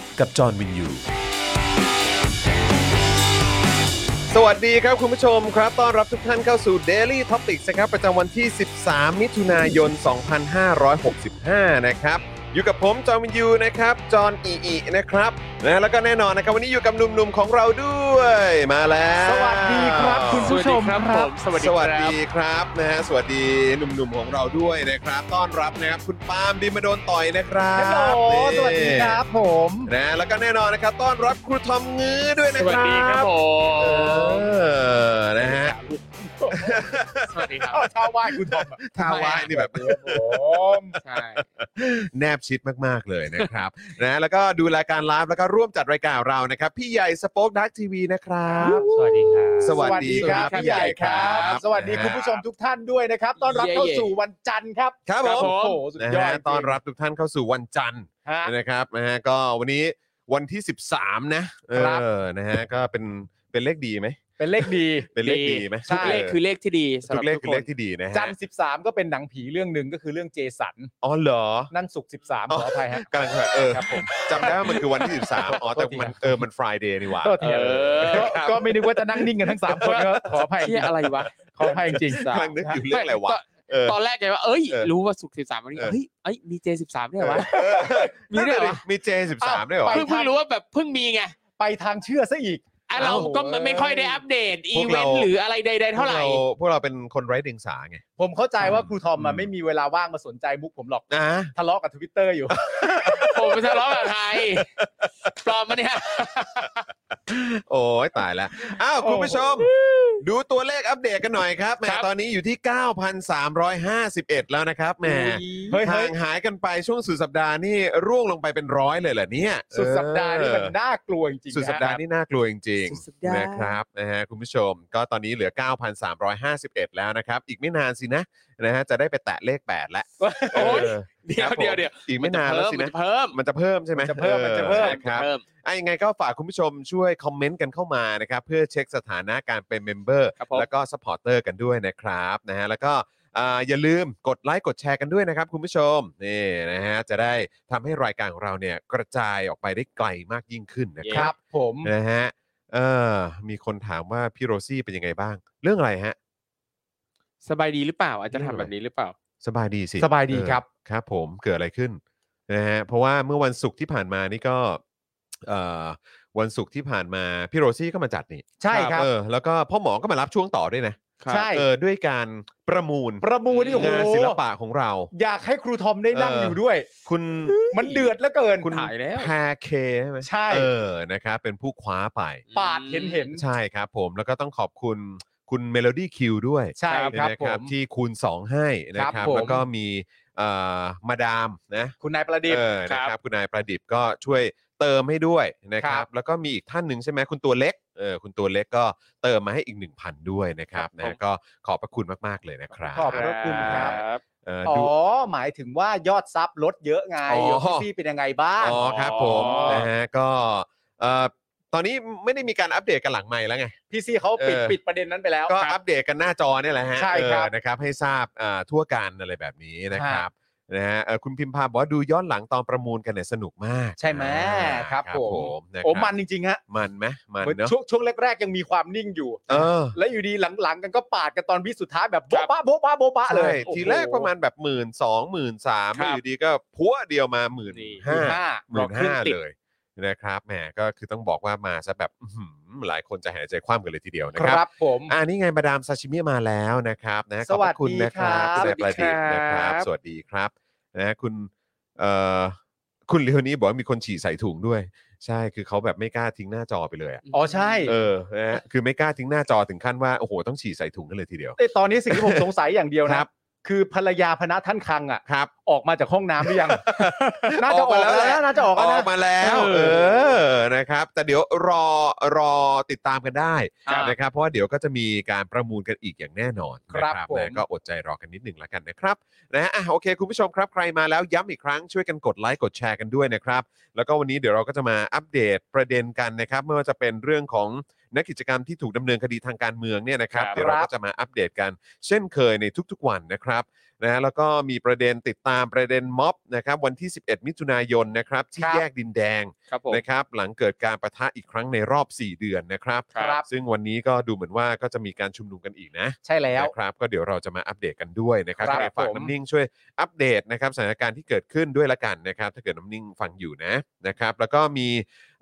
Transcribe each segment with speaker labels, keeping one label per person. Speaker 1: กับจอห์นวินยู
Speaker 2: สวัสดีครับคุณผู้ชมครับต้อนรับทุกท่านเข้าสู่ Daily Topics นะครับประจำวันที่ 13 มิถุนายน 2565 นะครับ อยู่กับผมจอห์นวินยูนะครับ จอห์นอีอีนะครับนะแล้วก็แน่นอนนะครับ วันนี้อยู่กับหนุ่มๆของเราด้วยมาแล้ว
Speaker 3: สวัสดีครับคุณผู้ชมครับผมสวัสดี
Speaker 2: ส
Speaker 3: ค
Speaker 2: วัส
Speaker 3: รับ
Speaker 2: ดีครับนะฮะสวัสดีหนุ่มๆของเราด้วยนะครับ ต้อนรับนะครับคุณปาล์มบิมมาโดนต่อยนะครับ
Speaker 3: ฮัลโหล
Speaker 2: นี่
Speaker 3: สวัสดีครับผม
Speaker 2: นะแล้วก็แน่นอนนะครับต้อนรับครูทอมงื้อด้วยนะ
Speaker 3: ส
Speaker 2: ครับ
Speaker 3: วัสดีครับผ
Speaker 2: เอ
Speaker 3: ม
Speaker 2: อนะฮะ
Speaker 3: สวัสดีครับชาวบ้านคุณทอม
Speaker 2: ท่าว่ายนี่แบบ
Speaker 3: ผมใช่
Speaker 2: แนบชิดมาก ๆ เลยนะครับ นะแล้วก็ดูรายการไลฟ์แล้วก็ร่วมจัดรายการเรานะครับ พี่ใหญ่สป็อคดักทีวีนะครับ
Speaker 4: สวัสดีครับ
Speaker 2: สวัสดีครับพี่ใหญ่ครับ
Speaker 3: สวัสดีคุณผู้ชมทุกท่านด้วยนะครับต้อนรับเข้าสู่วันจันทร์ครับ
Speaker 2: ครับผม
Speaker 3: โอ้โหสุด
Speaker 2: นะ
Speaker 3: ยอ
Speaker 2: ฮะ
Speaker 3: ด
Speaker 2: ต้อนรับทุกท่านเข้าสู่วันจันทร์
Speaker 3: ฮะ
Speaker 2: นะครับนะฮะก็วันนี้วันที่ 13 นะเอ
Speaker 3: ครับ
Speaker 2: อนะฮะก็เป็นเป็นเลขดีไหม
Speaker 3: เป็นเลขดี
Speaker 2: เป็นเลขดีไหม
Speaker 3: ใช่
Speaker 4: ทุกเลขคือเลขที่ดีสำห
Speaker 2: ทุ
Speaker 4: รับ
Speaker 2: กเลข
Speaker 4: ทุ
Speaker 2: คื
Speaker 4: ก
Speaker 2: อ
Speaker 4: ค
Speaker 2: เล
Speaker 4: น
Speaker 2: ขที่ดีนะฮะ
Speaker 3: จันทร์13 ก็เป็นหนังผีเรื่องหนึ่งก็คือเรื่องเจสัน
Speaker 2: อ๋อเหรอ
Speaker 3: นั่นศุกร์13 ขออภัยฮะ
Speaker 2: กำลังจะแบบเออ
Speaker 3: ครับผม
Speaker 2: จำได้ว่ามันคือวันที่ 13 อ๋อ แต่มันเออมันฟรายเดย์นี่หว่า
Speaker 3: โทษที
Speaker 2: เออ
Speaker 3: ก็
Speaker 2: ครับ
Speaker 3: ก็ไม่นึกว่าจะนั่งนิ่งกันทั้งสามคนก็ขออภัยจริ
Speaker 4: ที่
Speaker 3: ง
Speaker 4: อะไรวะ
Speaker 3: ๆขออภัยจริงๆ
Speaker 2: กำลังนึกอยู่เรื่องอะไรวะ
Speaker 4: ม่
Speaker 2: เออ
Speaker 4: ตอนแรกไงว่า เอ้ย
Speaker 2: เออ
Speaker 4: รู้ว่าสุกร์สิบสามวันนี้
Speaker 2: เออ
Speaker 4: เฮ้ยเอ้ย มีเจสิบสามด้วยวะ
Speaker 2: เออ
Speaker 4: มีด้วยเหรอ
Speaker 2: มีเจ13ด้วยเหรอ
Speaker 3: ไป
Speaker 4: เพิ่งเพิ่งรู้ว่าแบบเพิ่งมีไง
Speaker 3: ไปทางเชื่อซะอีก
Speaker 4: อ่ะเรา
Speaker 2: เอ้า
Speaker 4: ก็ไม่ค่อยได้อัปเดต
Speaker 2: พ
Speaker 4: อี
Speaker 2: วก
Speaker 4: เว
Speaker 2: เรา
Speaker 4: นต์หรืออะไรใดๆเท่าไหร่
Speaker 2: พวกรพวกเราเป็นคนไร้เดียงสาไง
Speaker 3: ผมเข้าใจว่าครูทอม
Speaker 2: อื
Speaker 3: อะ
Speaker 2: ม
Speaker 3: ไม่มีเวลาว่างมาสนใจมุกผมหรอก
Speaker 2: นะ
Speaker 3: ทะเลาะกับทวิตเตอร์ อยู่
Speaker 4: ผมไปทะเลาะกับใครปลอมมาเนี่ย
Speaker 2: โอ้ยตายแล้วอ้าว คุณผู้ชม ดูตัวเลขอัปเดตกันหน่อยครับแหม
Speaker 3: ครับ
Speaker 2: ตอนนี้อยู่ที่ 9,351 แล้วนะครับแหม
Speaker 3: เฮ้ย
Speaker 2: ห่า
Speaker 3: เฮ้ย
Speaker 2: งหายกันไปช่วงสุดสัปดาห์นี่ร่วงลงไปเป็นร้อยเลยเหรอเนี่ย
Speaker 3: สุดสัปดาห์นี่มัน
Speaker 2: เออ
Speaker 3: น่ากลัวจริงๆ
Speaker 2: สุดสัปดาห์
Speaker 3: นะ
Speaker 2: นี่น่ากลัวจริง
Speaker 4: สุดสัปดา
Speaker 2: ๆ
Speaker 4: ห์
Speaker 2: นะครับนะฮะคุณผู้ชม ก็ตอนนี้เหลือ 9,351 แล้วนะครับ อีกไม่นานสินะนะฮะจะได้ไปแตะเลข 8 แล้ว
Speaker 4: โอ้ย
Speaker 2: เออ
Speaker 4: เดี๋ยว
Speaker 2: ครับผม
Speaker 4: เดี๋ยวเดี๋ยว
Speaker 2: อีกไม่นานแล้วสิ
Speaker 4: มั
Speaker 2: นะ
Speaker 4: จะเพิ่ม
Speaker 2: มันจะเพิ่มใช่ไหม
Speaker 3: มันจะเพิ่มมันจะเพิ่ม
Speaker 2: ออครับ
Speaker 4: เพิ่ม
Speaker 2: ไอ้ยังไงก็ฝากคุณผู้ชมช่วยคอมเมนต์กันเข้ามานะครับเพื่อเช็คสถานะการเป็นเมมเบอร์
Speaker 4: ครับผม
Speaker 2: แล้วก็สปอร์เตอร์กันด้วยนะครับนะฮะแล้วก็อ่าอย่าลืมกดไลค์กดแชร์กันด้วยนะครับคุณผู้ชมนี่นะฮะจะได้ทำให้รายการของเราเนี่ยกระจายออกไปได้ไกลมากยิ่งขึ้นนะค
Speaker 3: ค
Speaker 2: รั
Speaker 3: รับ บผม
Speaker 2: นะฮะ เออ มีคนถามว่าพี่โรซี่เป็นยังไงบ้าง เรื่องอะไรฮะ
Speaker 4: สบายดีหรือเปล่าอาจจะทำแบบนี้หรือเปล่า
Speaker 2: สบายดีสิ
Speaker 3: สบายดี
Speaker 2: เออ
Speaker 3: ครับ
Speaker 2: ครับผม เกิดอะไรขึ้นนะฮะ เพราะว่าเมื่อวันศุกร์ที่ผ่านมานี่ก็ เอ่อ วันศุกร์ที่ผ่านมาพี่โรซี่ก็มาจัดนี่
Speaker 3: ใช่ครับ
Speaker 2: เออ แล้วก็พ่อหมอก็มารับช่วงต่อด้วยนะ
Speaker 3: ใช่
Speaker 2: เออ ด้วยการประมูล
Speaker 3: ประมูลนี่โอ้โห
Speaker 2: งานศิลปะของเรา
Speaker 3: อยากให้ครูทอมได้นั่ง
Speaker 2: เออ
Speaker 3: อ
Speaker 2: อ
Speaker 3: ยู่ด้วย
Speaker 2: คุณ
Speaker 3: มันเดือดเหลือเกิน
Speaker 2: คุณ
Speaker 4: ถ่ายแล้ว
Speaker 2: แพเคใช่ไหม
Speaker 3: ใช่
Speaker 2: เออ นะครับ เป็นผู้คว้าไป
Speaker 3: ปาดเห็นเห็น
Speaker 2: ใช่ครับผม แล้วก็ต้องขอบคุณคุณเมโลดี้คิวด้วย
Speaker 3: ใช่ครับ
Speaker 2: นะ
Speaker 3: ผม
Speaker 2: ที่คูณ 2 ให้นะค
Speaker 3: ครั
Speaker 2: รับบ
Speaker 3: ผม
Speaker 2: แล้วก็มีเอ่อมาดามนะ
Speaker 3: คุณนายประดิษ
Speaker 2: เอ
Speaker 3: ฐ์
Speaker 2: อนะค
Speaker 4: ครั
Speaker 2: รับบ คุณนายประดิษฐ์ก็ช่วยเติมให้ด้วยนะค
Speaker 3: ครั
Speaker 2: รับ
Speaker 3: บ
Speaker 2: แล้วก็มีอีกท่านหนึ่งใช่ไหมคุณตัวเล็กเออคุณตัวเล็กก็เติมมาให้อีก 1,000 ด้วยนะครับนะก็ขอบพระคุณมาก ๆ เลยนะครับ
Speaker 3: ขอบพระคุณครับ
Speaker 4: บ
Speaker 2: เอ่อ
Speaker 3: อ๋
Speaker 2: ดู
Speaker 3: อหมายถึงว่ายอดซับลดเยอะไง
Speaker 2: อ๋อ
Speaker 3: ยกพี่เป็นยังไงบ้าง
Speaker 2: อ๋อครับผม
Speaker 4: อ๋อ
Speaker 2: นะฮะก็เอ่อตอนนี้ไม่ได้มีการอัปเดตกันหลังใหม่แล้วไง
Speaker 3: พี่ซี่เขาปิด
Speaker 2: เออ
Speaker 3: ปิดประเด็นนั้นไปแล้ว
Speaker 2: ก็อัปเดตกันหน้าจอเนี่ยแหละฮะ
Speaker 3: ใช่ครับ
Speaker 2: เออนะครับให้ทราบอ่าทั่วการอะไรแบบนี้นะครับนะฮะเอ่อคุณพิมพาบอกว่าดูย้อนหลังตอนประมูลกันเนี่ยสนุกมาก
Speaker 3: ใช่ไหม
Speaker 2: อ่า
Speaker 3: ครับผม
Speaker 2: ะครับ
Speaker 3: โอ้มันจริงๆฮะ
Speaker 2: มันไหมมันเนอะ
Speaker 3: ช่วงช่วงแรกๆ ยังมีความนิ่งอยู่
Speaker 2: เออ
Speaker 3: แล้วอยู่ดีหลังๆ กันก็ปาดกันตอนวิสุดท้ายแบบโบ๊ะบ้าโบ๊ะบ้าโบ๊ะบ้าเล
Speaker 2: ใช่
Speaker 3: ยโอ้โห
Speaker 2: ทีแรกประมาณแบบหมื่นสองหมื่นสาม
Speaker 4: ครับ
Speaker 2: อยู่ดีก็พัวเดียวมาหมื่น
Speaker 4: นี่
Speaker 2: ห้า
Speaker 3: ห้า
Speaker 2: หมื่นห้าเลย นะครับแหมก็คือต้องบอกว่ามาซะแบบอื้อหือหลายคนจะหายใจคว่ำกันเลยทีเดียวนะ
Speaker 3: ค
Speaker 2: ครับ
Speaker 3: รับผม
Speaker 2: อ่านี่ไงมาดามซาชิมิมาแล้วนะครับนะขอบพระคุณนะครับ
Speaker 3: ส
Speaker 2: คุณ
Speaker 3: วั
Speaker 2: นาย
Speaker 3: ส
Speaker 2: ประดิษฐ์
Speaker 3: ดีครับ
Speaker 2: นะครับ สวัสดีครับนะคุณเอ่อคุณเลียวนี้บอกว่ามีคนฉี่ใส่ถุงด้วย ใช่คือเขาแบบไม่กล้าทิ้งหน้าจอไปเลยอะ
Speaker 3: อ๋อใช่
Speaker 2: เออนะฮะคือไม่กล้าทิ้งหน้าจอถึงขั้นว่าโอ้โหต้องฉี่ใส่ถุงกันเลยทีเดียว
Speaker 3: แต่ตอนนี้สิ่งที่ผมสงสัยอย่างเดียว
Speaker 2: ค
Speaker 3: นะ
Speaker 2: รับ
Speaker 3: คือภรรยาพนะท่านคังอ่ะ
Speaker 2: ครับ
Speaker 3: ออกมาจากห้องน้ำ หรือยัง น่าจะออกแล้วนะน่าจะออก
Speaker 2: อ
Speaker 3: แล้ว
Speaker 2: อ
Speaker 3: นะ
Speaker 2: กมาแล้ว
Speaker 3: เอ
Speaker 2: เอ
Speaker 3: อ
Speaker 2: อนะครับ แต่เดี๋ยวรอรอติดตามกันได้
Speaker 4: ครับ
Speaker 2: นะครับเพราะว่าเดี๋ยวก็จะมีการประมูลกันอีกอย่างแน่นอน
Speaker 3: ครับ
Speaker 2: นะ
Speaker 3: ผม
Speaker 2: นะก็อดใจรอกันนิดหนึ่งละกันนะครับนะฮะอ่ะโอเค คุณผู้ชมครับใครมาแล้วย้ำอีกครั้งช่วยกันกดไลค์กดแชร์กันด้วยนะครับ แล้วก็วันนี้เดี๋ยวเราก็จะมาอัปเดตประเด็นกันนะครับไม่ว่าจะเป็นเรื่องของนักกิจกรรมที่ถูกดำเนินคดีทางการเมืองเนี่ยนะครับ
Speaker 4: ครับ
Speaker 2: เดี๋ยวเราก็จะมาอัปเดตกันเช่นเคยในทุกๆวันนะครับนะฮะแล้วก็มีประเด็นติดตามประเด็นม็อบนะครับวันที่ 11 มิถุนายนนะครับที่
Speaker 3: ครับ
Speaker 2: แยกดินแดง
Speaker 4: ครับผม
Speaker 2: นะครับหลังเกิดการประทะอีกครั้งในรอบ 4 เดือนนะครับ
Speaker 4: ครับ
Speaker 2: ซึ่งวันนี้ก็ดูเหมือนว่าก็จะมีการชุมนุมกันอีกนะ
Speaker 3: ใช่แล้ว
Speaker 2: นะครับก็เดี๋ยวเราจะมาอัปเดตกันด้วยนะครับ
Speaker 3: ครับ
Speaker 2: ยังไงฝาก
Speaker 3: ผม
Speaker 2: น้ำนิ่งช่วยอัปเดตนะครับสถานการณ์ที่เกิดขึ้นด้วยละกันนะครับถ้าเกิดน้ำนิ่งฟังอยู่นะนะครับแล้วก็มี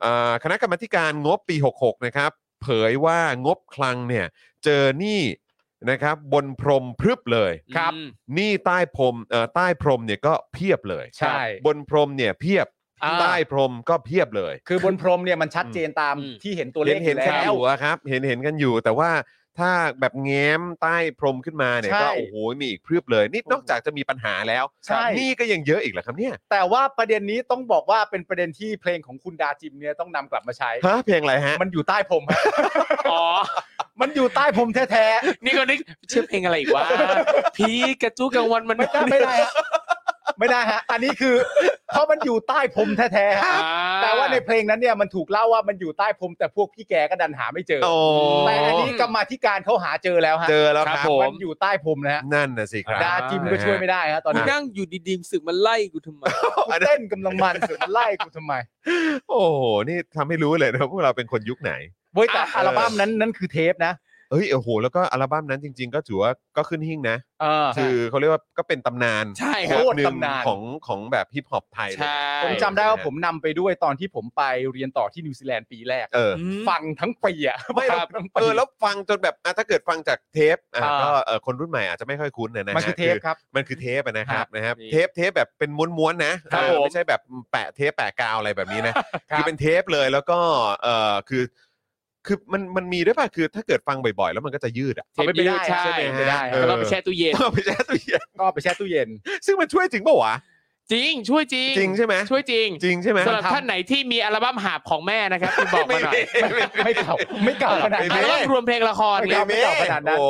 Speaker 2: เอ่อคณะกรรมาธิการงบปี 66 นะครับเผยว่างบคลังเนี่ยเจอหนี้นะครับบนพรมพรึบเลย
Speaker 3: ครับ
Speaker 4: อืม
Speaker 2: หนี้ใต้พรมเอ่อใต้พรมเนี่ยก็เพียบเลย
Speaker 3: ใช่
Speaker 2: บนพรมเนี่ยเพียบ
Speaker 3: อ่า
Speaker 2: ใต้พรมก็เพียบเลย
Speaker 3: คือบนพรมเนี่ยมันชัดเจนตาม
Speaker 4: อืม
Speaker 3: ที่เห็นตัวเล
Speaker 2: เห็
Speaker 3: ข
Speaker 2: น
Speaker 3: อ
Speaker 2: เห็น
Speaker 3: ยู่
Speaker 2: กั
Speaker 3: แล้
Speaker 2: นอ
Speaker 3: ว
Speaker 2: ยู่อะครับ เห็นเห็นกันอยู่ แต่ว่าถ้าแบบแง้มใต้พรมขึ้นมาเนี่ย
Speaker 3: ใช่
Speaker 2: ก็โอ้โหมีอีกพรึบเลยนี่นอกจากจะมีปัญหาแล้ว
Speaker 3: ใช่
Speaker 2: นี่ก็ยังเยอะอีกเหรอครับเนี่ย
Speaker 3: แต่ว่าประเด็นนี้ต้องบอกว่าเป็นประเด็นที่เพลงของคุณดาจิมเนี่ยต้องนำกลับมาใช้
Speaker 2: ฮะเพลงอะไรฮะ
Speaker 3: มันอยู่ใต้พรมฮะ
Speaker 4: อ๋อ
Speaker 3: มันอยู่ใต้พรมแท้
Speaker 4: นี่ก็นึกเชื่อเพลงอะไรอีก วะพีกระจู้กลางวันมัน
Speaker 3: ๆไม่ได้ไม่ได้ฮะไม่ได้ฮะอันนี้คือ เพราะมันอยู่ใต้พรมแท้ๆ
Speaker 4: อ่า
Speaker 3: ฮะแต่ ว่าในเพลงนั้นเนี่ยมันถูกเล่าว่ามันอยู่ใต้พรมแต่พวกพี่แกก็ดันหาไม่เจอ
Speaker 2: โอ้
Speaker 3: แต่อันนี้กรรมาธิการเขาหาเจอแล้วฮะ
Speaker 2: เจอแล้ว
Speaker 4: ค
Speaker 2: ค
Speaker 4: รั
Speaker 2: รั
Speaker 4: บบ ผ
Speaker 3: มั
Speaker 4: ม
Speaker 3: นอยู่ใต้พรมนะฮะ
Speaker 2: นั่นนะสิครับ
Speaker 3: ดาจิมก็ช่วยไม่ได้ฮะตอน
Speaker 4: กู
Speaker 3: นี้
Speaker 4: นั่งอยู่ดีๆสึกมันไล่กูทำไม
Speaker 3: กูเต้นกำลังมันสุดไล่กูทำไม
Speaker 2: โอ้โหนี่ทำให้รู้เลยนะพวกเราเป็นคนยุคไหน
Speaker 3: เว้ยแต่
Speaker 4: อ่ะ
Speaker 3: อัลบั้มนั้นนั่นคือเทปนะ
Speaker 2: เอ้ยโอ้โหแล้วก็อัลบั้มนั้นจริง ๆ ก็ถือว่าก็ขึ้นหิ้งนะ
Speaker 3: เออ
Speaker 2: คือเขาเรียกว่าก็เป็นตำนาน
Speaker 4: ใช่ค
Speaker 2: โครับ ตรหนึ่ง
Speaker 3: โคตรตำนาน
Speaker 2: ของของแบบฮิปฮอปไทยเลย
Speaker 4: ใช่
Speaker 3: ผมจำได้ว่าผมนำไปด้วยตอนที่ผมไปเรียนต่อที่นิวซีแลนด์ปีแรก
Speaker 2: เออ
Speaker 4: อืม
Speaker 3: ฟังทั้งปีอะ
Speaker 2: ไม่หรอก
Speaker 3: ฟังทั้งปี
Speaker 2: เออแล้วฟังจนแบบอ่ะถ้าเกิดฟังจากเทปอ่ะ
Speaker 3: อ่า
Speaker 2: ก็เอ่อคนรุ่นใหม่อาจจะไม่ค่อยคุ้นนะนะฮะ
Speaker 3: มันคือเทปครับ
Speaker 2: มันคือเทปอะนะครับนะครับ
Speaker 4: นี่
Speaker 2: เทปเทปแบบเป็นม้วนๆนะครับ เออ
Speaker 4: ผม
Speaker 2: ไม่ใช่แบบแปะเทปแปะกาวอะไรแบบนี้นะ
Speaker 3: ครั
Speaker 2: คื
Speaker 3: บ
Speaker 2: อเป็นเทปเลยแล้วก็เออคือคือมันมันมีด้วยป่ะคือถ้าเกิดฟังบ่อยๆ แล้วมันก็จะยืดอ่ะ
Speaker 4: เทปนี้
Speaker 3: เอาไปไม่ได้
Speaker 4: ใช่
Speaker 3: ใช่ไหมฮะ
Speaker 4: แล้วก็ไปแช่ตู้เย็น
Speaker 2: เอาไปแช่ตู้เย็น
Speaker 3: ก็เอาไปแช่ตู้เย็น
Speaker 2: ซึ่งมันช่วยจริงป่าวะ
Speaker 4: จริง ช่วยจริง
Speaker 2: จริงใช่ไหม
Speaker 4: ช่วยจริง
Speaker 2: จริงใช่ไหม
Speaker 4: สำหรับท่านไหนที่มีอัลบั้มหาบของแม่นะครับคุณบอก
Speaker 2: ไม่
Speaker 4: มาหน่อ
Speaker 2: มี
Speaker 4: ย
Speaker 3: ไม่เก่าไม่เก่าขนาด
Speaker 2: ไม่
Speaker 4: อั
Speaker 3: นั้
Speaker 4: ล
Speaker 3: น
Speaker 2: ได้
Speaker 4: บั้มรวมเพลงละคร
Speaker 3: ไม่ได้
Speaker 4: ครับ
Speaker 3: ม่เก่าขนาดนั้น
Speaker 2: โอ้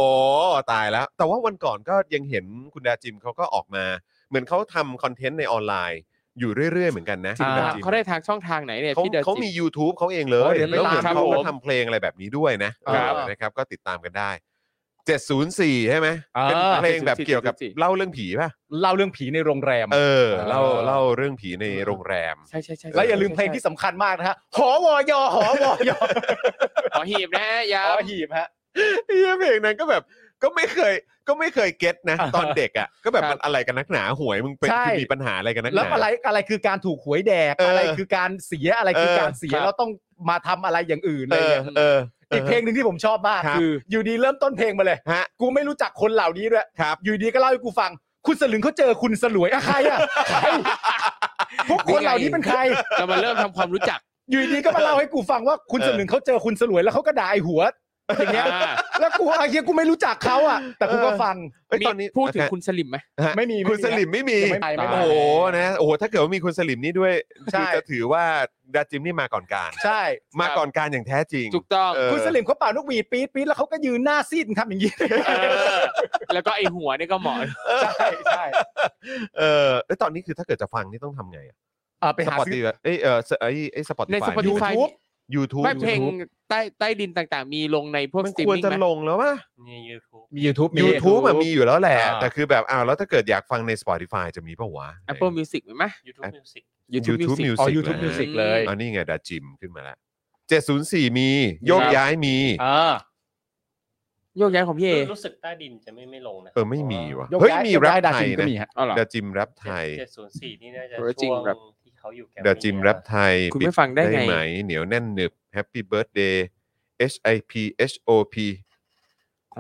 Speaker 2: ตายแล้ว แต่ว่าวันก่อนก็ยังเห็นคุณดาจิมเขาก็ออกมา เหมือนเขาทำคอนเทนต์ในออนไลน์ อยู่เรื่อยๆเหมือนกันนะ
Speaker 3: จริง
Speaker 2: คุณดาจิม
Speaker 4: เขาได้ทางช่องทางไหนเนี่ย
Speaker 2: เขา
Speaker 4: พี่เดอะ
Speaker 2: เขา
Speaker 4: จิ
Speaker 2: มี YouTube เขาเองเลย
Speaker 3: โอ้เดี๋ยวไป
Speaker 2: แล้วเหมือน
Speaker 4: ตาม
Speaker 2: เขา
Speaker 4: ครับ
Speaker 2: ก็
Speaker 4: ผม
Speaker 2: ทำเพลงอะไรแบบนี้ด้วยนะครับเออนะครับ ก็ติดตามกันได้ 704 ใช่ไหม
Speaker 3: อ่า
Speaker 2: เป็นเพลงแบบเกี่ยวกับ
Speaker 4: 704
Speaker 2: เล่าเรื่องผีป่ะ
Speaker 3: เล่าเรื่องผีในโรงแรม
Speaker 2: เออ เล่า
Speaker 3: เออ
Speaker 2: เล่าเรื่องผีในโรงแรม
Speaker 4: ใช่ใช่ใช่
Speaker 3: แล้วอย่าลืมเพลงที่สำคัญมากนะฮะหอวอยอหอวอยอ
Speaker 4: ขอหีบนะยา
Speaker 3: ห
Speaker 4: ว
Speaker 3: อหีบฮะ
Speaker 2: เหี้ยเพลงนั้นก็แบบก็ไม่เคยก็ไม่เคยเก็ตนะ ตอนเด็กอ่ะก็แบบ
Speaker 4: ครับ
Speaker 2: มันอะไรกันนักหนาหวยมึงเป็น
Speaker 3: ใช่
Speaker 2: คือมีปัญหาอะไรกันนักหนา
Speaker 3: แล้วอะไรอะไรคือการถูกหวยแดก
Speaker 2: เอออ
Speaker 3: อะไรคือการเสียอะไรคือ
Speaker 2: เออ
Speaker 3: การเสีย
Speaker 4: ครับ
Speaker 3: แล้วต้องมาทำอะไรอย่างอื่นอะ
Speaker 2: เออ
Speaker 3: ไรเนี่ย
Speaker 2: เออเอ
Speaker 3: อี
Speaker 2: อ
Speaker 3: กเพลงหนึ่งที่ผมชอบมาก
Speaker 2: ครับ
Speaker 3: คือ อยู่ดีเริ่มต้นเพลงมาเลย
Speaker 2: ฮะ
Speaker 3: กูไม่รู้จักคนเหล่านี้ด้วย
Speaker 2: ครับ
Speaker 3: อยู่ดีก็เล่าให้กูฟัง คุณสลึงเขาเจอคุณสลวยอะใครอะใครพวกคนเหล่านี้เป็นใคร
Speaker 4: เรามาเริ่มทำความรู้จัก
Speaker 3: อยู่ดีก็มาเล่าให้กูฟังว่าคุณ
Speaker 2: เออ
Speaker 3: สลึงเขาเจอคุณสลวยแล้วเขาก็ด่าไอ้หัว อย่างเงี้ย
Speaker 4: อ่า
Speaker 3: แล้วกูไอ้เฮียกูไม่รู้จักเขาอ่ะ แต่กูก็ฟัง
Speaker 2: เอ้ยตอนนี้
Speaker 4: มีพูดถึง
Speaker 2: อาการ
Speaker 4: คุณสลิมไหม
Speaker 2: ฮะ
Speaker 3: ไม่มี
Speaker 2: คุณสลิมไม่มี
Speaker 3: ยังไม่ไปไม่ไป
Speaker 2: โอ้โหนะโอ้โหถ้าเกิดว่ามีคุณสลิมนี่ด้วย
Speaker 3: ใช่
Speaker 2: คือจะถือว่าดาจิมนี่มาก่อนการ
Speaker 3: ใช่
Speaker 2: มาก่อนการอย่างแท้จริง
Speaker 4: ถูกต้อง
Speaker 2: เออ
Speaker 3: คุณสลิมเขาเป่านกหวีดปี๊ดปี๊ดแล้วเขาก็ยืนหน้าซีดทำอย่า งนี้
Speaker 4: เออแล้วก็ไอหัวเนี่ยก็เหมาะ
Speaker 3: ใช่ใช่
Speaker 2: เออเอ้ยตอนนี้คือถ้าเกิดจะฟังนี่ต้องทำไงอะ
Speaker 3: อ่ะไปหา
Speaker 2: สปอติ
Speaker 3: ซื้อ
Speaker 2: เอ้ยเออเอ้ยไอ้สปอติ
Speaker 4: ใน
Speaker 3: ยู
Speaker 4: Spotify
Speaker 3: ทูบ
Speaker 2: ยูทูบ
Speaker 4: ไม่เพลงใต้ใต้ดินต่างๆ มีลงในพวก
Speaker 2: มัน
Speaker 4: สตรีม
Speaker 2: ควร
Speaker 4: มิ่ง
Speaker 2: จะ
Speaker 4: ไหม
Speaker 2: ลงแล้วว่า
Speaker 4: มียูทูบ
Speaker 3: มี YouTube มี
Speaker 2: YouTube มันมีอยู่แล้วแหละ
Speaker 3: อ่า
Speaker 2: แต่คือแบบอ้าวแล้วถ้าเกิดอยากฟังใน Spotify จะมีปะวะ
Speaker 4: Apple Music ไหมไหม
Speaker 2: YouTube
Speaker 4: Music
Speaker 2: YouTube
Speaker 4: YouTube Music
Speaker 2: Music
Speaker 3: อ๋อ YouTube
Speaker 2: นะ
Speaker 3: Music เลย
Speaker 2: อันนี้ไงดาจิมขึ้นมาแล้ว704 มี โยก
Speaker 4: ครับ
Speaker 2: ย้ายมี
Speaker 3: อ่า
Speaker 4: โยกย้ายของพี่เอ
Speaker 5: รู้สึกใต้ดินจะไม่ไม่ลงนะ
Speaker 2: เออไม่มีว่ะ
Speaker 3: ยก
Speaker 2: เฮ้ย
Speaker 3: ย้าย
Speaker 2: มี
Speaker 3: ยก
Speaker 2: แรป
Speaker 3: ย้ายดา
Speaker 2: ไท
Speaker 3: จิ
Speaker 2: ย
Speaker 3: มก็
Speaker 2: นะ
Speaker 3: มีฮะ
Speaker 4: อ๋อเหรอ
Speaker 2: ดาจิมแรปไทย
Speaker 5: เจ็ดศูนย์สี่นี่น่าจะ
Speaker 4: เออจริ
Speaker 5: ช่
Speaker 4: ง
Speaker 5: วง
Speaker 4: ครับ
Speaker 5: ที่ เขาอยู่แกมมี่
Speaker 2: เดอะจิมแรปไทย
Speaker 4: คุณไม่ฟังได้ไง
Speaker 2: ไหม เหนียวแน่นหนึบแฮปปี้เบิร์ดเดย์ HIP HOP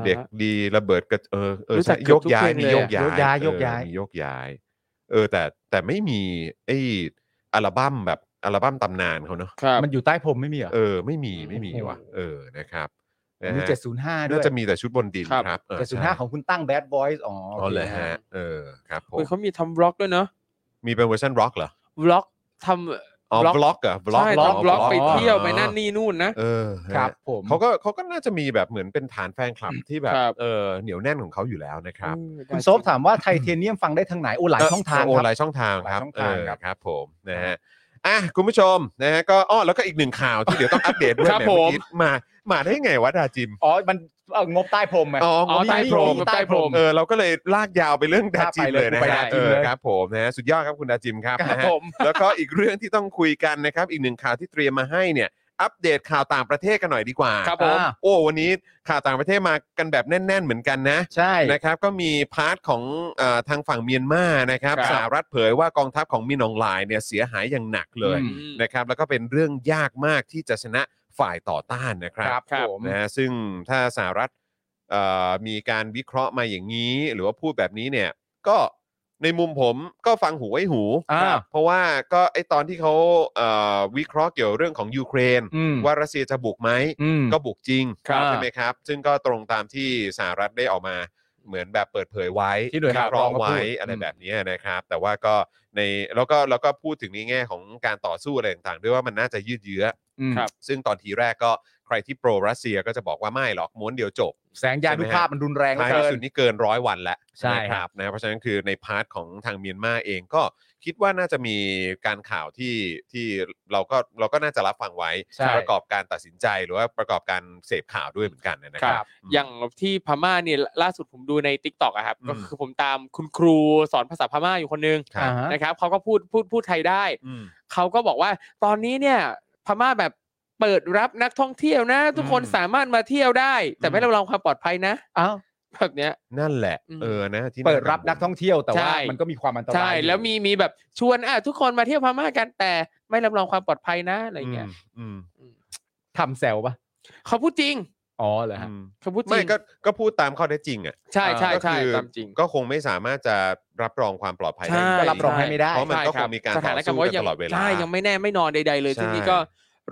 Speaker 2: เด็กดีระเบิดกระเออเออ
Speaker 4: รู้
Speaker 2: ใช่
Speaker 4: จัก
Speaker 2: โยกย้าย
Speaker 4: เกื
Speaker 2: มี
Speaker 4: อบทุกเพลงเลย
Speaker 2: โย
Speaker 4: อะ
Speaker 2: กย้าย
Speaker 3: โยกย้า
Speaker 2: เออ
Speaker 3: ยโยกย้าย
Speaker 2: มีโยกย้าย เออแต่แต่ไม่มีไอ้อัลบั้มแบบอัลบั้มตำนานเขาเนอะ
Speaker 4: ครับ
Speaker 3: มันอยู่ใต้พรมไม่มีเหรอ
Speaker 2: เออไม่มีไม่มี
Speaker 3: โอ้โห
Speaker 2: ว่ะเออนะครับนะ
Speaker 3: มี
Speaker 2: ฮะ
Speaker 3: เจ็ดศูนย์ห้าด้
Speaker 2: น่า
Speaker 3: วย
Speaker 2: จะมีแต่ชุดบนดินครับเออ
Speaker 3: เจ็ดศูนย์
Speaker 2: ใช่
Speaker 3: ห้าของคุณตั้งแบดบอยส์อ๋อ
Speaker 2: อ๋
Speaker 3: โอ
Speaker 2: อ
Speaker 3: ค
Speaker 2: เลยฮะ เออครับผม
Speaker 4: โอ้ยเขามีทำบล็อกด้วยเนาะ
Speaker 2: มีเป็นเวอร์ชันร็อกเหรอ
Speaker 4: บล็อกทำ
Speaker 2: อ๋อบล็อกเหรอบล็อก
Speaker 4: ใช่
Speaker 2: เหร
Speaker 4: ทำบล็อกไปเที่ยวไปนั่นนี่นู่นนะ
Speaker 2: เออฮะ
Speaker 3: ครับผม
Speaker 2: เขาก็เขาก็น่าจะมีแบบเหมือนเป็นฐานแฟนคลับที่แบบ
Speaker 4: ครับ
Speaker 2: เออเหนียวแน่นของเขาอยู่แล้วนะครับ
Speaker 4: เออได้
Speaker 3: คุณโซฟถามว่าไทเทเนียมฟังได้ทางไหนโอ้หลายช่องทาง
Speaker 2: โอ้
Speaker 3: ครับ
Speaker 2: หลายช่องทางครับ
Speaker 3: หลายช่อง
Speaker 2: เอ
Speaker 3: ทาง
Speaker 2: อ
Speaker 3: ครับ
Speaker 2: ครับผมนะฮะอ่ะคุณผู้ชมนะฮะก็อ้อแล้วก็อีกหนึ่งข่าวที่เดี๋ยวต้องอัปเดตด้วย
Speaker 4: ครับ
Speaker 2: แหเอ
Speaker 4: ผม
Speaker 2: กี้มามาได้ไงวะดาจิม
Speaker 3: อ๋อ มันเอ่องบใต้พรมไง
Speaker 2: อ๋อ
Speaker 4: อ๋อ
Speaker 2: มี
Speaker 4: ใต้พรม
Speaker 2: มี
Speaker 4: ใต้พรม
Speaker 2: เออเราก็เลยลากยาวไปเรื่องดาจิม
Speaker 3: ไปเล
Speaker 2: เลย ยนะ
Speaker 3: ไป
Speaker 2: ฮะ
Speaker 3: ดาจิ
Speaker 2: เอ
Speaker 3: ม
Speaker 2: อ
Speaker 3: เลย
Speaker 2: ครับผมนะฮะสุดยอดครับคุณดาจิมครับ
Speaker 4: ครับ
Speaker 2: นะฮะ
Speaker 4: ผม
Speaker 2: แล้วก็อีกเรื่องที่ต้องคุยกันนะครับ อีกหนึ่งข่าวที่เตรียมมาให้เนี่ยอัปเดตข่าวต่างประเทศกันหน่อยดีกว่า
Speaker 4: ครับผม
Speaker 3: อ่า
Speaker 2: โอ้วันนี้ข่าวต่างประเทศมากันแบบแน่น ๆ เหมือนกันนะ
Speaker 3: ใช่
Speaker 2: นะครับก็มีพาร์ทของเออทางฝั่งเมียนมานะครับ
Speaker 4: ครับ
Speaker 2: สหรัฐเผยว่ากองทัพของมินอองไลน์เนี่ยเสียหายอย่างหนักเลย
Speaker 3: อื
Speaker 2: นะครับแล้วก็เป็นเรื่องยากมากที่จะชนะฝ่ายต่อต้านนะครับ
Speaker 3: ครับผม
Speaker 2: นะฮะซึ่งถ้าสหรัฐเอ่อมีการวิเคราะห์มาอย่างนี้ หรือว่าพูดแบบนี้เนี่ยก็ในมุมผมก็ฟังหูไว้หู
Speaker 3: อ่า
Speaker 2: เพราะว่าก็ไอตอนที่เขาเอ่อวิเคราะห์เกี่ยวเรื่องของยูเครน
Speaker 3: อืม
Speaker 2: ว่ารัสเซียจะบุกไหม
Speaker 3: อืม
Speaker 2: ก็บุกจริง
Speaker 3: ครับ
Speaker 2: ใช่ไหมครับ ซึ่งก็ตรงตามที่สหรัฐได้ออกมาเหมือนแบบเปิดเผยไว้
Speaker 3: ที่หน่วย
Speaker 2: วิ
Speaker 3: ข่าว
Speaker 2: เคราะห์
Speaker 3: ก็พู
Speaker 2: ไว้
Speaker 3: ด
Speaker 2: อะไรแบบนี้นะครับ แต่ว่าก็ในแล้วก็แล้วก็พูดถึงในแง่ของการต่อสู้อะไรต่างๆ ด้วยว่ามันน่าจะยืดเยื้อ
Speaker 3: อืม
Speaker 4: ครับ
Speaker 2: ซึ่งตอนทีแรกก็ใครที่โปรรัสเซียก็จะบอกว่าไม่หรอกม้วนเดียวจบ
Speaker 3: แสงยานุภาพมันรุนแรงเหลื
Speaker 2: ท้า
Speaker 3: อย
Speaker 2: ที่
Speaker 3: เกิน
Speaker 2: สุดนี่เกินร้อยวันแล้ว
Speaker 3: ใช่
Speaker 2: นะค
Speaker 3: ครั
Speaker 2: รับบ นะเพราะฉะนั้นคือในพาร์ทของทางเมียนมาเองก็คิดว่าน่าจะมีการข่าวที่ที่เราก็เราก็น่าจะรับฟังไว้
Speaker 3: ใช่
Speaker 2: ประกอบการตัดสินใจหรือว่าประกอบการเสพข่าวด้วยเหมือนกันนะค
Speaker 4: ครั
Speaker 2: รับ บ
Speaker 4: อย่างที่พม่าเนี่ยล่าสุดผมดูในติ๊กต็อกอะครับ
Speaker 2: อืม
Speaker 4: ก็คือผมตามคุณครูสอนภาษาพม่าอยู่คนนึง
Speaker 2: ครับ
Speaker 3: อ่าฮะ
Speaker 4: นะครับเขาก็พูดพูดพูดไทยได้
Speaker 2: อืม
Speaker 4: เขาก็บอกว่าตอนนี้เนี่ยพม่าแบบเปิดรับนักท่องเที่ยวนะ ทุกคน
Speaker 2: อืม
Speaker 4: สามารถมาเที่ยวได้ แต่
Speaker 2: อืม
Speaker 4: ไม่รับรองความปลอดภัยนะ
Speaker 3: อ้าว
Speaker 4: แบบเนี้ย
Speaker 2: นั่นแหละ
Speaker 4: อืม
Speaker 2: เออนะที่า
Speaker 3: เปิดรับ
Speaker 2: วล
Speaker 3: นักท่องเที่ยวแต่ว่า
Speaker 4: ใช่
Speaker 3: มันก็มีความอันตราย
Speaker 4: ใช่
Speaker 3: อยู่
Speaker 4: แล้วมีมีแบบชวนอ่ะทุกคนมาเที่ยวพม่ากันแต่ไม่รับรองความปลอดภัยนะอะไรเงี้ย
Speaker 2: มอืม
Speaker 3: ทำแซวปะ
Speaker 4: เขาพูดจริง
Speaker 3: อ๋อเหรอฮะ
Speaker 2: อืม
Speaker 4: เขาพูดจ
Speaker 2: ไม่
Speaker 4: ริง
Speaker 2: ก็ก็พูดตามข้อเท็จจริงอ่ะ
Speaker 4: ใช่ใช่
Speaker 2: ก็
Speaker 4: ใช่
Speaker 2: คือ
Speaker 4: ตามจริง
Speaker 2: ก็คงไม่สามารถจะรับรองความปลอดภัย
Speaker 4: ใช่
Speaker 2: ได้
Speaker 3: ก็รับรองให้ไม่ได้
Speaker 2: เพราะมันก็
Speaker 4: ใช่
Speaker 2: ค
Speaker 4: บ
Speaker 2: งมีการ
Speaker 4: ส
Speaker 2: ต่อ
Speaker 4: ถา
Speaker 2: น สู้
Speaker 4: ว่า
Speaker 2: กัน
Speaker 4: ยั
Speaker 2: ตลอดเวลา
Speaker 4: ใช่ยังไม่แน่ไม่นอนใด ๆ เลย
Speaker 2: ใช่
Speaker 4: ซึ่งนี่ก็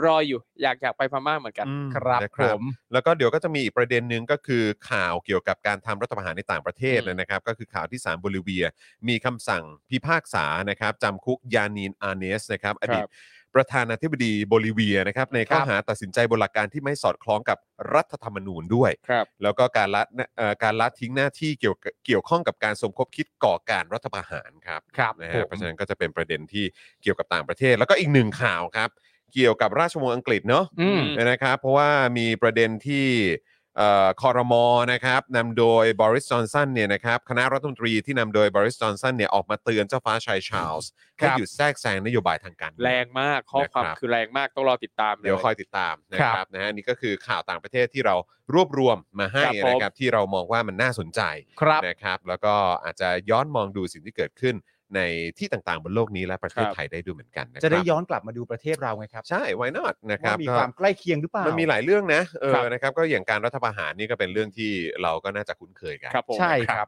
Speaker 4: รออยู่อยากอยากไปพม่าเหมือนกัน
Speaker 2: อืม
Speaker 3: ครับ
Speaker 2: นะ
Speaker 3: ผม
Speaker 2: แล้วก็เดี๋ยวก็จะมีอีกประเด็นหนึ่งก็คือข่าวเกี่ยวกับการทำรัฐประหารในต่างประเทศ
Speaker 4: อืม
Speaker 2: นะครับ ก็คือข่าวที่ศาลโบลิเวีย มีคำสั่งพิพากษานะครับจำคุกยานีนอาเนสนะครับอดีตประธานาธิบดีโบลิเวียนะครับในข้อหาตัดสินใจบนหลักการที่ไม่สอดคล้องกับรัฐธรรมนูญด้วย
Speaker 4: ครับ
Speaker 2: แล้วก็การละเอ่อการละทิ้งหน้าที่เกี่ยวกับเกี่ยวข้องกับการสมคบคิดก่อการรัฐประหารครับ
Speaker 3: ครับ
Speaker 2: นะ
Speaker 3: ผ
Speaker 2: ฮะ
Speaker 3: ม
Speaker 2: เพราะฉะนั้นก็จะเป็นประเด็นที่เกี่ยวกับต่างประเทศ แล้วก็อีกหนึ่งข่าวครับ เกี่ยวกับราชวงศ์อังกฤษเนาะ
Speaker 3: อืม
Speaker 2: นะครับเพราะว่ามีประเด็นที่เอ่อคอรมอนะครับนำโดยบริสจอนสันเนี่ยนะครับคณะรัฐมนตรีที่นำโดยบริสจอนสันเนี่ยออกมาเตือนเจ้าฟ้าชายชาร์ลส์ให้หยุดแทรกแซงนโยบายทางการเมือง
Speaker 4: แรงมากข้อความ
Speaker 2: นะครับ
Speaker 4: คือแรงมากต้องรอติดตามล
Speaker 2: เดี๋ยวคอยติดตามนะค
Speaker 3: ครั
Speaker 2: รับบ นะฮะนี่ก็คือข่าวต่างประเทศที่เรารวบรวมมาให้
Speaker 4: ครับผม
Speaker 2: นะครับที่เรามองว่ามันน่าสนใจ
Speaker 3: ครับ
Speaker 2: นะครับแล้วก็อาจจะย้อนมองดูสิ่งที่เกิดขึ้นในที่ต่างๆ บนโลกนี้และประเทศ
Speaker 4: ครับ
Speaker 2: ไทยได้ด้วยเหมือนกันนะครับ
Speaker 3: จะได้ย้อนกลับมาดูประเทศเราไงครับ
Speaker 2: ใช่ why not นะครับ
Speaker 3: ว่ามีความใกล้เคียงหรือเปล่า
Speaker 2: มันมีหลายเรื่องนะเอ
Speaker 4: ครั
Speaker 2: อบ นะครับก็อย่างการรัฐประหารนี่ก็เป็นเรื่องที่เราก็น่าจะคุ้นเคยกัน
Speaker 4: ครับผม
Speaker 3: ใช่ครับ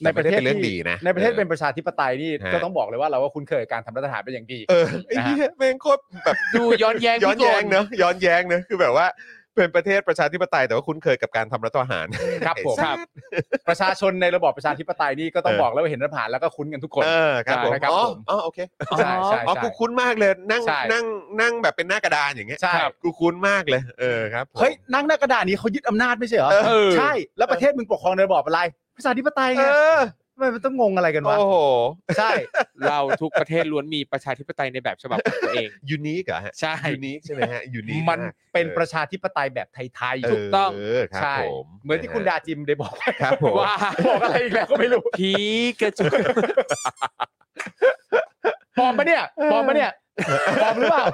Speaker 2: แต่ไม่ได้เป็นเรื่องดีนะ
Speaker 3: ในประเทศ
Speaker 2: เออ
Speaker 3: เป็นประชาธิปไตยนี่
Speaker 2: ฮะ
Speaker 3: ก็ต้องบอกเลยว่าเราก็คุ้นเคยกับการทำรัฐประหารเป็นอย่างดี
Speaker 2: เออไอ้เหี้ยแม่งโคตรแบบ
Speaker 4: ดูย้อนแย้ง
Speaker 2: ย้อนแย้ง
Speaker 4: พี่กล
Speaker 2: เนอะย้อนแย้งเนอะคือแบบว่าเป็นประเทศประชาธิปไตยแต่ว่าคุ้นเคยกับการทำรัฐประหาร
Speaker 3: ครับผม
Speaker 2: ไอ้สัตว์
Speaker 3: ประชาชนในระบอบประชาธิปไตยนี่ก็ต้องบอกแล้วว่าเห็นรัฐประหารแล้วก็คุ้นกันทุกคน
Speaker 2: เออครับผม
Speaker 3: ใช่ครับ
Speaker 2: อ๋อ
Speaker 3: ผม
Speaker 2: อ๋อโอเค
Speaker 3: ใช่ใช่
Speaker 2: อ๋อ
Speaker 3: ใช่
Speaker 2: กูคุ้นมากเลยนั่ง
Speaker 3: ใช่
Speaker 2: นั่งนั่งแบบเป็นหน้ากระดานอย่างเงี้ย
Speaker 3: ใช่
Speaker 2: กูคุ้นมากเลยเออครับผม
Speaker 3: เฮ้ยนั่งหน้ากระดาษนี้เขายึดอำนาจไม่ใช่เหรอ
Speaker 2: เออ
Speaker 3: ใช่แล้วประเทศมึงปกครองในระบอบอะไรประชาธิปไตย
Speaker 2: เอ
Speaker 3: ไง
Speaker 2: อ
Speaker 3: ทำไมมันต้องงงอะไรกันวะ
Speaker 2: โอ้โห
Speaker 3: ใช่
Speaker 4: เราทุกประเทศล้วนมีประชาธิปไตยในแบบฉบับของตัวเอง
Speaker 2: ยูนิคเหรอฮะ
Speaker 4: ใช่
Speaker 2: ยูนิคใช่ไหมฮะยูนิค
Speaker 3: มันเป็นประชาธิปไตยแบบไทย
Speaker 2: เ
Speaker 3: ๆ
Speaker 4: ต้อง
Speaker 2: เครับ
Speaker 3: ใช่
Speaker 2: ผม
Speaker 3: เหมือนที่คุณดาจิมได้บอก
Speaker 2: ครับผม
Speaker 4: ว่า
Speaker 3: บอกอะไรอีกแล้วก็ไม่รู้
Speaker 4: ผีกระจุก
Speaker 3: ปลอมปะเนี่ยปลอมปะเนี่ยปลอมหรือเปล่า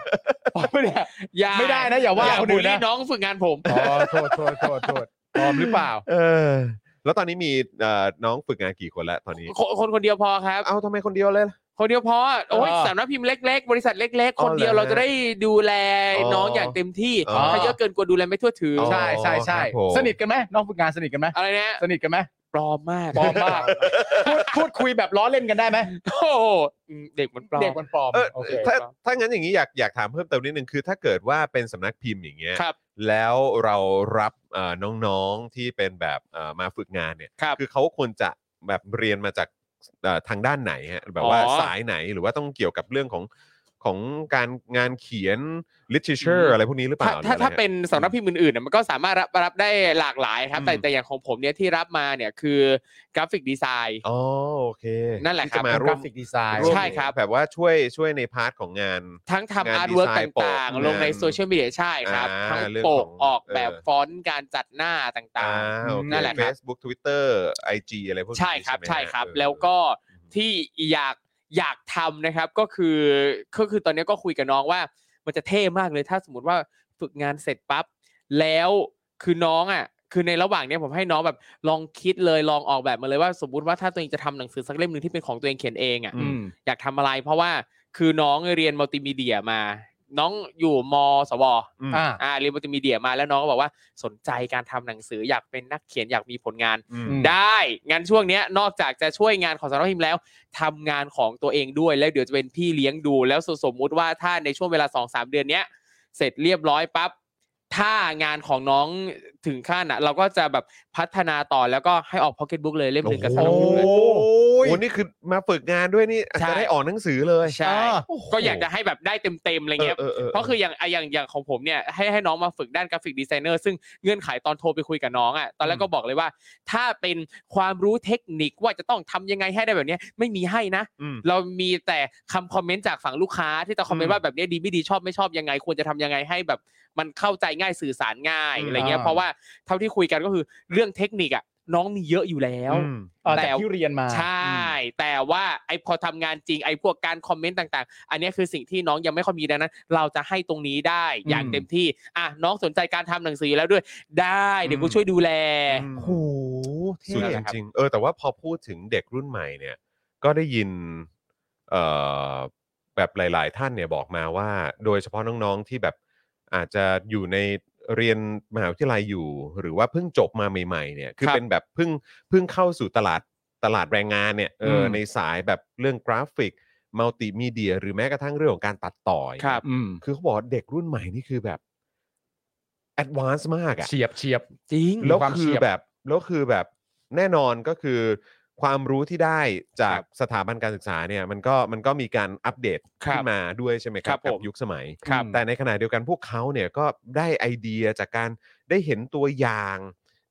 Speaker 3: ปลอมปะเนี่ย
Speaker 4: อย่า
Speaker 3: ไม่ได้นะอย่าว่า
Speaker 4: อย่า
Speaker 3: คน
Speaker 4: บู
Speaker 3: อื่
Speaker 4: ล
Speaker 3: น
Speaker 4: ลี่
Speaker 3: นะ
Speaker 4: น้องฝึกงานผม
Speaker 3: อ๋อโทษโทษโทษโทษปลอมหรือเปล่า
Speaker 2: เออ แล้วตอนนี้มีเอ่อน้องฝึกงานกี่คนแล้วตอนนี้
Speaker 4: คนคนคนเดียวพอครับ
Speaker 2: เอาทำไมคนเดียวเลยล่ะ
Speaker 4: คนเดียวพอโอ้ย
Speaker 3: เออ
Speaker 4: สำนักพิมพ์เล็ก ๆ บริษัทเล็ก ๆ คนเดียว
Speaker 2: เอาเหรอ
Speaker 4: เราจะได้ดูแลน้องอย่างเต็มที่
Speaker 2: อ๋อ
Speaker 4: ถ้าเยอะเกินกลัวดูแลไม่ทั่วถึง
Speaker 2: อ๋อ
Speaker 3: ใช่ใช่ใช่
Speaker 2: ครับผม
Speaker 3: สนิทกันไหมน้องฝึกงานสนิทกันไหม
Speaker 4: อะไรนะ
Speaker 3: สนิทกันไหม
Speaker 4: ปลอมม าก
Speaker 3: ปลอมมากพูดพูดคุยแบบล้อเล่นกันได้ไหม
Speaker 4: โอ้โหอืมเด็กมันปลอม
Speaker 3: เด็กมันปลอม
Speaker 2: เออ
Speaker 3: โอเค
Speaker 2: ถ้า
Speaker 4: ครับ
Speaker 2: ถ้างั้นอย่างนี้อยากอยากถามเพิ่มเติมนิดนึงคือถ้าเกิดว่าเป็นสำนักพิมพ์อย่างเงี้ย
Speaker 4: ครับ
Speaker 2: แล้วเรารับเอ่อน้องๆที่เป็นแบบเอ่อมาฝึกงานเนี่ย
Speaker 4: ครับ
Speaker 2: คือเขาควรจะแบบเรียนมาจากเอ่อทางด้านไหนฮะแบบว่า
Speaker 4: อ๋อ
Speaker 2: สายไหนหรือว่าต้องเกี่ยวกับเรื่องของของการงานเขียน literature
Speaker 4: อืม
Speaker 2: อะไรพวกนี้หรือเปล่า
Speaker 4: ถ้า
Speaker 2: หรืออะไร
Speaker 4: ถ้าถ้า
Speaker 2: ฮะ
Speaker 4: เป็นสำนักพิมพ์อื่นๆน่ะมันก็สามารถรับรับได้หลากหลายครับ แต่
Speaker 2: อืม
Speaker 4: แต่อย่างของผมเนี่ยที่รับมาเนี่ยคือกราฟิกดีไซน์
Speaker 2: อ๋อโอเค
Speaker 4: นั่นแหละ
Speaker 2: ที่
Speaker 4: ครับ
Speaker 2: จมา
Speaker 3: เป็น
Speaker 2: ร่
Speaker 3: ก
Speaker 2: ว
Speaker 3: ราม ฟิกดีไซน์
Speaker 4: ร่วม ใช่ครับ
Speaker 2: แบบว่าช่วยช่วยในพาร์ทของงาน
Speaker 4: ทั้งทำ
Speaker 2: งาน
Speaker 4: อาร์ตเวิร์ก
Speaker 2: ดีไซ
Speaker 4: ต
Speaker 2: น์ปก่
Speaker 4: าง
Speaker 2: งาน
Speaker 4: ๆ ลงในโซเชียลมีเดียใช่ครับ
Speaker 2: อ่า
Speaker 4: ทั้ง
Speaker 2: เรื่อง
Speaker 4: โป
Speaker 2: ข
Speaker 4: ก
Speaker 2: อง
Speaker 4: ออกแบบ
Speaker 2: เออ
Speaker 4: ฟอนต์การจัดหน้าต่าง
Speaker 2: โอเค
Speaker 3: นั่นแหละครับ
Speaker 2: Facebook Twitter IG อะไรพวก
Speaker 4: ๆ
Speaker 2: นี้
Speaker 4: ใช่ครับ
Speaker 2: ไหมฮะ
Speaker 4: ใช่ครับ
Speaker 2: เออ
Speaker 4: แล้วก็ที่อยากอยากทำนะครับก็คือก็คือตอนนี้ก็คุยกับน้องว่า มันจะเท่มากเลยถ้าสมมติว่าฝึกงานเสร็จปั๊บแล้วคือน้องอ่ะคือในระหว่างเนี้ยผมให้น้องแบบลองคิดเลยลองออกแบบมาเลยว่าสมมติว่าถ้าตัวเองจะทำหนังสือสักเล่มหนึ่งที่เป็นของตัวเองเขียนเองอ่ะ
Speaker 3: อืม
Speaker 4: อยากทำอะไรเพราะว่าคือน้องเรียนมัลติมีเดียมา น้องอยู่มสว
Speaker 2: อืม
Speaker 3: อ่า
Speaker 4: อ่าเรียนมัลติมีเดียมาแล้วน้องก็บอกว่าสนใจการทำหนังสืออยากเป็นนักเขียนอยากมีผลงาน
Speaker 2: อืม
Speaker 3: ม
Speaker 4: ได้งานช่วงเนี้ยนอกจากจะช่วยงานของสำนักพิมพ์แล้วทำงานของตัวเองด้วยแล้วเดี๋ยวจะเป็นพี่เลี้ยงดู แล้วสมมุติว่าถ้าในช่วงเวลา 2-3สามเดือนเนี้ยเสร็จเรียบร้อยปั๊บถ้างานของน้องถึงขั้นอ่ะเราก็จะแบบพัฒนาต่อแล้วก็ให้ออกพ็อกเก็ตบุ๊กเลยเล่มหนึ่งกับสำ
Speaker 3: โอ้
Speaker 4: นักพิมพ์เลย
Speaker 2: โอ้
Speaker 3: ย
Speaker 2: โหนี่คือมาฝึกงานด้วยนี่
Speaker 4: ใช่
Speaker 2: จะได้ออกหนังสือเลย
Speaker 4: ใช่
Speaker 3: อ่า
Speaker 4: ก็อยากจะให้แบบได้เต็มๆอะไรเงี้ย
Speaker 2: ออออ
Speaker 4: เพราะคืออย่างอ่ะอย่างอย่างของผมเนี่ยให้ให้น้องมาฝึกด้านกราฟิกดีไซเนอร์ซึ่งเงื่อนไขตอนโทรไปคุยกับน้องอ่ะตอนแรกก็บอกเลยว่า ถ้าเป็นความรู้เทคนิคว่าจะต้องทำยังไงให้ได้แบบเนี้ยไม่มีให้นะ
Speaker 2: ม
Speaker 4: เรามีแต่คำคอมเมนต์จากฝั่งลูกค้าที่จะคอมเมน
Speaker 2: อื
Speaker 4: ต์
Speaker 2: ม
Speaker 4: ว่าแบบเนี้ยดีไม่ดีชอบไม่ชอบยังไง ควรจะทำยังไงให้แบบมันเข้าใจง่ายสื่อสารง่าย
Speaker 2: อืม
Speaker 4: อะไรเงี้ย
Speaker 3: อ่า
Speaker 4: เพราะว่าเท่าที่คุยกันก็คือเรื่องเทคนิคอ่ะน้องมีเยอะอยู่แล้ว
Speaker 2: อืม
Speaker 3: เอ่อ
Speaker 4: แต่
Speaker 3: จากที่เรียนมา
Speaker 4: ใช่ แต่ว่าไอพอทำงานจริงไอพวกการคอมเมนต์ต่างๆ อันเนี้ยคือสิ่งที่น้องยังไม่ค่อยมีดังนั้น เราจะให้ตรงนี้ได้อย่างเต็มที่อ่ะน้องสนใจการทำหนังสืออยู่แล้วด้วย ได้เดี๋ยวกู
Speaker 2: อืม
Speaker 4: ช่วยดูแล
Speaker 2: อืม
Speaker 3: โอ้โห
Speaker 2: สุดจริงๆเออแต่ว่าพอพูดถึงเด็กรุ่นใหม่เนี่ย ก็ได้ยินเอ่อแบบหลาย ๆ ท่านเนี่ยบอกมาว่า โดยเฉพาะน้องๆที่แบบอาจจะอยู่ในเรียนมหาวิทยาลัยอยู่ หรือว่าเพิ่งจบมาใหม่ ๆ เนี่ยคือ
Speaker 4: ครับ
Speaker 2: เป็นแบบเพิ่งเพิ่งเข้าสู่ตลาดตลาดแรงงานเนี่ยเอออในสายแบบเรื่องกราฟิกมัลติมีเดีย หรือแม้กระทั่งเรื่องของการตัดต่ออย่าง
Speaker 4: ค
Speaker 2: เงี้ย
Speaker 4: รับ
Speaker 3: อืม
Speaker 2: คือเขาบอกว่าเด็กรุ่นใหม่นี่คือแบบแอดวานซ์มากอะ
Speaker 3: เฉียบเฉียบ
Speaker 4: จริง
Speaker 2: แล้ว
Speaker 3: ความ
Speaker 2: คื
Speaker 3: เฉี
Speaker 2: อย
Speaker 3: บ
Speaker 2: แบบแล้วคือแบบแน่นอนก็คือ ความรู้ที่ได้จากสถาบันการศึกษาเนี่ย มันก็มันก็มีการอัปเดต
Speaker 4: ครับ
Speaker 2: ขึ้นมาด้วยใช่ไหมค
Speaker 4: ครั
Speaker 2: รับบ กั
Speaker 4: ผม
Speaker 2: ยุคสมัย
Speaker 4: ครับ
Speaker 2: แต่ในขณะเดียวกันพวกเขาเนี่ยก็ได้ไอเดียจากการได้เห็นตัวอย่าง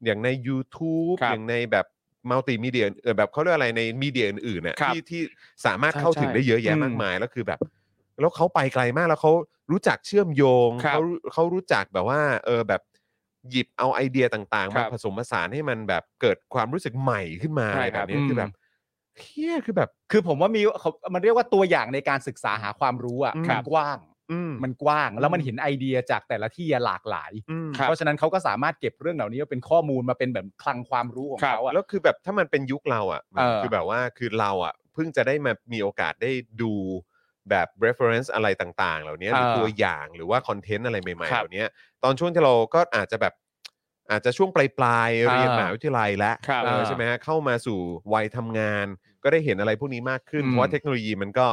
Speaker 2: อย่างใน YouTube
Speaker 4: ครับ
Speaker 2: อย่างในแบบมัลติมีเดียเอ่อแบบเขาเรียกอะไรในมีเดียอื่นๆเนี่ย
Speaker 4: ครับ
Speaker 2: ที่ที่สามารถ
Speaker 4: ใช่
Speaker 2: เข้าถึง
Speaker 4: ใช่
Speaker 2: ได้เยอะแยะ
Speaker 3: อืม
Speaker 2: มากมายแล้วคือแบบ แล้วเขาไปไกลมากแล้วเขารู้จักเชื่อมโยง
Speaker 4: ครับ
Speaker 2: เขาเขารู้จักแบบว่า เออแบบหยิบเอาไอเดียต่างๆ
Speaker 4: ครั
Speaker 2: มา
Speaker 4: บ
Speaker 2: ผสมผสานให้มันแบบเกิดความรู้สึกใหม่ขึ้นมาอะ
Speaker 4: ใช่
Speaker 2: ไรแบ
Speaker 4: ครับ บ
Speaker 2: เนี้ยคือแบบเฮียคือแบบ
Speaker 3: คือผมว่ามีเขามันเรียกว่าตัวอย่างในการศึกษาหาความรู้อ่ะ
Speaker 2: อืม
Speaker 3: มันกว้าง
Speaker 2: อืม
Speaker 3: มันกว้าง แล้วมันเห็นไอเดียจากแต่ละที่อะหลากหลาย
Speaker 2: อืม
Speaker 4: ครับ
Speaker 3: เพราะฉะนั้นเขาก็สามารถเก็บเรื่องเหล่านี้เป็นข้อมูลมาเป็นแบบคลังความรู้ของเขาอ่ะ
Speaker 2: แล้วคือแบบถ้ามันเป็นยุคเราอ่ะ
Speaker 3: เออ
Speaker 2: คือแบบว่าคือเราอ่ะเพิ่งจะได้มามีโอกาสได้ดูแบบ reference อะไรต่างๆ เหล่านี้หรือ
Speaker 3: เออ
Speaker 2: ตัวอย่างหรือว่าคอนเทนต์อะไรใหม่ๆ
Speaker 3: ครั
Speaker 2: เห
Speaker 3: บ
Speaker 2: ล่านี้ตอนช่วงที่เราก็อาจจะแบบอาจจะช่วงปลายๆ
Speaker 3: เออ
Speaker 2: เรียนมหาวิทยาลัยแล้ว
Speaker 4: ครับ
Speaker 2: เออ
Speaker 3: เออ
Speaker 2: ใช่ไหมฮะเข้ามาสู่วัยทำงาน ก็ได้เห็นอะไรพวกนี้มากขึ้น
Speaker 3: อืม
Speaker 2: เพราะว่าเทคโนโลยีมันก็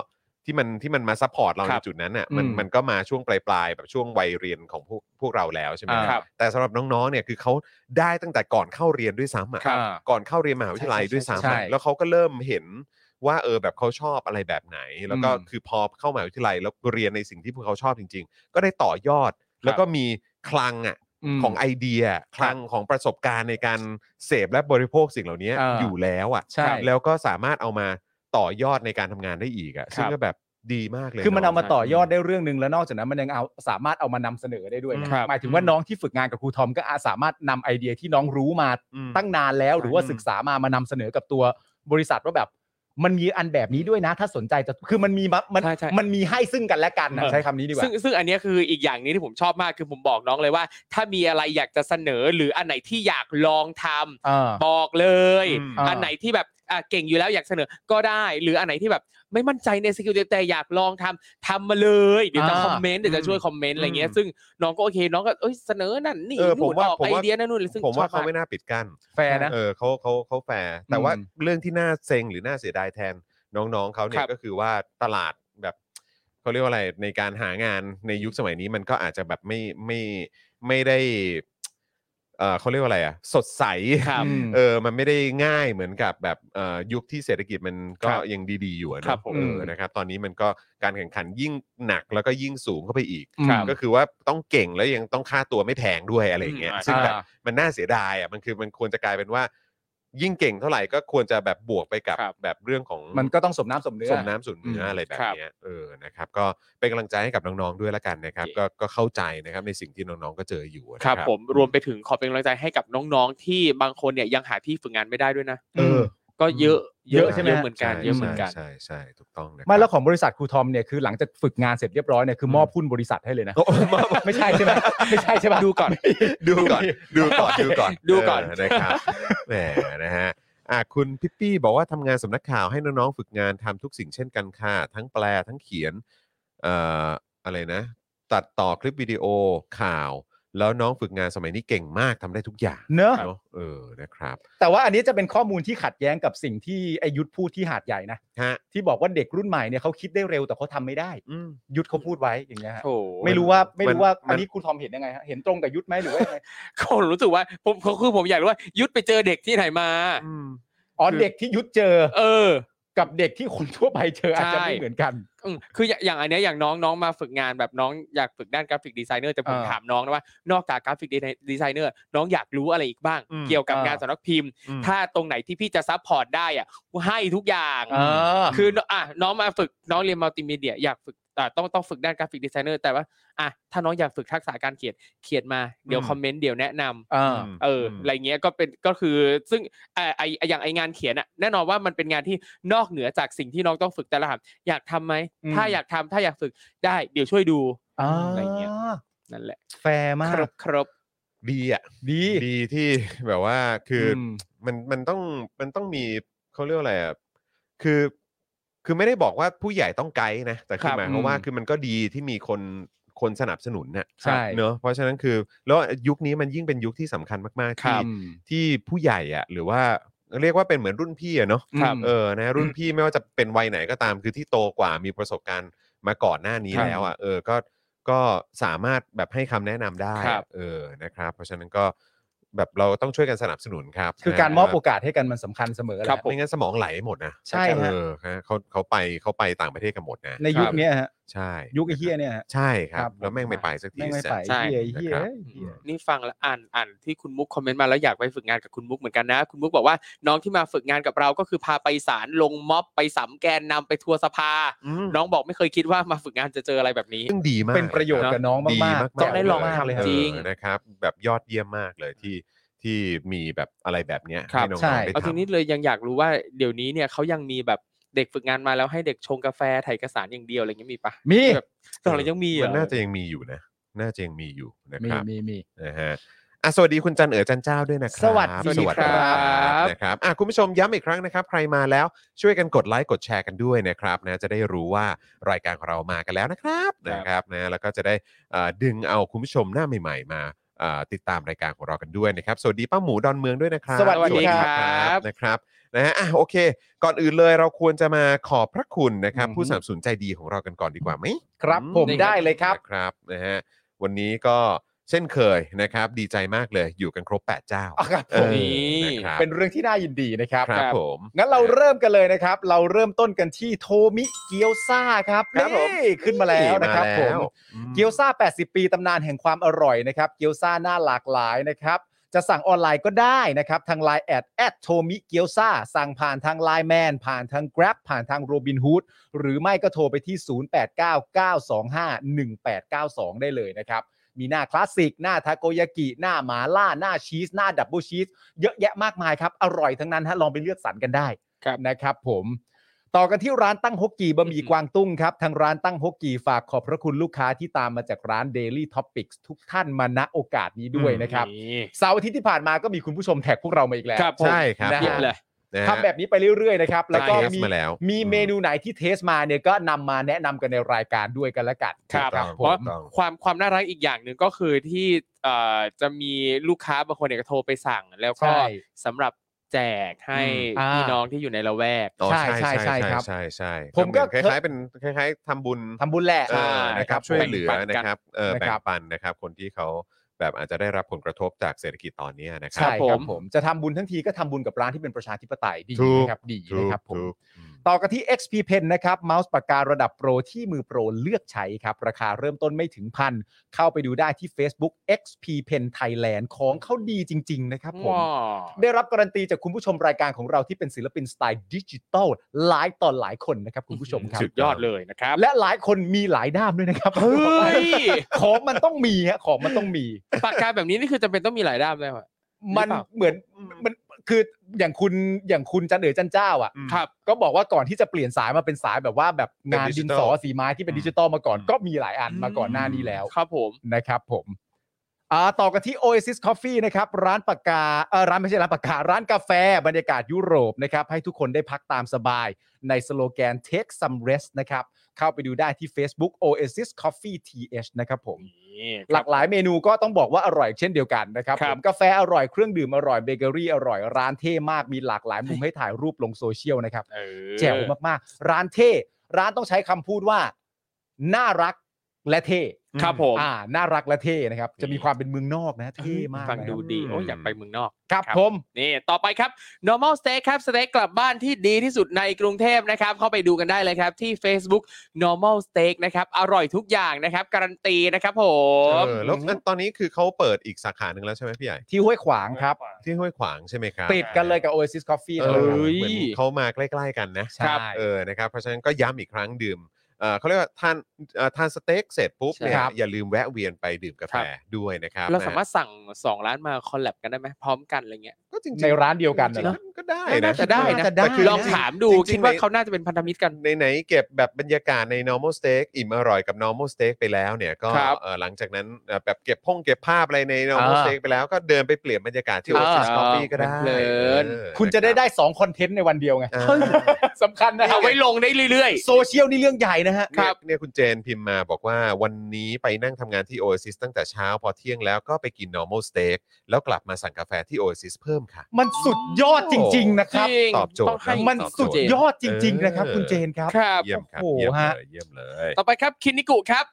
Speaker 2: ที่มันที่มันมาซัพพอร์ตเรา
Speaker 4: ครั
Speaker 2: ใน
Speaker 4: บ
Speaker 2: จุดนั้นอ่ะมัน
Speaker 3: อืม
Speaker 2: มันก็มาช่วงปลายๆแบบช่วงวัยเรียนของพวกพวกเราแล้วใช่ไหม
Speaker 3: อ่า
Speaker 2: ฮะ
Speaker 4: ครับ
Speaker 2: แต่สำหรับน้องๆ เนี่ยคือเขาได้ตั้งแต่ก่อนเข้าเรียนด้วยซ้ำอ่ะ
Speaker 3: ครับ
Speaker 2: ก่อนเข้าเรียนมหาวิทยาลัย
Speaker 3: ใช่ใช่
Speaker 2: ด้วย
Speaker 3: ใช่
Speaker 2: ซ้ำอะแล้วเขาก็เริ่มเห็นว่าเออแบบเขาชอบอะไรแบบไหน แล้วก็
Speaker 3: อืม
Speaker 2: คือพอเข้ามหาวิทยาลัยแล้วเรียนในสิ่งที่พวกเขาชอบจริง ๆ ก็ได้ต่อยอด แล้วก็มีคลังอ่ะ
Speaker 3: ม
Speaker 2: ของไอเดีย คลังของประสบการณ์ในการเสพและบริโภคสิ่งเหล่านี้
Speaker 3: เออ
Speaker 2: อยู่แล้วอ่ะ
Speaker 3: ใช่
Speaker 2: แล้วก็สามารถเอามาต่อยอดในการทำงานได้อีกอ่ะ ซึ่งก็แบบดีมากเลย
Speaker 3: คือมันเอา
Speaker 2: ะ
Speaker 3: มาต่อยอดได้เรื่องหนึ่งแล้วนอกจากนั้นมันยังเอาสามารถเอามานำเสนอได้ด้วยนะครับ หมายถึงว่าน้องที่ฝึกงานกับครูทอมก็อาจสามารถนำไอเดียที่น้องรู้มา
Speaker 2: อืม
Speaker 3: ตั้งนานแล้ว หรือว่า
Speaker 2: อืม
Speaker 3: ศึกษามามานำเสนอกับตัวบริษัทว่าแบบ มันมีอันแบบนี้ด้วยนะ ถ้าสนใจจะคือมันมีมามัน
Speaker 4: ใช่ใช่
Speaker 3: มันมีให้ซึ่งกันและกันนะใช้คำนี้ดีกว่า
Speaker 4: ซึ่งซึ่งอันเนี้ยคืออีกอย่างนี้ที่ผมชอบมากคือผมบอกน้องเลยว่า ถ้ามีอะไรอยากจะเสนอหรืออันไหนที่อยากลองทำบอกเลย
Speaker 2: อืม
Speaker 3: อ่า
Speaker 4: อันไหนที่แบบอ่ะเก่งอยู่แล้วอยากเสนอก็ได้ หรืออันไหนที่แบบ ไม่มั่นใจในสกิลแต่อยากลองทำทำมาเลยเดี๋ยวจะ
Speaker 3: อ่า
Speaker 4: คอมเมนต์เดี๋ยวจะช่วยคอมเมนต์อะไรเงี้ย
Speaker 2: อืม
Speaker 4: ซึ่งน้องก็โอเคน้องก็เอ้ยเสนอนั่นนี่
Speaker 2: เออผม
Speaker 4: นู่น
Speaker 2: ว่า
Speaker 4: ออก
Speaker 2: ผม
Speaker 4: ไอ
Speaker 2: ว่า
Speaker 4: เดียนั่นนู่นเลยซึ่ง
Speaker 2: ผมว่า
Speaker 4: ชอบ
Speaker 2: เขา
Speaker 4: ก
Speaker 2: ไม่น่าปิดกั้น
Speaker 3: แฟร์นะ
Speaker 2: เออเขาเขาเขาแฝงแต่ว่า
Speaker 3: อืม
Speaker 2: เรื่องที่น่าเซ็งหรือน่าเสียดายแทนน้องๆเขาเนี่
Speaker 4: ครั
Speaker 2: ย
Speaker 4: บ
Speaker 2: ก็คือว่าตลาดแบบเขาเรียกว่าอะไรในการหางานในยุคสมัยนี้มันก็อาจจะแบบไม่ไม่ไม่ได้เออเขาเรียกว่าอะไรอ่ะสดใส
Speaker 4: ครับ
Speaker 3: อืม
Speaker 2: เออ มันไม่ได้ง่ายเหมือนกับแบบเอ่อยุคที่เศรษฐกิจมันก็
Speaker 4: ครับ
Speaker 2: ยังดีๆอยู่อะเนอะ
Speaker 4: ครับผม
Speaker 2: เออนะครับ ตอนนี้มันก็การแข่งขันยิ่งหนักแล้วก็ยิ่งสูงเข้าไปอีก
Speaker 4: ครับ
Speaker 2: ก็คือว่าต้องเก่งแล้วยังต้องค่าตัวไม่แพงด้วยอะไรอย่างเงี้ย
Speaker 4: อืม
Speaker 2: ซึ่งแบบ
Speaker 3: อ่า
Speaker 2: มันน่าเสียดายอ่ะ มันคือมันควรจะกลายเป็นว่า ยิ่งเก่งเท่าไหร่ก็ควรจะแบบบวกไปกับแบบเรื่องของ
Speaker 3: มันก็ต้องสมน้ำสมเนื้อ
Speaker 2: สมน้ำสมเนื้ออะไรแบบ
Speaker 4: ครับ
Speaker 2: เนี้ยเออ นะครับ ก็เป็นกำลังใจให้กับน้องๆด้วยละกันนะครับ
Speaker 4: โอเค
Speaker 2: ก็ก็เข้าใจนะครับในสิ่งที่น้องๆก็เจออยู่นะครับ
Speaker 4: ผมรวมไปถึงขอเป็นกำลังใจให้กับน้องๆที่บางคนเนี่ยยังหาที่ฝึกงานไม่ได้ด้วยนะ
Speaker 2: เออ
Speaker 4: ก็เยอะ
Speaker 3: เยอะใช่ไหม
Speaker 4: เยอะเหมือนกัน
Speaker 2: ใช่
Speaker 4: เยอะเหมือนกัน
Speaker 2: ใช่ใช่ใช่ถูกต้องนะครั
Speaker 3: ไม่
Speaker 2: บ
Speaker 3: แล้วของบริษัทครูทอมเนี่ยคือหลังจากฝึกงานเสร็จเรียบร้อยเนี่ยคือมอบหุ้นบริษัทให้เลยนะ
Speaker 2: โอ้มอบ
Speaker 3: ไม่ใช่ใช่ไหมไม่ใช่ใช่ปะ
Speaker 4: ดูก่อน
Speaker 2: ดูก่อน ดูก่ อน ดูก่อน
Speaker 4: ดูก่อน
Speaker 2: เนะครับ แหม นะฮะอ่ะคุณพิตตี้บอกว่าทำงานสำนักข่าวให้น้องๆฝึกงานทำทุกสิ่งเช่นกันค่ะ ทั้งแปล ทั้งเขียน เอ่อ อะไรนะ ตัดต่อคลิปวิดีโอข่าว แล้วน้องฝึกงานสมัยนี้เก่งมากทำได้ทุกอย่าง
Speaker 3: เนอะ
Speaker 2: เนอะเออ นะครับ
Speaker 3: แต่ว่าอันนี้จะเป็นข้อมูลที่ขัดแย้งกับสิ่งที่ไอายุทธพูดที่หาดใหญ่นะ
Speaker 2: ฮะ
Speaker 3: ที่บอกว่าเด็กรุ่นใหม่เนี่ยเขาคิดได้เร็วแต่เขาทำไม่ได้
Speaker 2: อืม
Speaker 3: ยุทธเขาพูดไว้อย่างเงี้ยฮะ
Speaker 4: โอ้
Speaker 3: ไม่รู้ว่าไม่
Speaker 2: มั
Speaker 3: รู้
Speaker 2: น
Speaker 3: ว่า
Speaker 2: มั
Speaker 3: อัน
Speaker 2: น
Speaker 3: นี้ครูทอมเห็นยังไงฮะเห็นตรงกับยุทธไหมหรือว่ายังไง
Speaker 4: ก็รู้สึกว่าผม ผมคือผมอยากรู้ว่ายุทธไปเจอเด็กที่ไหนมา
Speaker 3: อ๋อ
Speaker 4: คือ
Speaker 3: เด็กที่ยุทธเจอ
Speaker 4: เออ
Speaker 3: กับเด็กที่คนทั่วไปเจออาจจะไม่เหมือนกัน
Speaker 4: อืมคืออย่างอย่างอันเนี้ยอย่างน้องน้องมาฝึกงานแบบน้องอยากฝึกด้านกราฟิกดีไซเนอร์แต่ผม
Speaker 3: อ่า
Speaker 4: ถามน้องนะว่านอกจากกราฟิกดีไซเนอร์น้องอยากรู้อะไรอีกบ้าง
Speaker 2: อืม
Speaker 4: เกี่ยวกับ
Speaker 3: อ่าง
Speaker 4: งานสำนักพิมพ์
Speaker 2: อืม
Speaker 4: ถ้าตรงไหนที่พี่จะซัพพอร์ตได้อ่ะให้ทุกอย่าง
Speaker 3: อ่า
Speaker 4: คืออ่ะน้องมาฝึกน้องเรียนมัลติมีเดียอยากฝึกอ่ะต้องต้องฝึกด้านกราฟิกดีไซเนอร์แต่ว่าอ่ะถ้าน้องอยากฝึกทักษะการเขียนเขียนมาเดี๋ยว
Speaker 2: อืม
Speaker 4: คอมเมนต์เดี๋ยวแนะนำ
Speaker 3: อ่า
Speaker 2: ม
Speaker 4: เออ
Speaker 2: ม
Speaker 4: อะไรเงี้ยก็เป็นก็คือซึ่งอ่าไออย่างไองานเขียนอะแน่นอนว่ามันเป็นงานที่นอกเหนือจากสิ่งที่น้องต้องฝึกแต่ละหับอยากทำไหม
Speaker 3: อืม
Speaker 4: ถ้าอยากทำถ้าอยากฝึกได้เดี๋ยวช่วยดู
Speaker 3: อ่า
Speaker 4: ไรเงี้ยนั่นแหละ
Speaker 3: แฟร์มา
Speaker 4: คร
Speaker 3: ก
Speaker 4: บครบ
Speaker 2: ดีอ่ะ
Speaker 3: ดี
Speaker 2: ดีที่แบบว่า คืออ
Speaker 3: ม
Speaker 2: มันมันต้องมันต้องมีเขาเรียกว่าอะไรอ่ะคือ คือไม่ได้บอกว่าผู้ใหญ่ต้องไกด์นะแต่คือ
Speaker 4: ครับ
Speaker 2: หมายความว่า
Speaker 3: อืม
Speaker 2: คือมันก็ดีที่มีคนคนสนับสนุนน่ะ
Speaker 3: ใช่
Speaker 2: เนอะเพราะฉะนั้นคือ แล้วยุคนี้มันยิ่งเป็นยุคที่สำคัญมากๆ
Speaker 4: ค
Speaker 2: ที่
Speaker 4: รับ
Speaker 2: ที่ผู้ใหญ่อ่ะ หรือว่าเรียกว่าเป็นเหมือนรุ่นพี่อะเนาะ
Speaker 3: ครับ
Speaker 2: เออนะรุ่นพี่ไม่ว่าจะเป็นวัยไหนก็ตาม คือที่โตกว่ามีประสบการณ์มาก่อนหน้านี้
Speaker 3: ครับ
Speaker 2: แล้วอ่ะเออก็ก็สามารถแบบให้คำแนะนำได้
Speaker 4: ครับ
Speaker 2: เออนะครับ เพราะฉะนั้นก็แบบเราต้องช่วยกันสนับสนุนครับ
Speaker 3: คือ
Speaker 2: นะ
Speaker 3: การมอบ
Speaker 2: ว่า
Speaker 3: โอกาสให้กันมันสำคัญเสมอแหละ
Speaker 2: ไม่งั้นสมองไหลหมดนะ
Speaker 3: ใช่ฮะ
Speaker 2: เออฮะเขาเขาไปเขาไปต่างประเทศกันหมดนะ
Speaker 3: ในยุคเนี้ยฮะ
Speaker 2: ใช่
Speaker 3: ยุคไอ้เฮียเนี่ยฮะ
Speaker 2: ใช่ครับ
Speaker 3: ครับ
Speaker 2: แล้วแม่งไม่ไปสักที
Speaker 3: แม่งไม่ไป
Speaker 2: แสบ
Speaker 3: ไอ้เฮีย
Speaker 2: นะค
Speaker 3: ไอ้เฮีย
Speaker 2: รับ
Speaker 3: ไอ้เหี้ย
Speaker 4: นี่ฟังแล้วอ่านอ่านที่คุณมุกคอมเมนต์มาแล้วอยากไปฝึกงานกับคุณมุกเหมือนกันนะ คุณมุกบอกว่าน้องที่มาฝึกงานกับเราก็คือพาไปศาลลงม็อบไปสัมแกนนำไปทัวร์สภา
Speaker 2: อืม
Speaker 4: น้องบอกไม่เคยคิดว่ามาฝึกงานจะเจออะไรแบบนี้
Speaker 2: ซึ่งดีมาก
Speaker 3: เป็นประโยชน์กับน้องมากๆ
Speaker 2: ดีมากๆ
Speaker 4: ต้องได้ลองทำ
Speaker 2: เย
Speaker 4: จริง
Speaker 2: ออนะครับ แบบยอดเยี่ยมมากเลยที่ที่มีแบบอะไรแบบเนี้ย
Speaker 4: ครับ
Speaker 2: ให้น้อง
Speaker 3: ใช่
Speaker 2: ๆได้
Speaker 4: เอาที
Speaker 2: ทำ
Speaker 4: นี้เลยยังอยากรู้ว่าเดี๋ยวนี้เนี่ยเขายังมีแบบเด็กฝึกงานมาแล้วให้เด็กชงกาแฟถ่ายเอกสารอย่างเดียวอะไรเงี้ยมีปะ
Speaker 3: มี
Speaker 4: แบบตอนนี้ยังมีเหร
Speaker 2: มัน
Speaker 4: อ
Speaker 2: น่าจะยังมีอยู่นะ น่าจะยังมีอยู่นะ
Speaker 3: มี
Speaker 2: ครับ
Speaker 3: มีมี
Speaker 2: นะฮะอ่ะสวัสดีคุณจันเอ๋อจันเจ้าด้วยนะครับ
Speaker 3: สวัสดี
Speaker 4: ครับ
Speaker 2: นะครับอ่ะคุณผู้ชมย้ำอีกครั้งนะครับ ใครมาแล้วช่วยกันกดไลค์กดแชร์กันด้วยนะครับนะจะได้รู้ว่ารายการของเรามากันแล้วนะครับนะครับนะแล้วก็จะได้อ่าดึงเอาคุณผู้ชมหน้าใหม่ ๆ มาอ่าติดตามรายการของเรากันด้วยนะครับ สวัสดีป้าหมูดอนเมืองด้วยนะครับ
Speaker 3: สวัสดีครับ
Speaker 2: บนะครับนะฮะอ่ะโอเค ก่อนอื่นเลยเราควรจะมาขอบพระคุณนะครับผู้สนับสนุนใจดีของเรากันก่อนดีกว่าไหม
Speaker 3: ครับผมได้เลยครับ
Speaker 2: นะครับนะฮะวันนี้ก็เช่นเคยนะครับ ดีใจมากเลยอยู่กันครบ 8 เจ้า
Speaker 3: อ่ะครับ
Speaker 2: เอ
Speaker 3: ผม
Speaker 2: อนะครับ
Speaker 3: เป็นเรื่องที่น่ายินดีนะครับ
Speaker 2: ครับผม
Speaker 3: งั้นเราเริ่มกันเลยนะครับ เราเริ่มต้นกันที่โทมิเกียวซ่าครับนี่ขึ้นมาแล้วนะครับ
Speaker 2: มา
Speaker 3: ผ
Speaker 2: แล้ว
Speaker 3: ม
Speaker 2: อืม
Speaker 3: เกี๊ยวซ่า 80 ปี ตำนานแห่งความอร่อยนะครับ เกี๊ยวซ่าหน้าหลากหลายนะครับ จะสั่งออนไลน์ก็ได้นะครับ ทาง Line แอดแอดโทมิเกียวซาสั่งผ่านทาง l ล n e แมนผ่านทาง Grab ผ่านทางโรบินฮูดหรือไม่ก็โทรไปที่ 0899251892 ได้เลยนะครับ มีหน้าคลาสสิก หน้าทาโกยากิ หน้าหมาล่า หน้าชีส หน้าดับเบิลชีส เยอะแยะมากมายครับ อร่อยทั้งนั้นฮะลองไปเลือกสรรกันได้
Speaker 4: ครับ
Speaker 3: นะครับผม ต่อกันที่ร้านตั้งฮกกีบะหมี่
Speaker 4: อืม
Speaker 3: กวางตุ้งครับ ทางร้านตั้งฮกกีฝากขอบพระคุณลูกค้าที่ตามมาจากร้าน Daily Topics ทุกท่านมาณโอกาสนี้ด้วยนะครับ
Speaker 4: นี่
Speaker 3: เสาร์อาทิตย์ที่ผ่านมาก็มีคุณผู้ชมแท็กพวกเรามาอีกแล้ว
Speaker 4: ครับผม
Speaker 2: ใช่ครับ
Speaker 3: นะ
Speaker 4: เพียบ
Speaker 3: ฮะ
Speaker 4: เลย
Speaker 2: นะฮะ
Speaker 3: ทำแบบนี้ไปเรื่อยๆนะครับแล้วก็
Speaker 2: เทส
Speaker 3: มี
Speaker 2: มาแล้ว
Speaker 3: มีเมนูไหนที่เทสมาเนี่ยก็นำมาแนะนำกันในรายการด้วยกันละกัน
Speaker 4: ครับ
Speaker 2: ถูกต้อง
Speaker 4: เพราะ
Speaker 2: ถูกต้อง
Speaker 4: ความความน่ารักอีกอย่างหนึ่งก็คือที่เอ่อจะมีลูกค้าบางคนเนี่ยก็โทรไปสั่ง แล้วก็
Speaker 3: ใช่
Speaker 4: สำหรับแจกให้
Speaker 3: อืม
Speaker 4: พี่
Speaker 3: อ่า
Speaker 4: น้องที่อยู่ในละแวก
Speaker 2: อ๋อ
Speaker 3: ใช่ใช่ครับ
Speaker 2: ใช่ใช่ใช่
Speaker 3: ผมก็
Speaker 2: เหอนคล้ายๆเป็นคล้ายๆทำบุญ
Speaker 3: ทำบุญแหละ
Speaker 2: เออนะครั
Speaker 3: ครับ บ
Speaker 2: ช่วยเหลือ
Speaker 4: แบ่งปันกัน
Speaker 2: นะครับเออ
Speaker 3: นะ
Speaker 2: แบ่
Speaker 3: ค
Speaker 2: ง
Speaker 3: รับ
Speaker 2: ปันนะครับ คนที่เขาแบบอาจจะได้รับผลกระทบจากเศรษฐกิจตอนเนี้ยนะครั
Speaker 3: ใช่
Speaker 2: บ
Speaker 3: ค
Speaker 4: ครั
Speaker 3: รับบ ผ
Speaker 4: ผม ม
Speaker 3: จะทำบุญทั้งทีก็ทำบุญกับร้านที่เป็นประชาธิปไตยดี
Speaker 2: ถูก
Speaker 3: นะครับดี
Speaker 2: ถูก
Speaker 3: นะครับผม
Speaker 2: ถูก
Speaker 3: ต่อกันที่ XP Pen นะครับเมาส์ปากการะดับโปรที่มือโปรเลือกใช้ครับ ราคาเริ่มต้นไม่ถึงพันเข้าไปดูได้ที่ Facebook XP Pen Thailand ของเขาดีจริง ๆ นะครับผม
Speaker 4: ว้าว
Speaker 3: ได้รับการันตีจากคุณผู้ชมรายการของเราที่เป็นศิลปินสไตล์ดิจิตอลหลายต่อหลายคนนะครับคุณผู้ชมครับ
Speaker 4: สุดยอดเลยนะครับ
Speaker 3: และหลายคนมีหลายด้ามด้วยนะครับ
Speaker 4: เฮ้ย
Speaker 3: ของมันต้องมีฮะของมันต้องมี
Speaker 4: ปากกาแบบนี้นี่คือจะเป็นต้องมีหลายด้ามเลยเหรอ
Speaker 3: มัน
Speaker 4: หรือเปล่า
Speaker 3: เหมือนมันคืออย่างคุณอย่างคุณจันเอ๋อจันเจ้าอ่ะ
Speaker 2: อืม
Speaker 4: ครับ
Speaker 3: ก็บอกว่าก่อนที่จะเปลี่ยนสายมาเป็นสายแบบว่าแบบงาน
Speaker 2: เป็นดิจิ
Speaker 3: ดิน
Speaker 2: ทัล
Speaker 3: สอสีไม้ที่เป็น
Speaker 2: อืม
Speaker 3: ดิจิตอลมาก่อน
Speaker 2: อืม
Speaker 3: ก็มีหลายอันมาก่อนหน้านี้แล้ว
Speaker 4: ครับผม
Speaker 3: นะครับผมอ่าต่อกันที่ Oasis Coffee นะครับร้านปากกาเอ่อร้านไม่ใช่ร้านปากกา ร้านกาแฟบรรยากาศยุโรปนะครับให้ทุกคนได้พักตามสบาย ในสโลแกน Take some rest นะครับเข้าไปดูได้ที่ Facebook Oasis Coffee TH นะครับผม
Speaker 4: นี่ครับ
Speaker 3: หลากหลายเมนูก็ต้องบอกว่าอร่อยเช่นเดียวกันนะครับ
Speaker 4: ครั
Speaker 3: ผ
Speaker 4: บ
Speaker 3: มกาแฟอร่อยเครื่องดื่มอร่อยเบเกอรี่อร่อยร้านเท่มากมีหลากหลายมุมให้ถ่ายรูปลงโซเชียลนะครับ
Speaker 4: เออ
Speaker 3: แจ๋วมากๆ ร้านเท่ร้านต้องใช้คำพูดว่า น่ารักและเท่
Speaker 4: ครับผม
Speaker 3: อ่าน่ารักและเท่นะครับ จะมีความเป็นเมืองนอกนะเท่มาก
Speaker 4: ฟัง
Speaker 3: นะครับ
Speaker 4: ดูดีโอ้ยอยากไปเมืองนอก
Speaker 3: ครับ
Speaker 4: ครับ
Speaker 3: ผม
Speaker 4: นี่ต่อไปครับ normal steak ครับสเต็กกลับบ้านที่ดีที่สุดในกรุงเทพนะครับ เข้าไปดูกันได้เลยครับ ที่ Facebook normal steak นะครับ อร่อยทุกอย่างนะครับ การันตีนะครับผม
Speaker 2: เออแล้วงั้นตอนนี้คือเขาเปิดอีกสาขาหนึ่งแล้วใช่ไหมพี่ใหญ่
Speaker 3: ที่ห้วยขวางครับ
Speaker 2: ที่ห้วยขวางใช่ไหมครับ
Speaker 3: ติดกันเลยกับ Oasis Coffee
Speaker 2: เอ
Speaker 3: นะ
Speaker 2: อ
Speaker 3: ครับ
Speaker 4: เอ้ย
Speaker 2: เหมือนเขามาใกล้ๆกันนะ
Speaker 3: ใช่
Speaker 2: เออนะครับเพราะฉะนั้นก็ย้ำอีกครั้งดื่มเอ่อเขาเรียกว่าทานเอ่อทานสเต็กเสร็จปุ๊บเนี่ย
Speaker 4: ครับ
Speaker 2: อย่าลืมแวะเวียนไปดื่มกาแฟด้วยนะครับ
Speaker 4: เรา
Speaker 2: นะ
Speaker 4: สามารถสั่ง 2 ร้านมาคอลแลบกันได้ไหมพร้อมกันอะไรเงี้ย
Speaker 2: ก็จริงๆ
Speaker 3: ในร้านเดียวกัน
Speaker 2: จริง
Speaker 3: นะ
Speaker 2: ๆก็ได้นะ
Speaker 4: น่าจะได้นะ
Speaker 2: แต่คือ
Speaker 4: ลองถามดู
Speaker 2: จริงๆ
Speaker 4: คิดว่า
Speaker 2: ใน
Speaker 4: เขาน่าจะเป็นพันธมิตรกัน
Speaker 2: ในไหนเก็บแบบบรรยากาศใน normal steak อิ่มอร่อยกับ normal steak ไปแล้วเนี่ยก็
Speaker 4: ครับ
Speaker 2: เอ่อหลังจากนั้นเอ่อแบบเก็บพ่งเก็บภาพอะไรใน normal
Speaker 3: อ่า
Speaker 2: steak ไปแล้วก็เดินไปเปลี่ยนบรรยากาศที่ office
Speaker 4: อ่า
Speaker 2: coffee ก็ได้
Speaker 4: เพลิน
Speaker 2: เออ
Speaker 3: คุณจะได้ได้สองคอนเทนต์ในวันเดียวไง
Speaker 2: อ่า
Speaker 3: สำคัญนะครั
Speaker 4: เอา
Speaker 3: บ
Speaker 4: ไว้ลงได้เรื่อย
Speaker 3: โซเชียลนี่เรื่องใหญ่นะฮะ
Speaker 2: เนี่ยเนี่ยคุณเจนพิมพ์มาบอกว่าวันนี้ไปนั่งทำงานที่ Oasis ตั้งแต่เช้าพอเที่ยงแล้วก็ไปกิน normal steak แล้วกลับมาสั่งกาแฟที่ Oasis เพิ่มค่ะ
Speaker 3: มันสุดยอดจริง ๆ นะ
Speaker 4: ๆ
Speaker 3: ค
Speaker 4: จ
Speaker 3: รับ
Speaker 4: ริง
Speaker 2: ตอบโจทย์
Speaker 4: ต้องให้
Speaker 3: มัน
Speaker 4: ตอบโจ
Speaker 3: สุ
Speaker 4: ท
Speaker 3: ด
Speaker 4: เจน
Speaker 3: ยอดจริง ๆ นะครับ
Speaker 2: เออ
Speaker 3: คุณเจนครับ
Speaker 4: ครับ
Speaker 2: เยี่ยมครับ
Speaker 3: โอ้โห
Speaker 2: เยี่ยม
Speaker 3: ฮะ
Speaker 2: เลยเยี่ยมเลย
Speaker 4: ต่อไปครับคินิกุครับ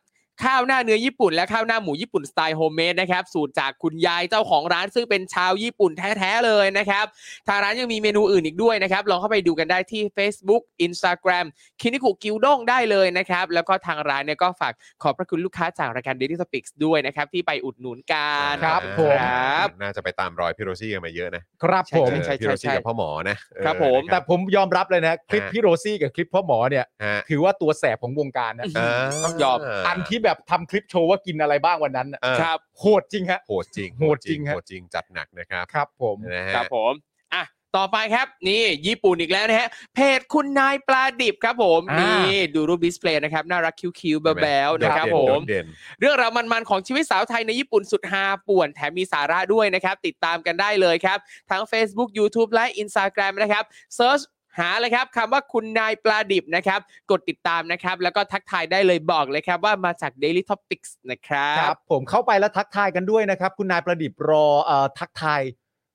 Speaker 4: ข้าวหน้าเนื้อญี่ปุ่นและข้าวหน้าหมูญี่ปุ่นสไตล์โฮมเมดนะครับสูตรจากคุณยายเจ้าของร้านซึ่งเป็นชาวญี่ปุ่นแท้ๆเลยนะครับทางร้านยังมีเมนูอื่นอีกด้วยนะครับลองเข้าไปดูกันได้ที่ Facebook Instagram คินิกุกิวด้งได้เลยนะครับแล้วก็ทางร้านเนี่ยก็ฝากขอบพระคุณลูกค้าจากรายการ Daily Topics ด้วยนะครับที่ไปอุดหนุนกัน
Speaker 3: ครับ
Speaker 2: อ่า
Speaker 3: ผม
Speaker 4: ครับ
Speaker 2: น่าจะไปตามรอยพี่โรซี่กันมาเยอะนะครับ
Speaker 3: ผม
Speaker 2: เออ
Speaker 4: ใช่
Speaker 2: พี่โรซี่
Speaker 4: ใช่
Speaker 2: กับพ่อหมอนะครับ เออ
Speaker 4: ผม
Speaker 2: นะ
Speaker 3: แต่ผมยอมรับเลยนะ คลิปพี่โรซี่กับคลิปพ่อหมอเนี่ย
Speaker 2: ฮะ
Speaker 3: ถือว่าตัวแสบของวงการนะ
Speaker 4: อื ต้องยอม
Speaker 3: อันที่แบบทำคลิปโชว์ว่ากินอะไรบ้างวันนั้นน่ะ
Speaker 2: เออ
Speaker 4: ครับ
Speaker 3: โหดจริงฮะ
Speaker 2: โหดจริง
Speaker 3: โหดจริงฮะ
Speaker 2: โหดจริงจัดหนักนะครับ
Speaker 3: ครับผม
Speaker 2: นะฮะ
Speaker 4: ครับผมอ่ะต่อไปครับนี่ญี่ปุ่นอีกแล้วนะฮะเพจคุณนายปลาดิบครับผม
Speaker 3: อ่านี่
Speaker 4: นี่ดูรูปดิสเพลย์นะครับน่ารักคิ้วๆแบ๊วๆนะครับ
Speaker 2: โดด
Speaker 4: ผ
Speaker 2: เด่โด
Speaker 4: ม
Speaker 2: ดเด่น
Speaker 4: เรื่องราวมันๆ ของชีวิตสาวไทยในญี่ปุ่นสุดฮาป่วน แถมมีสาระด้วยนะครับ ติดตามกันได้เลยครับ ทั้ง Facebook YouTube และ Instagram นะครับเซิร์ชหาเลยครับคำว่าคุณนายปลาดิบนะครับ กดติดตามนะครับ แล้วก็ทักทายได้เลยบอกเลยครับ ว่ามาจาก Daily Topics นะครั
Speaker 3: ครับ บ ผมเข้าไปแล้วทักทายกันด้วยนะครับ คุณนายประดิษฐ์รอเอ่อทักทาย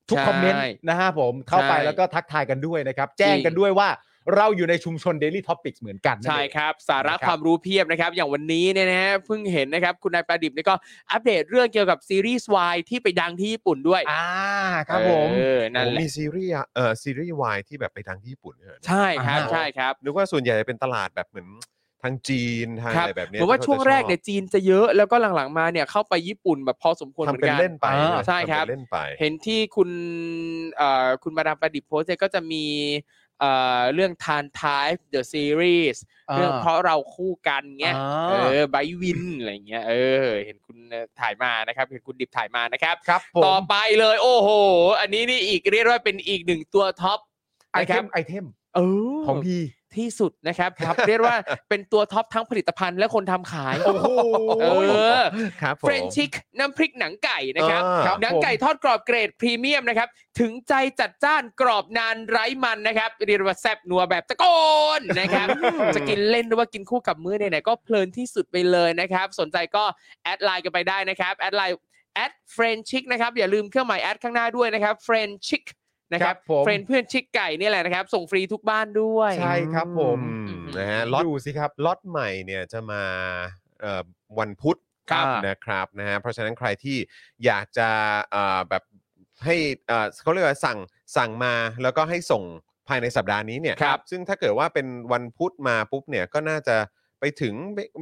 Speaker 3: ทุก
Speaker 4: ใช่
Speaker 3: คอมเมนต์นะฮะผมเข้าไป
Speaker 4: ใช่
Speaker 3: แล้วก็ทักทายกันด้วยนะครับ แจ้งกันด้วยว่าเราอยู่ในชุมชน Daily Topics เหมือนกันนั่น
Speaker 4: ใช่
Speaker 3: เอง
Speaker 4: ครับ สาระ
Speaker 3: นะครับ
Speaker 4: ความรู้เพียบนะครับ อย่างวันนี้เนี่ยนะฮะเพิ่งเห็นนะครับ คุณนายปลาดิบนี่ก็อัปเดตเรื่องเกี่ยวกับซีรีส์วายที่ไปดังที่ญี่ปุ่นด้วย
Speaker 3: อ่าครับผม
Speaker 4: เออนั่นแหละ
Speaker 2: มีซีรีส์เอ่อซีรีส์วายที่แบบไปทางญี่ปุ่นเนี่ยนะ
Speaker 4: ใช่ครับใช่ครับ
Speaker 2: นึกว่าส่วนใหญ่จะเป็นตลาดแบบเหมือนทางจีนทาง
Speaker 4: ค
Speaker 2: อะ
Speaker 4: รับ
Speaker 2: ไรแบบเนี้ย
Speaker 4: ผมว่า
Speaker 2: ที่
Speaker 4: ช่วง
Speaker 2: ขาจะ
Speaker 4: แรกเนี่ย
Speaker 2: ช
Speaker 4: จีนจะเยอะแล้วก็หลังๆมาเนี่ยเข้าไปญี่ปุ่นแบบพอสมคว
Speaker 2: อ
Speaker 4: ร
Speaker 2: บ
Speaker 4: เหมือ
Speaker 2: ทำ
Speaker 4: น
Speaker 2: เป็น
Speaker 4: กัน
Speaker 2: เล่นไป
Speaker 3: อ่า
Speaker 2: นะ
Speaker 4: ใช่ครับ
Speaker 2: ทำเป็นเล่นไป
Speaker 4: เห็นที่คุณเอ่อคุณมาดามประดิษฐ์โพสต์เนี่ยก็จะมีเอ่อเรื่องทานทายเดอะซีรีส์เรื่องเพราะเราคู่กันเงี้ย
Speaker 3: อ่
Speaker 4: เอา อไบร์ทวินอะไรเงี้ยเออ เห็นคุณถ่ายมานะครับ เห็นคุณดิบถ่ายมานะครับ
Speaker 3: ครับผ
Speaker 4: ต่อ
Speaker 3: ม
Speaker 4: ไปเลย โอ้โห อันนี้นี่อีกเรียกว่าเป็นอีกหนึ่งตัวท็อป
Speaker 3: ไอ
Speaker 4: นะ
Speaker 3: เท
Speaker 4: ครับ
Speaker 3: มไอเทม
Speaker 4: เอ อ
Speaker 3: ของพี่
Speaker 4: ที่สุดนะครับครับ เรียกว่าเป็นตัวท็อปทั้งผลิตภัณฑ์และคนทำขาย
Speaker 3: โอ้โห
Speaker 4: เออ
Speaker 2: ครับผม
Speaker 4: เฟรนชิกน้ำพริกหนังไก่นะครับ
Speaker 2: อ่าครับ
Speaker 4: หนังไก่ทอดกรอบเกรดพรีเมียมนะครับ ถึงใจจัดจ้านกรอบนานไร้มันนะครับ เรียกว่าแซ่บนัวแบบตะโกนนะครับ จะกินเล่นหรือว่ากินคู่กับมื้อไหนๆก็เพลินที่สุดไปเลยนะครับ สนใจก็แอดไลน์กันไปได้นะครับ แอดไลน์แอดเฟรนชิกนะครับ อย่าลืมเครื่องหมายแอดข้างหน้าด้วยนะครับเฟรนชิกนะครับ
Speaker 3: ครับผม
Speaker 4: เฟรนเพื่อนชิกไก่เนี่ยแหละนะครับ ส่งฟรีทุกบ้านด้วย
Speaker 3: ใช่ ครับผม
Speaker 2: อืนะฮะล็อต
Speaker 3: ดูสิครับ
Speaker 2: ล็อตใหม่เนี่ยจะมาเอ่อวันพุธ
Speaker 4: ครับ
Speaker 2: นะครับนะฮะเพราะฉะนั้นใครที่อยากจะเอ่อแบบให้เอ่อเขาเรียกว่าสั่งสั่งมาแล้วก็ให้ส่งภายในสัปดาห์นี้เนี่ย
Speaker 4: ครับ
Speaker 2: ซึ่งถ้าเกิดว่าเป็นวันพุธมาปุ๊บเนี่ยก็น่าจะไปถึง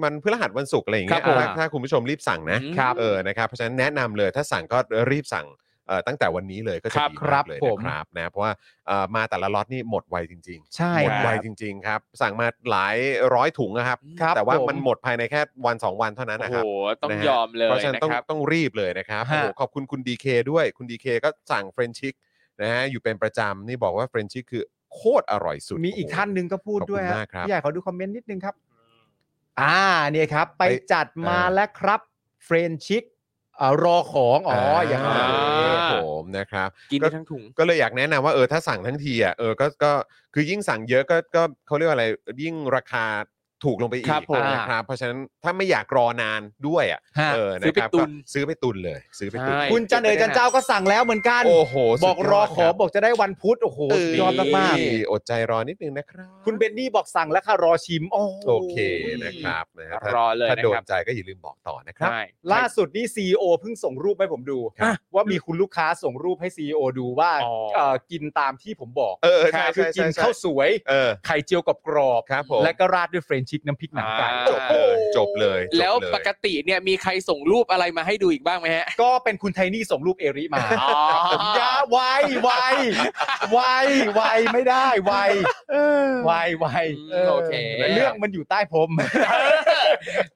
Speaker 2: มันพฤหัสวันศุกร์อะไรอย่างเงี้ย
Speaker 4: ครับผม
Speaker 2: ถ้าถ้าคุณผู้ชมรีบสั่งนะ
Speaker 4: อืมครับ
Speaker 2: เออนะครับเพราะฉะนั้นแนะนำเลยถ้าสั่งก็รีบสั่งเอ่อตั้งแต่วันนี้เลยก็จะ
Speaker 4: ครับ
Speaker 2: ดี
Speaker 3: ครั
Speaker 2: มาก
Speaker 3: บ
Speaker 2: เลย
Speaker 3: ผ
Speaker 2: นะ
Speaker 3: ม
Speaker 2: ครับนะเพราะว่าเอ่อมาแต่ละล็อตนี่หมดไวจริง ๆ
Speaker 3: ใช่
Speaker 2: หมด
Speaker 3: ค
Speaker 2: ไว
Speaker 3: รับ
Speaker 2: จริงๆครับ สั่งมาหลายร้อยถุงนะครับ
Speaker 3: ครับ
Speaker 2: แต่ว่า
Speaker 3: ผม
Speaker 2: มันหมดภายในแค่วัน 2 วันเท่านั้น
Speaker 4: โอ้
Speaker 2: นะค
Speaker 4: โห
Speaker 2: รับ
Speaker 4: ต้อง
Speaker 2: นะฮะ
Speaker 4: ยอมเลย
Speaker 2: เพราะฉะนั้น
Speaker 4: นะ
Speaker 2: ต้อง
Speaker 4: ครับ
Speaker 2: ต้องรีบเลยนะครับ
Speaker 3: ฮะ
Speaker 2: โอ้โหขอบคุณคุณดีเคด้วยคุณดีเคก็สั่งเฟรนชิกนะฮะอยู่เป็นประจำนี่บอกว่าเฟรนชิกคือโคตรอร่อยสุด
Speaker 3: มีอีกท่านหนึ่งก็พูด
Speaker 2: ขอบคุณ
Speaker 3: ด้วยฮะ
Speaker 2: มากครับ
Speaker 3: พี่ใหญ่ขอดูคอมเมนต์นิดนึงครับ อ่าเนี่ยครับ ไป
Speaker 2: ไป
Speaker 3: จัดมา
Speaker 2: เออ
Speaker 3: แล้วครับ เฟรนชิกเอ่อรอของอ๋ออย่าง
Speaker 2: นั้
Speaker 3: นั้น
Speaker 4: อ่า
Speaker 2: ผมนะครับ
Speaker 4: กินได้ทั้งถุง
Speaker 2: ก็เลยอยากแนะนำว่าเออถ้าสั่งทั้งทีอ่ะเออก็ก็คือยิ่งสั่งเยอะก็ก็เขาเรียกว่าอะไรยิ่งราคาถูกลงไปอีก
Speaker 4: ครับผม
Speaker 2: นะครับเพราะฉะนั้นถ้าไม่อยากรอนานด้วยอ่ะ
Speaker 3: ฮะ
Speaker 2: เออ
Speaker 4: ซื้อไป
Speaker 2: นะครับ
Speaker 4: ตุ
Speaker 2: ก็
Speaker 4: น
Speaker 2: ซื้อไปตุนเลย ซื้อไปตุน
Speaker 4: ใช่
Speaker 3: คุณจันเอ๋ยจันเจ้าก็สั่งแล้วเหมือนกัน
Speaker 2: โอ้โห
Speaker 3: บ
Speaker 2: สุ
Speaker 3: อ
Speaker 2: ด
Speaker 3: ก
Speaker 2: ยด
Speaker 3: รอขอ
Speaker 2: ครับ
Speaker 3: บอกจะได้วันพุธโอ้โหสุดยอดมาก
Speaker 2: นี่อดใจรอนิดนึงนะครับ
Speaker 3: ๆคุณเบนนี่บอกสั่งแล้วค่ะรอชิมโอ้โห
Speaker 2: โอเคนะครับนะฮะถ้าร
Speaker 4: อเลย
Speaker 2: ถ้า
Speaker 4: นะ
Speaker 2: โด
Speaker 4: คน รับ
Speaker 2: ใจก็อย่าลืมบอกต่อนะครับ
Speaker 4: ใช่
Speaker 3: ล่าสุดนี่ซีอเพิ่งส่งรูปให้ผมดู
Speaker 2: ครับ
Speaker 3: ว่ามีคุณลูกค้าส่งรูปให้ซีอดูว่า
Speaker 4: อ๋อ
Speaker 3: เอ่อกินตามที่ผมบอก
Speaker 2: เออใช่
Speaker 3: คือ
Speaker 2: ใช่
Speaker 3: กิ
Speaker 2: ใช่
Speaker 3: น
Speaker 2: ใช่
Speaker 3: ข้าวสวย
Speaker 2: เออ
Speaker 3: ไข่เจียวกรอบ
Speaker 2: ครับผม
Speaker 3: ๆและก็ราดด้วยเฟรนช์ชิกน้ำพริกหนังไก่
Speaker 2: จบ
Speaker 4: อ่า
Speaker 2: เลยจบเลยจบเย
Speaker 4: แล้วปกติเนี่ยมีใครส่งรูปอะไรมาให้ดูอีกบ้างไหมฮะ
Speaker 3: ก็เป็นคุณไทนี่ส่งรูปเอริมา
Speaker 4: อ๋อ
Speaker 3: อย่าไวไวไวไวไม่ได้ไวไวไว
Speaker 4: อืมโอเค
Speaker 3: เรื่องมันอยู่ใต้ผม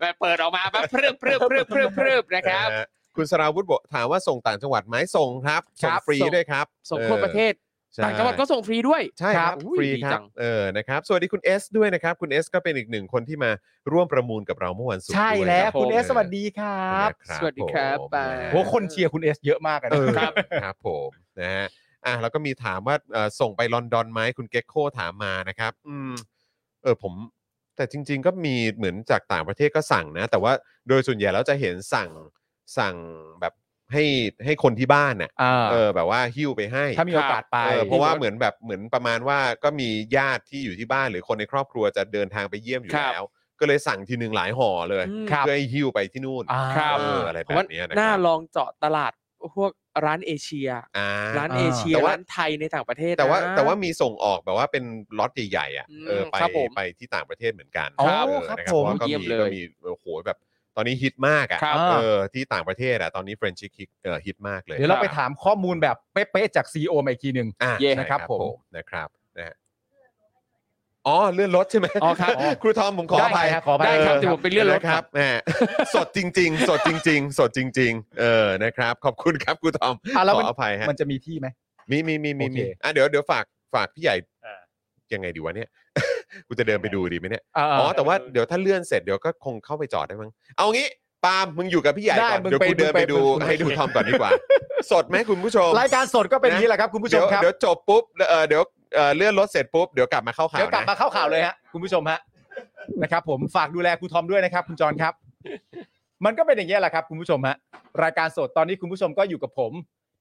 Speaker 4: มาเปิดออกมาปั๊บเพิ่มเพิ่มเพิ่มเพิ่มเพิ่มนะครับ
Speaker 2: นะฮะคุณสราวุธบอกถามว่าส่งต่างจังหวัดไหมส่งครับ
Speaker 4: ค
Speaker 2: ส่
Speaker 4: รั
Speaker 2: ง
Speaker 4: บ
Speaker 2: ฟรี
Speaker 4: ส่ง
Speaker 2: ด้วยครับ
Speaker 4: ส่งทั่วประเทศ
Speaker 2: ใช่
Speaker 4: ต่างจังหวัดก็ส่งฟรีด้วย
Speaker 2: ใช่ครับ
Speaker 4: อุ้ย
Speaker 2: ฟรี
Speaker 4: ดี
Speaker 2: ครั
Speaker 4: จั
Speaker 2: บ
Speaker 4: ง
Speaker 2: เออนะครับสวัสดีคุณเอสด้วยนะครับ คุณเอสก็เป็นอีกหนึ่งคนที่มาร่วมประมูลกับเราเมื่อวันศุกร์
Speaker 3: ใช่
Speaker 2: ด้วย
Speaker 3: แล้ว
Speaker 2: รับ
Speaker 3: คุณ
Speaker 2: ผม
Speaker 3: เอสสวัสดีครับ
Speaker 2: นะ
Speaker 4: สวัสดีครับ
Speaker 2: ผม
Speaker 4: ไป
Speaker 2: นะฮะ
Speaker 3: โหคนเชียร์คุณเอสเยอะมากอะ
Speaker 2: เอ
Speaker 3: นะ
Speaker 2: อครับผมนะฮะอ่ะแล้วก็มีถามว่าเอ่อส่งไปลอนดอนไหมคุณเก็กโคถามมานะครับอืมเออผมแต่จริง ๆ ก็มีเหมือนจากต่างประเทศก็สั่งนะ แต่ว่าโดยส่วนใหญ่แล้วจะเห็นสั่งสั่งแบบให้ให้คนที่บ้านน่ะ
Speaker 3: อ่า
Speaker 2: เออแบบว่าหิ้วไปให้
Speaker 3: ถ้ามีโอกาสไป
Speaker 2: เออเพราะว่าเหมือนแบบเหมือนประมาณว่าก็มีญาติที่อยู่ที่บ้านหรือคนในครอบครัวจะเดินทางไปเยี่ยมอยู่
Speaker 4: ครับ
Speaker 2: แล้ว ก็เลยสั่งทีหนึ่งหลายห่อเลย
Speaker 4: อืม
Speaker 2: เพื่อให้หิ้วไปที่นู่น
Speaker 3: อ่า
Speaker 4: ครับ
Speaker 2: เอออะไรแบ
Speaker 4: ผมว่า
Speaker 2: บเนี้ยนะ
Speaker 4: น่า
Speaker 2: ครับ
Speaker 4: ลองเจาะตลาดพวกร้านเอเชีย
Speaker 2: อ่า
Speaker 4: ร้าน
Speaker 3: อ่า
Speaker 4: เอเชีย
Speaker 2: แต่ว่า
Speaker 4: ร้านไทยในต่างประเทศ
Speaker 2: แต่ว่า
Speaker 4: นะ
Speaker 2: แต่ว่ามีส่งออกแบบว่าเป็นล็อตใหญ่ๆอ่ะ
Speaker 4: อืม
Speaker 2: เออไป
Speaker 4: ครับผม
Speaker 2: ไปที่ต่างประเทศเหมือนกัน
Speaker 3: ครับ
Speaker 2: เออ
Speaker 3: ครับ
Speaker 2: นะ
Speaker 3: ผม
Speaker 2: เพาะว่าก็
Speaker 4: เยี่ยม
Speaker 2: มี
Speaker 4: เลย
Speaker 2: ก็มีโอ้โหแบบตอนนี้ฮิตมากอ่ะ
Speaker 4: ครับ
Speaker 2: เออที่ต่างประเทศอ่ะตอนนี้เฟรนชิกเออฮิตมากเลย
Speaker 3: เดี๋ยวเราไปถามข้อมูลแบบเป๊ะๆจากซีโอมาอีกทีหนึ่ง
Speaker 2: อ่า
Speaker 4: เย่
Speaker 2: ใช่
Speaker 3: นะครับผม
Speaker 2: นะครับนะฮะอ๋อเลื่อนรถใช่ไหม
Speaker 4: อ๋อครับ
Speaker 2: ครูทอมผมขออภัย
Speaker 3: ได้ครับขออภัย
Speaker 4: ได้ครับ
Speaker 2: ออ
Speaker 4: เดี๋ยวผมไปเลื่อนรถ
Speaker 2: ะ
Speaker 4: ครับ
Speaker 2: แหมสดจริง ๆ สดจริง ๆ สดจริง ๆ เออนะครับ ขอบคุณครับครูทอม
Speaker 3: อ่ะแล้ว
Speaker 2: ข
Speaker 3: มัน
Speaker 2: ออภัยฮะ
Speaker 3: มันจะมีที่ไหม
Speaker 2: มีมีมีมี
Speaker 3: โอเค
Speaker 2: มีอ่ะเดี๋ยวเดี๋ยวฝากฝากพี่ใหญ่ยังไงดีวะเนี่ย กูจะเดินไปดูดีไหมเนี่ย
Speaker 3: อ๋
Speaker 2: อ๋อแต่ว่าเดี๋ยวถ้าเลื่อนเสร็จเดี๋ยวก็คงเข้าไปจอดได้มั้งเอางี้ปาล์มมึงอยู่กับพี่ใหญ่
Speaker 3: ได้
Speaker 2: ก่อน
Speaker 3: มึง
Speaker 2: เดี๋ยว
Speaker 3: ไป
Speaker 2: กูเดิน
Speaker 3: มึงไป
Speaker 2: ไปดู
Speaker 3: มึงไป
Speaker 2: ให้ดูทอมก่อนดีกว่า สดไหมคุณผู้ชม
Speaker 3: รายการสดก็เป็นอย่างนี้แหละครับคุณผู้ช
Speaker 2: เดี๋ย
Speaker 3: ม
Speaker 2: ว
Speaker 3: ครับ
Speaker 2: เดี๋ยวจบปุ๊บเออเดี๋ยวเอ่อเลื่อนรถเสร็จปุ๊บเดี๋ยวกลับมาเข้าข่าว
Speaker 3: เดี๋ยวกลับ
Speaker 2: นะ
Speaker 3: มาเข้าข่าวเลยฮะคุณผู้ชมฮะนะครับผมฝากดูแลครูทอมด้วยนะครับ คุณจรครับ มันก็เป็นอย่างนี้ยแหละครับคุณผู้ชมฮะรายการสดตอนนี้คุณผู้ชมก็อยู่กับผม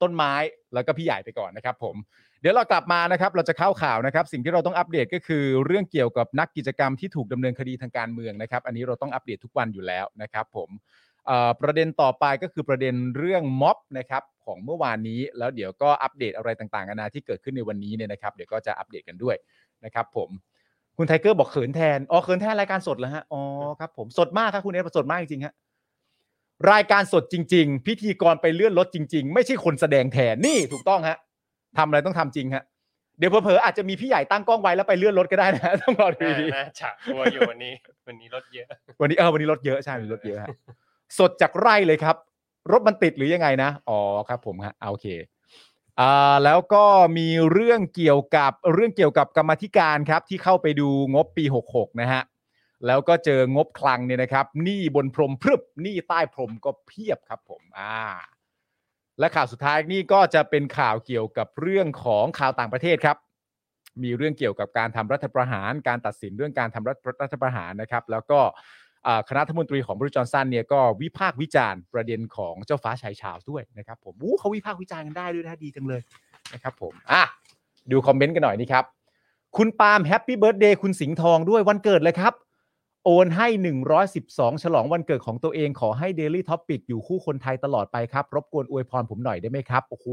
Speaker 3: ต้นไม้แล้วก็พี่ใหญ่ไปก่อนนะครับ ผม เดี๋ยวเรากลับมานะครับเราจะเข้าข่าวนะครับ สิ่งที่เราต้องอัปเดตก็คือ เรื่องเกี่ยวกับนักกิจกรรมที่ถูกดำเนินคดีทางการเมืองนะครับ อันนี้เราต้องอัปเดตทุกวันอยู่แล้วนะครับ ผมเอ่อประเด็นต่อไปก็คือประเด็นเรื่องม็อบนะครับของเมื่อวานนี้ แล้วเดี๋ยวก็อัปเดตอะไรต่างๆนานาที่เกิดขึ้นในวันนี้เนี่ยนะครับเดี๋ยวก็จะอัปเดตกันด้วยนะครับ ผม คุณไทเกอร์บอกเขินแทนอ๋อเขินแทนรายการสดเหรอฮะอ๋อครับผมสดมากครับคุณเอสสดมากจริงๆฮะรายการสดจริง ๆ พิธีกรไปเลื่อนรถจริง ๆ ไม่ใช่คนแสดงแทนนี่ถูกต้องฮะ ทำอะไรต้องทำจริงฮะ เดี๋ยวเผลอๆอาจจะมีพี่ใหญ่ตั้งกล้องไว้แล้วไปเลื่อนรถก็ได้นะ ต้องรอดูดี
Speaker 5: น่าฉากกลัวอยู่วันนี้ วันนี้รถเยอะ
Speaker 3: วันนี้เออวันนี้รถเยอะใช่วันนี้รถเยอะฮะสดจากไร่เลยครับ รถมันติดหรือยังไงนะ อ๋อครับผมฮะเอาโอเค อ่าแล้วก็มีเรื่องเกี่ยวกับเรื่องเกี่ยวกับกรรมาธิการครับที่เข้าไปดูงบปี 66 นะฮะ แล้วก็เจองบคลังเนี่ยนะครับหนี้บนพรมพรึบหนี้ใต้พรมก็เพียบครับผมอ่าและข่าวสุดท้ายนี่ก็จะเป็นข่าวเกี่ยวกับเรื่องของข่าวต่างประเทศครับ มีเรื่องเกี่ยวกับการทำรัฐประหาร การตัดสินเรื่องการทำรัฐรัฐประหารนะครับ แล้วก็อ่าคณะรัฐมนตรีของบริจอนสันเนี่ยก็วิพากษ์วิจารณ์ประเด็นของเจ้าฟ้าชายชาวด้วยนะครับผมวู้เขาวิพากษ์วิจารณ์กันได้ด้วยนะดีจังเลยนะครับผมอ่ะดูคอมเมนต์กันหน่อยนี่ครับ คุณปาล์มแฮปปี้เบิร์ดเดย์คุณสิงห์ทองด้วยวันเกิดเลยครับ โอนให้ 112 ฉลองวันเกิดของตัวเองขอให้ Daily Topic อยู่คู่คนไทยตลอดไปครับ รบกวนอวยพรผมหน่อยได้ไหมครับโอ้โห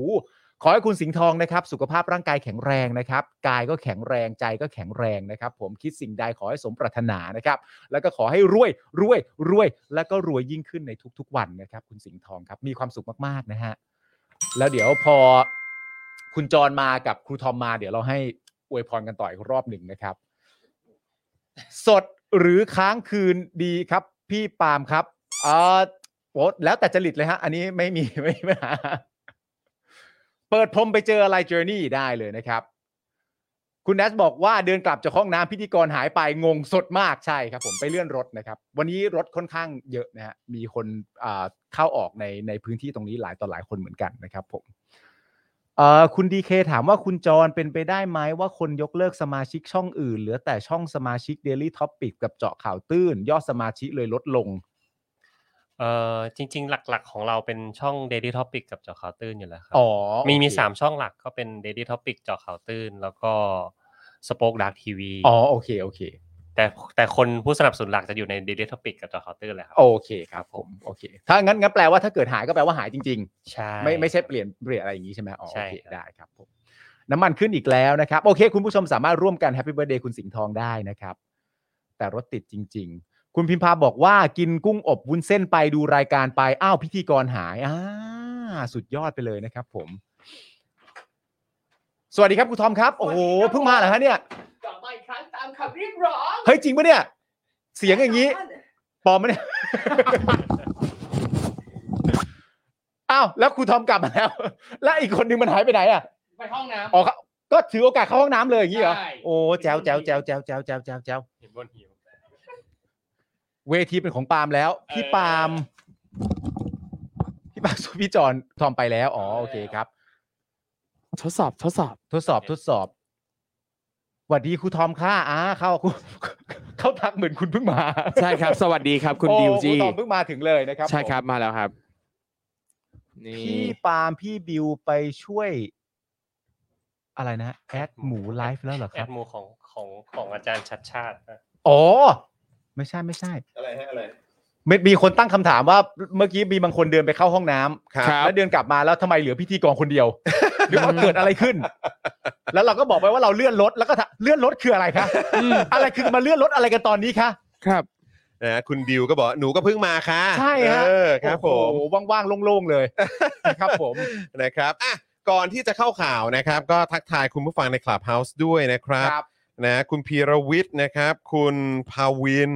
Speaker 3: ขอให้คุณสิงห์ทองนะครับ สุขภาพร่างกายแข็งแรงนะครับ กายก็แข็งแรงใจก็แข็งแรงนะครับ ผมคิดสิ่งใดขอให้สมปรารถนานะครับ แล้วก็ขอให้รวยรวยรวย แล้วก็รวยยิ่งขึ้นในทุกๆ วันนะครับ คุณสิงห์ทองครับมีความสุขมากๆนะฮะแล้วเดี๋ยวพอคุณจรมากับครูทอมมา เดี๋ยวเราให้อวยพรกันต่ออีกรอบหนึ่งนะครับ สดหรือค้างคืนดีครับ พี่ปาล์มครับเออโอ้แล้วแต่จริตเลยฮะ อันนี้ไม่มี ไม่มีปัญหาเปิดพรมไปเจออะไรเจอร์นี่ได้เลยนะครับ คุณแนสบอกว่าเดินกลับจากห้องน้ำพิธีกรหายไปงงสดมากใช่ครับ ผมไปเลื่อนรถนะครับ วันนี้รถค่อนข้างเยอะนะฮะมีคนอ่าเข้าออกในในพื้นที่ตรงนี้หลายต่อหลายคนเหมือนกันนะครับ ผม เอ่อคุณดีเคถามว่าคุณจรเป็นไปได้ไหมว่าคนยกเลิกสมาชิกช่องอื่น เหลือแต่ช่องสมาชิก Daily Topic กับเจาะข่าวตื้น ยอดสมาชิกเลยลดลง
Speaker 5: เออจริง ๆ หลักๆ ของเราเป็นช่อง Daily Topic กับเจอข่าวตื้นอยู่แล้วครั
Speaker 3: อ๋อ
Speaker 5: มีมี
Speaker 3: โอเค
Speaker 5: สามช่องหลักก็เป็น Daily Topic เจอข่าวตื้น แล้วก็สป o อ e ด a r k ทีวี
Speaker 3: อ๋อโอเคโอเค
Speaker 5: แต่แต่คนผู้สนับสนุนหลักจะอยู่ใน Daily Topic กับเจอข่าวตื้นแหละครั
Speaker 3: โอเคครับผมโอเค ถ้างั้นงั้นแปลว่าถ้าเกิดหายก็แปลว่าหายจริง
Speaker 5: ใช่
Speaker 3: ๆ ไม่ไม่ใช่เปลี่ยนเปลี่ยนอะไรอย่างนี้ใช่ไหมอ๋อ
Speaker 5: ใช่
Speaker 3: โอเค
Speaker 5: ครับ
Speaker 3: ได้ครับผมน้ำมันขึ้นอีกแล้วนะครับ โอเค คุณผู้ชมสามารถร่วมกันแฮปปี้เบ t ร์ a เดย์คุณสิงห์ทองได้นะครับ แต่รถติดจริง ๆ คุณพิมพาบอกว่ากินกุ้งอบวุ้นเส้นไปดูรายการไป อ้าวพิธีกรหายอ่าสุดยอดไปเลยนะครับผม สวัสดีครับคุณทอมครับ โอ้โหเพิ่งมาเหรอฮะเนี่ย
Speaker 6: กลับมาอีกครั้งตามคำเรียกร้อง
Speaker 3: เฮ้ยจริงปะเนี่ย เสียงอย่างนี้ปลอมปะเนี่ย อ้าวแล้วครูทอมกลับมาแล้ว แล้วอีกคนนึงมันหายไปไหนอ่ะ
Speaker 6: ไปห้องน้
Speaker 3: อ๋อเขาก็ถือโอกาสเข้าห้องน้ำเลยอย่างนี้เหรอ
Speaker 6: ใช่
Speaker 3: โอ้แจวแจวแจวแจวแจวแจวแจวแจว
Speaker 5: เห็นบนหิว
Speaker 3: เวทีเป็นของปาล์มแล้ว พี่ปาล์มพี่ปาล์มสู้พี่จอนทอมไปแล้วอ๋อโอเคครับ
Speaker 4: ทดสอบทดสอบ
Speaker 3: ทดสอบทดสอบสวัสดีครูทอมค่ะอ่าเข้าครูเข้าทักเหมือนคุณเพิ่งมา
Speaker 4: ใช่ครับ สวัสดีครับ คุณ
Speaker 3: โอ้
Speaker 4: ดิว
Speaker 3: ครู
Speaker 4: จี้
Speaker 3: ทอมเพิ่งมาถึงเลยนะครับ
Speaker 4: ใช่
Speaker 3: ผม
Speaker 4: ครับมาแล้วครับ นี่
Speaker 3: พี่ปาล์มพี่บิวไปช่วย อะไรนะแอดหมูไลฟ์แล้วเหรอค
Speaker 5: แอ
Speaker 3: รับ
Speaker 5: ดมูของของของอาจารย์ชัดชาตินะ
Speaker 3: อ๋อ ไม่ใช่ไม่ใช่
Speaker 2: อะไรฮะอะไร
Speaker 3: มีมีคนตั้งคำถามว่าเมื่อกี้มีบางคนเดินไปเข้าห้องน้ำ
Speaker 2: ครับ
Speaker 3: แล้วเดินกลับมาแล้วทำไมเหลือพิธีกรคนเดียว หรือว่าเกิดอะไรขึ้น แล้วเราก็บอกไปว่าเราเลื่อนรถแล้วก็ถามเลื่อนรถคืออะไรคะอะไรคือมาเลื่อนรถอะไรกันตอนนี้คะ
Speaker 4: ครับ
Speaker 2: นะคุณดิวก็บอกหนูก็เพิ่งมาค่ะ
Speaker 3: ใช่ฮะ
Speaker 2: เออครับผม
Speaker 3: โอ้โหว่างๆโล่งๆเลยนะครับ ผม
Speaker 2: นะครับอ่ะก่อนที่จะเข้าข่าวนะครับ ก็ทักทายคุณผู้ฟังในคลับเฮาส์ด้วยนะครับ
Speaker 3: ครับ
Speaker 2: นะคุณพีรวิทย์นะครับ คุณภาวิน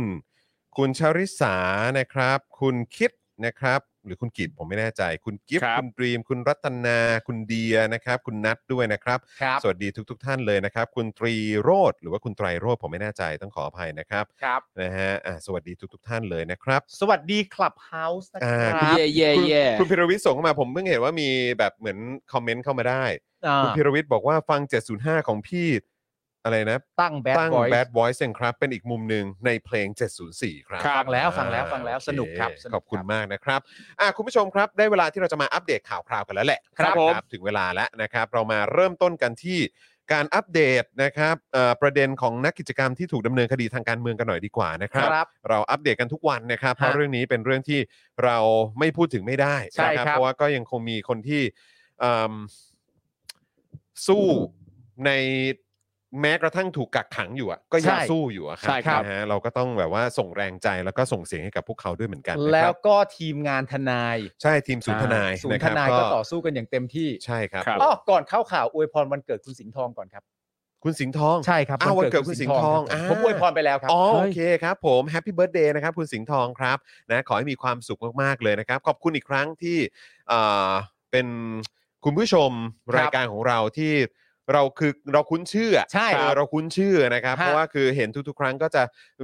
Speaker 2: คุณชริษานะครับ คุณคิดนะครับ หรือคุณกิจผมไม่แน่ใจ คุณกิฟต์
Speaker 4: ครับ
Speaker 2: คุณดรีม คุณรัตนา คุณเดียนะครับ คุณนัทด้วยนะครับ
Speaker 3: ครับ
Speaker 2: สวัสดีทุก ๆ ท่านเลยนะครับ คุณตรีโรธหรือว่าคุณไตรโรธผมไม่แน่ใจต้องขออภัยนะครับ
Speaker 3: ครับ
Speaker 2: นะฮะอ่ะสวัสดีทุก ๆ ท่านเลยนะครับ
Speaker 3: สวัสดีคลับเฮาส์นะค
Speaker 2: อ่า
Speaker 3: รับ
Speaker 4: เย่เย่
Speaker 2: คุณ
Speaker 4: เย่
Speaker 2: คุณพิรวิทย์ส่งเข้ามาผมเพิ่งเห็นว่ามีแบบเหมือนคอมเมนต์เข้ามาได้
Speaker 3: อ่า
Speaker 2: คุณพิรวิทย์บอกว่าฟัง 705 ของพี่ อะไรนะ
Speaker 3: ตั้งแบด
Speaker 2: ตั้ง
Speaker 3: บอย
Speaker 2: Bad Boys เองครับ เป็นอีกมุมหนึ่งในเพลง 704 ครับ
Speaker 3: ฟังแล้วฟังแล้ว
Speaker 2: อ่า
Speaker 3: ฟังแล้ว
Speaker 2: โอเ
Speaker 3: สนุกครับสนุก
Speaker 2: ขอบคุณ
Speaker 3: ครับ
Speaker 2: มากนะครับอ่ะคุณผู้ชมครับ ได้เวลาที่เราจะมาอัปเดตข่าวคราวกันแล้วแหละ
Speaker 3: ครับผม
Speaker 2: ถึงเวลาแล้วนะครับ เรามาเริ่มต้นกันที่การอัปเดตนะครับเอ่อประเด็นของนักกิจกรรมที่ถูกดำเนินคดีทางการเมืองกันหน่อยดีกว่านะค
Speaker 3: ครับ รับ
Speaker 2: เราอัปเดตกันทุกวันนะครับ เพราะ
Speaker 3: ฮะ
Speaker 2: เรื่องนี้เป็นเรื่องที่เราไม่พูดถึงไม่ได้
Speaker 3: ใช่
Speaker 2: นะครับ เพราะว่าก็ยังคงมีคนที่อืมสู้ในแม้กระทั่งถูกกักขังอยู่อะก็ยัง
Speaker 3: ใช่
Speaker 2: สู้อยู่อะครั
Speaker 3: ใช่ครับ
Speaker 2: นะฮะเราก็ต้องแบบว่าส่งแรงใจแล้วก็ส่งเสียงให้กับพวกเขาด้วยเหมือนกันนะครับ
Speaker 3: แล้วก็ทีมงานทนาย
Speaker 2: ใช่ทีมศูนย์ทนาย
Speaker 3: ศูน
Speaker 2: นะ
Speaker 3: ย์
Speaker 2: ค
Speaker 3: ท
Speaker 2: รับ
Speaker 3: นายก็ต่อสู้กันอย่างเต็มที่
Speaker 2: ใช่ครับ
Speaker 3: อ้อก่อนเข้าข่าวอวยพรวันเกิดคุณสิงห์ทองก่อนครับ
Speaker 2: คุณสิงห์ทอง
Speaker 3: ใช่ครับ
Speaker 2: อ้าววันเกิดคุณสิงห์ทอง
Speaker 3: ครับ
Speaker 2: อ่า
Speaker 3: ผมอวยพรไปแล้วครับ
Speaker 2: อ๋อโอเคครับผมแฮปปี้เบิร์ดเดย์นะครับคุณสิงห์ทองครับนะขอให้มีความสุขมาก ๆ เลยนะครับ ขอบคุณอีกครั้งที่เอ่อเป็น คุณผู้ชม
Speaker 3: ครับ
Speaker 2: รายการของเราที่เราคือเราคุ้นชื่ออะ
Speaker 3: ใช่
Speaker 2: เออเราคุ้นชื่อนะครับ
Speaker 3: ฮะ
Speaker 2: เพราะว่าคือเห็นทุกๆ ครั้งก็จะ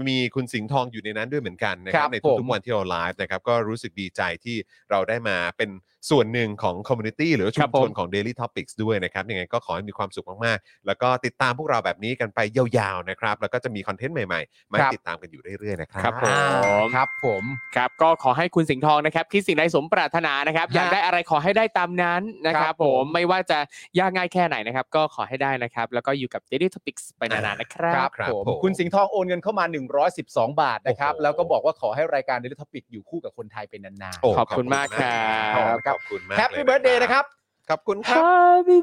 Speaker 2: มีคุณสิงห์ทองอยู่ในนั้นด้วยเหมือนกันนะค
Speaker 3: ครั
Speaker 2: รับบ ใน
Speaker 3: ผ
Speaker 2: ทุก
Speaker 3: ม
Speaker 2: ๆวันที่เราไลฟ์นะครับก็รู้สึกดีใจที่เราได้มาเป็นส่วนหนึ่งของคอมมูนิตี้หรือว่าชุ
Speaker 4: ครั
Speaker 2: ม
Speaker 4: บ
Speaker 2: ช
Speaker 4: ผ
Speaker 2: น
Speaker 4: ม
Speaker 2: ของ Daily Topics ด้วยนะครับยังไงก็ขอให้มีความสุขมากๆ แล้วก็ติดตามพวกเราแบบนี้กันไปยาวๆนะครับแล้วก็จะมีคอนเทนต์ใหม่ๆมา
Speaker 3: ครับ
Speaker 2: ติดตามกันอยู่เรื่อยๆนะครับ
Speaker 4: ครับผ
Speaker 3: อ่าม ครับผม
Speaker 4: ครับก็ขอให้คุณสิงห์ทองนะครับคิดสิ่งใดสมปรารถนานะครับ อยากได้อะไรขอให้ได้ตามนั้นนะครับผมไม่ว่าจะยากง่ายแค่ไหนนะครับ ก็ขอให้ได้นะครับ แล้วก็อยู่กับ Daily Topics ไปนานๆนะครั
Speaker 3: ครับ บ
Speaker 2: ครับ
Speaker 3: ผม
Speaker 2: ผม
Speaker 3: คุณสิงห์ทองโอนเงินเข้ามา 112 บาทนะครับ
Speaker 2: โอ้โห
Speaker 3: แล้วก็บอกว่าขอให้รายการเดลิทอพิกอยู่คู่กับคนไทยเป็นนาน
Speaker 2: โ
Speaker 4: ขอบคุณมากครับ
Speaker 2: ขอบคุณมาก
Speaker 3: ๆ Happy Birthday นะครับ
Speaker 2: ขอบคุณครับ
Speaker 4: Happy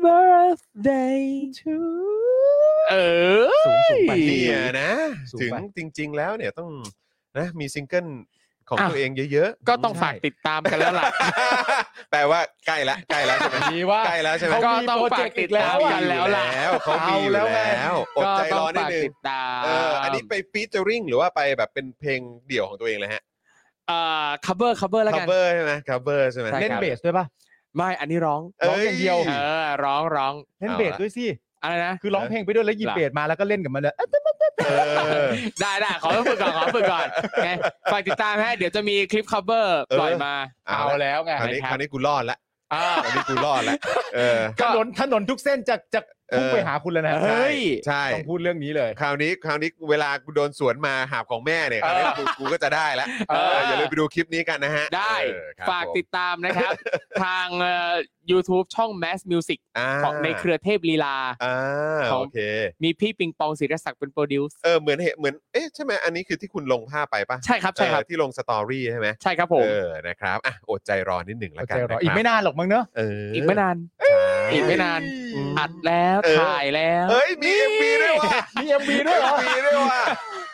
Speaker 4: birthday to เออ
Speaker 3: สูงสูงไป
Speaker 2: เนี่ยนะ
Speaker 3: สูง
Speaker 2: ถึง
Speaker 3: ไป
Speaker 2: จริง ๆ แล้วเนี่ยต้องนะมีซิงเกิลของ
Speaker 4: อ่ะ
Speaker 2: ตัวเองเยอะๆ
Speaker 4: ก็ต้องฝากติดตามกันแล้วล่ะ
Speaker 2: แปลว่าใกล้ละใกล้แล้วใช่ไหม
Speaker 3: ดีว่า
Speaker 2: ใกล้แล้วใช่ไหม
Speaker 4: เขาก็ต้องฝากติดตาม
Speaker 2: มี
Speaker 4: กัน
Speaker 2: อยู่
Speaker 4: แล้วล่ะ
Speaker 2: เขามีอยู่
Speaker 3: เอาแล้วไง
Speaker 2: แล้วอด
Speaker 4: ก็
Speaker 2: ใจ
Speaker 4: ต้
Speaker 2: ร
Speaker 4: อง
Speaker 2: อนิด
Speaker 4: ฝาก
Speaker 2: นึ
Speaker 4: ติ
Speaker 2: ง
Speaker 4: ดตาม
Speaker 2: เอออันนี้ไปฟีเจอริงหรือว่าไปแบบเป็นเพลงเดี่ยวของตัวเองเลยฮะ
Speaker 4: เอ่อ cover cover แล้วกัน
Speaker 2: cover ใช่ไหม cover ใช่ไหม
Speaker 4: ใช่
Speaker 3: เล่นเบสด้วยป่ะ
Speaker 4: ไม่อันนี้ร้อง
Speaker 2: เอ้ย
Speaker 4: ร้องอย่างเดียวเออร้องร้อง
Speaker 3: เล่น
Speaker 2: เอา
Speaker 3: เบส
Speaker 2: ละ
Speaker 3: ด้วยสิ
Speaker 4: อะไรนะ
Speaker 3: คือร้องเพลงไปด้วยแล้วหยิบ
Speaker 4: ล่ะ
Speaker 3: เบสมาแล้วก็เล่นกับมันเลย
Speaker 2: เออ
Speaker 4: ได้ได้ขอฝึกก่อนขอฝึกก่อนไงฝากติดตามฮะเดี๋ยวจะมีคลิป cover
Speaker 2: เออ
Speaker 4: ปล่อยมา
Speaker 2: เอา
Speaker 3: เอา
Speaker 2: ละ
Speaker 3: แล้วไง
Speaker 2: คราวนี้
Speaker 4: นะครับ
Speaker 2: คราวนี้กูรอดละ
Speaker 4: อ่า
Speaker 2: คราวนี้กูรอดละเออ
Speaker 3: ถนนถนนทุกเส้นจะจะพุ่ง
Speaker 2: เออ
Speaker 3: ไปหาคุณแล้วนะ
Speaker 4: เฮ้ย
Speaker 2: ใช่
Speaker 3: ต้องพูดเรื่องนี้เลย
Speaker 2: คราวนี้คราวนี้เวลากูโดนสวนมาหาบของแม่เนี่ยคราวนี้กูกูก็จะได้แล้ว
Speaker 4: เออ
Speaker 2: เอออย่าลืมไปดูคลิปนี้กันนะฮะ
Speaker 4: ได้
Speaker 2: เออครับ
Speaker 4: ฝาก
Speaker 2: ผม
Speaker 4: ติดตาม นะครับ ทางเอ่อ YouTube ช่อง Mass Music
Speaker 2: า
Speaker 4: ของในเครือเทพลีลา
Speaker 2: อ่า
Speaker 4: ของ
Speaker 2: โอเค
Speaker 4: มีพี่ปิงปองศิรศักดิ์เป็นโปรดิวซ์
Speaker 2: เออเหมือนเหเหมือนเอ๊ะใช่ไหมอันนี้คือที่คุณลงภาพไปปะ
Speaker 4: ใช่ครับใช่ครับ
Speaker 2: เออที่ลงสตอรี่ใช่ไหม
Speaker 4: ใช่ครับผม
Speaker 2: เออนะครับอ่ะอดใจรอนิดหนึ่งแล้วกัน
Speaker 3: ใจ
Speaker 2: นะค
Speaker 3: รอ
Speaker 2: รับ
Speaker 3: อีกไม่นานหรอกมั้งเนอะ
Speaker 2: เออ
Speaker 4: อี
Speaker 2: อี
Speaker 4: กไม่นาน
Speaker 2: ใช่
Speaker 4: อีกไม่นาน
Speaker 2: อืม
Speaker 4: อัดแล้ว
Speaker 2: เออ
Speaker 4: ถ่ายแล้ว
Speaker 2: เอ้ยมีมีด้วยว่ะ
Speaker 3: มีเอ็มบีด้วยเหรอ
Speaker 2: มีด้วยว่ะ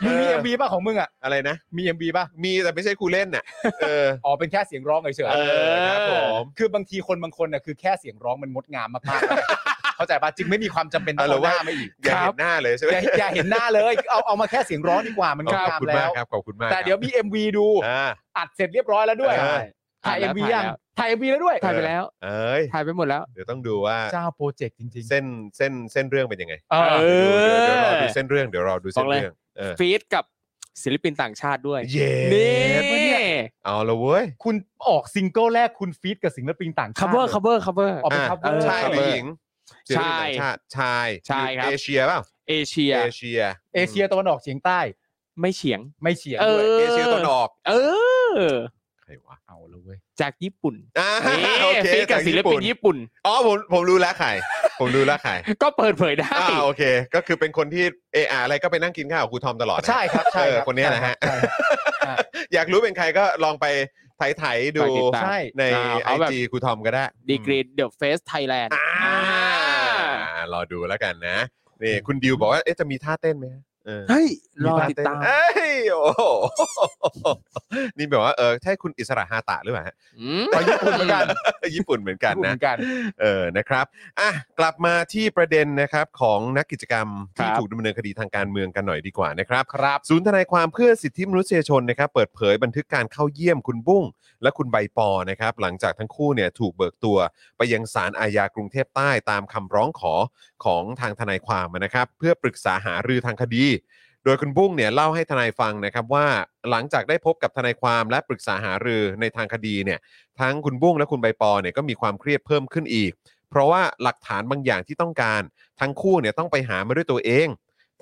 Speaker 3: มึงมีเอ็มบีป่ะของมึงอ่ะ
Speaker 2: อะไรนะ
Speaker 3: มีเอ็มบีป่ะ
Speaker 2: มีแต่ไม่ใช่กูเล่นน่ะเออ
Speaker 3: อ๋อ เป็นแค่เสียงร้องเฉย
Speaker 2: เออครับผม
Speaker 3: ๆคือบางทีคนบางคนน่ะคือแค่เสียงร้องมันงดงามมากๆ เข้าใจป่ะจึงไม่มีความจำเป็นต้องเอาหน้ามาอีก
Speaker 2: อย่าเห็นหน้าเลยใช่ไหม
Speaker 3: อย่าอย่าเห็นหน้าเลยเอาเอามาแค่เสียงร้องดีกว่ามันงด
Speaker 2: ขอบ
Speaker 3: งาม
Speaker 2: คุณมา
Speaker 3: แล้
Speaker 2: ก
Speaker 3: ว
Speaker 2: ครับขอบคุณมาก
Speaker 3: แต่เดี๋ยวมี MV ดู
Speaker 2: อ่า
Speaker 3: อัดเสร็จเรียบร้อยแล้วด้วย
Speaker 2: ใช่
Speaker 3: ถ่าย
Speaker 4: อ่ะ
Speaker 3: MV
Speaker 4: แล้ว
Speaker 3: ยัง
Speaker 4: ถ่ายแล้ว
Speaker 3: ถ่าย MV แล้วด้วย
Speaker 4: ถ่ายไปแล้ว
Speaker 2: เอ้ย
Speaker 4: ถ่ายไปหมดแล้ว
Speaker 2: เดี๋ยวต้องดูว่า
Speaker 3: เจ้าโปรเจกต์จริง
Speaker 2: เส้นเส้นเส้นเรื่องเป็นยังไง
Speaker 3: เออ
Speaker 2: เดี๋ยวเดี๋ยวเดี๋ยวรอดู
Speaker 4: เออ
Speaker 2: เส้นเรื่องเดี๋ยวรอดูเส้นเรื่องเออ
Speaker 4: ฟีดกับศิลปินต่างชาติด้วย
Speaker 2: เย้
Speaker 4: นี่
Speaker 2: เอาละเว้ย
Speaker 3: ๆ คุณออกซิงเกิลแรกคุณฟีดกับศิลปินต่าง
Speaker 4: คั
Speaker 3: ชา
Speaker 4: ฟ
Speaker 3: ติ
Speaker 4: เวอร์
Speaker 3: ลย
Speaker 4: คัฟเวอร์คัฟเวอร์
Speaker 3: ออกเป็น
Speaker 2: อ่ะ
Speaker 3: cover
Speaker 2: ชายหรือหญิง
Speaker 4: ชา
Speaker 2: ศิลปิ
Speaker 4: ย
Speaker 2: นต่งชาติชาย
Speaker 4: ชายครับ
Speaker 2: เอเชียเปล่า
Speaker 4: เอเชีย
Speaker 2: เอเชีย
Speaker 3: เอเชียตะวันออกเฉียงใต้
Speaker 4: ไม่เฉียง
Speaker 3: ไม่เฉียง
Speaker 4: เอ
Speaker 3: ด้วย
Speaker 4: อ
Speaker 2: เอเชียตะวันออก
Speaker 4: เออ
Speaker 2: ใครวะ
Speaker 3: เอาเลยเว้ย
Speaker 4: จากญี่ปุ่น
Speaker 2: อ่า
Speaker 4: นี่
Speaker 2: โอเค
Speaker 4: ฟีดกับ
Speaker 2: จาก
Speaker 4: ศิลปินญี่ปุ่น
Speaker 2: อ๋อผมผมรู้แล้วใครผมรู้แล้วใคร
Speaker 4: ก็เปิดเผยได้
Speaker 2: อ่าโอเค ก็คือเป็นคนที่เอออะไรก็ไปนั่งกินข้าวกับครูทอมตลอดนะ
Speaker 3: ใช่ครับใช่
Speaker 2: เอ
Speaker 3: รับ
Speaker 2: อคนเนี้ยนะฮะ
Speaker 3: ใช่ครับ
Speaker 2: อยากรู้เป็นใครก็ลองไปไถไถๆดู
Speaker 4: ไปติดตาม
Speaker 3: ใช่
Speaker 2: ในไอ
Speaker 4: เอาแบบ
Speaker 2: จีครูทอมก็ได้
Speaker 4: ดีกรีเดอะเฟสไทยแลนด์
Speaker 2: อ่าารอดูแล้วกันนะนี่คุณดิวบอกว่าเอ๊ะจะมีท่าเต้นไหมฮะเออ
Speaker 4: เฮ้ย รอติดตาม
Speaker 2: เอ้ยโอ้โหนี่แบบว่าเออใช่คุณอิสระฮาตะหรือเปล่าฮะ
Speaker 4: อืม
Speaker 3: ไปญี่ปุ่นเหมือนกัน
Speaker 2: ญี่ปุ่นเหมือนกัน
Speaker 3: ญี่ปุ่นเห
Speaker 2: นะ
Speaker 3: มือนกัน
Speaker 2: เออนะครับอ่ะกลับมาที่ประเด็นนะครับของนักกิจกรรมที่
Speaker 4: ครับ
Speaker 2: ถูกดำเนินคดีทางการเมืองกันหน่อยดีกว่านะครับ
Speaker 3: ครับ
Speaker 2: ศูนย์ทนายความเพื่อสิทธิมนุษยชนนะครับเปิดเผยบันทึกการเข้าเยี่ยมคุณบุ้งและคุณใบปอนะครับหลังจากทั้งคู่เนี่ยถูกเบิกตัวไปยังศาลอาญากรุงเทพใต้ตามคำร้องขอของทางทนายความนะครับ เพื่อปรึกษาหารือทางคดี โดยคุณบุ้งเนี่ยเล่าให้ทนายฟังนะครับว่าหลังจากได้พบกับทนายความและปรึกษาหารือในทางคดีเนี่ยทั้งคุณบุ้งและคุณใบปอเนี่ยก็มีความเครียดเพิ่มขึ้นอีก เพราะว่าหลักฐานบางอย่างที่ต้องการ ทั้งคู่เนี่ยต้องไปหามาด้วยตัวเอง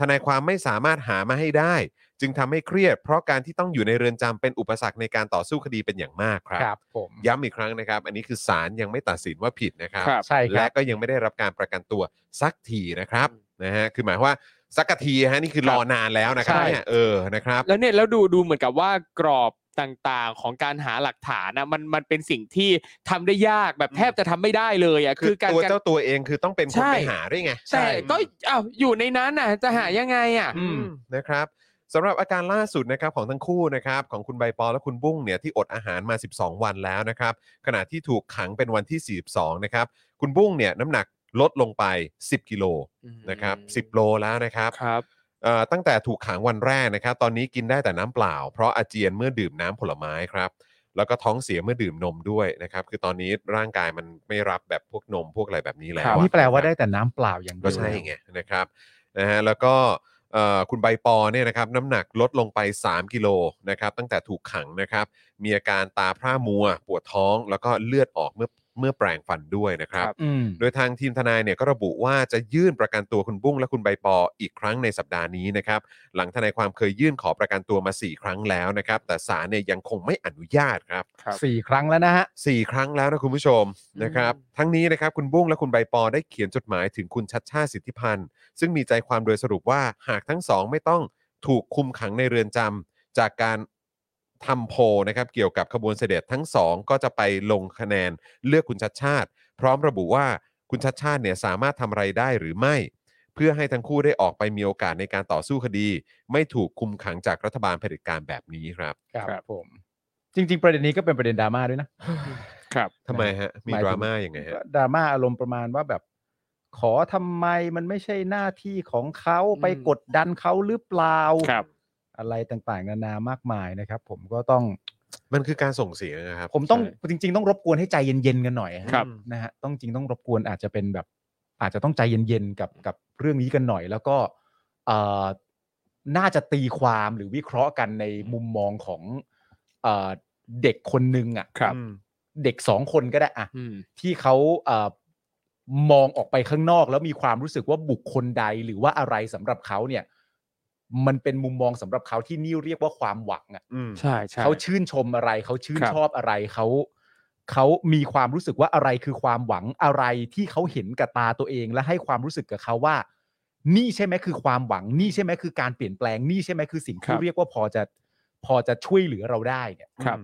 Speaker 2: ทนายความไม่สามารถหามาให้ได้ จึงทำให้เครียด เพราะการที่ต้องอยู่ในเรือนจำเป็นอุปสรรคในการต่อสู้คดีเป็นอย่างมากครับ
Speaker 3: ครับผม
Speaker 2: ย้ำอีกครั้งนะครับ อันนี้คือศาลยังไม่ตัดสินว่าผิดนะครับ
Speaker 4: ครับ
Speaker 3: ใช่ค
Speaker 2: และ
Speaker 3: รับ
Speaker 2: ก็ยังไม่ได้รับการประกันตัวสักทีนะครับนะฮะคือหมายความว่าสักกะทีฮะนี่คือรอนานแล้วนะครับ
Speaker 3: ใช่
Speaker 2: เนี่ยเออนะครับ
Speaker 4: แล้วเนี่ยแล้วดูดูเหมือนกับว่ากรอบต่างๆ ของการหาหลักฐานนะมันมันเป็นสิ่งที่ทำได้ยากแบบแทบจะทำไม่ได้เลยอ่ะ
Speaker 2: คือ
Speaker 4: การ
Speaker 2: ตัว
Speaker 4: การ
Speaker 2: เจ้าตัวเองคือต้องเป็นคน
Speaker 4: ใช่
Speaker 2: ไปหาด้วยไง
Speaker 4: แต่ก็อ้าวอยู่ในนั้นน่ะ จะหายังไงอ่ะ
Speaker 2: อืมนะครับสำหรับอาการล่าสุดนะครับของทั้งคู่นะครับของคุณใบปอและคุณบุ้งเนี่ยที่อดอาหารมา 12 วันแล้วนะครับ ขณะที่ถูกขังเป็นวันที่ 42 นะครับ คุณบุ้งเนี่ยน้ำหนักลดลงไป 10 กิโลนะครับ 10 โลแล้วนะครับ
Speaker 4: ครับ
Speaker 2: เอ่อตั้งแต่ถูกขังวันแรกนะครับ ตอนนี้กินได้แต่น้ำเปล่า เพราะอาเจียนเมื่อดื่มน้ำผลไม้ครับ แล้วก็ท้องเสียเมื่อดื่มนมด้วยนะครับ คือตอนนี้ร่างกายมันไม่รับแบบพวกนมพวกอะไรแบบนี้แล้วอะ
Speaker 3: นี่แปลว่าได้แต่น้ำเปล่าอย่างเดี
Speaker 2: ก็
Speaker 3: ว
Speaker 2: ใช่ไงนะครับนะฮะแล้วก็เอ่อคุณใบปอเนี่ยนะครับน้ำหนักลดลงไป 3 กิโลนะครับตั้งแต่ถูกขังนะครับ มีอาการตาพร่ามัว ปวดท้องแล้วก็เลือดออกเมื่อเมื่อแปลงฟันด้วยนะครับ
Speaker 4: ครับ
Speaker 3: อืม
Speaker 2: โดยทางทีมทนายเนี่ยก็ระบุว่าจะยื่นประกันตัวคุณบุ้งและคุณใบปออีกครั้งในสัปดาห์นี้นะครับ หลังทนายความเคยยื่นขอประกันตัวมา 4 ครั้งแล้วนะครับ แต่ศาลเนี่ยยังคงไม่อนุญาตครับ
Speaker 4: ครับ
Speaker 3: สี่ครั้งแล้วนะฮะ
Speaker 2: สี่ครั้งแล้วนะคุณผู้ชม
Speaker 4: อืม
Speaker 2: นะครับ ทั้งนี้นะครับคุณบุ้งและคุณใบปอได้เขียนจดหมายถึงคุณชัดชาติสิทธิพันธ์ ซึ่งมีใจความโดยสรุปว่าหากทั้งสองไม่ต้องถูกคุมขังในเรือนจำจากการทำโพลนะครับ เกี่ยวกับขบวนเสด็จทั้งสองก็จะไปลงคะแนนเลือกคุณชัดชาติ พร้อมระบุว่าคุณชัดชาติเนี่ยสามารถทำอะไรได้หรือไม่ เพื่อให้ทั้งคู่ได้ออกไปมีโอกาสในการต่อสู้คดี ไม่ถูกคุมขังจากรัฐบาลเผด็จการแบบนี้ครับ
Speaker 3: ครับผม จริง ๆ ประเด็นนี้ก็เป็นประเด็นดราม่าด้วยนะ
Speaker 4: ครับ
Speaker 2: ทำไมฮะมี
Speaker 3: ห
Speaker 2: ด
Speaker 3: ยถึ
Speaker 2: ราม่ายังไงฮะ
Speaker 3: ดราม่าอารมณ์ประมาณว่าแบบ ขอทำไมมันไม่ใช่หน้าที่ของเขา
Speaker 4: อืม
Speaker 3: ไปกดดันเขาหรือเปล่า
Speaker 4: ครับ
Speaker 3: อะไรต่างๆ นานามากมายนะครับ ผมก็ต้อง
Speaker 2: มันคือการส่งเสียงนะครับ
Speaker 3: ผมต้องจริง ๆ ต้องรบกวนให้ใจเย็นๆกันหน่อยฮะ
Speaker 4: ครับ
Speaker 3: นะฮะต้องจริงต้องรบกวนอาจจะเป็นแบบ อาจจะต้องใจเย็นๆกับกับเรื่องนี้กันหน่อย แล้วก็เอ่อน่าจะตีความหรือวิเคราะห์กันในมุมมองของเอ่อเด็กคนหนึ่งอ่ะ
Speaker 4: ครับ
Speaker 3: เด็กสองคนก็ได้อ่ะ
Speaker 4: อืม
Speaker 3: ที่เขาเออมองออกไปข้างนอก แล้วมีความรู้สึกว่าบุคคลใดหรือว่าอะไรสำหรับเขาเนี่ย มันเป็นมุมมองสำหรับเขาที่นี่เรียกว่าความหวังอะ
Speaker 2: อืม
Speaker 4: ใช่ใช่
Speaker 3: เขาชื่นชมอะไร เขาชื่น
Speaker 4: ครับ
Speaker 3: ชอบอะไรเขาเขามีความรู้สึกว่าอะไรคือความหวังอะไรที่เขาเห็นกับตาตัวเอง และให้ความรู้สึกกับเขาว่า นี่ใช่ไหมคือความหวัง นี่ใช่ไหมคือการเปลี่ยนแปลงนี่ใช่ไหมคือสิ่งที่เรียกว่าพอจะพอจะช่วยเหลือเราได้เนี่ย
Speaker 4: ครับ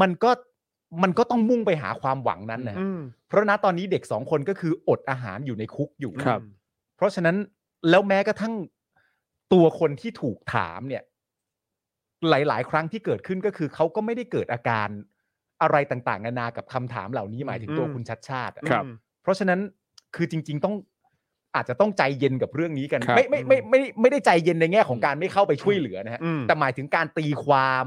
Speaker 3: มันก็มันก็ต้องมุ่งไปหาความหวังนั้นนะฮะ เพราะณตอนนี้เด็กสองคนก็คืออดอาหารอยู่ในคุกอยู่
Speaker 4: ครับ
Speaker 3: เพราะฉะนั้นแล้วแม้กระทั่งตัวคนที่ถูกถามเนี่ย หลาย ๆ ครั้งที่เกิดขึ้นก็คือเขาก็ไม่ได้เกิดอาการอะไรต่างๆนานากับคำถามเหล่านี้หมายถึงตัว
Speaker 2: อืม
Speaker 3: คุณชัดชาติอะ
Speaker 4: ครับ
Speaker 3: เพราะฉะนั้นคือจริง ๆ ต้องอาจจะต้องใจเย็นกับเรื่องนี้กัน
Speaker 4: ครับ
Speaker 3: ไม่ไม่ไม่ไม่ไม่ได้ใจเย็นในแง่ของการไม่เข้าไปช่วยเหลือนะฮะ
Speaker 2: อืม
Speaker 3: แต่หมายถึงการตีความ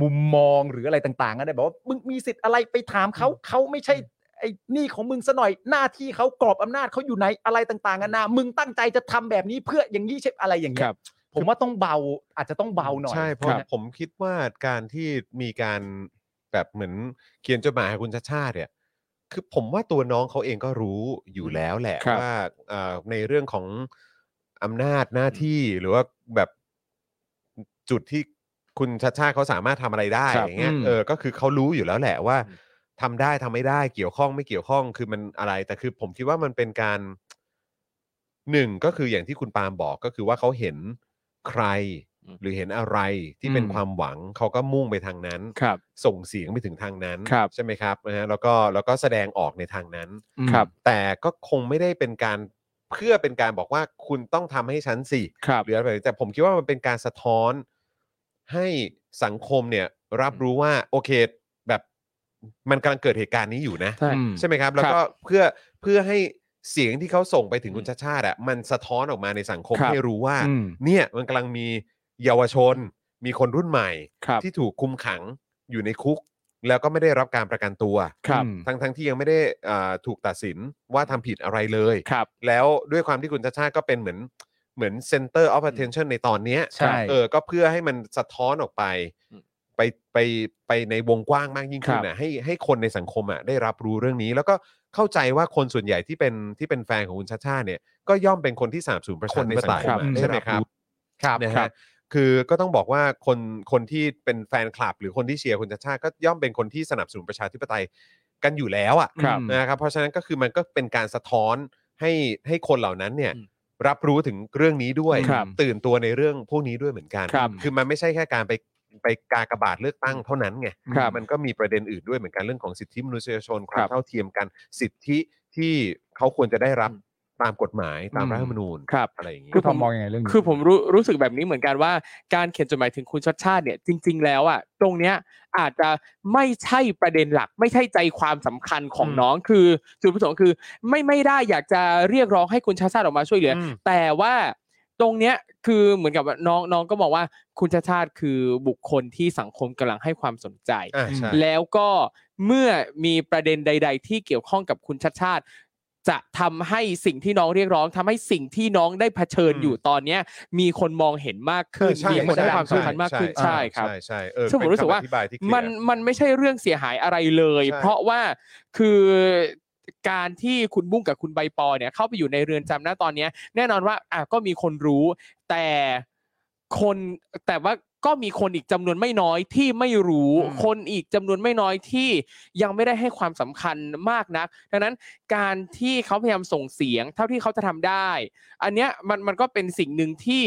Speaker 3: มุมมองหรืออะไรต่างๆก็ได้แบบว่ามึงมีสิทธิ์อะไรไปถามเขาเขาไม่ใช่ไอ้นี่ของมึงซะหน่อยหน้าที่เขากรอบอำนาจเขาอยู่ไหนอะไรต่างๆกันานามึงตั้งใจจะทำแบบนี้เพื่ออย่างนี้ใช่อะไรอย่างเงี้
Speaker 4: ค
Speaker 3: ย
Speaker 4: รับ
Speaker 3: ผมว่าต้องเบาอาจจะต้องเบาหน่อย
Speaker 2: ใช่เพราะ
Speaker 3: ครับ
Speaker 2: ผมคิดว่าการที่มีการแบบเหมือนเขียนจดหมายให้คุณชาติชาติเนี่ย คือผมว่าตัวน้องเขาเองก็รู้อยู่แล้วแหละ
Speaker 4: ครับ
Speaker 2: ว่าเอ่อในเรื่องของอำนาจหน้าที่หรือว่าแบบจุดที่คุณชาติชาติเขาสามารถทำอะไรได้
Speaker 4: ครับ
Speaker 2: อย่างเงี้ย
Speaker 3: อืม
Speaker 2: เออก็คือเขารู้อยู่แล้วแหละว่าทำได้ทำไม่ได้เกี่ยวข้องไม่เกี่ยวข้องคือมันอะไร แต่คือผมคิดว่ามันเป็นการหนึ่งก็คืออย่างที่คุณปาล์มบอกก็คือว่าเขาเห็นใคร หรือเห็นอะไรที่เป็น
Speaker 3: อืม
Speaker 2: ความหวังเขาก็มุ่งไปทางนั้น
Speaker 4: ครับ
Speaker 2: ส่งเสียงไปถึงทางนั้น
Speaker 4: ครับ
Speaker 2: ใช่ไหมครับนะฮะแล้วก็แล้วก็แสดงออกในทางนั้น
Speaker 4: ครับ
Speaker 2: แต่ก็คงไม่ได้เป็นการเพื่อเป็นการบอกว่าคุณต้องทำให้ฉันสิ
Speaker 4: ครับ
Speaker 2: หรืออะไรแบบนี้แต่ผมคิดว่ามันเป็นการสะท้อนให้สังคมเนี่ยรับรู้ว่าโอเคแบบมันกำลังเกิดเหตุการณ์นี้อยู่นะ
Speaker 4: ใช่
Speaker 3: อืม
Speaker 2: ใช่ไหมครับ แล้วก็เพื่อเพื่อให้เสียงที่เขาส่งไปถึงคุณชาติชาติอ่ะมันสะท้อนออกมาในสังคม
Speaker 4: ครับ
Speaker 2: ให้รู้ว่า
Speaker 3: อืม
Speaker 2: เนี่ยมันกำลังมีเยาวชน มีคนรุ่นใหม่
Speaker 4: ครับ
Speaker 2: ที่ถูกคุมขังอยู่ในคุก แล้วก็ไม่ได้รับการประกันตัว
Speaker 4: ครับ
Speaker 3: อืม
Speaker 2: ทั้งทั้งที่ยังไม่ได้อ่าถูกตัดสินว่าทำผิดอะไรเลย
Speaker 4: ครับ
Speaker 2: แล้วด้วยความที่คุณชาติชาติก็เป็นเหมือนเหมือน center of attention ในตอนเนี้ย
Speaker 3: ใช่
Speaker 2: เออก็เพื่อให้มันสะท้อนออกไป
Speaker 4: อืม
Speaker 2: ไปไปไปในวงกว้างมากยิ่งขึ้น
Speaker 4: ครับ
Speaker 2: นะให้ให้คนในสังคมอ่ะได้รับรู้เรื่องนี้ แล้วก็เข้าใจว่าคนส่วนใหญ่ที่เป็นที่เป็นแฟนของคุณชาติชาติเนี่ยก็ย่อมเป็นคนที่สามสูนประชาธิปไตย
Speaker 4: คนประชาธิปไตย
Speaker 2: อ่ะใช่ไหมครับ
Speaker 3: ครับ
Speaker 2: นะ
Speaker 4: ครั
Speaker 2: ฮะ
Speaker 4: บ
Speaker 2: คือก็ต้องบอกว่าคนคนที่เป็นแฟนคลับ หรือคนที่เชียร์คุณชาติชาติก็ย่อมเป็นคนที่สนับสนุนประชาธิปไตยกันอยู่แล้วอ่ะ
Speaker 4: ครับ
Speaker 3: อืม
Speaker 2: นะครับเพราะฉะนั้นก็คือมันก็เป็นการสะท้อนให้ให้คนเหล่านั้นเนี่ย
Speaker 4: อืม
Speaker 2: รับรู้ถึงเรื่องนี้ด้วย
Speaker 4: ครับ
Speaker 2: ตื่นตัวในเรื่องพวกนี้ด้วยเหมือนกัน
Speaker 4: ครับ
Speaker 2: อมันไม่ใช่แค่การไปไปกากบาทเลือกตั้งเท่านั้นไง
Speaker 4: ครับ
Speaker 2: มันก็มีประเด็นอื่นด้วยเหมือนกันเรื่องของสิทธิมนุษยชนควา
Speaker 4: ครั
Speaker 2: ม
Speaker 4: บ
Speaker 2: เท่าเทียมกันสิทธิที่เขาควรจะได้รับ
Speaker 4: อืม
Speaker 2: ตามกฎหมายตาม
Speaker 3: อืม
Speaker 2: รัฐธรรมนูญ
Speaker 4: ครับ
Speaker 2: อะไรอย่างนี้
Speaker 4: คือผ
Speaker 3: ทอ
Speaker 4: ม
Speaker 3: มมองยังไงเรื่องนี้
Speaker 4: คือผมรู้รู้สึกแบบนี้เหมือนกันว่าการเขียนจดหมายถึงคุณชัดชาติเนี่ยจริง ๆ แล้วอ่ะตรงเนี้ยอาจจะไม่ใช่ประเด็นหลัก ไม่ใช่ใจความสำคัญของ
Speaker 2: อืม
Speaker 4: น้องคือจุดประสงค์คือ ไม่ไม่ได้อยากจะเรียกร้องให้คุณชัดชาติออกมาช่วยเหลืออ
Speaker 2: อืม
Speaker 4: แต่ว่า ตรงเนี้ยคือเหมือนกับว่าน้องน้องก็บอกว่าคุณชาติชาติคือบุคคลที่สังคมกำลังให้ความสนใจ
Speaker 2: อ่าใช่
Speaker 4: แล้วก็เมื่อมีประเด็นใด ๆ ที่เกี่ยวข้องกับคุณชัดชาติ จะทำให้สิ่งที่น้องเรียกร้องทำให้สิ่งที่น้องได้เผชิญอยู่ตอนเนี้ยมีคนมองเห็นมากขึ้น
Speaker 2: ใช่
Speaker 4: มีคน
Speaker 2: ใช่
Speaker 4: ให้ความสำคัญมากขึ้นใช่ครับ
Speaker 2: ใช่ใช่เออ
Speaker 4: ซึ่งผมรู้สึกว่า
Speaker 2: เป็นคำอธิบายที่เคลียร์
Speaker 4: มันมันไม่ใช่เรื่องเสียหายอะไรเลย
Speaker 2: ใช่
Speaker 4: เพราะว่าคือการที่คุณบุ้งกับคุณใบปอเนี่ยเข้าไปอยู่ในเรือนจำนะตอนเนี้ยแน่นอนว่าอ่ะก็มีคนรู้ แต่คนแต่ว่าก็มีคนอีกจำนวนไม่น้อยที่ไม่รู้ คนอีกจำนวนไม่น้อยที่ยังไม่ได้ให้ความสำคัญมากนัก ดังนั้นการที่เขาพยายามส่งเสียงเท่าที่เขาจะทำได้ อันเนี้ยมันมันก็เป็นสิ่งหนึ่งที่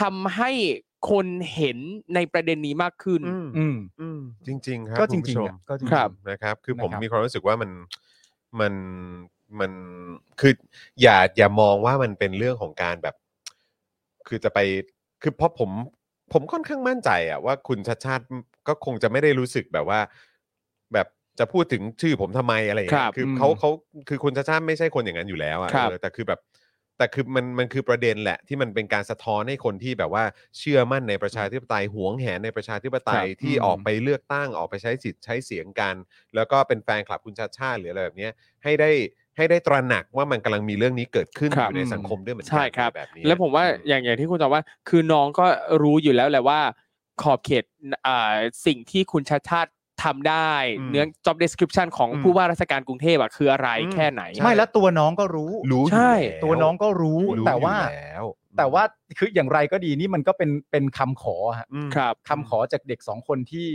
Speaker 4: ทำให้คนเห็นในประเด็นนี้มากขึ้น
Speaker 2: อืม
Speaker 3: อืม
Speaker 2: อืมจริง ๆ ครับ
Speaker 3: ก็
Speaker 2: คุ
Speaker 3: จ
Speaker 2: ณผู้
Speaker 3: ริง
Speaker 2: ชม
Speaker 3: ๆอ่ะก็จริง
Speaker 4: ค
Speaker 3: ๆ
Speaker 4: รับ
Speaker 2: นะครับ คือผม
Speaker 3: นะครับ
Speaker 2: มีความรู้สึกว่ามันมันมันคืออย่าอย่ามองว่ามันเป็นเรื่องของการแบบ คือจะไปคือเพราะผมผมค่อนข้างมั่นใจอะว่าคุณชาติชาติก็คงจะไม่ได้รู้สึกแบบว่า แบบจะพูดถึงชื่อผมทำไมอะไรอย่างเงี้
Speaker 4: ครั
Speaker 2: ย
Speaker 4: บ
Speaker 2: คือ
Speaker 3: อืม
Speaker 2: เขาเขาคือคุณชาติชาติไม่ใช่คนอย่างนั้นอยู่แล้วอะ
Speaker 4: ครับ
Speaker 2: เออแต่คือแบบ แต่คือมันมันคือประเด็นแหละ ที่มันเป็นการสะท้อนให้คนที่แบบว่าเชื่อมั่นในประชาธิปไตยหวงแหนในประชาธิปไตย
Speaker 3: ครับ
Speaker 2: ที่
Speaker 3: อืม
Speaker 2: ออกไปเลือกตั้งออกไปใช้สิทธิ์ใช้เสียงกัน แล้วก็เป็นแฟนคลับคุณชาติชาติหรืออะไรแบบเนี้ยให้ได้ให้ได้ตระหนักว่ามันกำลังมีเรื่องนี้เกิดขึ้น
Speaker 4: ค
Speaker 2: อ
Speaker 4: รับ
Speaker 2: ยู่ในสังคมด้วยเหมือนกั
Speaker 4: ใช่ครับ
Speaker 2: แบบนี้
Speaker 4: แล้วผมว่าอย่างอย่างที่คุณตอบว่า คือน้องก็รู้อยู่แล้วแหละว่า ขอบเขตอ่าสิ่งที่คุณชาติชาติทำได้ เนื้อ job description ของผู้ว่าราชการกรุงเทพอะคืออะไรแค่ไหน
Speaker 3: ไม่แล้วตัวน้องก็รู้
Speaker 2: รู้อยู่
Speaker 4: ใช่
Speaker 2: แล้ว
Speaker 3: ตัวน้องก็รู้
Speaker 2: รู้
Speaker 3: แต่ว่า
Speaker 2: อยู่ล้
Speaker 3: แต่ว่าคืออย่างไรก็ดีนี่มันก็เป็นเป็นคำขอฮะ
Speaker 2: อืม
Speaker 4: ครับ
Speaker 3: คำขอจากเด็กสองคนที่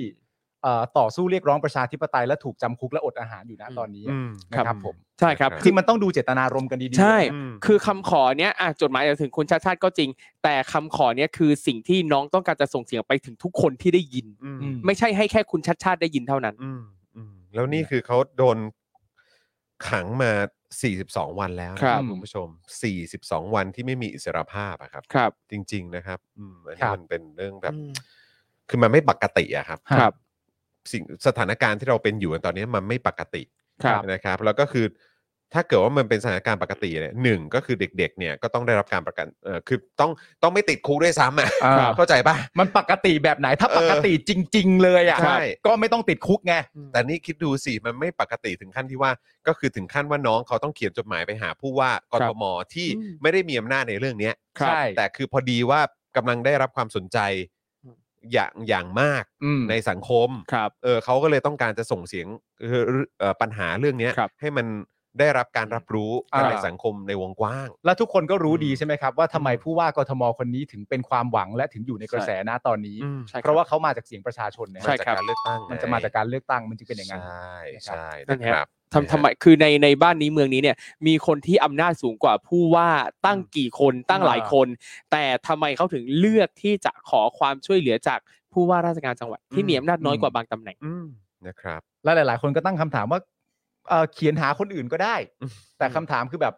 Speaker 3: เอ่อต่อสู้เรียกร้องประชาธิปไตยและถูกจำคุกและอดอาหารอยู่นะ
Speaker 4: อืม
Speaker 3: ตอนนี้
Speaker 2: อืม
Speaker 3: นะครับ
Speaker 4: ครับ
Speaker 3: ผม
Speaker 4: ใช่ครับ
Speaker 3: คือมันต้องดูเจตนารมณ์กันดีๆ
Speaker 4: ใช่
Speaker 3: นะ
Speaker 2: อืม
Speaker 4: คือคำขอเนี้ยอ่ะจดหมายอาจจะถึงคุณชาติชาติก็จริง แต่คำขอเนี้ยคือสิ่งที่น้องต้องการจะส่งเสียงไปถึงทุกคนที่ได้ยิน
Speaker 2: อืม
Speaker 3: อืม
Speaker 4: ไม่ใช่ให้แค่คุณชาติชาติได้ยินเท่านั้น
Speaker 2: อืมอืมแล้วนี่คือเขาโดนขังมา 42 วันแล้วนะครับ คุณผู้ชม 42 วันที่ไม่มีอิสรภาพอะครับ
Speaker 4: ครับ
Speaker 2: จริง ๆ นะครับอืมอัน
Speaker 3: ครั
Speaker 2: นี้
Speaker 3: บ
Speaker 2: มันเป็นเรื่องแบบ คือมันไม่ปกติอะครับ
Speaker 4: ครับ
Speaker 2: สิ่งสถานการณ์ที่เราเป็นอยู่ตอนนี้มันไม่ปกติ
Speaker 4: ครับ
Speaker 2: นะครับ แล้วก็คือถ้าเกิดว่ามันเป็นสถานการณ์ปกติเนี่ยหนึ่งก็คือเด็ก ๆ เนี่ยก็ต้องได้รับการประกันเออคือต้องต้องไม่ติดคุกด้วยซ้ำอะ
Speaker 3: อ่า
Speaker 2: เข้าใจปะ
Speaker 3: มันปกติแบบไหนถ้า
Speaker 2: เออ
Speaker 3: ปกติจริง ๆ เลยอ่ะ
Speaker 2: ใช่
Speaker 3: ก็ไม่ต้องติดคุกไง
Speaker 2: แต่นี่คิดดูสิ มันไม่ปกติถึงขั้นที่ว่า ก็คือถึงขั้นว่าน้องเขาต้องเขียนจดหมายไปหาผู้ว่ากทมที่
Speaker 4: อืม
Speaker 2: ไม่ได้มีอำนาจในเรื่องเนี้ย
Speaker 3: ครับใช่
Speaker 2: แต่คือพอดีว่ากำลังได้รับความสนใจอย่างอย่างมาก
Speaker 3: อืม
Speaker 2: ในสังคม
Speaker 4: ครับ
Speaker 2: เออเขาก็เลยต้องการจะส่งเสียงเอ่อเอ่อปัญหาเรื่องเนี้ย
Speaker 4: ครับ
Speaker 2: ให้มันได้รับการรับรู้
Speaker 3: อ่า
Speaker 2: ในสังคมในวงกว้าง
Speaker 3: แล้วทุกคนก็รู้ดี
Speaker 2: อืม
Speaker 3: ใช่ไหมครับ ว่าทำไมผู้ว่ากทมคนนี้ถึงเป็นความหวังและถึงอยู่ในกระแสนะตอนนี้
Speaker 4: ใช่คบ
Speaker 3: เพราะว่าเขามาจากเสียงประชาชนนะ
Speaker 4: ใช่
Speaker 2: มาจาก
Speaker 4: ครับ
Speaker 2: การเลือกตั้ง
Speaker 3: มันจะมาจากการเลือกตั้งมันจึงเป็นอย่างนั้น
Speaker 2: ใช่ใช่
Speaker 3: นะครับ
Speaker 4: นั่นแหละ
Speaker 2: นะครับ
Speaker 4: ทำทำไมคือในในบ้านนี้เมืองนี้เนี่ยมีคนที่อำนาจสูงกว่าผู้ว่าตั้งกี่คนตั้งหลายคน แต่ทำไมเขาถึงเลือกที่จะขอความช่วยเหลือจากผู้ว่าราชการจังหวัดที่มีอำนาจน้อยกว่าบางตำแหน่ง
Speaker 2: อืมนะครับ
Speaker 3: และหลาย ๆ คนก็ตั้งคำถามว่าเอ่อเขียนหาคนอื่นก็ได้
Speaker 2: อืม
Speaker 3: แต่คำถามคือแบบ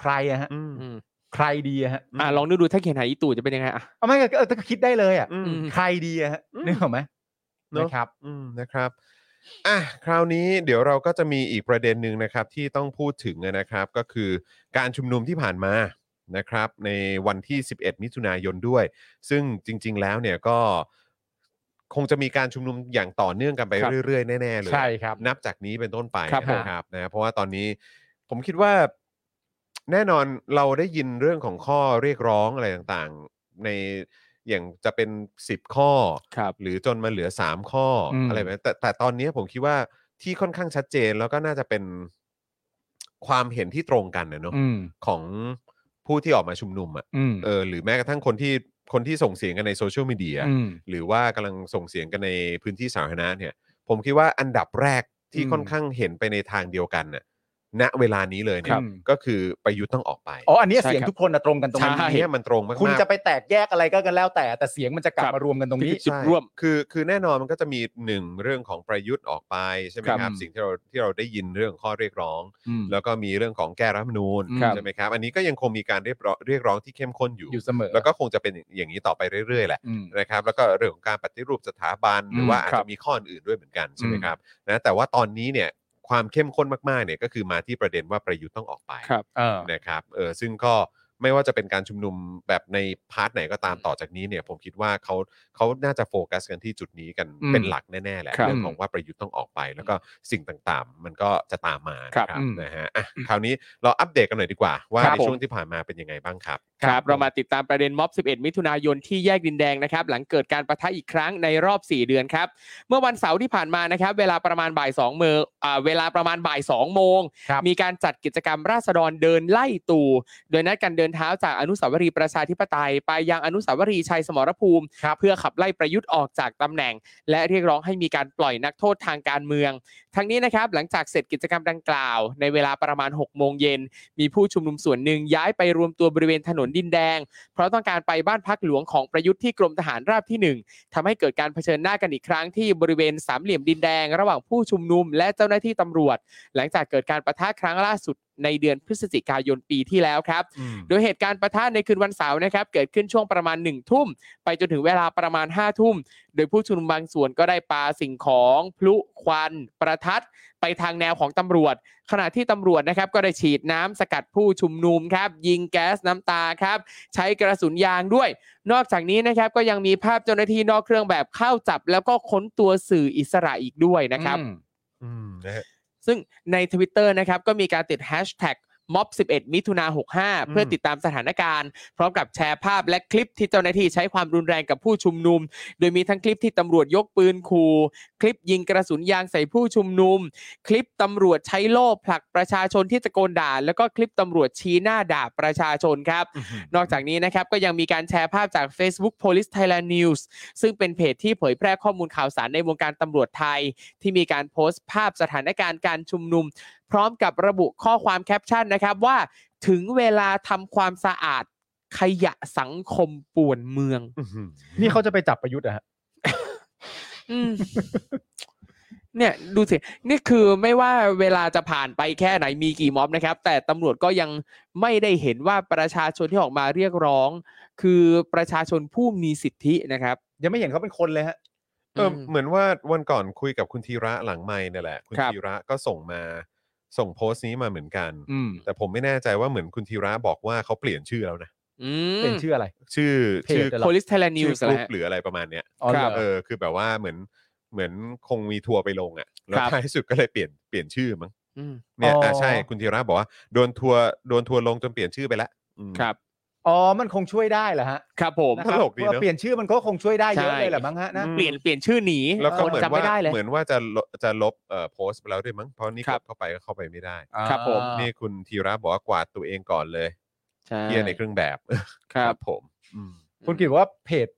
Speaker 3: ใครอะฮะ
Speaker 2: อืม
Speaker 4: อืม
Speaker 3: ใครดีอะฮะ
Speaker 4: อ่ะลองนึกดูถ้าเขียนหาอีตู่จะเป็นยังไงอ่ะ
Speaker 3: เอาไม่ก็เออก็คิดได้เลยอะ
Speaker 2: อืม
Speaker 3: ใครดีอะฮะนึกออกไหม
Speaker 2: เนอะ
Speaker 3: นะครับ
Speaker 2: อืมนะครับอ่ะคราวนี้เดี๋ยวเราก็จะมีอีกประเด็นหนึ่งนะครับที่ต้องพูดถึงนะครับ ก็คือการชุมนุมที่ผ่านมานะครับ ในวันที่ 11 มิถุนายนด้วย ซึ่งจริง ๆ แล้วเนี่ยก็คงจะมีการชุมนุมอย่างต่อเนื่องกันไป
Speaker 4: ครับ
Speaker 2: เรื่อย ๆ แน่ ๆ เลย
Speaker 3: ใช่ครับ
Speaker 2: นับจากนี้เป็นต้นไป
Speaker 3: ครับผม
Speaker 2: นะครับนะเพราะว่าตอนนี้ผมคิดว่าแน่นอนเราได้ยินเรื่องของข้อเรียกร้องอะไรต่างๆ ในอย่างจะเป็น 10 ข้อ
Speaker 4: ครับ
Speaker 2: หรือจนมาเหลือ 3 ข้ออ
Speaker 3: ม
Speaker 2: อะไรแบบนี้แต่แต่ตอนนี้ผมคิดว่าที่ค่อนข้างชัดเจนแล้วก็น่าจะเป็นความเห็นที่ตรงกันนะเนาะ
Speaker 3: อืม
Speaker 2: ของผู้ที่ออกมาชุมนุมอะ
Speaker 3: อืม
Speaker 2: เออหรือแม้กระทั่งคนที่คนที่ส่งเสียงกันในโซเชียลมีเดีย
Speaker 3: อืม
Speaker 2: หรือว่ากำลังส่งเสียงกันในพื้นที่สาธารณะเนี่ย ผมคิดว่าอันดับแรกที่
Speaker 3: อืม
Speaker 2: ค่อนข้างเห็นไปในทางเดียวกันน่ะณเวลานี้เลยเนี่
Speaker 3: ครั
Speaker 2: ย
Speaker 3: บ
Speaker 2: ก็คือประยุทธ์ต้องออกไป
Speaker 3: อ๋ออันเนี้ย
Speaker 4: ใช่
Speaker 3: เสียง
Speaker 4: ครับ
Speaker 3: ทุกคนน่ะตรงกันตรง
Speaker 4: ใช่
Speaker 3: นี้
Speaker 2: อันเนี่ยมันตรงมากๆ
Speaker 3: คุณจะไปแตกแยกอะไรก็กันแล้วแต่ แต่เสียงมันจะกลับ
Speaker 4: ครับ
Speaker 3: มารวมกันตรงนี้
Speaker 4: จุด
Speaker 2: ใช่
Speaker 4: ร่วม
Speaker 2: คือคือแน่นอนมันก็จะมีหนึ่งเรื่องของประยุทธ์ออกไปใช่ไหม
Speaker 3: ครับ
Speaker 2: ครับ
Speaker 3: อืม
Speaker 2: สิ่งที่เราที่เราได้ยินเรื่องข้อเรียกร้อง
Speaker 3: อืม
Speaker 2: แล้วก็มีเรื่องของแก้รัฐธรรมนูญ
Speaker 3: ครับ
Speaker 2: ใช่ไหมครับ อันนี้ก็ยังคงมีการเรียกร้องเรียกร้องที่เข้มข้นอยู่
Speaker 3: อยู่เสมอ
Speaker 2: แล้วก็คงจะเป็นอย่างนี้ต่อไปเรื่อยๆแหละ
Speaker 3: อืม
Speaker 2: นะครับ แล้วก็เรื่องของการปฏิรูปสถาบันหรือว่าอาจ
Speaker 3: ครับ
Speaker 2: จะมีข้ออื่นๆด้วยเหมือนกันใช่ไหม
Speaker 3: อืม
Speaker 2: ครับนะแต่ว่าตอนนี้เนี่ยความเข้มข้นมากๆเนี่ยก็คือมาที่ประเด็นว่าประยุทธ์ต้องออกไป
Speaker 4: ครับ
Speaker 3: เออ
Speaker 2: นะครับ เออซึ่งก็ ไม่ว่าจะเป็นการชุมนุมแบบในพาร์ทไหนก็ตามต่อจากนี้เนี่ย ผมคิดว่าเขาเขาน่าจะโฟกัสกันที่จุดนี้กัน
Speaker 4: อืม
Speaker 2: เป็นหลักแน่ๆแหละ
Speaker 4: ครับ
Speaker 2: เรื่องของว่าประยุทธ์ต้องออกไป แล้วก็สิ่งต่างๆ มันก็จะตามมา
Speaker 4: ครับ
Speaker 2: นะครับ
Speaker 4: อืม
Speaker 2: นะฮะอ่ะคราวนี้เราอัปเดตกันหน่อยดีกว่า ว่า
Speaker 4: ครับ
Speaker 2: ในช่ว
Speaker 4: ผ
Speaker 2: ง
Speaker 4: ม
Speaker 2: ที่ผ่านมาเป็นยังไงบ้างครับ
Speaker 4: ครับเรามาติดตามประเด็นม็อบ 11 มิถุนายนที่แยกดินแดงนะครับ หลังเกิดการประทะอีกครั้งในรอบ 4 เดือนครับ เมื่อวันเสาร์ที่ผ่านมานะครับ เวลาประมาณบ่าย2เมออ่าเวลาประมาณบ่าย2โมง
Speaker 3: ครับ
Speaker 4: มีการจัดกิจกรรมราษฎรเดินไล่ตู่ โดยนัดกันเดินเท้าจากอนุสาวรีย์ประชาธิปไตย ไปยังอนุสาวรีย์ชัยสมรภูมิ เพื่อขับไล่ประยุทธ์ออกจากตำแหน่ง และเรียกร้องให้มีการปล่อยนักโทษทางการเมือง ทั้งนี้นะครับหลังจากเสร็จกิจกรรมดังกล่าว ในเวลาประมาณ6โมงเย็น มีผู้ชุมนุมส่วนหนึ่งย้ายไปรวมตัวบริเวณถนนดินแดง เพราะต้องการไปบ้านพักหลวงของประยุทธ์ที่กรมทหารราบที่หนึ่งทำให้เกิดการเผชิญหน้ากันอีกครั้งที่บริเวณสามเหลี่ยมดินแดง ระหว่างผู้ชุมนุมและเจ้าหน้าที่ตำรวจ หลังจากเกิดการประทะครั้งล่าสุดในเดือนพฤศจิกายนปีที่แล้วครับ โดยเหตุการณ์ประทะในคืนวันเสาร์นะครับ เกิดขึ้นช่วงประมาณ1นึ่ทุ่ม ไปจนถึงเวลาประมาณ5้าทุ่ม โดยผู้ชุมนุมบางส่วนก็ได้ปาสิ่งของพลุควัน ประทัด ไปทางแนวของตำรวจ ขณะที่ตำรวจนะครับก็ได้ฉีดน้ำสกัดผู้ชุมนุมครับ ยิงแก๊สน้ำตาครับ ใช้กระสุนยางด้วย นอกจากนี้นะครับก็ยังมีภาพเจ้าหน้าที่นอกเครื่องแบบเข้าจับ แล้วก็ค้นตัวสื่ออิสระอีกด้วยนะครับ
Speaker 3: อืม
Speaker 2: อืมนะฮะ
Speaker 4: ซึ่งใน Twitter นะครับก็มีการติด hashtag ม็อบ11 มิถุนา65 เพื่อติดตามสถานการณ์ พร้อมกับแชร์ภาพและคลิปที่เจ้าหน้าที่ใช้ความรุนแรงกับผู้ชุมนุม โดยมีทั้งคลิปที่ตำรวจยกปืนขู่คลิปยิงกระสุนยางใส่ผู้ชุมนุม คลิปตำรวจใช้โล่ผลักประชาชนที่ตะโกนด่า แล้วก็คลิปตำรวจชี้หน้าด่าประชาชนครับ นอกจากนี้นะครับก็ยังมีการแชร์ภาพจาก Facebook Police Thailand News ซึ่งเป็นเพจที่เผยแพร่ข้อมูลข่าวสารในวงการตำรวจไทย ที่มีการโพสต์ภาพสถานการณ์การชุมนุม พร้อมกับระบุข้อความแคปชั่นนะครับว่าถึงเวลาทำความสะอาดขยะสังคมป่วนเมือง
Speaker 3: นี่เขาจะไปจับประยุทธ์อะฮะ
Speaker 4: อืมเนี่ยดูสิ นี่คือไม่ว่าเวลาจะผ่านไปแค่ไหนมีกี่ม็อบนะครับ แต่ตำรวจก็ยังไม่ได้เห็นว่าประชาชนที่ออกมาเรียกร้อง คือประชาชนผู้มีสิทธินะครับ
Speaker 3: ยังไม่เห็นเขาเป็นคนเลยฮะ
Speaker 2: เอออเหมือนว่าวันก่อนคุยกับคุณธีระหลังไม่เนี่ยแหละ คุณ
Speaker 4: ครับ
Speaker 2: ธีระก็ส่งมาส่งโพสต์นี้มาเหมือนกัน
Speaker 3: อืม
Speaker 2: แต่ผมไม่แน่ใจว่าเหมือนคุณธีระบอกว่าเขาเปลี่ยนชื่อแล้วนะ
Speaker 4: อืม
Speaker 3: เป็นชื่ออะไร
Speaker 2: ชื่อ
Speaker 3: เพจ
Speaker 2: ชื่อ
Speaker 3: เหร
Speaker 4: p o l i c e Thailand
Speaker 2: ชื่อ
Speaker 4: News
Speaker 2: ก
Speaker 4: อะไร
Speaker 2: รุ๊ป
Speaker 4: ฮะ
Speaker 2: หรืออะไรประมาณเนี้ย
Speaker 3: อ๋อเหรอ
Speaker 2: เออคือแบบว่าเหมือนเหมือนคงมีทัวร์ไปลงอ่ะแล้ว
Speaker 4: ครับ
Speaker 2: ท้ายสุดก็เลยเปลี่ยนเปลี่ยนชื่อมั้ง
Speaker 4: อืม
Speaker 2: เนี่ย
Speaker 3: อ๋ออ่
Speaker 2: อ่าใช่คุณธีระบอกว่าโดนทัวร์โดนทัวร์ลงจนเปลี่ยนชื่อไปแล้วอืม
Speaker 4: ครับ
Speaker 3: อ๋อ มันคงช่วยได้เหรอฮะ
Speaker 4: ครับผม
Speaker 3: นะครับ
Speaker 2: ตลกดีเนอะ
Speaker 3: พอเปลี่ยนชื่อมันก็คงช่วยได้เยอะเลยแหละมั้งฮะนะ
Speaker 4: เปลี่ยนเปลี่ยนชื่อหนี
Speaker 2: แล้วก็
Speaker 4: คน
Speaker 2: เหมือน
Speaker 4: จำ
Speaker 2: ว่า
Speaker 4: ไม่ได้เลย
Speaker 2: เหมือนว่าจะลบจะลบเอ่อโพสต์ไปแล้วด้วยมั้งเพราะนี่
Speaker 4: ค
Speaker 2: ก
Speaker 4: รับ
Speaker 2: ดเข้าไปก็เข้าไปไม่ได้
Speaker 4: ครับผม อ่า
Speaker 2: นี่คุณธีระบอกว่ากวาดตัวเองก่อนเลย
Speaker 4: ใช่
Speaker 2: เฮียในเครื่องแบบ
Speaker 4: ครับ
Speaker 2: ผมอืม
Speaker 3: คุณกิตบอกว่าเพจ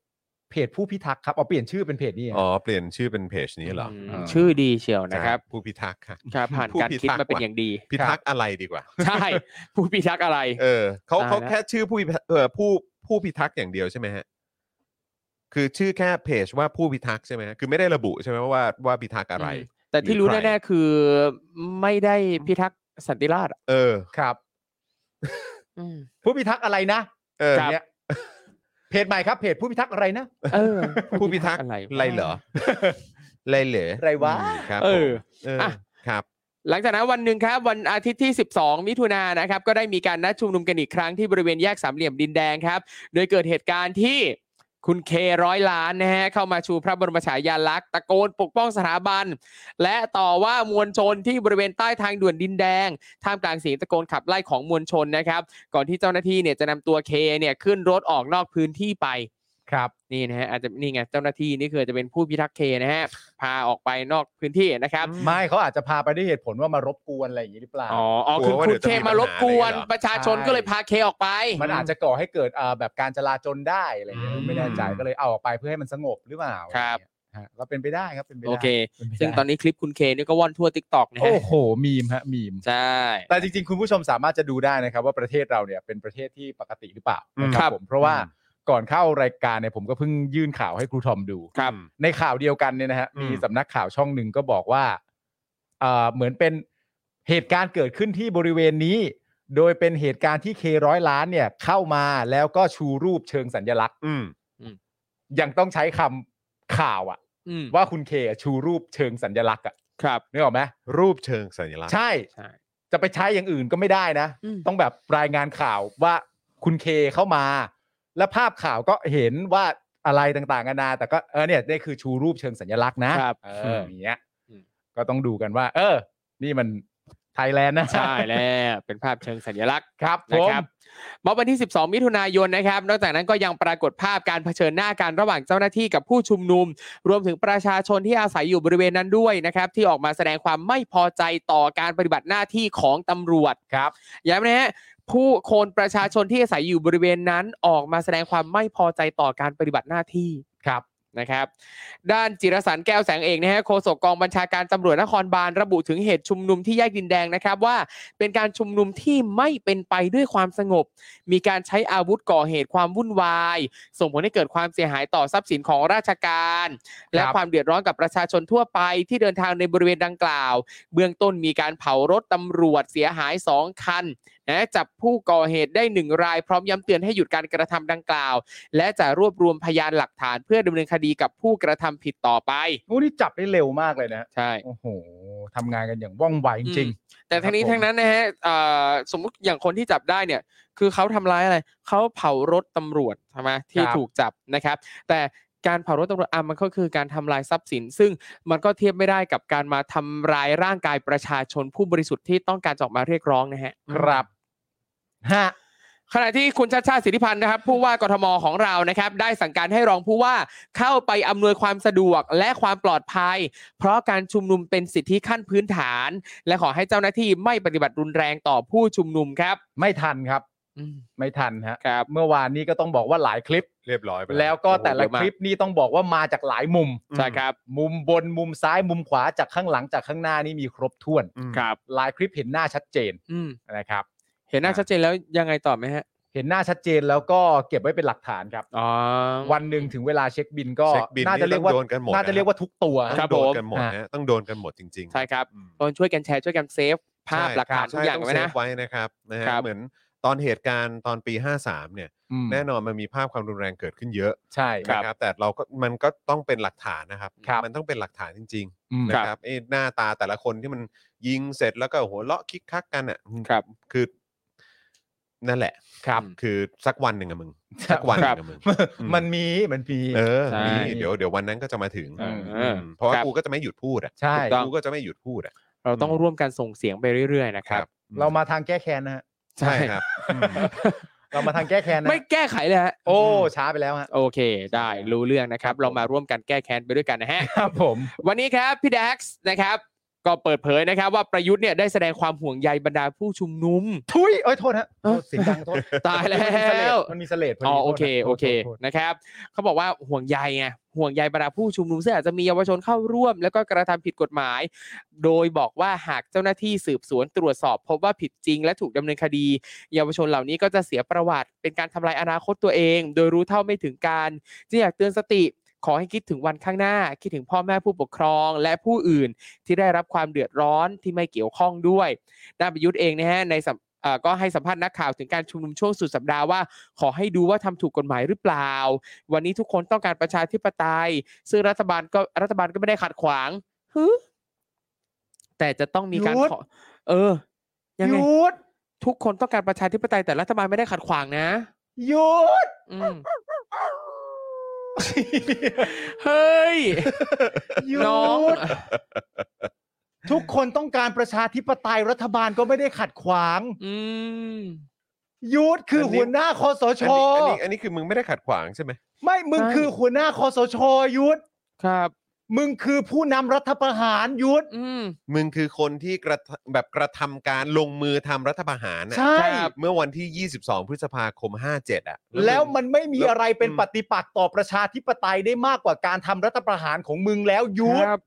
Speaker 3: เพจผู้พิทักษ์ครับเอาเปลี่ยนชื่อเป็นเพจนี้เหรอ
Speaker 2: อ๋อเปลี่ยนชื่อเป็นเพจนี้เหรอ
Speaker 4: มชื่อดีเชียวนะครับ
Speaker 2: ผู้พิทักษ์ค่ะ
Speaker 4: ครับผ่านการคิดมาเป็นอย่างดี
Speaker 2: พิทักษ์อะไรดีกว่า
Speaker 4: ใช่ ผู้พิทักษ์อะไร
Speaker 2: เออเขา
Speaker 4: ตายแล้ว
Speaker 2: เขาแค่ชื่อผู้พิทักษ์เออผู้ผู้พิทักษ์อย่างเดียวใช่ไหมฮะคือชื่อแค่เพจว่าผู้พิทักษ์ใช่ไหมฮะคือไม่ได้ระบุใช่ไหมว่าว่าพิทักษ์อะไร
Speaker 4: มแต่ที่รู้แน่ๆคือไม่ได้พิทักษ์สันติราษฎร์อะ
Speaker 2: เออ
Speaker 3: ครับ ผู้พิทักษ์อะไรนะ
Speaker 2: เออ
Speaker 3: เนี่ย เพจใหม่ครับเพจผู้พิทักษ์อะไรนะ
Speaker 4: เออ
Speaker 2: ผู้พิทักษ์
Speaker 4: อะไร
Speaker 2: ไร เหรอไรเหรอ
Speaker 3: ไรวะ
Speaker 2: อืมครับ
Speaker 4: เออ
Speaker 2: ผมเอออะ ครับ
Speaker 4: หลังจากนั้นวันหนึ่งครับวันอาทิตย์ที่ 12 มิถุนายนนะครับ ก็ได้มีการนัดชุมนุมกันอีกครั้งที่บริเวณแยกสามเหลี่ยมดินแดงครับ โดยเกิดเหตุการณ์ที่คุณเคร้อยล้านนะฮะเข้ามาชูพระบรมฉายาลักษณ์ตะโกนปกป้องสถาบัน และต่อว่ามวลชนที่บริเวณใต้ทางด่วนดินแดง ท่ามกลางเสียงตะโกนขับไล่ของมวลชนนะครับ ก่อนที่เจ้าหน้าที่เนี่ยจะนำตัวเคเนี่ยขึ้นรถออกนอกพื้นที่ไป
Speaker 3: ครับ
Speaker 4: นี่นะฮะอาจจะนี่ไงเจ้าหน้าที่นี่คืออาจจะเป็นผู้พิทักษ์เคนะฮะพาออกไปนอกพื้นที่นะครับ
Speaker 3: ไม่เขาอาจจะพาไปด้วยเหตุผลว่ามารบกวนอะไรอย่างนี้หรือเปล่า
Speaker 4: อ๋ออ๋อก
Speaker 2: ลั
Speaker 4: คือ
Speaker 2: วว่า
Speaker 4: คุ
Speaker 2: เดี๋
Speaker 4: ณ
Speaker 2: ยว
Speaker 4: เค
Speaker 2: จะมีปัญหา
Speaker 4: มาลบกวน
Speaker 2: อะไรอย่างเงี้ยเหรอ
Speaker 4: ประชาชน
Speaker 3: ใช่
Speaker 4: ก็เลยพาเคออกไป
Speaker 3: มันอาจจะก่อให้เกิดอ่าแบบการจราจรได้อะไรอย่างเงี้ย
Speaker 2: อืม
Speaker 3: ไม่แน่ใจก็เลยเอาออกไปเพื่อให้มันสงบหรือเปล่า
Speaker 4: ครับ
Speaker 3: อะไรอย่างเงี้ยฮะก็เป็นไปได้ครับเป็นไปได้
Speaker 4: โอเค
Speaker 3: เป็นไปได้
Speaker 4: ซึ่งตอนนี้คลิปคุณเคนี่ก็ว่อนทั่วติกตอกนะฮะ
Speaker 3: โอ้โหมีมฮะมีม
Speaker 4: ใช่
Speaker 3: แต่จริงๆ คุณผู้ชมสามารถจะดูได้นะครับว่าประเทศเราเนี่ยเป็นประเทศที่ปกติหรือเปล่า
Speaker 2: อืม
Speaker 3: นะค
Speaker 4: ครั
Speaker 3: รับบ ผมเพราะว่าก่อนเข้ารายการเนี่ยผมก็เพิ่งยื่นข่าวให้ครูทอมดู
Speaker 4: ครับ
Speaker 3: ในข่าวเดียวกันเนี่ยนะฮะ
Speaker 2: อืม
Speaker 3: มีสำนักข่าวช่องหนึ่งก็บอกว่าเอ่อเหมือนเป็นเหตุการณ์เกิดขึ้นที่บริเวณนี้ โดยเป็นเหตุการณ์ที่เคร้อยล้านเนี่ยเข้ามาแล้วก็ชูรูปเชิงสัญลักษณ์
Speaker 2: อืม
Speaker 3: ยังต้องใช้คำข่าวอะ
Speaker 4: อืม
Speaker 3: ว่าคุณเคอะชูรูปเชิงสัญลักษณ์อะ
Speaker 4: ครับ
Speaker 3: นึกออกไหม
Speaker 2: รูปเชิงสัญลักษณ์
Speaker 3: ใช่
Speaker 4: ใช่
Speaker 3: จะไปใช้อย่างอื่นก็ไม่ได้นะ
Speaker 4: อืม
Speaker 3: ต้องแบบรายงานข่าวว่า คุณเคเข้ามา และภาพข่าวก็เห็นว่าอะไรต่างๆกันานาแต่ก็เออเนี่ยนี่คือชูรูปเชิงสัญลักษณ์นะครับ เออ อย่างเงี้ย
Speaker 4: อืม
Speaker 3: ก็ต้องดูกันว่า เออ นี่มันไทยแลนด์นะ
Speaker 4: ใช่แล้วเป็นภาพเชิงสัญลักษณ์
Speaker 3: ครับผ
Speaker 4: นะ
Speaker 3: ม
Speaker 4: ครับม็อบวันที่ 12 มิถุนายนนะครับ นอกจากนั้นก็ยังปรากฏภาพการเผชิญหน้ากันระหว่างเจ้าหน้าที่กับผู้ชุมนุม รวมถึงประชาชนที่อาศัยอยู่บริเวณนั้นด้วยนะครับ ที่ออกมาแสดงความไม่พอใจต่อการปฏิบัติหน้าที่ของตำรวจครับย้ำนะฮะผู้คนประชาชนที่อาศัยอยู่บริเวณนั้นออกมาแสดงความไม่พอใจต่อการปฏิบัติหน้าที่ครับนะครับ ด้านจิรสันแก้วแสงเอกนะฮะโฆษกกองบัญชาการตำรวจนครบาลระบุถึงเหตุชุมนุมที่แยกดินแดงนะครับว่า เป็นการชุมนุมที่ไม่เป็นไปด้วยความสงบ มีการใช้อาวุธก่อเหตุความวุ่นวาย ส่งผลให้เกิดความเสียหายต่อทรัพย์สินของราชการ และความเดือดร้อนกับประชาชนทั่วไปที่เดินทางในบริเวณดังกล่าว เบื้องต้นมีการเผารถตำรวจเสียหาย 2 คันนะจับผู้ก่อเหตุได้หนึ่งรายพร้อมย้ำเตือนให้หยุดการกระทำดังกล่าว และจะรวบรวมพยานหลักฐานเพื่อดำเนินคดีกับผู้กระทำผิดต่อไป
Speaker 3: โอ้นี่จับได้เร็วมากเลยนะ
Speaker 4: ใช่
Speaker 3: โอ้โหทำงานกันอย่างว่องไวจริง
Speaker 4: แต่ทั้งนี้
Speaker 3: ครับผม
Speaker 4: ทั้งนั้นนะฮะเอ่อสมมุติอย่างคนที่จับได้เนี่ย คือเขาทำร้ายอะไรเขาเผารถตำรวจใช่ไหมที่ถูกจับนะครับ แต่การเผารถตำรวจอ่ะมันก็คือการทำลายทรัพย์สิน ซึ่งมันก็เทียบไม่ได้กับการมาทำร้ายร่างกายประชาชนผู้บริสุทธิ์ที่ต้องการจะออกมาเรียกร้องนะฮะ
Speaker 3: ๆ ครับฮะ
Speaker 4: ขณะที่คุณชาติชาติสิทธิพันธ์นะครับผู้ว่ากทมของเรานะครับ ได้สั่งการให้รองผู้ว่าเข้าไปอำนวยความสะดวกและความปลอดภัย เพราะการชุมนุมเป็นสิทธิขั้นพื้นฐาน และขอให้เจ้าหน้าที่ไม่ปฏิบัติรุนแรงต่อผู้ชุมนุมครับ
Speaker 3: ไม่ทันครับ
Speaker 4: อืม
Speaker 3: ไม่ทันฮะ
Speaker 4: ครับ
Speaker 3: เมื่อวานนี้ก็ต้องบอกว่าหลายคลิป
Speaker 2: เรียบร้อยไป
Speaker 3: แล้วก็แต่ละ
Speaker 4: เยอะมาก
Speaker 3: คลิปนี่ต้องบอกว่ามาจากหลายมุม
Speaker 4: ใช่ครับ
Speaker 3: มุมบนมุมซ้ายมุมขวาจากข้างหลังจากข้างหน้านี่มีครบถ้วน
Speaker 4: ครับ
Speaker 3: หลายคลิปเห็นหน้าชัดเจน
Speaker 4: อืม
Speaker 3: นะครับ
Speaker 4: เห็นหน้าชัดเจนแล้วยังไงต่อไหมฮะ
Speaker 3: เห็นหน้าชัดเจนแล้วก็เก็บไว้เป็นหลักฐานครับ
Speaker 4: อ๋อ
Speaker 3: วันหนึ่งถึงเวลาเช็คบินก็
Speaker 2: เช็คบิน
Speaker 3: น่าจะเรียกว่า
Speaker 2: ต้องโดนกันหมด
Speaker 3: น่าจะเรียกว่าทุกตัว
Speaker 2: นะ
Speaker 4: ค
Speaker 2: ค
Speaker 4: รั
Speaker 2: รั
Speaker 4: บบ
Speaker 2: ต้องโดน
Speaker 4: ผม
Speaker 2: กันหมดนะต้องโดนกันหมดจริงๆ
Speaker 4: ใช่ครับ
Speaker 2: อืม
Speaker 4: ตอนช่วยกันแชร์ช่วยกันเซฟภาพ
Speaker 2: ใช่
Speaker 4: หลักฐาน
Speaker 2: คบ
Speaker 4: ทุกอย่าง
Speaker 2: ใช่
Speaker 4: ไว้
Speaker 2: ต้
Speaker 4: นะ
Speaker 2: เซฟไว้นะครับนะฮะ
Speaker 4: ครับ
Speaker 2: เหมือนตอนเหตุการณ์ตอนปี 53 เนี่ย
Speaker 3: อืม
Speaker 2: แน่นอนมันมีภาพความรุนแรงเกิดขึ้นเยอะ
Speaker 3: ใช่ค
Speaker 2: นะ
Speaker 3: รับ
Speaker 2: ครับแต่เราก็มันก็ต้องเป็นหลักฐานนะครับ
Speaker 3: ครับ
Speaker 2: มันต้องเป็นหลักฐานจริง
Speaker 3: อืม
Speaker 2: ๆนะครับไอ้หน้าตาแต่ละคนที่มันยิงเสร็จแล้วก็หัวเราะคิกคักกันอ่ะ
Speaker 4: ครับ
Speaker 2: คือ นั่นแหละ
Speaker 3: ครับ
Speaker 2: คือสักวันหนึ่งอะมึง สักวันหนึ่งอะมึง อืม
Speaker 3: มันมีมันมี
Speaker 2: เออ
Speaker 4: ใช่
Speaker 2: นี่เดี๋ยวเดี๋ยววันนั้นก็จะมาถึง
Speaker 4: เออ
Speaker 2: อืมเพราะว่า
Speaker 4: ครับ
Speaker 2: กูก็จะไม่หยุดพูดอ่ะ
Speaker 3: ใช่
Speaker 2: กูก็จะไม่หยุดพูดอ่ะ
Speaker 4: เราต้องร่วมกันส่งเสียงไปเรื่อยๆนะครับ
Speaker 3: เรามาทางแก้แค้นนะฮะ
Speaker 2: ใช่ครับอืม
Speaker 3: เรามาทางแก้แค้นนะ
Speaker 4: ไม่แก้ไขเลยฮะ
Speaker 3: โอ้ช้าไปแล้วฮะ
Speaker 4: โอเค ได้รู้เรื่องนะครับ เรามาร่วมกันแก้แค้นไปด้วยกันนะฮ ะ
Speaker 3: ครับผม
Speaker 4: วันนี้ครับ พี่แด็กซ์นะครับ ก็เปิดเผยนะครับ ว่าประยุทธ์เนี่ยได้แสดงความห่วงใยบรรดาผู้ชุมนุม
Speaker 3: ทุยเอ้ยโทษฮะ
Speaker 4: เอ้า
Speaker 3: โทษเสียงดังโทษ
Speaker 4: ตายแล้
Speaker 3: มันมีเสล
Speaker 4: ว
Speaker 3: ดมันมีเสลดพอดี
Speaker 4: อ๋อโอเค
Speaker 3: ทษนะ
Speaker 4: โอเค
Speaker 3: โทษโทษ
Speaker 4: นะครับเขาบอกว่าห่วงใยไงห่วงใยบรรดาผู้ชุมนุมซึ่งอาจจะมีเยาวชนเข้าร่วม แล้วก็กระทำผิดกฎหมาย โดยบอกว่าหากเจ้าหน้าที่สืบสวนตรวจสอบ พบว่าผิดจริง และถูกดำเนินคดี เยาวชนเหล่านี้ก็จะเสียประวัติ เป็นการทำลายอนาคตตัวเอง โดยรู้เท่าไม่ถึงการจึงอยากเตือนสติขอให้คิดถึงวันข้างหน้า คิดถึงพ่อแม่ผู้ปกครอง และผู้อื่นที่ได้รับความเดือดร้อนที่ไม่เกี่ยวข้องด้วย ด้านประยุทธ์เองนะฮะในสัมเอ่อก็ให้สัมภาษณ์นักข่าวถึงการชุมนุมช่วงสุดสัปดาห์ว่า ขอให้ดูว่าทำถูกกฎหมายหรือเปล่า วันนี้ทุกคนต้องการประชาธิปไตย ซึ่งรัฐบาลก็รัฐบาลก็ไม่ได้ขัดขวางฮึแต่จะต้องมีการขอเออยัง
Speaker 3: ห
Speaker 4: ไง
Speaker 3: ยุด
Speaker 4: ทุกคนต้องการประชาธิปไตยแต่รัฐบาลไม่ได้ขัดขวางนะ
Speaker 3: หยุด
Speaker 4: อืม เฮ้ย
Speaker 3: หยุ
Speaker 4: น้อง
Speaker 3: ด ทุกคนต้องการประชาธิปไตยรัฐบาลก็ไม่ได้ขัดขวาง
Speaker 4: อืม
Speaker 3: หยุดคืออน
Speaker 2: นี้
Speaker 3: หัวหน้าคอสช
Speaker 2: อันนี้อันนี้อันนี้คือมึงไม่ได้ขัดขวางใช่ไหม
Speaker 3: ไม่มึง
Speaker 4: ใช่
Speaker 3: คือหัวหน้าคอสชหยุด
Speaker 4: ครับ
Speaker 3: มึงคือผู้นำรัฐประหารหยุด
Speaker 4: อืม
Speaker 2: มึงคือคนที่กระทะแบบกระทำการลงมือทำรัฐประหารน่ะ
Speaker 3: ใช่
Speaker 4: ครับ
Speaker 2: เมื่อวันที่ 22 พฤษภาคม 57 อ่ะ
Speaker 3: แล้ว
Speaker 2: มึง
Speaker 3: มันไม่มี
Speaker 2: แล้ว
Speaker 3: อะไรเป็น
Speaker 2: อืม
Speaker 3: ปฏิปักษ์ต่อประชาธิปไตยได้มากกว่าการทำรัฐประหารของมึงแล้วหยุด
Speaker 4: ครับ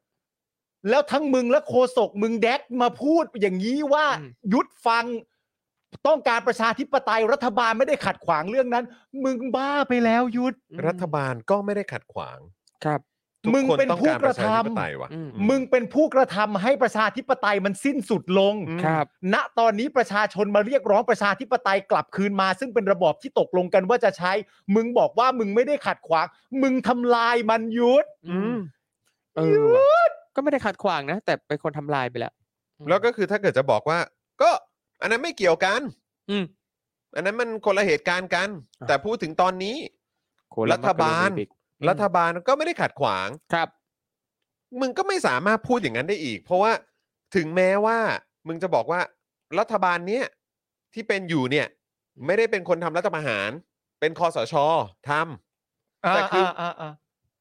Speaker 3: แล้วทั้งมึงและโคศกมึงแดกมาพูดอย่างนี้ว่า
Speaker 4: อืม
Speaker 3: หยุดฟัง ต้องการประชาธิปไตยรัฐบาลไม่ได้ขัดขวางเรื่องนั้น มึงบ้าไปแล้วหยุด
Speaker 4: อืม
Speaker 2: รัฐบาลก็ไม่ได้ขัดขวาง
Speaker 4: ครับ
Speaker 2: ทุก
Speaker 3: มึง
Speaker 2: คน
Speaker 3: เป็น
Speaker 2: ต้อง
Speaker 3: ผู้
Speaker 2: การ
Speaker 3: ก
Speaker 2: ประ ระชา
Speaker 3: ทำ
Speaker 2: ธิปไตยว่ะ
Speaker 4: อืม
Speaker 2: อื
Speaker 3: มึงเป็นผู้กระทำให้ประชาธิปไตยมันสิ้นสุดลง
Speaker 2: อืม
Speaker 4: ครับ
Speaker 3: ณตอนนี้ประชาชนมาเรียกร้องประชาธิปไตยกลับคืนมา ซึ่งเป็นระบอบที่ตกลงกันว่าจะใช้ มึงบอกว่ามึงไม่ได้ขัดขวาง มึงทำลายมันหยุด
Speaker 4: อืมเออว่ะก็ไม่ได้ขัดขวางนะ แต่เป็นคนทำลายไปแล้ว
Speaker 2: แล้วก็คือถ้าเกิดจะบอกว่า ก็ อันนั้นไม่เกี่ยวกัน
Speaker 4: อืม
Speaker 2: อันนั้นมันคนละเหตุการณ์กัน
Speaker 4: อ่ะ
Speaker 2: แต่พูดถึงตอนนี้
Speaker 4: โคล
Speaker 2: รัฐบาล
Speaker 4: มะกะโรนีปิก
Speaker 2: รัฐบาลก็ไม่ได้ขัดขวาง
Speaker 4: ครับ
Speaker 2: มึงก็ไม่สามารถพูดอย่างนั้นได้อีก เพราะว่าถึงแม้ว่า มึงจะบอกว่ารัฐบาลเนี้ยที่เป็นอยู่เนี่ย ไม่ได้เป็นคนทำรัฐประหาร เป็นคอสชทำ แต่คือ
Speaker 3: อ่าอ่า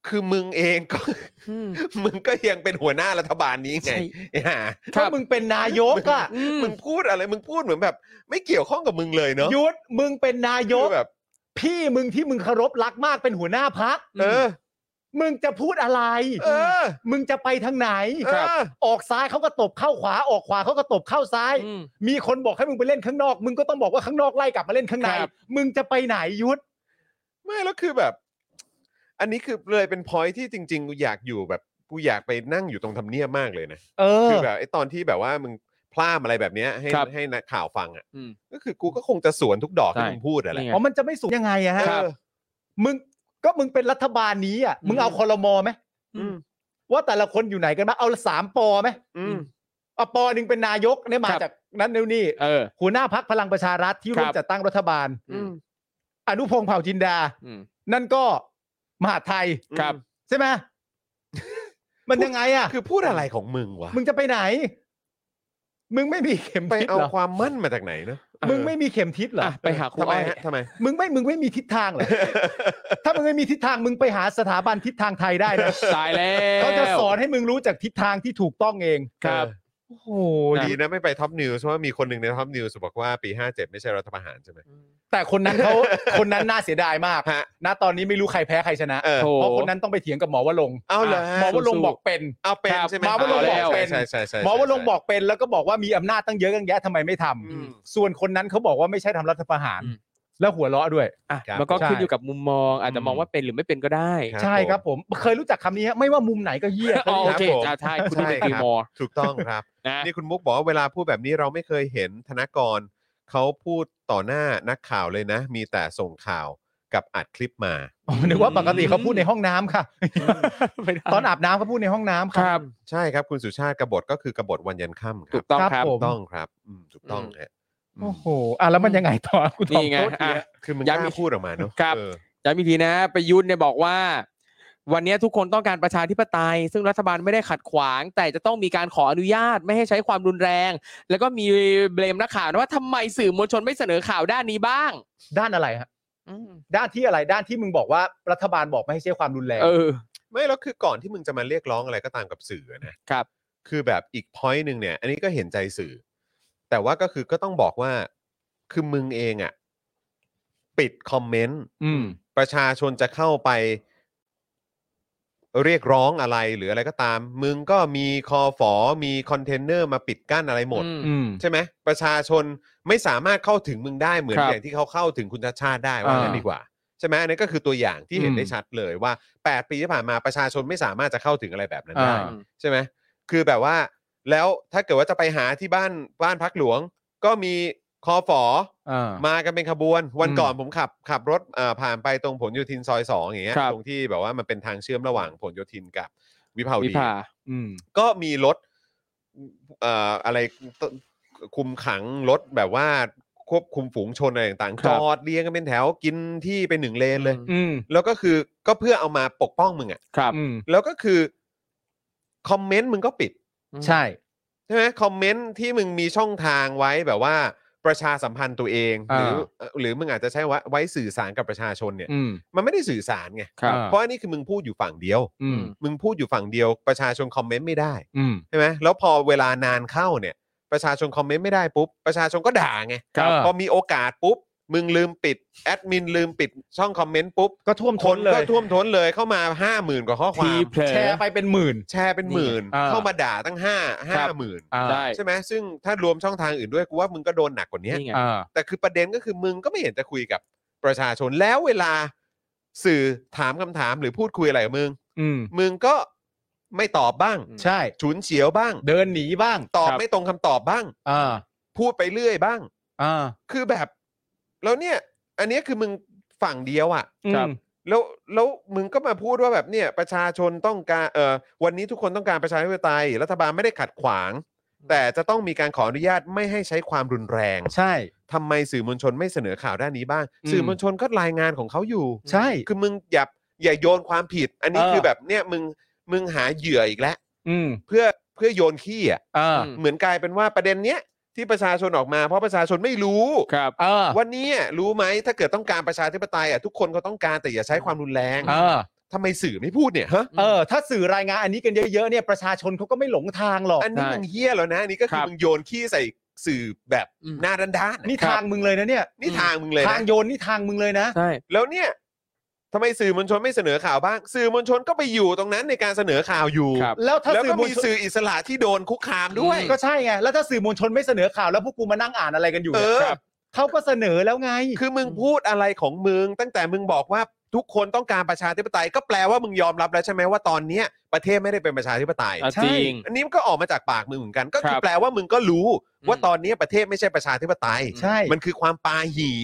Speaker 2: คือมึงเองก็ มึงก็ยังเป็นหัวหน้ารัฐบาลนี้ไง
Speaker 4: ใช่
Speaker 2: ไอ้ห่า
Speaker 3: ถ้ามึงเป็นนายกอะ
Speaker 4: อืม
Speaker 2: มึงพูดอะไร มึงพูดเหมือนแบบ ไม่เกี่ยวข้องกับมึงเลยเนาะ
Speaker 3: หยุดมึงเป็นนาย
Speaker 2: คื
Speaker 3: ก
Speaker 2: อแบบ
Speaker 3: พี่มึงที่มึงเคารพรักมากเป็นหัวหน้าพัก
Speaker 2: เออ
Speaker 3: มึงจะพูดอะไร
Speaker 2: เออ
Speaker 3: มึงจะไปทางไหน
Speaker 2: เออ
Speaker 3: ออกซ้ายเขาก็ตบเข้าขวาออกขวาเขาก็ตบเข้าซ้าย
Speaker 4: อืม
Speaker 3: มีคนบอกให้มึงไปเล่นข้างนอก มึงก็ต้องบอกว่าข้างนอกไล่กลับมาเล่นข้างใน
Speaker 4: ครับ
Speaker 3: มึงจะไปไหนยุทธ
Speaker 2: ไม่แล้วคือแบบ อันนี้คือเลยเป็นพอยที่จริงๆกูอยากอยู่แบบกูอยากไปนั่งอยู่ตรงทำเนียบมากเลยนะ
Speaker 3: เออ
Speaker 2: คือแบบไอ้ตอนที่แบบว่ามึงพลามอะไรแบบเนี้ยให้
Speaker 4: ครับ
Speaker 2: ให้นักข่าวฟังอ่ะ
Speaker 4: อืม
Speaker 2: ก็คือกูก็คงจะสวนทุกดอกที่
Speaker 4: ใช่
Speaker 2: มึงพูดอะไร
Speaker 4: นี่ไง
Speaker 3: อ๋อมันจะไม่สูงยังไงอะฮะ
Speaker 4: ครับ
Speaker 3: มึงก็มึงเป็นรัฐบาลนี้อะ
Speaker 4: อืม
Speaker 3: มึงเอาคอรมอไหม
Speaker 2: อืม
Speaker 3: ว่าแต่ละคนอยู่ไหนกันบ้างเอาสามปอไหม
Speaker 2: อืม
Speaker 3: เอาปอหนึ่งเป็นนายกเนี่ยมา
Speaker 4: ครับ
Speaker 3: จากนั้นเดี๋ยวนี่
Speaker 4: เออ
Speaker 3: หัวหน้าพักพลังประชารัฐที่ร่วม
Speaker 4: ครับ
Speaker 3: จัดตั้งรัฐบาล
Speaker 4: อืม
Speaker 3: อนุพงษ์เผ่าจินดา
Speaker 4: อืม
Speaker 3: นั่นก็มหาดไทย
Speaker 4: ครับ
Speaker 3: ใช่ไหม มันยังไงอะ
Speaker 2: คือพูดอะไรของมึงวะ
Speaker 3: มึงจะไปไหน มึงไม่มีเข็ม
Speaker 2: ไป
Speaker 3: ทิศ
Speaker 2: เอา
Speaker 3: เหรอ
Speaker 2: ความมั่นมาจากไหนเนอะ
Speaker 3: มึงไม่มีเข็มทิศเหรอ
Speaker 4: อ่ะไปหาครู
Speaker 2: ทำไม
Speaker 4: อ้อย
Speaker 2: ฮะทำไม
Speaker 3: มึงไม่มึงไม่มีทิศทางเหรอ ถ้ามึงไม่มีทิศทางมึงไปหาสถาบันทิศทางไทยได้นะ
Speaker 4: ตายแล้ว
Speaker 3: เขาจะสอนให้มึงรู้จากทิศทางที่ถูกต้องเอง
Speaker 4: ครับ
Speaker 3: โอ้โห
Speaker 2: ดีนะไม่ไปท็อปนิวส์เพราะว่ามีคนหนึ่งในท็อปนิวส์บอกว่าปี 57 ไม่ใช่รัฐประหารใช่ไหม
Speaker 3: แต่คนนั้น เขา คนนั้นน่าเสียดายมาก
Speaker 2: ฮะ
Speaker 3: ณตอนนี้ไม่รู้ใครแพ้ใครชนะ
Speaker 2: เออ
Speaker 4: โถ่
Speaker 3: เพราะคนนั้นต้องไปเถียงกับหมอวรงค์
Speaker 2: เอาเหรอฮะ
Speaker 3: หมอวรง
Speaker 4: สู้
Speaker 3: ค์
Speaker 4: ๆ
Speaker 3: บอกเป็น
Speaker 2: เอาเป็น
Speaker 4: ครับ
Speaker 2: ใช่ไหม
Speaker 3: หมอวรงค์
Speaker 2: เา
Speaker 3: บอกเป็น
Speaker 2: ใช่ใช่ใช่
Speaker 3: หมอวรงค์
Speaker 2: ใช่
Speaker 3: บอกเป็นแล้วก็บอกว่ามีอำนาจตั้งเยอะตั้งแยะทำไมไม่ทำ
Speaker 2: อืม
Speaker 3: ส่วนคนนั้นเขาบอกว่าไม่ใช่ทำรัฐประหาร
Speaker 4: อืม
Speaker 3: แล้วหัวเราะด้วย
Speaker 4: อ่ะ
Speaker 2: ครับ
Speaker 4: มันก็
Speaker 3: ใช่
Speaker 4: ขึ้นอยู่กับมุมมอง อาจจะมองว่าเป็นหรือไม่เป็นก็ได้
Speaker 2: ครับ
Speaker 3: ใช่ครับผม เคยรู้จักคำนี้ฮะไม่ว่ามุมไหนก็เหี้ย
Speaker 4: อ๋อโอเค
Speaker 2: ผม
Speaker 4: อ่ะใช่คุณ
Speaker 2: ใช่
Speaker 4: ดูเป็น
Speaker 2: ครับ
Speaker 4: ฟิลมอร์
Speaker 2: ถูกต้องครับ
Speaker 4: นะ
Speaker 2: นี่คุณมุกบอกว่าเวลาพูดแบบนี้เราไม่เคยเห็นธนกรเขาพูดต่อหน้านักข่าวเลยนะ มีแต่ส่งข่าวกับอัดคลิปมา
Speaker 3: อ๋อนึกว่าปกติเขาพูดในห้องน้ำค่ะ
Speaker 4: ไม่ได้
Speaker 3: ตอนอาบน้ำเขาพูดในห้องน้ำ
Speaker 4: ค
Speaker 3: ค่ะ
Speaker 4: รับ
Speaker 2: ใช่ครับคุณสุชาติกบฏก็คือกบฏวันยันค่ำค
Speaker 4: ถู
Speaker 2: รับ
Speaker 4: กต้องครับ
Speaker 3: ผม
Speaker 2: ต้องครับอืมถูกต้องฮะอื
Speaker 3: โอ้
Speaker 2: ม
Speaker 3: โหอ่ะแล้วมันยังไงต่อคุณทอม
Speaker 4: นี่ไง
Speaker 3: โทษที
Speaker 4: อ่ะ
Speaker 3: ฮะ
Speaker 2: คือมันก
Speaker 4: ย้ำอี
Speaker 2: ล้าก พูดออกมาเนอะ
Speaker 4: ครับ
Speaker 2: เออ
Speaker 4: ย้ำอีกทีนะประยุทธ์เนี่ยบอกว่า วันนี้ทุกคนต้องการประชาธิปไตย ซึ่งรัฐบาลไม่ได้ขัดขวาง แต่จะต้องมีการขออนุญาตไม่ให้ใช้ความรุนแรง แล้วก็มีเบลมนักข่าวนะว่าทำไมสื่อมวลชนไม่เสนอข่าวด้านนี้บ้าง
Speaker 3: ด้านอะไรฮะ
Speaker 4: อืม
Speaker 3: ด้านที่อะไรด้านที่มึงบอกว่ารัฐบาลบอกไม่ให้ใช้ความรุนแรง
Speaker 4: เออ
Speaker 2: ไม่แล้วคือก่อนที่มึงจะมาเรียกร้องอะไรก็ตามกับสื่อนะ
Speaker 4: ครับ
Speaker 2: คือแบบอีก point หนึ่งเนี่ย อันนี้ก็เห็นใจสื่อ แต่ว่าก็คือก็ต้องบอกว่า คือมึงเองอะ่ะ ปิดคอมเมนต์
Speaker 3: อืม
Speaker 2: ประชาชนจะเข้าไป เรียกร้องอะไรหรืออะไรก็ตาม มึงก็มีคอฝอมีคอนเทนเนอร์มาปิดกั้นอะไรหมด
Speaker 4: อืม
Speaker 3: อืม
Speaker 2: ใช่ไหมประชาชนไม่สามารถเข้าถึงมึงได้เหมือน
Speaker 4: ครับ
Speaker 2: อย่างที่เขาเข้าถึงคุณชาติชาติได้ว่า
Speaker 3: อ่า
Speaker 2: งั้นดีกว่า ใช่ไหมอันนี้ก็คือตัวอย่างที่เห็น
Speaker 3: อืม
Speaker 2: ได้ชัดเลยว่า 8 ปีที่ผ่านมาประชาชนไม่สามารถจะเข้าถึงอะไรแบบนั้นได้
Speaker 3: อ่า
Speaker 2: ใช่ไหมคือแบบว่า แล้วถ้าเกิดว่าจะไปหาที่บ้านบ้านพักหลวง ก็มีคอฝอ
Speaker 3: อ่า
Speaker 2: มากันเป็นขบวน วัน
Speaker 3: อืม
Speaker 2: ก่อนผมขับขับรถเอ่อผ่านไปตรงผลโยธินซอยสองอย่างเงี้ย
Speaker 4: ครับ
Speaker 2: ตรงที่แบบว่ามันเป็นทางเชื่อมระหว่างผลโยธินกับวิภาว
Speaker 4: วิ
Speaker 2: ดี
Speaker 4: ภา
Speaker 3: อืม
Speaker 2: ก็มีรถเอ่ออะไรตคุมขังรถแบบว่าควบคุมฝูงชนอะไรต่าง
Speaker 4: ค
Speaker 2: ๆ
Speaker 4: รั
Speaker 2: จ
Speaker 4: บ
Speaker 2: อดเรียงกันเป็นแถวกินที่เป็นหนึ่งเลนเลย
Speaker 3: อืม
Speaker 2: แล้วก็คือก็เพื่อเอามาปกป้องมึงอะ
Speaker 4: ครับ
Speaker 3: อืม
Speaker 2: แล้วก็คือคอมเมนต์มึงก็ปิด
Speaker 3: ใช่
Speaker 2: ใช่ไหมคอมเมนต์ที่มึงมีช่องทางไว้แบบว่าประชาสัมพันธ์ตัวเอง หรือเอ่อหรือมึงอาจจะใช้ไว้ไว้สื่อสารกับประชาชนเนี่ย
Speaker 3: อืม
Speaker 2: มันไม่ได้สื่อสารไง
Speaker 4: ครับ
Speaker 2: เพราะอันนี้คือมึงพูดอยู่ฝั่งเดียว
Speaker 3: อืม
Speaker 2: มึงพูดอยู่ฝั่งเดียว ประชาชนคอมเมนต์ไม่ได้
Speaker 3: อืม
Speaker 2: ใช่ไหมแล้วพอเวลานานเข้าเนี่ย ประชาชนคอมเมนต์ไม่ได้ปุ๊บประชาชนก็ด่าไง
Speaker 3: ครับ
Speaker 2: พอมีโอกาสปุ๊บมึงลืมปิดแอดมินลืมปิดช่องคอมเมนต์ปุ๊บ
Speaker 3: ก็ท่วม
Speaker 2: ค
Speaker 3: ท้
Speaker 2: น
Speaker 3: นเล
Speaker 2: ก็
Speaker 3: ย
Speaker 2: ท่วมท้นเลยเข้ามาห้าหมื่นกว่าข้อควา
Speaker 4: ที
Speaker 2: ม
Speaker 4: เพล
Speaker 3: แชร์ไปเป็นหมื่น
Speaker 2: แชร์เป็นหมื่น
Speaker 3: อ่า
Speaker 2: เข้ามาด่าตั้งห้าห้า
Speaker 4: ครับ
Speaker 2: หมื่น
Speaker 4: ได้
Speaker 2: ใช่ไหมซึ่งถ้ารวมช่องทางอื่นด้วยกูว่ามึงก็โดนหนักกว่านี้
Speaker 4: นี่ไง
Speaker 3: อ่า
Speaker 2: แต่คือประเด็นก็คือมึงก็ไม่เห็นจะคุยกับประชาชนแล้วเวลาสื่อถามคำถามหรือพูดคุยอะไรกับมึง
Speaker 3: อืม
Speaker 2: มึงก็ไม่ตอบบ้าง
Speaker 3: ใช่
Speaker 2: ฉุนเฉียวบ้าง
Speaker 3: เดินหนีบ้าง
Speaker 2: ตอบ
Speaker 4: ครับ
Speaker 2: ไม่ตรงคำตอบบ้าง
Speaker 3: อ่า
Speaker 2: พูดไปเรื่อยบ้าง
Speaker 3: อ่า
Speaker 2: คือแบบ แล้วเนี่ย อันเนี้ยคือมึงฝั่งเดียวอะ่ะ
Speaker 3: อืม
Speaker 4: ครับ
Speaker 2: แล้วแล้วมึงก็มาพูดว่าแบบเนี่ยประชาชนต้องการเออวันนี้ทุกคนต้องการประชาธิปไตยรัฐบาลไม่ได้ขัดขวาง แต่จะต้องมีการขออนุญาตไม่ให้ใช้ความรุนแรง
Speaker 3: ใช่
Speaker 2: ทำไมสื่อมวลชนไม่เสนอข่าวด้านนี้บ้าง
Speaker 4: อืม
Speaker 2: สื่อมวลชนก็รายงานของเขาอยู่
Speaker 3: ใช่
Speaker 2: คือมึงอย่าอย่าโยนความผิด อันนี้
Speaker 3: เออ
Speaker 2: คือแบบเนี่ยมึงมึงหาเหยื่ออีกแล้ว
Speaker 3: อืม
Speaker 2: เพื่อเพื่อโยนขี้อ่ะ
Speaker 3: เออ
Speaker 4: ม
Speaker 2: เหมือนกลายเป็นว่าประเด็นเนี้ยที่ประชาชนออกมา เพราะประชาชนไม่รู้
Speaker 4: ครับ
Speaker 3: เออ
Speaker 2: วันนี้รู้ไหมถ้าเกิดต้องการประชาธิปไตยอ่ะทุกคนก็ต้องการแต่อย่าใช้ความรุนแรง
Speaker 3: เออ
Speaker 2: ทำไมสื่อไม่พูดเนี่ยฮะ
Speaker 3: เออ ถ้าสื่อรายงานอันนี้กันเยอะๆเนี่ยประชาชนเขาก็ไม่หลงทางหรอก
Speaker 2: อันนี้
Speaker 4: ใช่
Speaker 2: มึงเฮี้ยแล้วนะอันนี่ก็คือ
Speaker 4: ครับ
Speaker 2: มึงโยนขี้ใส่สื่อแบบ
Speaker 4: อืม
Speaker 2: หน้าด้านด้าน
Speaker 3: นี่ทางมึงเลยนะเนี่ย
Speaker 2: นี่ทางมึงเลย
Speaker 3: ทา
Speaker 2: นะ
Speaker 3: งโยนนี่ทางมึงเลยนะ
Speaker 4: ใช่
Speaker 2: แล้วเนี่ยทำไมสื่อมวลชนไม่เสนอข่าวบ้าง สื่อมวลชนก็ไปอยู่ตรงนั้นในการเสนอข่าวอยู่
Speaker 4: ครับ
Speaker 3: แล้วถ้า
Speaker 2: แล้ว
Speaker 3: สื่อ
Speaker 2: ก็
Speaker 3: มวล
Speaker 2: มี
Speaker 3: ชน
Speaker 2: สื่ออิสระที่โดนคุกคามด้วย
Speaker 3: ก็ใช่ไง แล้วถ้าสื่อมวลชนไม่เสนอข่าวแล้วพวกกูมานั่งอ่านอะไรกันอยู่
Speaker 2: เออ
Speaker 3: เนี่ยครับเขาก็เสนอแล้วไง
Speaker 2: คือมึงพูดอะไรของมึง ตั้งแต่มึงบอกว่าทุกคนต้องการประชาธิปไตย ก็แปลว่ามึงยอมรับแล้วใช่ไหมว่าตอนเนี้ยประเทศไม่ได้เป็นประชาธิปไตย
Speaker 4: อ่ะ
Speaker 3: ใช่
Speaker 4: จริง
Speaker 2: อันนี้มันก็ออกมาจากปากมึงเหมือนกัน ก็คือ
Speaker 4: ครับ
Speaker 2: แปลว่ามึงก็รู้
Speaker 4: อืม
Speaker 2: ว่าตอนนี้ประเทศไม่ใช่ประชาธิปไตย
Speaker 3: ใช่
Speaker 2: มันคือความปาหี่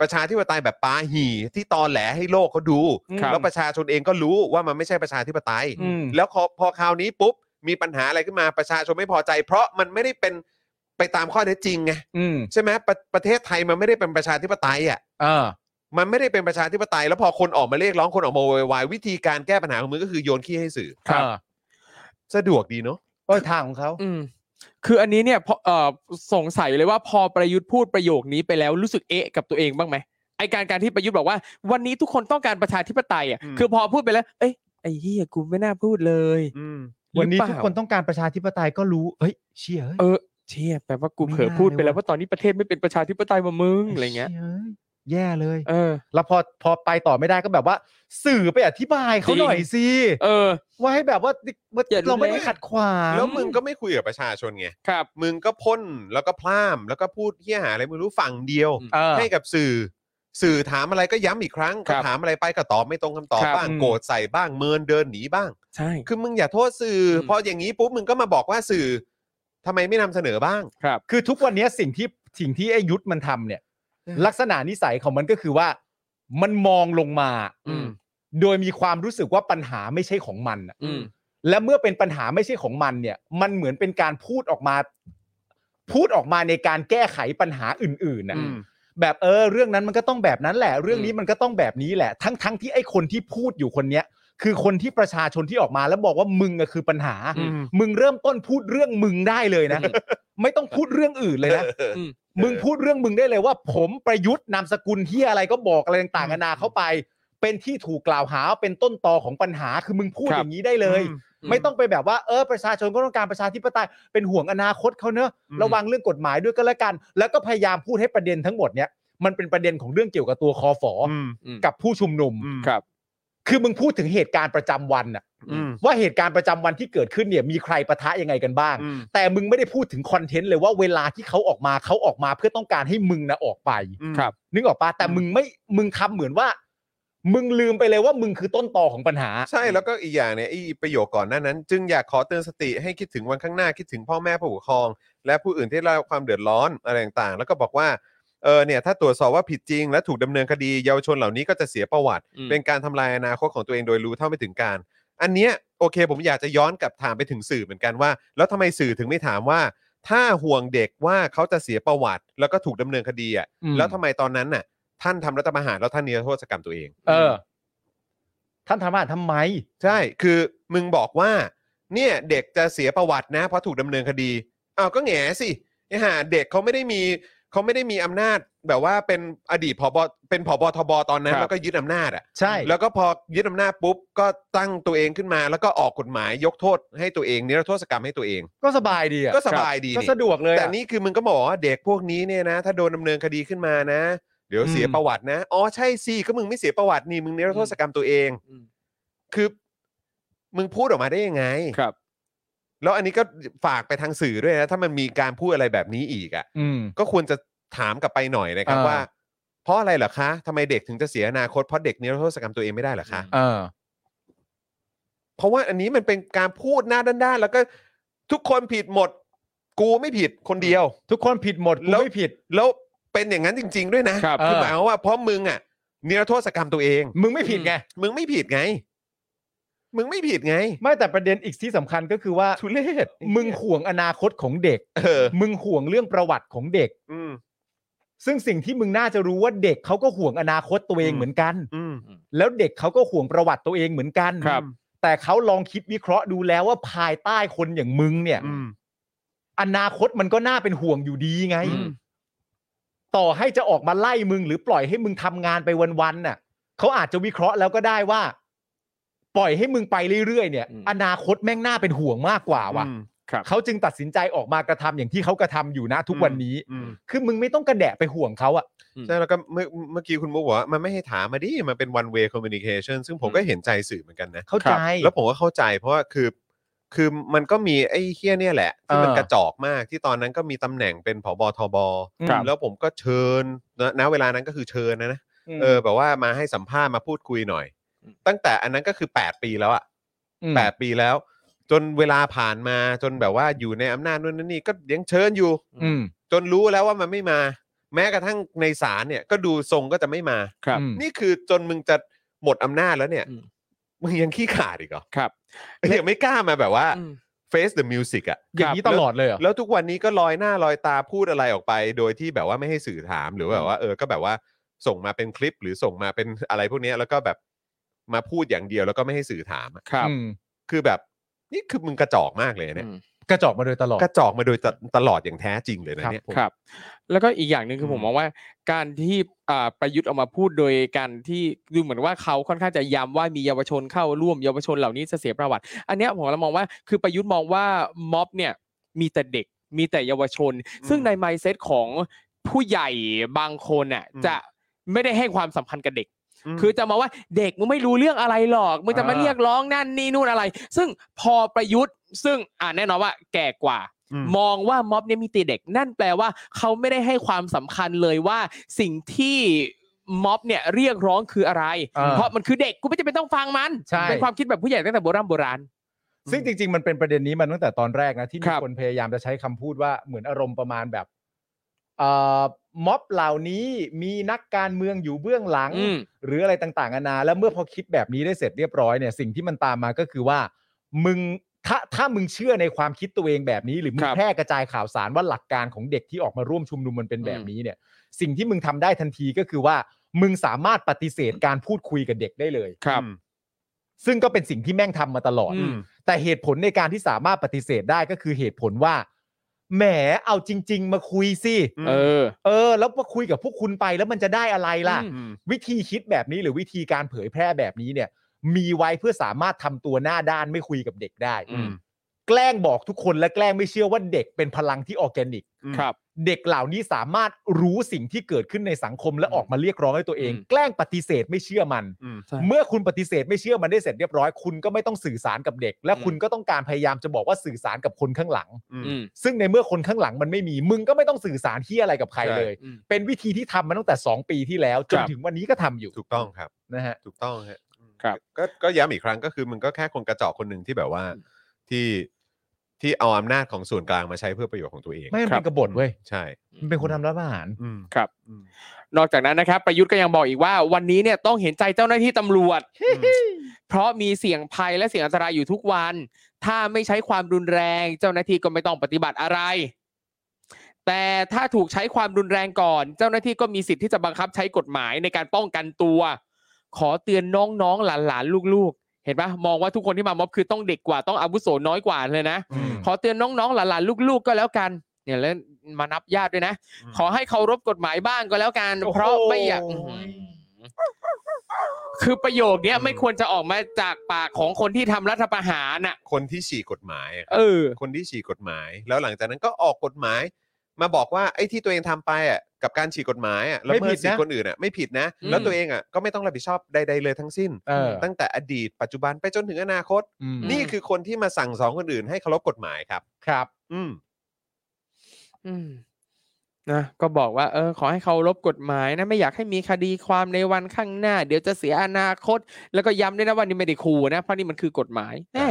Speaker 2: ประชาธิปไตยแบบปาหี่ที่ตอนแหลให้โลกเขาดู
Speaker 3: ครับ
Speaker 2: แล้วประชาชนเองก็รู้ว่ามันไม่ใช่ประชาธิปไตย
Speaker 3: อืม
Speaker 2: แล้วพอพอคราวนี้ปุ๊บมีปัญหาอะไรขึ้นมาประชาชนไม่พอใจ เพราะมันไม่ได้เป็นไปตามข้อเท็จจริงไง
Speaker 3: อืม
Speaker 2: ใช่ไหมประประเทศไทยมันไม่ได้เป็นประชาธิปไตยอ่ะ
Speaker 3: เออ
Speaker 2: มันไม่ได้เป็นประชาธิปไตย แล้วพอคนออกมาเรียกร้องคนออกมาโวยวายวิธีการแก้ปัญหาของมึงก็คือโยนขี้ให้สื่อ
Speaker 3: ครับ
Speaker 2: สะดวกดีเนาะ
Speaker 3: ก็ทางของเขา
Speaker 4: อืมคืออันนี้เนี่ยพอเอ่อสงสัยเลยว่าพอประยุทธ์พูดประโยคนี้ไปแล้วรู้สึกเอะกับตัวเองบ้างไหมไอการการที่ประยุทธ์บอกว่า วันนี้ทุกคนต้องการประชาธิปไตยอ่ะคือพอพูดไปแล้ว เอ้ยไอเฮียกูไม่น่าพูดเลย
Speaker 2: อืม
Speaker 3: วันนี้
Speaker 4: หรือเป
Speaker 3: ทุ
Speaker 4: ล่าก
Speaker 3: คนต้องการประชาธิปไตยก็รู้ เฮ้ย เชี่ยเอ้ย
Speaker 4: เออเชี่ยแปลว่ากู
Speaker 3: ไม่
Speaker 4: เผลอ
Speaker 3: น่า
Speaker 4: พูดไป
Speaker 3: เลย
Speaker 4: แล้ว
Speaker 3: ว่ะ
Speaker 4: ว่าตอนนี้ประเทศไม่เป็นประชาธิปไตยมามึงอะไรเงี้ย
Speaker 3: ชี่อ้แย่เลย
Speaker 4: เออ
Speaker 3: แล้วพอพอไปต่อไม่ได้ก็แบบว่า สื่อไปอธิบายเขา
Speaker 4: จริง
Speaker 3: หน่อยสิ
Speaker 4: เออ
Speaker 3: ว่าให้แบบว่า
Speaker 4: อย่ารุนแรง
Speaker 3: เราไม่ได้ขัดขวาง
Speaker 2: แล้วมึงก็ไม่คุยกับประชาชนไง
Speaker 4: ครับ
Speaker 2: มึงก็พ่นแล้วก็พล่ามแล้วก็พูดเหี้ยหาอะไรไม่รู้ฝั่งเดียว
Speaker 3: เออ
Speaker 2: ให้กับสื่อ สื่อถามอะไรก็ย้ำอีกครั้ง
Speaker 4: ครับ
Speaker 2: ถามอะไรไปก็ตอบไม่ตรงคำตอบ
Speaker 4: ครับ
Speaker 2: บ้าง
Speaker 3: อืม
Speaker 2: โกรธใส่บ้างเมินเดินหนีบ้าง
Speaker 4: ใช่
Speaker 2: คือมึงอย่าโทษสื่ออ
Speaker 4: ม
Speaker 2: พออย่างนี้ปุ๊บมึงก็มาบอกว่าสื่อทำไมไม่นำเสนอบ้าง
Speaker 4: ครับ
Speaker 3: คือทุกวันนี้สิ่งที่สิ่งที่ไอ้ยุทธมันทำเนี่ย ลักษณะนิสัยของมันก็คือว่า มันมองลงมา
Speaker 4: อืม
Speaker 3: โดยมีความรู้สึกว่าปัญหาไม่ใช่ของมันน่ะ
Speaker 4: อืม
Speaker 3: และเมื่อเป็นปัญหาไม่ใช่ของมันเนี่ย มันเหมือนเป็นการพูดออกมา พูดออกมาในการแก้ไขปัญหาอื่นๆนะ
Speaker 4: อืม
Speaker 3: แบบเออ เรื่องนั้นมันก็ต้องแบบนั้นแหละ เรื่องนี้มันก็ต้องแบบนี้แหละ ทั้งๆที่ไอ้คนที่พูดอยู่คนเนี้ย คือคนที่ประชาชนที่ออกมาแล้วบอกว่ามึงอะคือปัญหา
Speaker 4: อืม
Speaker 3: มึงเริ่มต้นพูดเรื่องมึงได้เลยนะ ไม่ต้องพูดเรื่องอื่นเลยนะ มึงพูดเรื่องมึงได้เลยว่าผมประยุทธ์นามสกุลเฮียอะไรก็บอกอะไรต่างๆนานาเข้าไป เป็นที่ถูกกล่าวหาว่าเป็นต้นตอของปัญหาคือมึงพูด
Speaker 4: ครับ
Speaker 3: อย่างนี้ได้เลย
Speaker 2: อืม
Speaker 3: ไม่ต้องไปแบบว่าเออประชาชนก็ต้องการประชาธิปไตยเป็นห่วงอนาคตเขาเนอะ
Speaker 2: อืม
Speaker 3: ระวังเรื่องกฎหมายด้วยก็แล้วกัน แล้วก็พยายามพูดให้ประเด็นทั้งหมดเนี้ยมันเป็นประเด็นของเรื่องเกี่ยวกับตัวคอฟอ
Speaker 2: อืม
Speaker 4: อืม
Speaker 3: กับผู้ชุมนุม
Speaker 2: อืม
Speaker 4: ครับ
Speaker 3: คือมึงพูดถึงเหตุการณ์ประจำวันน่ะ
Speaker 2: อืม
Speaker 3: ว่าเหตุการณ์ประจำวันที่เกิดขึ้นเนี่ยมีใครปะทะยังไงกันบ้าง
Speaker 2: อืม
Speaker 3: แต่มึงไม่ได้พูดถึงคอนเทนต์เลยว่าเวลาที่เขาออกมาเขาออกมาเพื่อต้องการให้มึงนะออกไป
Speaker 2: อืม
Speaker 4: ครับ
Speaker 3: นึกออกปะแต่มึงไม่มึงคำเหมือนว่า มึงลืมไปเลยว่ามึงคือต้นตอของปัญหา
Speaker 2: ใช่แล้วก็อีกอย่างเนี่ยไอ้ประโยคก่อนหน้านั้น จึงอยากขอเตือนสติให้คิดถึงวันข้างหน้าคิดถึงพ่อแม่ผู้ปกครอง และผู้อื่นที่ได้รับความเดือดร้อนอะไรต่างๆ แล้วก็บอกว่าเออเนี่ยถ้าตรวจสอบว่าผิดจริง และถูกดำเนินคดีเยาวชนเหล่านี้ก็จะเสียประวัติ
Speaker 4: อืม
Speaker 2: เป็นการทำลายอนาคตของตัวเองโดยรู้เท่าไม่ถึงการ อันเนี้ยโอเค ผมอยากจะย้อนกลับถามไปถึงสื่อเหมือนกันว่า แล้วทำไมสื่อถึงไม่ถามว่า ถ้าห่วงเด็กว่าเขาจะเสียประวัติ แล้วก็ถูกดำเนินคดีอ่ะ
Speaker 3: อืม
Speaker 2: แล้วทำไมตอนนั้นน่ะท่านทำรัฐประหารแล้วท่านนิรโทษกรรมตัวเอง
Speaker 3: เออ ท่านทำมาทำไม
Speaker 2: ใช่ คือมึงบอกว่า เนี่ยเด็กจะเสียประวัตินะ เพราะถูกดำเนินคดี อ้าวก็แหงสิไอ้ห่าเด็กเขาไม่ได้มีเขาไม่ได้มีอำนาจแบบว่าเป็นอดีตผบเป็นผบทบตอนนั้น
Speaker 4: ครับ
Speaker 2: แล้วก็ยึดอำนาจอ่ะ
Speaker 3: ใช่
Speaker 2: แล้วก็พอยึดอำนาจปุ๊บ ก็ตั้งตัวเองขึ้นมา แล้วก็ออกกฎหมายยกโทษให้ตัวเองนิรโทษกรรมให้ตัวเอง
Speaker 3: ก็สบายดีอะ
Speaker 2: ก็สบายดี
Speaker 3: ก็
Speaker 2: นี่
Speaker 3: สะดวกเลยอะ
Speaker 2: แต่นี่คือมึงก็บอกว่าเด็กพวกนี้เนี่ยนะ ถ้าโดนดำเนินคดีขึ้นมานะ เดี๋ยวเสีย
Speaker 3: อืม
Speaker 2: ประวัตินะ อ๋อใช่สิก็มึงไม่เสียประวัตินี่มึงนิรโทษกรรมตัวเอง
Speaker 4: อืม
Speaker 2: คือมึงพูดออกมาได้ยังไง
Speaker 4: ครับ
Speaker 2: แล้วอันนี้ก็ฝากไปทางสื่อด้วยนะ ถ้ามันมีการพูดอะไรแบบนี้อีกอะ่ะ
Speaker 3: อืม
Speaker 2: ก็ควรจะถามกลับไปหน่อยนะครับ
Speaker 3: เออ
Speaker 2: ว่า เพราะอะไรเหรอคะทำไมเด็กถึงจะเสียอนาคตเพราะเด็กนิรโทษกรรมตัวเองไม่ได้เหรอคะ
Speaker 3: เออ
Speaker 2: เพราะว่าอันนี้มันเป็นการพูดหน้าด้านๆแล้วก็ทุกคนผิดหมด กูไม่ผิดคนเดียว
Speaker 3: ทุกคนผิดหมดกู
Speaker 2: แล้ว
Speaker 3: ไม่ผิด
Speaker 2: แล้วเป็นอย่างนั้นจริง ๆ ด้วยนะครับ อ
Speaker 3: เออ
Speaker 2: หมายความว่าเพราะมึงอ่ะนิรโทษกรรมตัวเอง
Speaker 3: มึงไม่ผิดไง
Speaker 2: มึงไม่ผิดไง มึงไม่ผิดไง
Speaker 3: ไม่แต่ประเด็นอีกที่สำคัญก็คือว่า
Speaker 2: ทุเรศ
Speaker 3: มึงห่วงอนาคตของเด็ก
Speaker 2: เออ
Speaker 3: มึงห่วงเรื่องประวัติของเด็ก
Speaker 2: อืม
Speaker 3: ซึ่งสิ่งที่มึงน่าจะรู้ว่าเด็กเขาก็ห่วงอนาคตตัวเอง
Speaker 2: อืม
Speaker 3: เหมือนกัน
Speaker 2: อืม
Speaker 3: แล้วเด็กเขาก็ห่วงประวัติตัวเองเหมือนกัน
Speaker 4: ครับ
Speaker 3: แต่เขาลองคิดวิเคราะห์ดูแล้วว่าภายใต้คนอย่างมึงเนี่ย
Speaker 2: อืม
Speaker 3: อนาคตมันก็น่าเป็นห่วงอยู่ดีไง
Speaker 4: อืม
Speaker 3: ต่อให้จะออกมาไล่มึง หรือปล่อยให้มึงทำงานไปวันๆน่ะเขาอาจจะวิเคราะห์แล้วก็ได้ว่า ปล่อยให้มึงไปเรื่อยๆเนี่ย
Speaker 4: อืม
Speaker 3: อนาคตแม่งน่าเป็นห่วงมากกว่าว่ะ
Speaker 2: อืม
Speaker 4: ครับ
Speaker 3: เขาจึงตัดสินใจออกมากระทำอย่างที่เขากระทำอยู่นะ ทุกวันนี้
Speaker 2: อืม
Speaker 3: คือมึงไม่ต้องกระแดะไปห่วงเขาอะ
Speaker 2: ใช่แล้วก็เมื่อเมื่อกี้คุณมุกบอกว่ามันไม่ให้ถามมาดิ มันเป็น one way communication ซึ่งผมก็เห็นใจสื่อเหมือนกันนะ
Speaker 3: เข้าใจ
Speaker 2: แล้วผมก็เข้าใจเพราะว่าคือ คือมันก็มีไอ้เฮี้ยเนี่ยแหละที่มัน
Speaker 3: เออก
Speaker 2: ระจอกมากที่ตอนนั้นก็มีตำแหน่งเป็นผบทบ
Speaker 3: ครับ
Speaker 2: แล้วผมก็เชิญนะณเวลานั้นก็คือเชิญนะนะ
Speaker 3: ม
Speaker 2: เออแบบว่ามาให้สัมภาษณ์มาพูดคุยหน่อย
Speaker 4: อืม
Speaker 2: ตั้งแต่อันนั้นก็คือ 8 ปีแล้วอะ
Speaker 3: อืม
Speaker 2: แปดปีแล้ว จนเวลาผ่านมาจนแบบว่าอยู่ในอำนาจนู่นนั่นนี่ก็ยังเชิญอยู่
Speaker 3: อืม
Speaker 2: จนรู้แล้วว่ามันไม่มา แม้กระทั่งในศาลเนี่ยก็ดูทรงก็จะไม่มา
Speaker 4: ครับ
Speaker 3: อืม
Speaker 2: นี่คือจนมึงจะหมดอำนาจแล้วเนี่ย
Speaker 4: อืม
Speaker 2: มึงยังขี้ขลาดอีกเหรอ
Speaker 4: ครับ
Speaker 2: ยังไม่กล้ามาแบบว่า
Speaker 4: อืม
Speaker 2: face the music อะ
Speaker 3: อย่างนี้ตลอดเลยเหรอ
Speaker 2: แล้วทุกวันนี้ก็ลอยหน้าลอยตาพูดอะไรออกไป โดยที่แบบว่าไม่ให้สื่อถามหรือว่าแบบว่า เออก็แบบว่าส่งมาเป็นคลิปหรือส่งมาเป็นอะไรพวกเนี้ยแล้วก็แบบมาพูดอย่างเดียวแล้วก็ไม่ให้สื่อถามอะ
Speaker 4: ครับ
Speaker 3: อืม
Speaker 2: คือแบบนี่คือมึงกระจอกมากเลยเนี่ย
Speaker 4: อืม
Speaker 3: กระจอกมาโดยตลอด
Speaker 2: กระจอกมาโดยตตลอดอย่างแท้จริงเลยนะเนี่ย
Speaker 4: ครับ แล้วก็อีกอย่างหนึ่งคือผมมองว่า การที่อ่าประยุทธ์ออกมาพูดโดยการที่ดูเหมือนว่าเขาค่อนข้างจะย้ำว่ามีเยาวชนเข้าร่วมเยาวชนเหล่านี้จะเสียประวัติ อันเนี้ยผมเรามองว่าคือประยุทธ์มองว่าม็อบเนี่ยมีแต่เด็กมีแต่เยาวชน ซึ่งในไมเซ็ตของผู้ใหญ่บางคนน่ะ
Speaker 2: อืม
Speaker 4: จะไม่ได้ให้ความสัมพันธ์กับเด็ก
Speaker 2: ม
Speaker 4: คือจะมาว่าเด็กมึงไม่รู้เรื่องอะไรหรอกมึงจะมา
Speaker 3: อ่า
Speaker 4: เรียกร้องนั่นนี่นู่นอะไร ซึ่งพอประยุทธ์ ซึ่งอ่าแน่นอนว่าแก่กว่า
Speaker 2: อืม
Speaker 4: มองว่าม็อบเนี่ยมีแตีเด็ก นั่นแปลว่าเขาไม่ได้ให้ความสำคัญเลยว่าสิ่งที่ม็อบเนี่ยเรียกร้องคืออะไร
Speaker 3: อ่า
Speaker 4: เพราะมันคือเด็กกูไม่จำเป็นต้องฟังมัน
Speaker 3: ใช่
Speaker 4: เป็นความคิดแบบผู้ใหญ่ตั้งแต่โบราณโบราณ
Speaker 3: ซึ่งจริง ๆ มันเป็นประเด็นนี้มาตั้งแต่ตอนแรกนะ ที่
Speaker 4: ค
Speaker 3: มี
Speaker 4: รับ
Speaker 3: คนพยายามจะใช้คำพูดว่าเหมือนอารมณ์ประมาณแบบเอ่อม็อบเหล่านี้มีนักการเมืองอยู่เบื้องหลัง
Speaker 4: อืม
Speaker 3: หรืออะไรต่างๆนานาแล้วเมื่อพอคิดแบบนี้ได้เสร็จเรียบร้อยเนี่ยสิ่งที่มันตามมาก็คือว่า มึงถ้าถ้ามึงเชื่อในความคิดตัวเองแบบนี้ หรือมึ
Speaker 4: ค
Speaker 3: ง
Speaker 4: รับ
Speaker 3: แพร่กระจายข่าวสารว่าหลักการของเด็กที่ออกมาร่วมชุมนุมมันเป็นแบบนี้เนี่ย สิ่งที่มึงทำได้ทันทีก็คือว่า มึงสามารถปฏิเสธการพูดคุยกับเด็กได้เลย
Speaker 4: ครับ
Speaker 3: ซึ่งก็เป็นสิ่งที่แม่งทำมาตลอด
Speaker 4: อืม
Speaker 3: แต่เหตุผลในการที่สามารถปฏิเสธได้ก็คือเหตุผลว่าแหมเอาจริง ๆ มาคุยสิ
Speaker 2: อืม
Speaker 4: เออ
Speaker 3: เออ แล้วมาคุยกับพวกคุณไปแล้วมันจะได้อะไรล่ะ
Speaker 4: อืม
Speaker 2: อืม
Speaker 3: วิธีคิดแบบนี้หรือวิธีการเผยแพร่แบบนี้เนี่ย มีไว้เพื่อสามารถทำตัวหน้าด้านไม่คุยกับเด็กได้
Speaker 4: อืม
Speaker 3: แกล้งบอกทุกคนและแกล้งไม่เชื่อว่าเด็กเป็นพลังที่ออร์แกนิก
Speaker 2: อืม
Speaker 4: ครับ
Speaker 3: เด็กเหล่านี้สามารถรู้สิ่งที่เกิดขึ้นในสังคมและออกมาเรียกร้องให้ตัวเอง
Speaker 4: อืม
Speaker 3: แกล้งปฏิเสธไม่เชื่อมัน
Speaker 2: อืม
Speaker 4: ใช่
Speaker 3: เมื่อคุณปฏิเสธไม่เชื่อมันได้เสร็จเรียบร้อย คุณก็ไม่ต้องสื่อสารกับเด็ก และ
Speaker 4: อืม
Speaker 3: คุณก็ต้องการพยายามจะบอกว่าสื่อสารกับคนข้างหลัง
Speaker 4: อืม
Speaker 3: ซึ่งในเมื่อคนข้างหลังมันไม่มี มึงก็ไม่ต้องสื่อสารที่อะไรกับใคร
Speaker 2: ใช่
Speaker 3: เลย
Speaker 4: อืม
Speaker 3: เป็นวิธีที่ทำมาตั้งแต่ 2 ปีที่แล้วจน
Speaker 4: ครับ
Speaker 3: ถึงวันนี้ก็ทำอยู่
Speaker 2: ถูกต้องครับ
Speaker 3: นะฮะ
Speaker 2: ถูกต้องฮะอืม
Speaker 4: ครับ
Speaker 2: ก็ก็ย้ำอีกครั้งก็คือมึงก็แค่คนกระจอกคนหนึ่งที่แบบว่าที่ที่เอาอำนาจของส่วนกลางมาใช้เพื่อประโยชน์ของตัวเอง
Speaker 3: ไม่มัน
Speaker 4: ครั
Speaker 3: เป็
Speaker 4: บ
Speaker 3: นกบฏเว้ย
Speaker 2: ใช่
Speaker 3: มันเป็นคนทำรัฐประหาร
Speaker 2: อืม
Speaker 4: ครับ
Speaker 2: อืม
Speaker 4: นอกจากนั้นนะครับ ประยุทธ์ก็ยังบอกอีกว่าวันนี้เนี่ยต้องเห็นใจเจ้าหน้าที่ตำรวจ เพราะมีเสี่ยงภัยและเสี่ยงอันตรายอยู่ทุกวัน ถ้าไม่ใช้ความรุนแรง เจ้าหน้าที่ก็ไม่ต้องปฏิบัติอะไร แต่ถ้าถูกใช้ความรุนแรงก่อน เจ้าหน้าที่ก็มีสิทธิ์ที่จะบังคับใช้กฎหมายในการป้องกันตัว ขอเตือนน้องๆหลานๆลูกๆ เห็นปะมองว่าทุกคนที่มาม็อบคือต้องเด็กกว่าต้องอาวุโสน้อยกว่าเลยนะ
Speaker 2: อืม
Speaker 4: ขอเตือนน้องๆหลานๆลูกๆก็แล้วกัน เนี่ยแล้วมานับญาติด้วยนะ
Speaker 2: อืม
Speaker 4: ขอให้เคารพกฎหมายบ้างก็แล้วกัน เพราะไม่อยากอื้อหือคือประโยคเนี้ยไม่ควรจะออกมาจากปากของคนที่ทำรัฐประหารน่ะ
Speaker 2: คนที่ฉีกกฎหมายอะครับ
Speaker 4: เออ
Speaker 2: คนที่ฉีกกฎหมาย แล้วหลังจากนั้นก็ออกกฎหมาย มาบอกว่าไอ้ที่ตัวเองทำไปอ่ะกับการฉีกกฎหมายอ่ะแล้ว
Speaker 3: ไม่
Speaker 2: เมื่
Speaker 3: ผิ
Speaker 2: อ
Speaker 3: ดนะ
Speaker 2: สิทธิคนอื่นอ่ะไม่ผิดนะ
Speaker 4: อืม
Speaker 2: แล้วตัวเองอ่ะก็ไม่ต้องรับผิดชอบใดๆเลยทั้งสิ้น
Speaker 3: เออ
Speaker 2: ตั้งแต่อดีตปัจจุบันไปจนถึงอนาคต
Speaker 3: อืม
Speaker 2: นี่คือคนที่มาสั่งสอนคนอื่นให้เคารพกฎหมายครับ
Speaker 3: ครับ
Speaker 2: อืม
Speaker 4: อืมนะก็บอกว่า เออ ขอให้เคารพกฎหมายนะ ไม่อยากให้มีคดีความในวันข้างหน้า เดี๋ยวจะเสียอนาคต แล้วก็ย้ำด้วยนะว่านี่ไม่ได้ขู่นะเพราะนี่มันคือกฎหมายแน่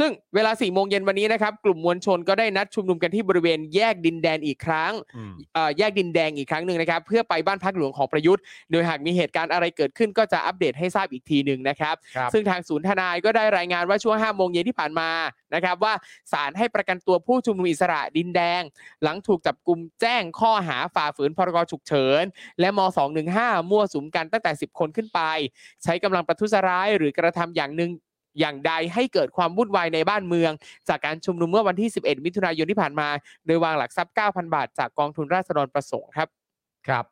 Speaker 4: ซึ่งเวลา4ี่โมงเย็นวันนี้นะครับ กลุ่มมวลชนก็ได้นัดชุมนุมกันที่บริเวณแยกดินแดนอีกครั้ง
Speaker 2: อืม
Speaker 4: เอ่อแยกดินแดงอีกครั้งหนึ่งนะครับ เพื่อไปบ้านพักหลวงของประยุทธ์ โดยหากมีเหตุการณ์อะไรเกิดขึ้นก็จะอัปเดตให้ทราบอีกทีหนึ่งนะครับ
Speaker 3: ครับ
Speaker 4: ซึ่งทางศูนย์ทนายก็ได้รายงานว่าช่วง 5 โมงเย็นที่ผ่านมานะครับว่าศาลให้ประกันตัวผู้ชุมนุมอิสระดินแดง หลังถูกจับกลุ่มแจ้งข้อหาฝ่าฝืนพรกฉุกเฉิน และม 215 มั่วสุมกันตั้งแต่ 10 คนขึ้นไป ใช้กำลังประทุษร้ายหรือกระทำอย่างหนึ่งอย่างใดให้เกิดความวุ่นวายในบ้านเมือง จากการชุมนุมเมื่อวันที่ 11 มิถุนายนที่ผ่านมา โดยวางหลักทรัพย์ 9,000 บาท จากกองทุนราษฎรประสงค์ครับ
Speaker 3: ครับ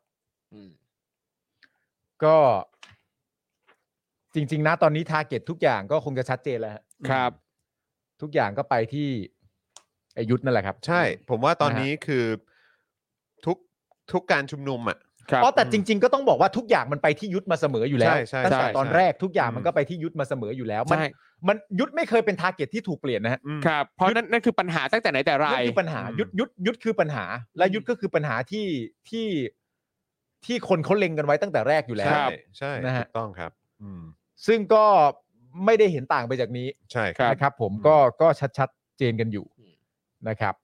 Speaker 4: อืม
Speaker 3: ก็จริง ๆ นะตอนนี้ทาร์เก็ตทุกอย่างก็คงจะชัดเจนแล้วฮะ
Speaker 4: ครับ
Speaker 3: ทุกอย่างก็ไปที่ไอายุทธนั่นแหละครับ
Speaker 2: ใช่ ผมว่าตอน
Speaker 3: นะฮะ
Speaker 2: นี้คือทุกทุกการชุมนุมอ่ะ
Speaker 4: ครับ
Speaker 3: อ๋อแต่จริง ๆ ก็ต้องบอกว่าทุกอย่างมันไปที่ยุทธมาเสมออยู่แล้ว
Speaker 2: ใช่ใช่
Speaker 3: ตั้งแต่
Speaker 2: ใช่
Speaker 3: ตอน
Speaker 2: ใช่
Speaker 3: แรกทุกอย่าง
Speaker 2: อืม
Speaker 3: มันก็ไปที่ยุทธมาเสมออยู่แล้วมัน
Speaker 4: ใช่
Speaker 3: มันยุทธไม่เคยเป็นทาร์เก็ตที่ถูกเปลี่ยนนะฮะ
Speaker 2: อืม
Speaker 4: ครับ เพราะนั่นนั่นคือปัญหาตั้งแต่ไหนแต่ไร
Speaker 3: นั่นคือปัญหา
Speaker 2: อืม
Speaker 3: ยุทธยุทธยุทธคือปัญหา และยุทธก็คือปัญหาที่ที่ที่คนเขาเล็งกันไว้ตั้งแต่แรกอยู่แล้ว
Speaker 2: ใช่ใช่
Speaker 3: นะฮะ
Speaker 2: ถูกต้องครับ อืม
Speaker 3: ซึ่งก็ไม่ได้เห็นต่างไปจากนี้
Speaker 2: ใช่ครับ
Speaker 3: นะครับผม
Speaker 2: อืม
Speaker 3: ก็ก็ชัดชัดเจนกันอยู่
Speaker 4: อืม
Speaker 3: นะครับ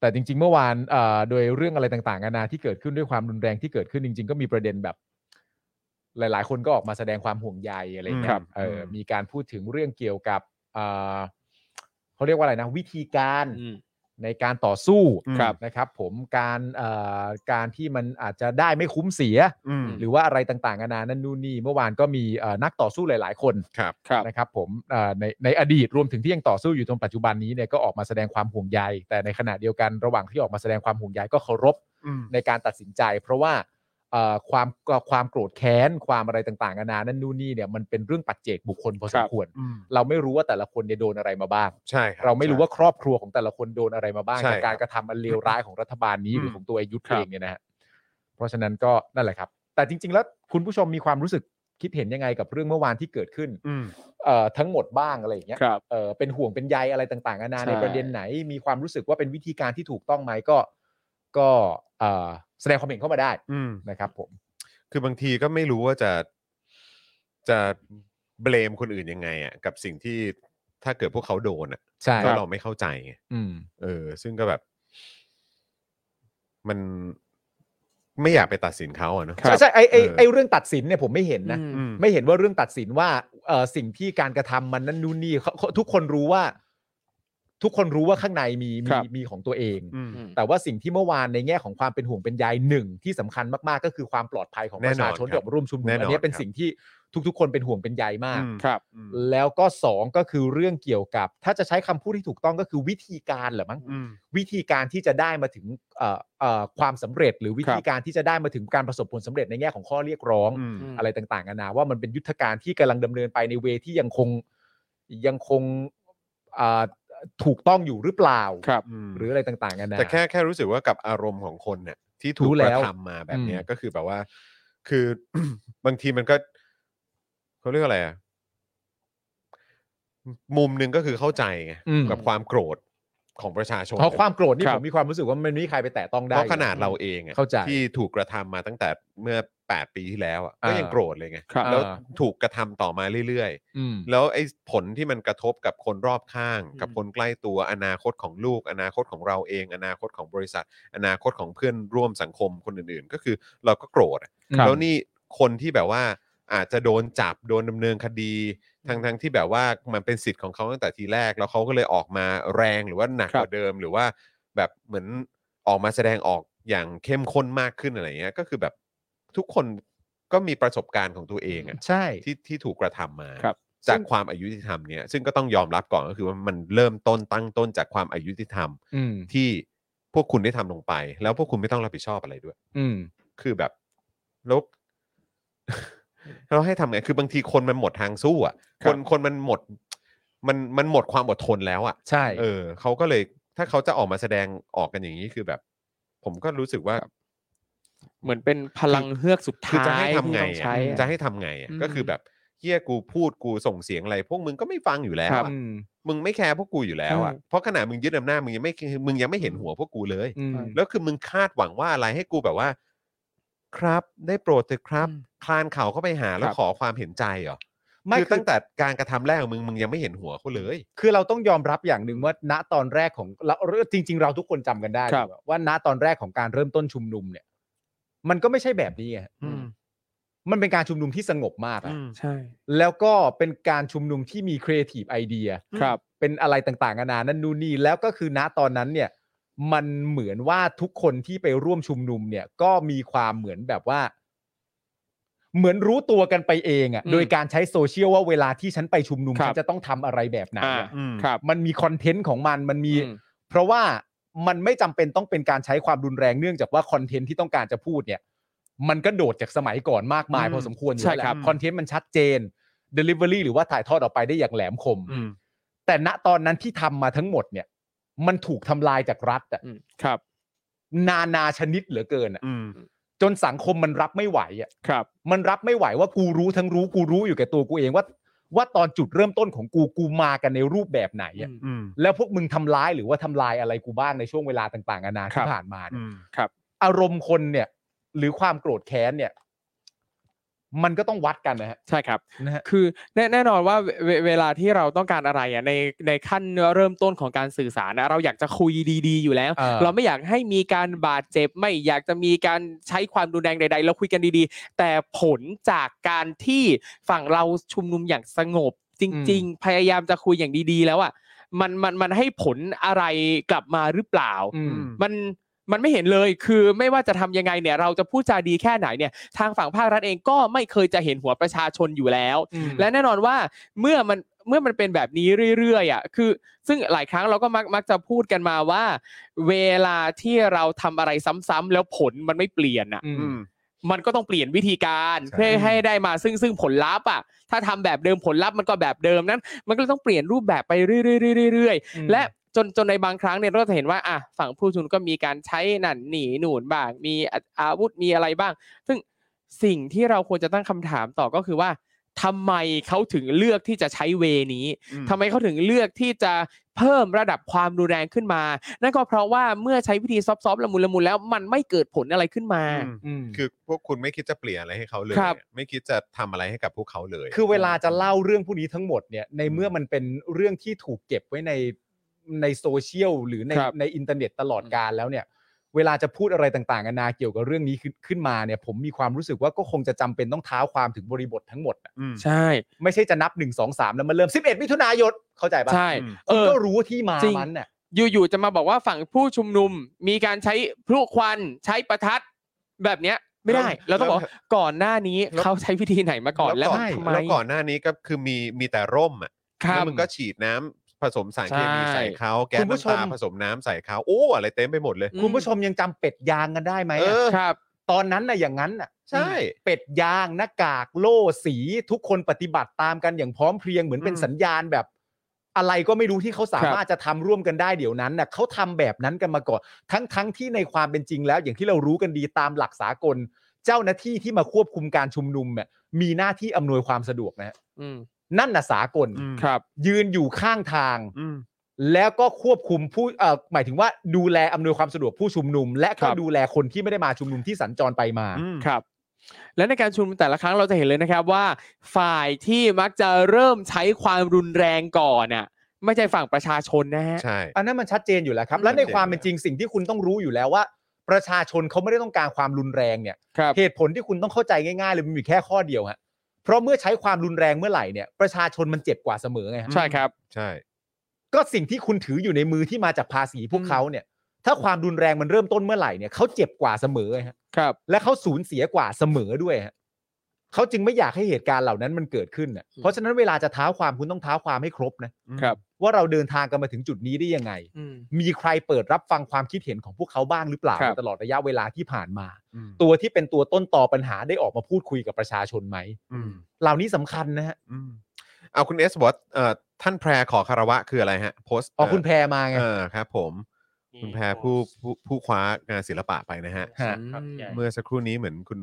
Speaker 3: แต่จริง ๆ เมื่อวานเอ่อโดยเรื่องอะไรต่างๆนานาที่เกิดขึ้นด้วยความรุนแรงที่เกิดขึ้นจริง ๆ ก็มีประเด็นแบบ หลาย ๆ คนก็ออกมาแสดงความห่วงใยอะไรอย่างเงี้
Speaker 2: ครั
Speaker 3: ย
Speaker 2: บ
Speaker 3: เอออ
Speaker 2: ม
Speaker 3: มีการพูดถึงเรื่องเกี่ยวกับเอ่อเขาเรียกว่าอะไรนะ วิธีการ
Speaker 4: อืม
Speaker 3: ในการต่อสู้
Speaker 4: ครับ
Speaker 3: นะครับ ผมการเอ่อการที่มันอาจจะได้ไม่คุ้มเสีย
Speaker 2: อืม
Speaker 3: หรือว่าอะไรต่างๆนานานั่นนู่นนี่เมื่อวานก็มีเอ่อนักต่อสู้หลาย ๆ คน
Speaker 4: ครับ
Speaker 3: นะครับผมเอ่อในในอดีตรวมถึงที่ยังต่อสู้อยู่จนปัจจุบันนี้เนี่ยก็ออกมาแสดงความห่วงใยแต่ในขณะเดียวกันระหว่างที่ออกมาแสดงความห่วงใยก็เคารพ
Speaker 2: อืม
Speaker 3: ในการตัดสินใจ เพราะว่าเอ่อความความโกรธแค้นความอะไรต่างๆนานานั่นนู่นนี่เนี่ยมันเป็นเรื่องปัจเจกบุคคลพอส
Speaker 4: ครั
Speaker 3: ม
Speaker 4: บ
Speaker 3: ควร
Speaker 2: อืม
Speaker 3: เราไม่รู้ว่าแต่ละคนเนี่ยโดนอะไรมาบ้าง
Speaker 2: ใช่คบ
Speaker 3: เราไม่รู้ว่าครอบครัวของแต่ละคนโดนอะไรมาบ้าง
Speaker 2: ใช่
Speaker 3: จากการ
Speaker 2: ครับ
Speaker 3: กระทำอันเลวร้ายของรัฐบาลนี้
Speaker 2: อืม
Speaker 3: หรือของตัวอายุทธ
Speaker 4: ครับ
Speaker 3: เองเนี่ยนะฮะเพราะฉะนั้นก็นั่นแหละครับ แต่จริง ๆ แล้วคุณผู้ชมมีความรู้สึกคิดเห็นยังไงกับเรื่องเมื่อวานที่เกิดขึ้น
Speaker 2: อืม
Speaker 3: เอ่อทั้งหมดบ้างอะไรอย่างเงี้ย
Speaker 4: ครับ
Speaker 3: เอ่อเป็นห่วงเป็นใยอะไรต่างๆนานา
Speaker 4: ใช่
Speaker 3: ในประเด็นไหน มีความรู้สึกว่าเป็นวิธีการที่ถูกต้องไหมก็ ก็เอ่อแสดงความเห็นเข้ามาได้
Speaker 2: อืม
Speaker 3: นะครับผม
Speaker 2: คือบางทีก็ไม่รู้ว่าจะจะเบลมคนอื่นยังไงอ่ะกับสิ่งที่ถ้าเกิดพวกเขาโดนอ่ะ
Speaker 3: ใช่
Speaker 2: ก็เราไม่เข้าใจไง
Speaker 3: อืม
Speaker 2: เออ ซึ่งก็แบบ มันไม่อยากไปตัดสินเขาอ่ะเนอะ
Speaker 4: ครั
Speaker 3: ใช่
Speaker 4: บ
Speaker 3: ใช่ไอไอ
Speaker 2: เออ
Speaker 3: ไอเรื่องตัดสินเนี่ยผมไม่เห็นนะ
Speaker 4: อืม
Speaker 2: อืม
Speaker 3: ไม่เห็นว่าเรื่องตัดสินว่าเอ่อสิ่งที่การกระทำมันนั่นนู่นนี่เขาเขาทุกคนรู้ว่า ทุกคนรู้ว่าข้างในมี
Speaker 4: ค
Speaker 3: มี
Speaker 4: รับ
Speaker 3: มีของตัวเอง
Speaker 2: อืม
Speaker 4: อืม
Speaker 3: แต่ว่าสิ่งที่เมื่อวานในแง่ของความเป็นห่วงเป็นใยหนึ่งที่สำคัญมากๆ ก็คือความปลอดภัยของประชาช
Speaker 2: แน่นอ
Speaker 3: น
Speaker 2: นครับ
Speaker 3: ที่ออกมาร่วมชุมนุม
Speaker 2: แน่นอน
Speaker 3: อันเนี้ยเป็น
Speaker 2: ครับ
Speaker 3: สิ่งที่ทุก ๆ คนเป็นห่วงเป็นใยมาก
Speaker 2: อืม
Speaker 4: ครับ
Speaker 2: อืม
Speaker 3: แล้วก็สองก็คือเรื่องเกี่ยวกับ ถ้าจะใช้คำพูดที่ถูกต้องก็คือวิธีการเหรอมั้ง
Speaker 2: อืม
Speaker 3: วิธีการที่จะได้มาถึงเอ่อเอ่อความสำเร็จ หรือวิธีการที่จะได้มาถึงการประสบผลสำเร็จในแง่ของข้อเรียกร้อง
Speaker 2: อืม
Speaker 3: อะไรต่างๆกันานาว่ามันเป็นยุทธการที่กำลังดำเนินไปในเวที่ยังคงยังคงอ่าถูกต้องอยู่หรือเปล่า
Speaker 4: ครับ
Speaker 2: อืม
Speaker 3: หรืออะไรต่างๆกันานา
Speaker 2: แต่แค่แค่รู้สึกว่ากับอารมณ์ของคนเนี่ยที่ถู
Speaker 3: รู้
Speaker 2: กก
Speaker 3: แล้
Speaker 2: ระ
Speaker 3: ว
Speaker 2: ทำมาแบบเนี้ย
Speaker 3: อืม
Speaker 2: ก็คือแบบว่า คือ บางทีมันก็เขาเรียกอะไรอะมุมหนึ่งก็คือเข้าใจไง
Speaker 3: อืม
Speaker 2: กับความโกรธของประชาชน
Speaker 3: เพราะความโกรธนี่
Speaker 4: ครั
Speaker 3: ผ
Speaker 4: บ
Speaker 3: มมีความรู้สึกว่ามันไม่มีใครไปแตะต้องได้
Speaker 2: เพราะขนาดเราเองอะ
Speaker 3: เข้าใจ
Speaker 2: ที่ถูกกระทำมาตั้งแต่เมื่อ 8 ปีที่แล้วอะ
Speaker 3: อ่า
Speaker 2: ก็ยังโกรธเลยไง
Speaker 4: ครับ
Speaker 2: แล้ว
Speaker 3: อ่า
Speaker 2: ถูกกระทำต่อมาเรื่อย
Speaker 3: อืม
Speaker 2: ๆ แล้วไอ้ผลที่มันกระทบกับคนรอบข้าง
Speaker 4: อืม
Speaker 2: กับคนใกล้ตัวอนาคตของลูก อนาคตของเราเอง อนาคตของบริษัท อนาคตของเพื่อนร่วมสังคมคนอื่นๆ ก็คือเราก็โกรธอะ
Speaker 3: ครับ
Speaker 2: แล้วนี่คนที่แบบว่าอาจจะโดนจับโดนดำเนินคดีทั้งๆที่แบบว่ามันเป็นสิทธิ์ของเขาตั้งแต่ทีแรก แล้วเขาก็เลยออกมาแรงหรือว่าหนักกว่าเดิมหรือว่า แบบเหมือนออกมาแสดงออกอย่างเข้มข้นมากขึ้นอะไรเงี้ยก็คือแบบทุกคนก็มีประสบการณ์ของตัวเองอะ
Speaker 3: ใช่
Speaker 2: ที่ที่ถูกกระทำมา
Speaker 4: ครับ
Speaker 2: จากความอายุติธรรมเนี่ยซึ่งก็ต้องยอมรับก่อนก็คือว่ามันเริ่มต้นตั้งต้นจากความอายุติธรรม
Speaker 3: อืม
Speaker 2: ที่พวกคุณได้ทำลงไป แล้วพวกคุณไม่ต้องรับผิดชอบอะไรด้วย
Speaker 3: อืม
Speaker 2: คือแบบแล้ว เราให้ทำไงคือบางทีคนมันหมดทางสู้อะ
Speaker 4: ค
Speaker 2: ครับ นคนมันหมด มันมันหมดความอดทนแล้วอะ
Speaker 3: ใช่
Speaker 2: เออเขาก็เลยถ้าเขาจะออกมาแสดงออกกันอย่างนี้คือแบบ ผมก็รู้สึกว่า
Speaker 4: เหมือนเป็นพลังเฮือกสุด
Speaker 2: คือจะ
Speaker 4: ท้าย
Speaker 2: ให้ทำไง
Speaker 4: ต้อง
Speaker 2: อะ
Speaker 4: ใช้อ
Speaker 2: จะให้ทำไงอะ
Speaker 4: อืม
Speaker 2: ก็คือแบบเฮียกูพูดกูส่งเสียงอะไร พวกมึงก็ไม่ฟังอยู่แล้ว
Speaker 4: ครับ
Speaker 2: อะ
Speaker 3: อืม
Speaker 2: มึงไม่แคร์พวกกูอยู่แล้วอะ
Speaker 4: ใช่
Speaker 2: เพราะขนาดมึงยึดอำนาจมึงยังไม่มึงยังไม่เห็นหัวพวกกูเลย
Speaker 3: อืม
Speaker 2: แล้วคือมึงคาดหวังว่าอะไรให้กูแบบว่า ครับได้โปรดเถอะครับ
Speaker 4: อืม
Speaker 2: คลานเข่าเข้าไปหาแล้ว
Speaker 4: ครับ
Speaker 2: ขอความเห็นใจเหรอ
Speaker 3: ไม่
Speaker 2: คือ
Speaker 3: คื
Speaker 2: ตั้
Speaker 3: อง
Speaker 2: แต่การกระทำแรกของมึงมึงยังไม่เห็นหัวเขาเลย
Speaker 3: คือเราต้องยอมรับอย่างหนึ่งว่าณตอนแรกของเราจริง ๆ เราทุกคนจำกันได้
Speaker 4: ครับ
Speaker 3: ว่าณตอนแรกของการเริ่มต้นชุมนุมเนี่ย มันก็ไม่ใช่แบบนี้ไงฮะ
Speaker 4: อืม
Speaker 3: มันเป็นการชุมนุมที่สงบมากอะ
Speaker 5: อืม
Speaker 4: ใช่
Speaker 3: แล้วก็เป็นการชุมนุมที่มีครีเอทีฟไอเดีย
Speaker 4: ครับ
Speaker 3: เป็นอะไรต่างๆนานานั่นนู่นนี่แล้วก็คือณตอนนั้นเนี่ย มันเหมือนว่าทุกคนที่ไปร่วมชุมนุมเนี่ย ก็มีความเหมือนแบบว่า เหมือนรู้ตัวกันไปเองอะ่ะ
Speaker 4: อืม
Speaker 3: โดยการใช้โซเชียลว่าเวลาที่ฉันไปชุมนุม
Speaker 4: ครับ
Speaker 3: ฉันจะต้องทำอะไรแบบไหน
Speaker 4: อ่า
Speaker 3: อะ
Speaker 4: ครับ
Speaker 3: มันมีคอนเทนต์ของมันมันมี
Speaker 4: อืม
Speaker 3: เพราะว่ามันไม่จำเป็นต้องเป็นการใช้ความรุนแรงเนื่องจากว่าคอนเทนต์ที่ต้องการจะพูดเนี่ย มันก็โดดจากสมัยก่อนมากมาย
Speaker 5: อืม
Speaker 3: พอสมควรอยู่แล้วแห
Speaker 4: ใช่ครั
Speaker 3: ละ
Speaker 4: บ
Speaker 3: คอนเทนต์มันชัดเจน Delivery หรือว่าถ่ายทอดออกไปได้อย่างแหลมคม
Speaker 5: อืม
Speaker 3: แต่ณตอนนั้นที่ทำมาทั้งหมดเนี่ย มันถูกทำลายจากรัฐอะ
Speaker 4: อืมครับ
Speaker 3: นานาชนิดเหลือเกินอะ
Speaker 5: อืม
Speaker 3: จนสังคมมันรับไม่ไหวอะ
Speaker 4: ครับ
Speaker 3: มันรับไม่ไหวว่ากูรู้ทั้งรู้กูรู้อยู่แก่ตัวกูเองว่า ว่าตอนจุดเริ่มต้นของกูกูมากันในรูปแบบไหนอะ
Speaker 5: อืม
Speaker 3: แล้วพวกมึงทำร้ายหรือว่าทำลายอะไรกูบ้างในช่วงเวลาต่างๆนานา
Speaker 4: ครั
Speaker 3: ที่
Speaker 4: บ
Speaker 3: ผ่านมาเนี่ย
Speaker 5: อืม
Speaker 3: อารมณ์คนเนี่ย หรือความโกรธแค้นเนี่ย มันก็ต้องวัดกันนะฮะ
Speaker 4: ใช่ครับ
Speaker 3: นะฮะ
Speaker 4: คือแน่แน่นอนว่าเวเวเวลาที่เราต้องการอะไรอ่ะในในขั้นเริ่มต้นของการสื่อสารนะเราอยากจะคุยดีๆอยู่แล้ว
Speaker 3: เออ
Speaker 4: เราไม่อยากให้มีการบาดเจ็บไม่อยากจะมีการใช้ความรุนแรงใด ๆ เราคุยกันดีๆ แต่ผลจากการที่ฝั่งเราชุมนุมอย่างสงบ จริง ๆ พยายามจะคุยอย่างดีๆ แล้วอ่ะมันมันมันให้ผลอะไรกลับมาหรือเปล่า
Speaker 3: อืม
Speaker 4: มันมันไม่เห็นเลยคือไม่ว่าจะทำยังไงเนี่ย เราจะพูดจาดีแค่ไหนเนี่ย ทางฝั่งภาครัฐเองก็ไม่เคยจะเห็นหัวประชาชนอยู่แล้ว
Speaker 3: อืม
Speaker 4: และแน่นอนว่าเมื่อมันเมื่อมันเป็นแบบนี้เรื่อยๆอ่ะคือ ซึ่งหลายครั้งเราก็มักมักจะพูดกันมาว่า เวลาที่เราทำอะไรซ้ำๆแล้วผลมันไม่เปลี่ยนอ่ะ
Speaker 3: อืม
Speaker 4: มันก็ต้องเปลี่ยนวิธีการ
Speaker 2: ใช่
Speaker 4: เพื่อให้ได้มาซึ่งซึ่งผลลัพธ์อ่ะถ้าทำแบบเดิมผลลัพธ์มันก็แบบเดิมนั้น มันก็เลยต้องเปลี่ยนรูปแบบไปเรื่อยๆเรื่อย
Speaker 3: อืม
Speaker 4: ๆและจนจนในบางครั้งเนี่ยเราจะเห็นว่าอ่ะฝั่งผู้ชุมนุมก็มีการใช้หนันหนีหนูนบ้าง มีอาอาวุธมีอะไรบ้าง ซึ่งสิ่งที่เราควรจะตั้งคำถามต่อก็คือว่าทำไมเขาถึงเลือกที่จะใช้เวนี้ ทำไมเขาถึงเลือกที่จะเพิ่มระดับความรุนแรงขึ้นมา นั่นก็เพราะว่าเมื่อใช้วิธีซอฟต์ๆละมุนละมุนแล้วมันไม่เกิดผลอะไรขึ้นมา
Speaker 3: อืม
Speaker 2: คือพวกคุณไม่คิดจะเปลี่ยนอะไรให้เขาเลย
Speaker 4: ครับ
Speaker 2: ไม่คิดจะทำอะไรให้กับพวกเขาเลย
Speaker 3: คือเวลาจะเล่าเรื่องผู้นี้ทั้งหมดเนี่ย ในเมื่อมันเป็นเรื่องที่ถูกเก็บไว้ในในโซเชียลหรือใน
Speaker 4: ครับ
Speaker 3: ในอินเทอร์เน็ตตลอดการแล้วเนี่ย เวลาจะพูดอะไรต่างๆนานาเกี่ยวกับเรื่องนี้ขึ้นขึ้นมาเนี่ย ผมมีความรู้สึกว่าก็คงจะจำเป็นต้องเท้าความถึงบริบททั้งหมดอะ
Speaker 4: ใช่
Speaker 3: ไม่ใช่จะนับ1 2 3 แล้วมันเริ่ม 11 มิถุนายนเข้าใจปะ
Speaker 4: ใช่ เอ
Speaker 3: คุณ
Speaker 4: อ
Speaker 3: ก็รู้ที่มา
Speaker 4: จริง
Speaker 3: มันน่ะ
Speaker 4: อยู่ๆจะมาบอกว่าฝั่งผู้ชุมนุม มีการใช้พลุควันใช้ประทัดแบบเนี้ยไม่ได้
Speaker 2: แล้ว
Speaker 4: เราต้องบอก
Speaker 2: แล้ว
Speaker 4: ก่อนหน้านี้
Speaker 2: แล้ว
Speaker 4: เขาใช้วิธีไหนมาก่อนแล้ว
Speaker 2: ก่อน
Speaker 3: ใช่
Speaker 4: ทำไม
Speaker 2: แล้วก่อนหน้านี้ก็คือมีมีแต่ร่มอ่ะ
Speaker 4: ครั
Speaker 2: แล้ว
Speaker 4: บ
Speaker 2: มึงก็ฉีดน้ำผสมสารเคมี
Speaker 4: ใช่
Speaker 2: ใส่เขาแก๊
Speaker 3: คุ
Speaker 2: ส
Speaker 3: ณผู้ช
Speaker 2: น้ำ
Speaker 3: ม
Speaker 2: ตาผสมน้ำใส่เขาโอ้อะไรเต็มไปหมดเลย
Speaker 4: อื
Speaker 3: คุณผู้ชมยังจำเป็ดยางกันได้ไหม
Speaker 2: เออ
Speaker 3: อะ
Speaker 4: ครับ
Speaker 3: ตอนนั้นน่ะอย่างนั้นน่ะ
Speaker 2: ใช่
Speaker 3: เป็ดยางหน้ากากโล่สีทุกคนปฏิบัติตามกันอย่างพร้อมเพรียงเหมือนเป็น
Speaker 4: อืม
Speaker 3: สัญญาณแบบ อะไรก็ไม่รู้ที่เขาสา
Speaker 4: ครับ
Speaker 3: มารถจะทำร่วมกันได้เดี๋ยวนั้นน่ะเขาทำแบบนั้นกันมาก่อนทั้งทั้งที่ในความเป็นจริงแล้ว อย่างที่เรารู้กันดีตามหลักสากล เจ้าหน้าที่ที่มาควบคุมการชุมนุมเนี่ยมีหน้าที่อำนวยความสะดวกนะฮะ
Speaker 4: อืม
Speaker 3: นั่นน่ะสากล
Speaker 4: ครับ
Speaker 3: ยืนอยู่ข้างทาง
Speaker 5: อืม
Speaker 3: แล้วก็ควบคุมผู้เอ่อหมายถึงว่าดูแลอำนวยความสะดวกผู้ชุมนุม และ
Speaker 4: ครั
Speaker 3: ก็
Speaker 4: บ
Speaker 3: ดูแลคนที่ไม่ได้มาชุมนุมที่สัญจรไปมา
Speaker 4: ครับ และในการชุมนุมแต่ละครั้งเราจะเห็นเลยนะครับว่า ฝ่ายที่มักจะเริ่มใช้ความรุนแรงก่อนน่ะไม่ใช่ฝั่งประชาชนนะฮะ
Speaker 2: ใช่
Speaker 3: อันนั้นมันชัดเจนอยู่แล้วครับ
Speaker 2: อืม
Speaker 3: และในความเป็นจริงสิ่งที่คุณต้องรู้อยู่แล้วว่า ประชาชนเขาไม่ได้ต้องการความรุนแรงเนี่ย
Speaker 4: ครับ
Speaker 3: เหตุผลที่คุณต้องเข้าใจง่ายๆเลยมันมีแค่ข้อเดียวฮะเพราะเมื่อใช้ความรุนแรงเมื่อไหร่เนี่ยประชาชนมันเจ็บกว่าเสมอไงฮะ
Speaker 4: ใช่ครับ
Speaker 2: ใช่
Speaker 3: ก็สิ่งที่คุณถืออยู่ในมือที่มาจากภาษีพวกเขาเนี่ย ถ้าความรุนแรงมันเริ่มต้นเมื่อไหร่เนี่ยเขาเจ็บกว่าเสมอไงฮะ
Speaker 4: ครับ
Speaker 3: และเขาสูญเสียกว่าเสมอด้วยฮะเขาจึงไม่อยากให้เหตุการณ์เหล่านั้นมันเกิดขึ้นน่ะเพราะฉะนั้นเวลาจะเท้าความคุณต้องเท้าความให้ครบนะครับ ว่าเราเดินทางกันมาถึงจุดนี้ได้ยังไง
Speaker 4: อืม
Speaker 3: มีใครเปิดรับฟังความคิดเห็นของพวกเขาบ้างหรือเปล่า
Speaker 4: ครับ
Speaker 3: ในตลอดระยะเวลาที่ผ่านมา
Speaker 2: อืม
Speaker 3: ตัวที่เป็นตัวต้นต่อปัญหาได้ออกมาพูดคุยกับประชาชนไหม
Speaker 2: อืม
Speaker 3: เหล่านี้สำคัญนะฮะ
Speaker 2: อืมเอาคุณเอสบอกว่าเอ่อท่านแพรขอคารวะคืออะไรฮะโพสต์
Speaker 3: อ๋อคุณแพรมาไง
Speaker 2: เออครับ ผม คุณแพรผู้ผู้ผู้คว้างานศิลปะไปนะฮะ
Speaker 3: ฮะ
Speaker 5: ครับใหญ่
Speaker 2: เมื่อสักครู่นี้เหมือนคุณ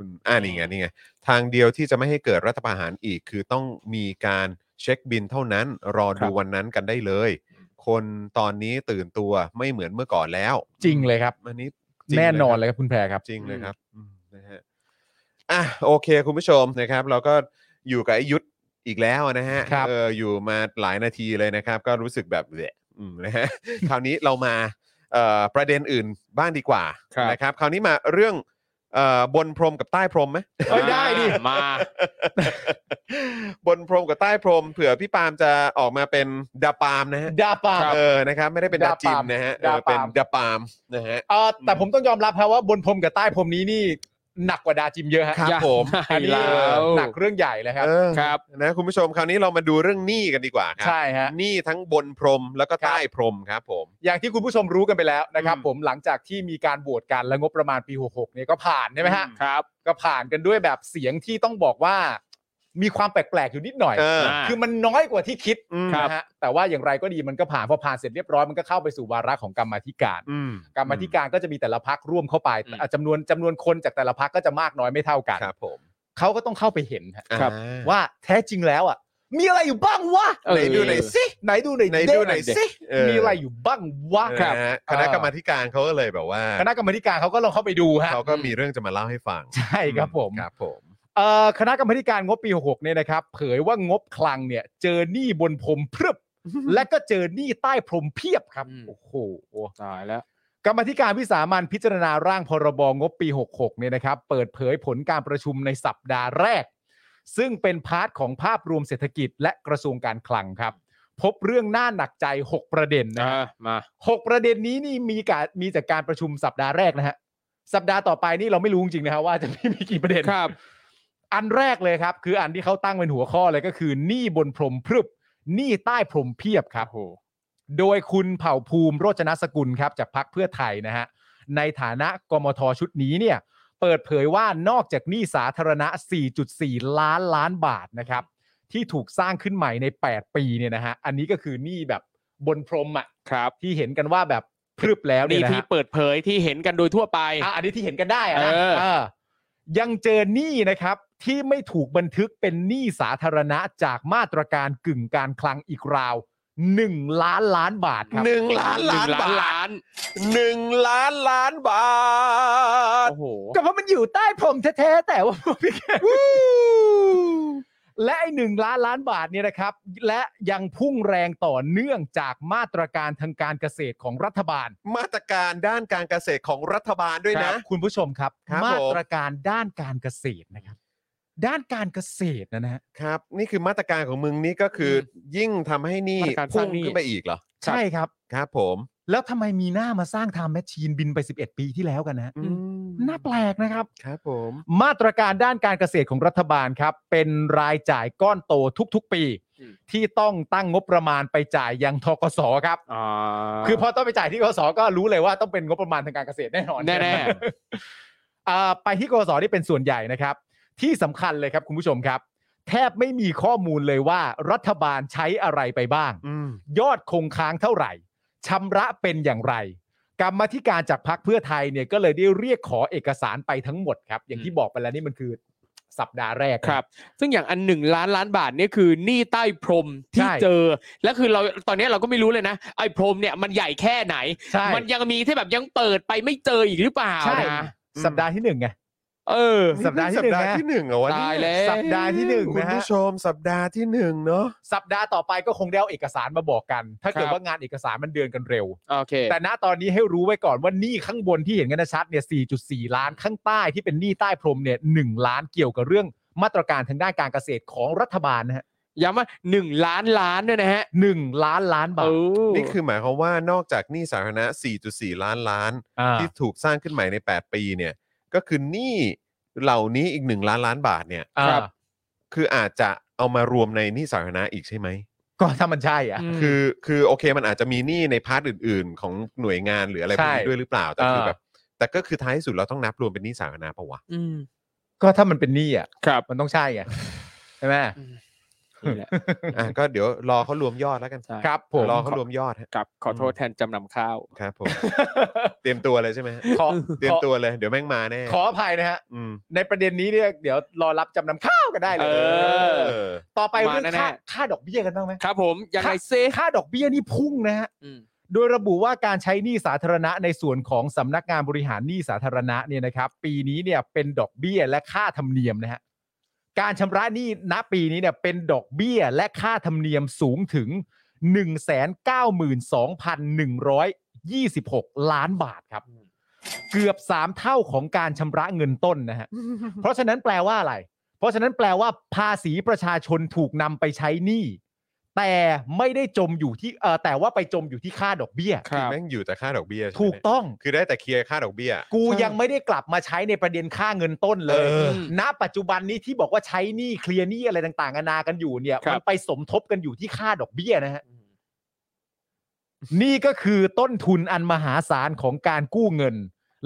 Speaker 2: คุณอ่านี่ไงนี่ไง ทางเดียวที่จะไม่ให้เกิดรัฐประหารอีก คือต้องมีการเช็คบินเท่านั้น รอดูวันนั้นกันได้เลย คนตอนนี้ตื่นตัวไม่เหมือนเมื่อก่อนแล้ว
Speaker 3: จริงเลยครับ
Speaker 2: อันนี้จริง
Speaker 3: แน่นอนเล
Speaker 2: เลย ย
Speaker 3: ครับ คุณแพรครับ
Speaker 2: จริงเลยครับอืมนะฮะอ่ะโอเคคุณผู้ชมนะครับ เราก็อยู่กับไอยุทธ อีกแล้วนะฮะ
Speaker 3: ครับ
Speaker 2: เอออยู่มาหลายนาทีเลยนะครับ ก็รู้สึกแบบเละอืมนะฮะ คราวนี้เรามาเอ่อประเด็นอื่นบ้างดีกว่า
Speaker 4: ครับ
Speaker 2: นะครับ คราวนี้มาเรื่องเอ่อบนพรมกับใต้พรมไหม
Speaker 3: เอ้ยได้ดิ
Speaker 4: มา
Speaker 2: บนพรมกับใต้พรมเผื่อพี่ปาล์มจะออกมาเป็นดาปาล์มนะฮะ
Speaker 3: ดาปาล์ม
Speaker 2: เออนะครับ ไม่ได้เป็นดา
Speaker 3: ดา
Speaker 2: จิม
Speaker 3: ปาล์ม
Speaker 2: นะฮะเออ
Speaker 3: ดาปาล์ม
Speaker 2: เป็นดาปาล์มนะฮะ
Speaker 3: เอ่อแต่ผมต้องยอมรับครับว่าบนพรมกับใต้พรมนี้นี่หนักกว่าดาจิมเยอะฮะ
Speaker 2: ครับ
Speaker 4: อย่า
Speaker 2: ผม
Speaker 4: ใช่
Speaker 3: อันนี้
Speaker 4: แล้ว
Speaker 3: หนักเรื่องใหญ่เลยครับ
Speaker 2: เออ
Speaker 4: ครับ
Speaker 2: นะคุณผู้ชมคราวนี้เรามาดูเรื่องหนี้กันดีกว่าครั
Speaker 3: ใช่ฮะ
Speaker 2: หนี้ทั้งบนพรมแล้วก็
Speaker 3: ครับ
Speaker 2: ใต้พรมครับผม
Speaker 3: อย่างที่คุณผู้ชมรู้กันไปแล้วนะครับ
Speaker 2: อืม
Speaker 3: ผมหลังจากที่มีการโหวตกันและงบประมาณปี 66เนี่ยก็ผ่านใช่ไหมฮะ
Speaker 4: ครับ
Speaker 3: ก็ผ่านกันด้วยแบบเสียงที่ต้องบอกว่า มีความแปลกๆอยู่นิดหน่อย
Speaker 2: เออ
Speaker 4: อ่า
Speaker 3: คือมันน้อยกว่าที่คิด
Speaker 2: อืม
Speaker 3: นะฮะแต่ว่าอย่างไรก็ดีมันก็ผ่านพอผ่านเสร็จเรียบร้อยมันก็เข้าไปสู่วาระของกรรมาธิการ
Speaker 2: อืม
Speaker 3: กรรมาธิการก็จะมีแต่ละพักร่วมเข้าไป
Speaker 4: อืม
Speaker 3: อ่ะจำนวนจำนวนคนจากแต่ละพักก็จะมากน้อยไม่เท่ากัน
Speaker 2: ครับผม
Speaker 3: เขาก็ต้องเข้าไปเห็นฮะ
Speaker 2: อ่า
Speaker 3: ว่าแท้จริงแล้วอ่ะมีอะไรอยู่บ้างวะ
Speaker 4: เออ
Speaker 2: ไหนดูหน่อยสิ
Speaker 3: ไหนดูหน่อย
Speaker 2: ไหนดูหน่อยสิเ
Speaker 3: มีอะไรอยู่บ้างวะ
Speaker 2: นะฮะคณะกรรมาธิการเขาก็เลยแบบว่า
Speaker 3: คณะกรรมาธิการเขาก็ลองเข้าไปดูฮะ
Speaker 2: เขาก็มีเรื่องจะมาเล่าให้ฟัง
Speaker 3: ใช่ครับผม
Speaker 2: ครับผม
Speaker 3: เอ่อคณะกรรมาธิการงบปี 66เนี่ยนะครับ เผยว่างบคลังเนี่ย เจอหนี้บนพรมพ รึบ และก็เจอหนี้ใต้พรมเพียบครับ
Speaker 4: อืม
Speaker 3: โอ้โห
Speaker 4: ตายแล้ว
Speaker 3: กรรมาธิการวิสามันพิจารณาร่างพรบงบปี 66เนี่ยนะครับ เปิดเผยผลการประชุมในสัปดาห์แรก ซึ่งเป็นพาร์ทของภาพรวมเศรษฐกิจและกระทรวงการคลังครับ พบเรื่องน่าหนักใจ 6 ประเด็นนะฮะ
Speaker 4: มา
Speaker 3: หกประเด็นนี้นี่มีการมีจากการประชุมสัปดาห์แรกนะฮะสัปดาห์ต่อไปนี่เราไม่รู้จริงๆนะฮะว่าจะมีมีกี่ประเด็น
Speaker 4: ครับ
Speaker 3: อันแรกเลยครับ คืออันที่เขาตั้งเป็นหัวข้อเลยก็คือหนี้บนพรมพรึบหนี้ใต้พรมเพียบครับโดยคุณเผ่าภูมิโรจนสกุลครับ จากพักเพื่อไทยนะฮะในฐานะกมทชุดนี้เนี่ยเปิดเผยว่านอกจากหนี้สาธารณะ 4.4 ล้านล้านบาทนะครับ ที่ถูกสร้างขึ้นใหม่ใน 8 ปีเนี่ยนะฮะอันนี้ก็คือหนี้แบบบนพรมอ่ะ
Speaker 4: ครับ
Speaker 3: ที่เห็นกันว่าแบบพรึบแล้วเนี่
Speaker 4: นี่
Speaker 3: ยนะ
Speaker 4: ที่
Speaker 3: ฮะ
Speaker 4: เปิดเผยที่เห็นกันโดยทั่วไป
Speaker 3: อ่ะอันนี้ที่เห็นกันได้อะนะ
Speaker 4: เออ
Speaker 3: เออยังเจอหนี้นะครับ ที่ไม่ถูกบันทึกเป็นหนี้สาธารณะจากมาตรการกึ่งการคลังอีกราวหนึ่งล้านล้านบาทครับ
Speaker 2: หนึ่งล้าน
Speaker 4: หนึ่
Speaker 2: ล้าง น
Speaker 4: ล้าน
Speaker 2: บาท
Speaker 4: ล้าน
Speaker 2: หนึ่งล้านล้านบาท
Speaker 4: โอ้โห
Speaker 3: ก็เพราะมันอยู่ใต้พรมแท้ๆแต่ว่า และไอ้หนึ่งล้านล้านบาทเนี่ยนะครับ และยังพุ่งแรงต่อเนื่องจากมาตรการทางการเกษตรของรัฐบาล
Speaker 2: มาตรการด้านการเกษตรของรัฐบาลด้วยนะ
Speaker 3: ครับคุณผู้ชมครับ
Speaker 2: ครับผม
Speaker 3: มาตรการด้านการเกษตรนะครับ ด้านการเกษตรนะฮะ
Speaker 2: ครับ นี่คือมาตรการของมึงนี่ก็คืออยิ่งทำให้หนี่
Speaker 4: มาตรการส
Speaker 2: พุ่
Speaker 4: ร้าง งหนี้
Speaker 2: ขึ้นไปอีกเหรอ
Speaker 3: ใช่ครับ
Speaker 2: ครับผม
Speaker 3: แล้วทำไมมีหน้ามาสร้างไทม์แมชชีนบินไป 11 ปีที่แล้วกันนะฮะ
Speaker 2: อืม
Speaker 3: น่าแปลกนะครับ
Speaker 2: ครับผม
Speaker 3: มาตรการด้านการเกษตรของรัฐบาลครับ เป็นรายจ่ายก้อนโตทุกๆปี
Speaker 4: อืม
Speaker 3: ที่ต้องตั้งงบประมาณไปจ่ายยังทกสครับ
Speaker 4: อ่า
Speaker 3: คือพอต้องไปจ่ายที่กสก็รู้เลยว่าต้องเป็นงบประมาณทางการเกษตรแน่นอน
Speaker 4: แน่
Speaker 3: ๆอ่าไปที่กสนี่เป็นส่วนใหญ่นะครับ ที่สำคัญเลยครับคุณผู้ชมครับ แทบไม่มีข้อมูลเลยว่ารัฐบาลใช้อะไรไปบ้าง
Speaker 2: อืม
Speaker 3: ยอดคงค้างเท่าไหร่ชำระเป็นอย่างไร กรรมาธิการจากพักเพื่อไทยเนี่ยก็เลยได้เรียกขอเอกสารไปทั้งหมดครับ อย่างที่บอกไปแล้วนี่มันคือสัปดาห์แรก
Speaker 4: ครับ ซึ่งอย่างอันหนึ่งล้านล้านบาทเนี่ยคือหนี้ใต้พรมที่
Speaker 3: ใช่
Speaker 4: เจอ และคือเราตอนนี้เราก็ไม่รู้เลยนะ ไอ้พรมเนี่ยมันใหญ่แค่ไหน
Speaker 3: ใช่
Speaker 4: มันยังมีที่แบบยังเปิดไปไม่เจออีกหรือเปล่า
Speaker 3: ใช่
Speaker 4: นะ
Speaker 3: สัปดาห์ที่หนึ่งไง
Speaker 4: เออ
Speaker 3: สัปดาห์ที่
Speaker 2: สัป
Speaker 3: หนึ่ง
Speaker 2: ดาห์
Speaker 3: นะ
Speaker 2: ที่หนึ่งเหรอวะ
Speaker 4: ตาย
Speaker 2: เนี่ย
Speaker 4: แล้ว
Speaker 3: สัปดาห์ที่หนึ่ง
Speaker 2: คุณ
Speaker 3: นะฮะ
Speaker 2: ผู้ชมสัปดาห์ที่หนึ่งเนาะ
Speaker 3: สัปดาห์ต่อไปก็คงได้เอาเอกสารมาบอกกัน ถ้าเกิด
Speaker 4: ครับ
Speaker 3: ว่างานเอกสารมันเดือนกันเร็ว
Speaker 4: โอเค
Speaker 3: แต่ณตอนนี้ให้รู้ไว้ก่อนว่าหนี้ข้างบนที่เห็นกันชัดเนี่ย 4.4 ล้านข้างใต้ที่เป็นหนี้ใต้พรมเนี่ย 1 ล้านเกี่ยวกับเรื่องมาตรการทางด้านการเกษตรของรัฐบาลนะฮะ
Speaker 4: ย้ำว่าหนึ่งล้านล้านด้วยนะฮะ
Speaker 3: หนึ่งล้านล้านบาท
Speaker 4: โอ้
Speaker 2: นี่คือหมายความว่านอกจากหนี้สาธารณะ 4.4 ล้านล้าน ที่ถูกสร้างขึ้นใหม่ใน 8 ปีเนี่ย ก็คือหนี้เหล่านี้อีก 1 ล้านล้านบาทเนี่ย
Speaker 3: อ่า
Speaker 2: ครับคืออาจจะเอามารวมในหนี้สาธารณะอีกใช่ไหม
Speaker 3: ก็ถ้ามันใช่อ่ะ
Speaker 4: ม
Speaker 2: คือคือโอเคมันอาจจะมีหนี้ในพาร์ทอื่น ๆ ของหน่วยงานหรืออะไรพวกนี้
Speaker 3: ใช่
Speaker 2: ด้วยหรือเปล่าแต่คือ
Speaker 3: เออ
Speaker 2: แบบแต่ก็คือท้ายสุดเราต้องนับรวมเป็นหนี้สาธารณะปะวะ
Speaker 4: อืม
Speaker 3: ก็ถ้ามันเป็นหนี้อ่ะ
Speaker 4: ครับ
Speaker 3: มันต้องใช่ ไงใช่ไหม
Speaker 4: นี่แหละ
Speaker 2: อ่ะก็เดี๋ยวรอเขารวมยอดแล้วกัน
Speaker 4: ใช่
Speaker 3: ครับผม
Speaker 2: รอเขารวมยอดฮะ
Speaker 4: ครับขอโทษแทนจำนำข้าว
Speaker 2: ครับผม เตรียมตัวเลยใช่ไหมฮะ
Speaker 3: ขอ
Speaker 2: เตรีย
Speaker 3: ข
Speaker 2: ม
Speaker 3: อ
Speaker 2: ตัวเลยเดี๋ยวแม่งมาแน่
Speaker 3: ขออภัยนะฮะ
Speaker 2: อืม
Speaker 3: ในประเด็นนี้เนี่ยเดี๋ยวรอรับจำนำข้าวกันได้เล
Speaker 4: เอย อ
Speaker 2: เออ
Speaker 3: ต่อไปเรื่อง
Speaker 4: มาแน่ๆ
Speaker 3: ค่าค่าดอกเบี้ยกันบ้างไหม
Speaker 4: ครับผมยังไงเซ
Speaker 3: ค่าดอกเบี้ยนี่พุ่งนะฮะ
Speaker 4: อืม
Speaker 3: โดยระบุว่าการใช้หนี้สาธารณะในส่วนของสำนักงานบริหารหนี้สาธารณะเนี่ยนะครับ ปีนี้เนี่ยเป็นดอกเบี้ยและค่าธรรมเนียมนะฮะ การชำระหนี้ณปีนี้เนี่ยเป็นดอกเบี้ยและค่าธรรมเนียมสูงถึง 192,126 ล้านบาทครับ เกือบ 3 เท่าของการชำระเงินต้นนะฮะ เพราะฉะนั้นแปลว่าอะไร เพราะฉะนั้นแปลว่าภาษีประชาชนถูกนำไปใช้หนี้แต่ไม่ได้จมอยู่ที่เออแต่ว่าไปจมอยู่ที่ค่าดอกเบี้ย
Speaker 4: ครั
Speaker 2: คือบ แม่งอยู่แต่ค่าดอกเบี้ยใช่ไหม
Speaker 3: ถูก
Speaker 2: เนี่ย
Speaker 3: ต้อง
Speaker 2: คือได้แต่เคลียร์ค่าดอกเบี้ย
Speaker 3: กูยังไม่ได้กลับมาใช้ในประเด็นค่าเงินต้นเลย
Speaker 2: เออ
Speaker 3: ณ ปัจจุบันนี้ที่บอกว่าใช้หนี้เคลียร์หนี้อะไรต่างๆนานากันอยู่เนี่ย
Speaker 4: ครับ
Speaker 3: มันไปสมทบกันอยู่ที่ค่าดอกเบี้ยนะฮะ นี่ก็คือต้นทุนอันมหาศาลของการกู้เงิน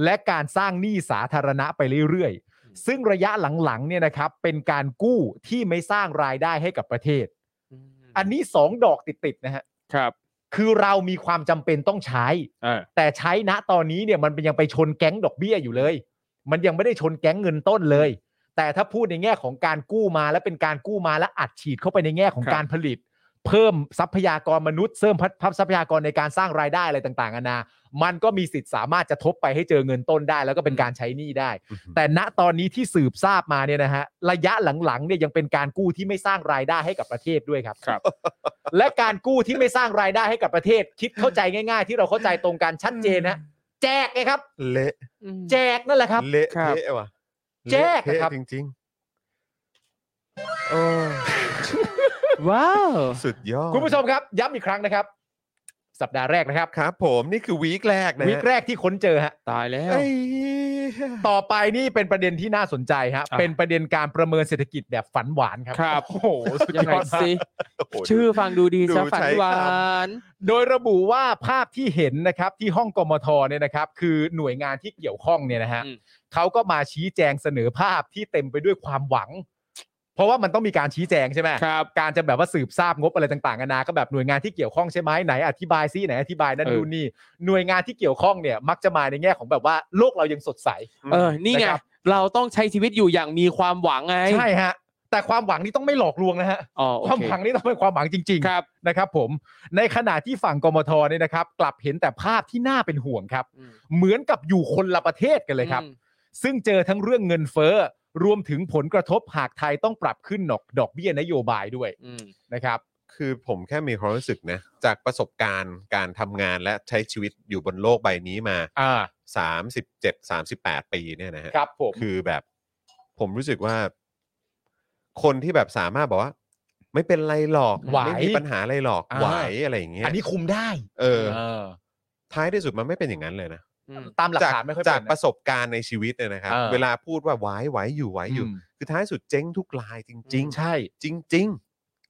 Speaker 3: และการสร้างหนี้สาธารณะไปเรื่อยๆ ซึ่งระยะหลังๆเนี่ยนะครับ เป็นการกู้ที่ไม่สร้างรายได้ให้กับประเทศ อันนี้สองดอกติดๆนะฮะ
Speaker 4: ครับ
Speaker 3: คือเรามีความจำเป็นต้องใช้
Speaker 4: เออ
Speaker 3: แต่ใช้ณตอนนี้เนี่ยมันยังไปชนแก๊งดอกเบี้ยอยู่เลย มันยังไม่ได้ชนแก๊งเงินต้นเลย แต่ถ้าพูดในแง่ของการกู้มาและเป็นการกู้มาและอัดฉีดเข้าไปในแง่ของการผลิต เพิ่มทรัพยากรมนุษย์เสริมพัฒทรัพยากรในการสร้างรายได้อะไรต่างๆนานา มันก็มีสิทธิ์สามารถจะทบไปให้เจอเงินต้นได้ แล้วก็เป็นการใช้หนี้ได้ แต่ณตอนนี้ที่สืบทราบมาเนี่ยนะฮะระยะหลังๆเนี่ยยังเป็นการกู้ที่ไม่สร้างรายได้ให้กับประเทศด้วยครับ
Speaker 4: ครับ
Speaker 3: และการกู้ที่ไม่สร้างรายได้ให้กับประเทศ คิดเข้าใจง่าย ๆ ที่เราเข้าใจตรงกันชัดเจนนะแจกไงครับ
Speaker 2: เละ
Speaker 3: แจกนั่นแหละครับ
Speaker 2: เละ
Speaker 4: ครับ
Speaker 2: เทะว่ะ
Speaker 3: แจก
Speaker 2: เละ
Speaker 3: อะครับ
Speaker 2: เทะจริง
Speaker 4: ว้าว
Speaker 2: ๆ สุดยอด
Speaker 3: คุณผู้ชมครับ ย้ำอีกครั้งนะครับ สัปดาห์แรกนะครับ
Speaker 2: ครับผมนี่คือวีคแรกนะฮะ
Speaker 3: วีคแรกที่ค้นเจอฮะ
Speaker 4: ตายแล้ว
Speaker 2: เอ้ยเหี้ย
Speaker 3: ต่อไปนี่เป็นประเด็นที่น่าสนใจฮะ
Speaker 4: อ่ะ
Speaker 3: เป็นประเด็นการประเมินเศรษฐกิจแบบฝันหวานครับ
Speaker 4: ครับ
Speaker 3: โอ้โหสุด
Speaker 4: ยั
Speaker 3: ย
Speaker 4: งไง
Speaker 3: อดมาก
Speaker 4: สิ
Speaker 2: โโห
Speaker 4: ชื่อฟังดูดี
Speaker 2: ดู
Speaker 4: ซะฝัน
Speaker 2: ใช้
Speaker 4: หวา
Speaker 2: ค
Speaker 4: น
Speaker 3: โดยระบุว่าภาพที่เห็นนะครับที่ห้องกมทเนี่ยนะครับ คือหน่วยงานที่เกี่ยวข้องเนี่ยนะฮะ
Speaker 4: อืม
Speaker 3: เขาก็มาชี้แจงเสนอภาพที่เต็มไปด้วยความหวัง เพราะว่ามันต้องมีการชี้แจงใช่ไหม
Speaker 4: ครับ
Speaker 3: การจะแบบว่าสืบทราบงบอะไรต่างๆนานาก็แบบหน่วยงานที่เกี่ยวข้องใช่ไหมไหนอธิบายซิไหนอธิบายนั่น
Speaker 4: เออ
Speaker 3: นู่นนี่หน่วยงานที่เกี่ยวข้องเนี่ยมักจะมาในแง่ของแบบว่าโลกเรายังสดใส
Speaker 4: เออ นี่ไง
Speaker 3: นะครับ
Speaker 4: เราต้องใช้ชีวิตอยู่อย่างมีความหวังไง
Speaker 3: ใช่ฮะ แต่ความหวังนี่ต้องไม่หลอกลวงนะฮะ
Speaker 4: อ๋อ
Speaker 3: ค
Speaker 4: โอ
Speaker 3: วาม
Speaker 4: เค
Speaker 3: หวังนี่ต้องเป็นความหวังจริง
Speaker 4: ครับ
Speaker 3: ๆนะครับผมในขณะที่ฝั่งกมทเนี่ยนะครับ กลับเห็นแต่ภาพที่น่าเป็นห่วงครับ เหมือนกับอยู่คนละประเทศกันเลยครับ ซึ่งเจอทั้งเรื่องเงินเฟ้อรวมถึงผลกระทบหากไทยต้องปรับขึ้นดอกดอกเบี้ยนโยบายด้วย
Speaker 4: อืม
Speaker 3: นะครับ
Speaker 2: คือผมแค่มีความรู้สึกนะ จากประสบการณ์การทำงานและใช้ชีวิตอยู่บนโลกใบนี้มา
Speaker 3: อ่า
Speaker 2: 37 38 ปีเนี่ยนะฮะ
Speaker 3: ครับผม
Speaker 2: คือแบบผมรู้สึกว่า คนที่แบบสามารถบอกว่า ไม่เป็นไรหรอก
Speaker 3: ไหว
Speaker 2: ไม่มีปัญหาอะไรหรอก
Speaker 3: อ่า
Speaker 2: ไหวอะไรอย่างเงี้ย
Speaker 3: อันนี้คุมได้
Speaker 2: เออ ท้ายที่สุดมันไม่เป็นอย่างนั้นเลยนะ
Speaker 4: อืม
Speaker 3: ตามหลัก
Speaker 2: จาก
Speaker 3: ฐานไม่ค่อ
Speaker 2: จา
Speaker 3: ยเป็
Speaker 2: ก
Speaker 3: น
Speaker 2: ป
Speaker 3: นะ
Speaker 2: ระสบการณ์ในชีวิตเนี่ยนะครับ
Speaker 3: เออ
Speaker 2: เวลาพูดว่าไหวไหวอยู่ไหวอยู่ คือท้ายสุดเจ๊งทุกลายจริง ๆ
Speaker 3: ใช่
Speaker 2: จริง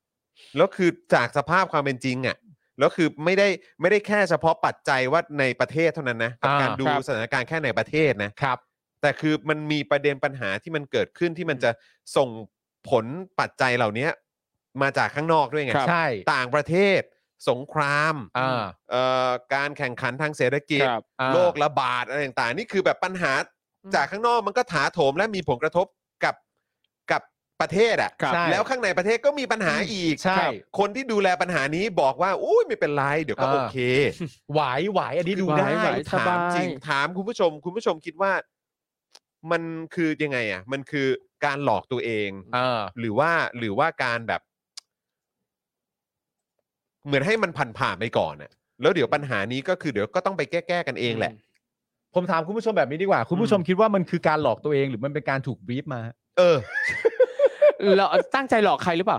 Speaker 2: ๆ แล้วคือจากสภาพความเป็นจริงอ่ะแล้วคือไม่ได้ไม่ได้แค่เฉพาะปัจจัยว่าในประเทศเท่านั้นนะกับ
Speaker 3: อ่า
Speaker 2: การดู
Speaker 4: ครับ
Speaker 2: สถานการณ์แค่ในประเทศนะ
Speaker 3: ครับ
Speaker 2: แต่คือมันมีประเด็นปัญหาที่มันเกิดขึ้นที่มันจะส่งผลปัจจัยเหล่านี้มาจากข้างนอกด้วยไง
Speaker 4: ครับ
Speaker 3: ใช่
Speaker 2: ต่างประเทศ สงคราม
Speaker 3: อ่า
Speaker 2: เอ่อการแข่งขันทางเศรษฐกิจ
Speaker 4: ครับ
Speaker 3: อ่า
Speaker 2: โรคระบาดอะไรต่างๆ นี่คือแบบปัญหาจากข้างนอกมันก็ถาโถมและมีผลกระทบกับกับประเทศอ่ะ
Speaker 4: ครับ
Speaker 3: ใช่
Speaker 2: แล้วข้างในประเทศก็มีปัญหาอีก
Speaker 3: ใช่
Speaker 2: ครับคนที่ดูแลปัญหานี้บอกว่า อุ้ยไม่เป็นไร เดี๋ยวก็
Speaker 3: อ่า
Speaker 2: โอเค
Speaker 3: ไหวไหวอันนี้ดูได้
Speaker 4: ไหว ส
Speaker 2: ถาม
Speaker 4: บาย
Speaker 2: จริงถามคุณผู้ชม คุณผู้ชมคิดว่า มันคือยังไงอ่ะ มันคือการหลอกตัวเอง
Speaker 3: เออ
Speaker 2: หรือว่าหรือว่าการแบบ เหมือนให้มันผ่านผ่านๆไปก่อนอ่ะ แล้วเดี๋ยวปัญหานี้ก็คือเดี๋ยวก็ต้องไปแก้แก้ๆกันเองแหละ
Speaker 3: ผมถามคุณผู้ชมแบบนี้ดีกว่า คุณผู้ชมคิดว่ามันคือการหลอกตัวเองหรือมันเป็นการถูกบรีฟมา
Speaker 2: เออ
Speaker 4: เราตั้งใจหลอกใครหรือเปล่า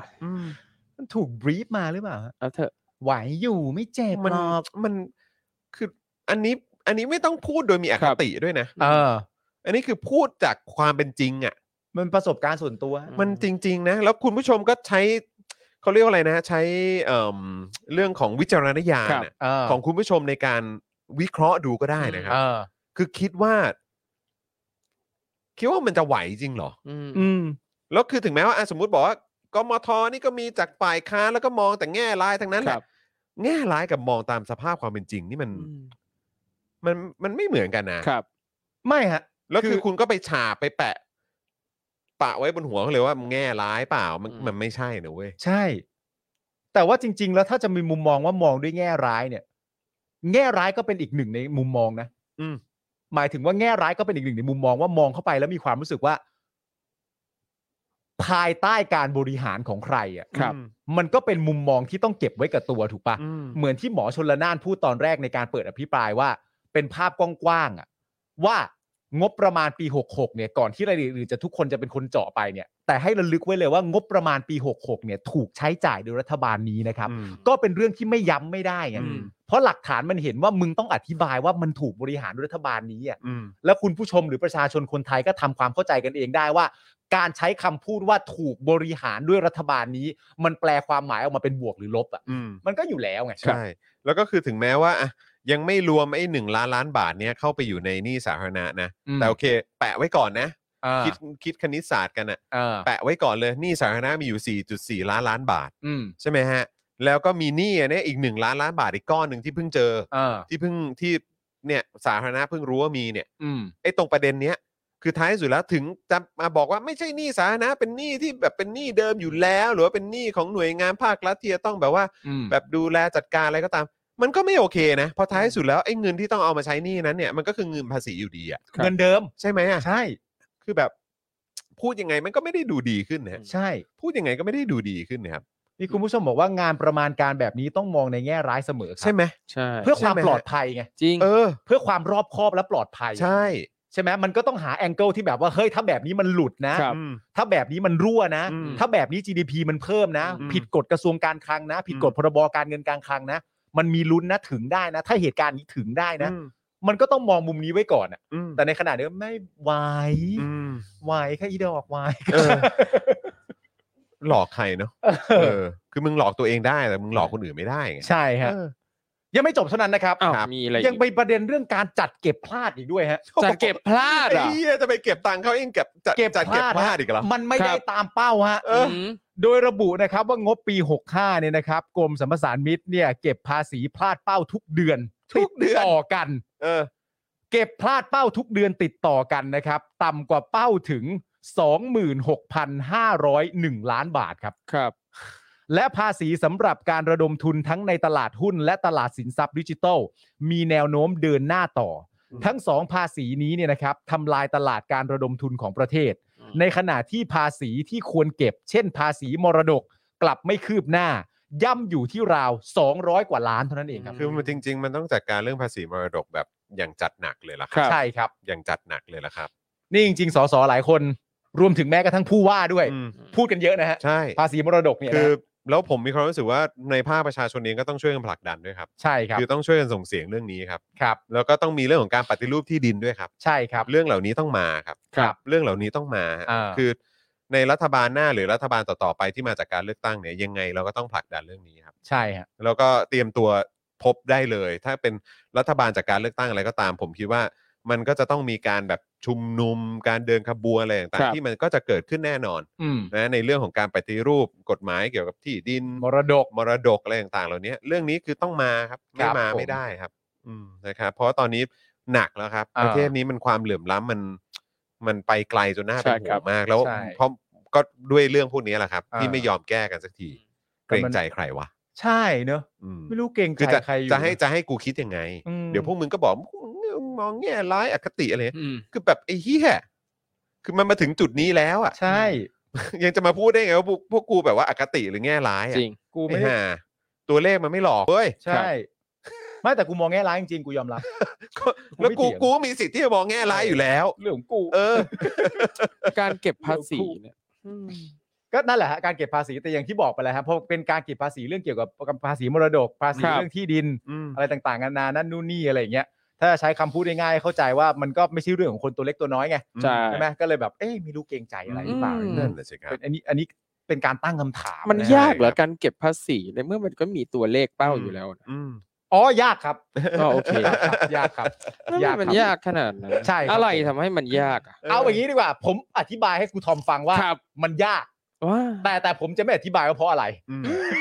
Speaker 3: มันถูกบรีฟมาหรือเปล่าฮะ
Speaker 4: เอาเถอะ
Speaker 3: ไหวอยู่ไม่เจ็บ
Speaker 2: มัน
Speaker 3: หรอก
Speaker 2: มันคือ อันนี้ อันนี้ไม่ต้องพูดโดยมีอคติด้วยนะ
Speaker 3: เออ
Speaker 2: อันนี้คือพูดจากความเป็นจริงอ่ะ
Speaker 3: มันประสบการณ์ส่วนตัว
Speaker 2: มันจริง ๆ นะ แล้วคุณผู้ชมก็ใช้เขาเรียกว่าอะไรนะ ใช้เอิ่มเรื่องของวิจารณญาณน่ะ
Speaker 3: เออ
Speaker 2: ของคุณผู้ชมในการวิเคราะห์ดูก็ได้นะครั
Speaker 3: เอบ อ
Speaker 2: คือคิดว่า คิดว่ามันจะไหวจริงเหรอ
Speaker 4: อืม
Speaker 3: อืม
Speaker 2: แล้วคือถึงแม้ว่าอ่ะสมมติบอกว่ากมทนี่ก็มีจากฝ่ายค้านแล้วก็มองแต่แง่ร้ายทั้งนั้นแห
Speaker 4: ครั
Speaker 2: ละ
Speaker 4: บ
Speaker 2: แง่ร้ายกับมองตามสภาพความเป็นจริง นี่มัน
Speaker 4: อืม
Speaker 2: มันมันไม่เหมือนกันนะ
Speaker 4: ครับ
Speaker 3: ไม่ฮะ
Speaker 2: แล้วคื
Speaker 3: คือ อ
Speaker 2: คุณก็ไปฉาบไปแปะ ปะไว้บนหัวเขาเลยว่ามึงแง่ร้ายเปล่ามัน
Speaker 4: อืม
Speaker 2: มันไม่ใช่นะเว้ย
Speaker 3: ใช่ แต่ว่าจริง ๆ แล้วถ้าจะมีมุมมองว่ามองด้วยแง่ร้ายเนี่ย แง่ร้ายก็เป็นอีกหนึ่งในมุมมองนะ
Speaker 2: อืม
Speaker 3: หมายถึงว่าแง่ร้ายก็เป็นอีกหนึ่งในมุมมองว่ามองเข้าไปแล้วมีความรู้สึกว่า ภายใต้การบริหารของใครอ่ะ
Speaker 4: ครับ
Speaker 3: มันก็เป็นมุมมองที่ต้องเก็บไว้กับตัวถูกปะ
Speaker 5: อืม
Speaker 3: เหมือนที่หมอชนละนานพูดตอนแรกในการเปิดอภิปรายว่า เป็นภาพกว้างๆอะว่างบประมาณปี 66 เนี่ยก่อนที่รายละเอียดอื่นจะทุกคนจะเป็นคนเจาะไปเนี่ย แต่ให้ระลึกไว้เลยว่างบประมาณปี 66 เนี่ยถูกใช้จ่ายโดยรัฐบาลนี้นะครับ
Speaker 5: อืม
Speaker 3: ก็เป็นเรื่องที่ไม่ย้ำไม่ได้ไง
Speaker 5: อืม
Speaker 3: เพราะหลักฐานมันเห็นว่ามึงต้องอธิบายว่ามันถูกบริหารโดยรัฐบาลนี้อ่ะ
Speaker 5: อืม
Speaker 3: แล้วคุณผู้ชมหรือประชาชนคนไทยก็ทำความเข้าใจกันเองได้ว่า การใช้คำพูดว่าถูกบริหารด้วยรัฐบาลนี้ มันแปลความหมายออกมาเป็นบวกหรือลบอ่ะ
Speaker 5: อืม
Speaker 3: มันก็อยู่แล้วไง
Speaker 2: ใช่ แล้วก็คือถึงแม้ว่าอ่ะยังไม่รวมไอ้หนึ่งล้านล้านบาทเนี่ยเข้าไปอยู่ในหนี้สาธารณะนะ
Speaker 3: อืม
Speaker 2: แต่โอเค แปะไว้ก่อนนะ
Speaker 3: อ่า
Speaker 2: คิดคิดคณิตศาสตร์กันอะ
Speaker 3: เออ
Speaker 2: แปะไว้ก่อนเลยหนี้สาธารณะมีอยู่ 4.4 ล้านล้านบาท
Speaker 3: อืม
Speaker 2: ใช่ไหมฮะ แล้วก็มีหนี้อันเนี่ยอีก 1 ล้านล้านบาทอีกก้อนหนึ่งที่เพิ่งเจอ
Speaker 3: เออ
Speaker 2: ที่เพิ่งที่เนี่ยสาธารณะเพิ่งรู้ว่ามีเนี่ย
Speaker 3: อืม
Speaker 2: ไอ้ตรงประเด็นเนี้ยคือท้ายสุดแล้วถึงจะมาบอกว่าไม่ใช่หนี้สาธารณะเป็นหนี้ที่แบบเป็นหนี้เดิมอยู่แล้ว หรือว่าเป็นหนี้ของหน่วยงานภาครัฐที่จะต้องแบบว่า
Speaker 3: อืม
Speaker 2: แบบดูแลจัดการอะไรก็ตาม มันก็ไม่โอเคนะเพอท้ายสุดแล้วไอ้เงินที่ต้องเอามาใช้หนี้นั้นเนี่ยมันก็คือเงินภาษีอยู่ดีอะ
Speaker 3: เงินเดิม
Speaker 2: ใช่ไหมอะ
Speaker 3: ใช่
Speaker 2: คือแบบ พูดยังไงมันก็ไม่ได้ดูดีขึ้นนะฮะ
Speaker 3: ใช่
Speaker 2: พูดยังไงก็ไม่ได้ดูดีขึ้นนะครับ
Speaker 3: นี่คุณผู้ชมบอกว่างานประมาณการแบบนี้ต้องมองในแง่ร้ายเสมอครับ
Speaker 2: ใช่ไหม
Speaker 4: ใช่
Speaker 3: เพื่อความ
Speaker 2: ใช่ไหม
Speaker 3: ปลอดภัยไง
Speaker 4: จริง
Speaker 2: เออ
Speaker 3: เพื่อความรอบคอบและปลอดภัย
Speaker 2: ใช่
Speaker 3: ใช่ไหมมันก็ต้องหาแองเกิลที่แบบว่าเฮ้ยถ้าแบบนี้มันหลุดนะ
Speaker 4: ครับ
Speaker 5: อืม
Speaker 3: ถ้าแบบนี้มันรั่วนะ
Speaker 5: อืม
Speaker 3: ถ้าแบบนี้ GDP มันเพิ่มนะ
Speaker 5: อืม
Speaker 3: ผิดกฎกระทรวงการคลังนะ ผิดกฎ
Speaker 5: อืม
Speaker 3: พรบการเงินการคลังนะ มันมีลุ้นนะถึงได้นะ ถ้าเหตุการณ์นี้ถึงได้นะ
Speaker 5: อืม
Speaker 3: มันก็ต้องมองมุมนี้ไว้ก่อนอะ
Speaker 5: อืม
Speaker 3: แต่ในขณะเดียวกันไม่ไหว
Speaker 5: อืม
Speaker 3: ไหวแค่อีดอกไหว
Speaker 2: เออ หลอกใครเนาะเออ คือมึงหลอกตัวเองได้แต่มึงหลอกคนอื่นไม่ได้ไง
Speaker 3: ใช่ฮะ
Speaker 2: เออ
Speaker 3: ยังไม่จบเท่านั้นนะครับ
Speaker 4: อ้าวมีอะไรอีก
Speaker 3: ยังไปประเด็นเรื่องการจัดเก็บพลาดอีกด้วยฮะ
Speaker 4: จะเก็บพลาด
Speaker 2: ไอ้
Speaker 4: อ่ะ
Speaker 2: เหี้ยจะไปเก็บตังค์เขาเองเก็บจัด
Speaker 3: เก็บ
Speaker 2: จัดเก็บ
Speaker 3: พ
Speaker 2: พ
Speaker 3: ลาด
Speaker 2: ลาดอีกเหรอ
Speaker 3: มันไม่ได้ตามเป้าฮะ
Speaker 2: เออ
Speaker 4: ม
Speaker 3: โดยระบุนะครับว่างบปี 65เนี่ยนะครับกรมสรรพสามิตเนี่ยเก็บภาษีพลาดเป้าทุกเดือน
Speaker 2: ทุกเดือน
Speaker 3: ติต่อกัน
Speaker 2: เออ
Speaker 3: เก็บพลาดเป้าทุกเดือนติดต่อกันนะครับต่ำกว่าเป้าถึง 26,501 ล้านบาทครับ
Speaker 4: ครับ
Speaker 3: และภาษีสำหรับการระดมทุนทั้งในตลาดหุ้น และตลาดสินทรัพย์ดิจิทัล มีแนวโน้มเดินหน้าต่อ ทั้งสองภาษีนี้เนี่ยนะครับทำลายตลาดการระดมทุนของประเทศ
Speaker 4: อืม
Speaker 3: ในขณะที่ภาษีที่ควรเก็บ เช่น ภาษีมรดกกลับไม่คืบหน้า ย่ำอยู่ที่ราว 200 กว่าล้านเท่านั้นเองครับ
Speaker 2: คือมันจริง ๆ มันต้องจัดการเรื่องภาษีมรดกแบบอย่างจัดหนักเลยล่ะค
Speaker 4: ครั
Speaker 2: รับ
Speaker 3: ใช่ครับ
Speaker 2: อย่างจัดหนักเลยล่ะครับ
Speaker 3: นี่จริงๆสสหลายคนรวมถึงแม้กระทั่งผู้ว่าด้วย
Speaker 2: อืม
Speaker 3: พูดกันเยอะนะฮะ
Speaker 2: ใช่
Speaker 3: ภาษีมรดกเนี่ยนะ
Speaker 2: คือแล้วผมมีความรู้สึกว่าในภาคประชาชนเองก็ต้องช่วยกันผลักดันด้วยครับ
Speaker 3: ใช่ครับ
Speaker 2: คือต้องช่วยกันส่งเสียงเรื่องนี้ครับ
Speaker 3: ครับ
Speaker 2: แล้วก็ต้องมีเรื่องของการปฏิรูปที่ดินด้วยครับ
Speaker 3: ใช่ครับ
Speaker 2: เรื่องเหล่านี้ต้องมาครับ
Speaker 3: ครับ
Speaker 2: เรื่องเหล่านี้ต้องมาฮะ
Speaker 3: อ่า
Speaker 2: คือในรัฐบาลหน้าหรือรัฐบาลต่อๆไปที่มาจากการเลือกตั้งเนี่ยยังไงเราก็ต้องผลักดันเรื่องนี้ครับ
Speaker 3: ใช่ฮะ
Speaker 2: แล้วก็เตรียมตัวพบได้เลย ถ้าเป็นรัฐบาลจากการเลือกตั้งอะไรก็ตาม ผมคิดว่ามันก็จะต้องมีการแบบชุมนุมการเดินขบวนอะไรต่าง
Speaker 4: ครั
Speaker 2: ๆ
Speaker 4: บ
Speaker 2: ที่มันก็จะเกิดขึ้นแน่นอน
Speaker 3: อืม
Speaker 2: นะในเรื่องของการปฏิรูปกฎหมายเกี่ยวกับที่ดิน
Speaker 3: มรดก
Speaker 2: มรดกอะไรต่างๆ เหล่านี้เรื่องนี้คือต้องมาครับ
Speaker 3: ค
Speaker 2: ไม่
Speaker 3: รับ
Speaker 2: มา
Speaker 3: ผม
Speaker 2: ไม่ได้ครับ อืมนะครับ เพราะว่าตอนนี้หนักแล้วครับ
Speaker 3: อ่า
Speaker 2: ประเทศนี้มันความเหลื่อมล้ำมันมันไปไกลจนน่าเป็น
Speaker 4: ใช่
Speaker 2: ห่
Speaker 4: ครั
Speaker 2: วง
Speaker 4: บ
Speaker 2: มากแล้ว
Speaker 3: ใช่
Speaker 2: เพราะก็ด้วยเรื่องพวกนี้แหละครับ
Speaker 3: อ่า
Speaker 2: ที่ไม่ยอมแก้กันสักทีเกรงใจใครวะ
Speaker 3: ใช่เนอะ
Speaker 2: อืม
Speaker 3: ไม่รู้เก่ง
Speaker 2: คือ
Speaker 3: ใจ
Speaker 2: จะ
Speaker 3: ใครอยู่
Speaker 2: จะให้จะให้กูคิดยังไง
Speaker 3: อืม
Speaker 2: เดี๋ยวพวกมึงก็บอกมึงมองแง่ร้ายอคติอะไรเงี้ย
Speaker 4: อืม
Speaker 2: คือแบบไอ้เหี้ยคือมันมาถึงจุดนี้แล้วอ่ะ
Speaker 3: ใช่
Speaker 2: ยังจะมาพูดได้ไงว่าพวกพวกกูแบบว่าอคติหรือแง่ร้ายอ่ะ
Speaker 4: จริง
Speaker 3: กู
Speaker 2: ไม่
Speaker 3: ไม่ได้
Speaker 2: หาตัวเลขมันไม่หลอกเว้ย
Speaker 3: ใช่ ไม่แต่กูมองแง่ร้ายจริงๆกูยอมรับ
Speaker 2: ก็แล้วกู
Speaker 3: ไม่เถียง
Speaker 2: กูมีสิทธิ์ที่จะมองแง่ร้ายอยู่แล้ว
Speaker 3: เรื่องของกู
Speaker 2: เออ
Speaker 4: การเก็บภาษีเนี่ย
Speaker 3: ก็นั่นแหละฮะการเก็บภาษีแต่อย่างที่บอกไปแล้วครับเพราะเป็นการเก็บภาษีเรื่องเกี่ยวกับภาษีมรดก ภาษีเรื่องที่ดิน
Speaker 2: อืม
Speaker 3: อะไรต่างๆนานานั่นนู่นนี่อะไรอย่างเงี้ยถ้าใช้คำพูดง่ายๆเข้าใจว่ามันก็ไม่ใช่เรื่องของคนตัวเล็กตัวน้อยไง
Speaker 4: ใช่
Speaker 3: ใช่ไหมก็เลยแบบเอ๊ะไม่รู้เกรงใจอะไรหรือเปล่า
Speaker 4: อืม
Speaker 3: เรื่
Speaker 2: นั่
Speaker 3: อง
Speaker 2: นแหละสิครับ
Speaker 3: เป็นอันนี้อันนี้เป็นการตั้งคำถาม
Speaker 4: มัน
Speaker 3: นะ
Speaker 4: ยากเหรอการเก็บภาษีในเมื่อมันก็มีตัวเลขเป้าอยู่แล้วนะ
Speaker 2: อืม
Speaker 3: อ๋อยากครับ
Speaker 4: ก็โอเค
Speaker 3: ยาก ครับ
Speaker 4: ยาย
Speaker 3: าก ก
Speaker 4: มันยากขนาดนั้น
Speaker 3: ใช่ครับ
Speaker 4: อะไรทำให้มันยากอ่ะ
Speaker 3: เอาอย่างนี้ดีกว่า ผมอธิบายให้ครูทอมฟังว่า
Speaker 4: ครับ
Speaker 3: มันยาก
Speaker 4: ว่า
Speaker 3: แต่แต่ผมจะไม่อธิบายว่าเพราะอะไร
Speaker 2: อืม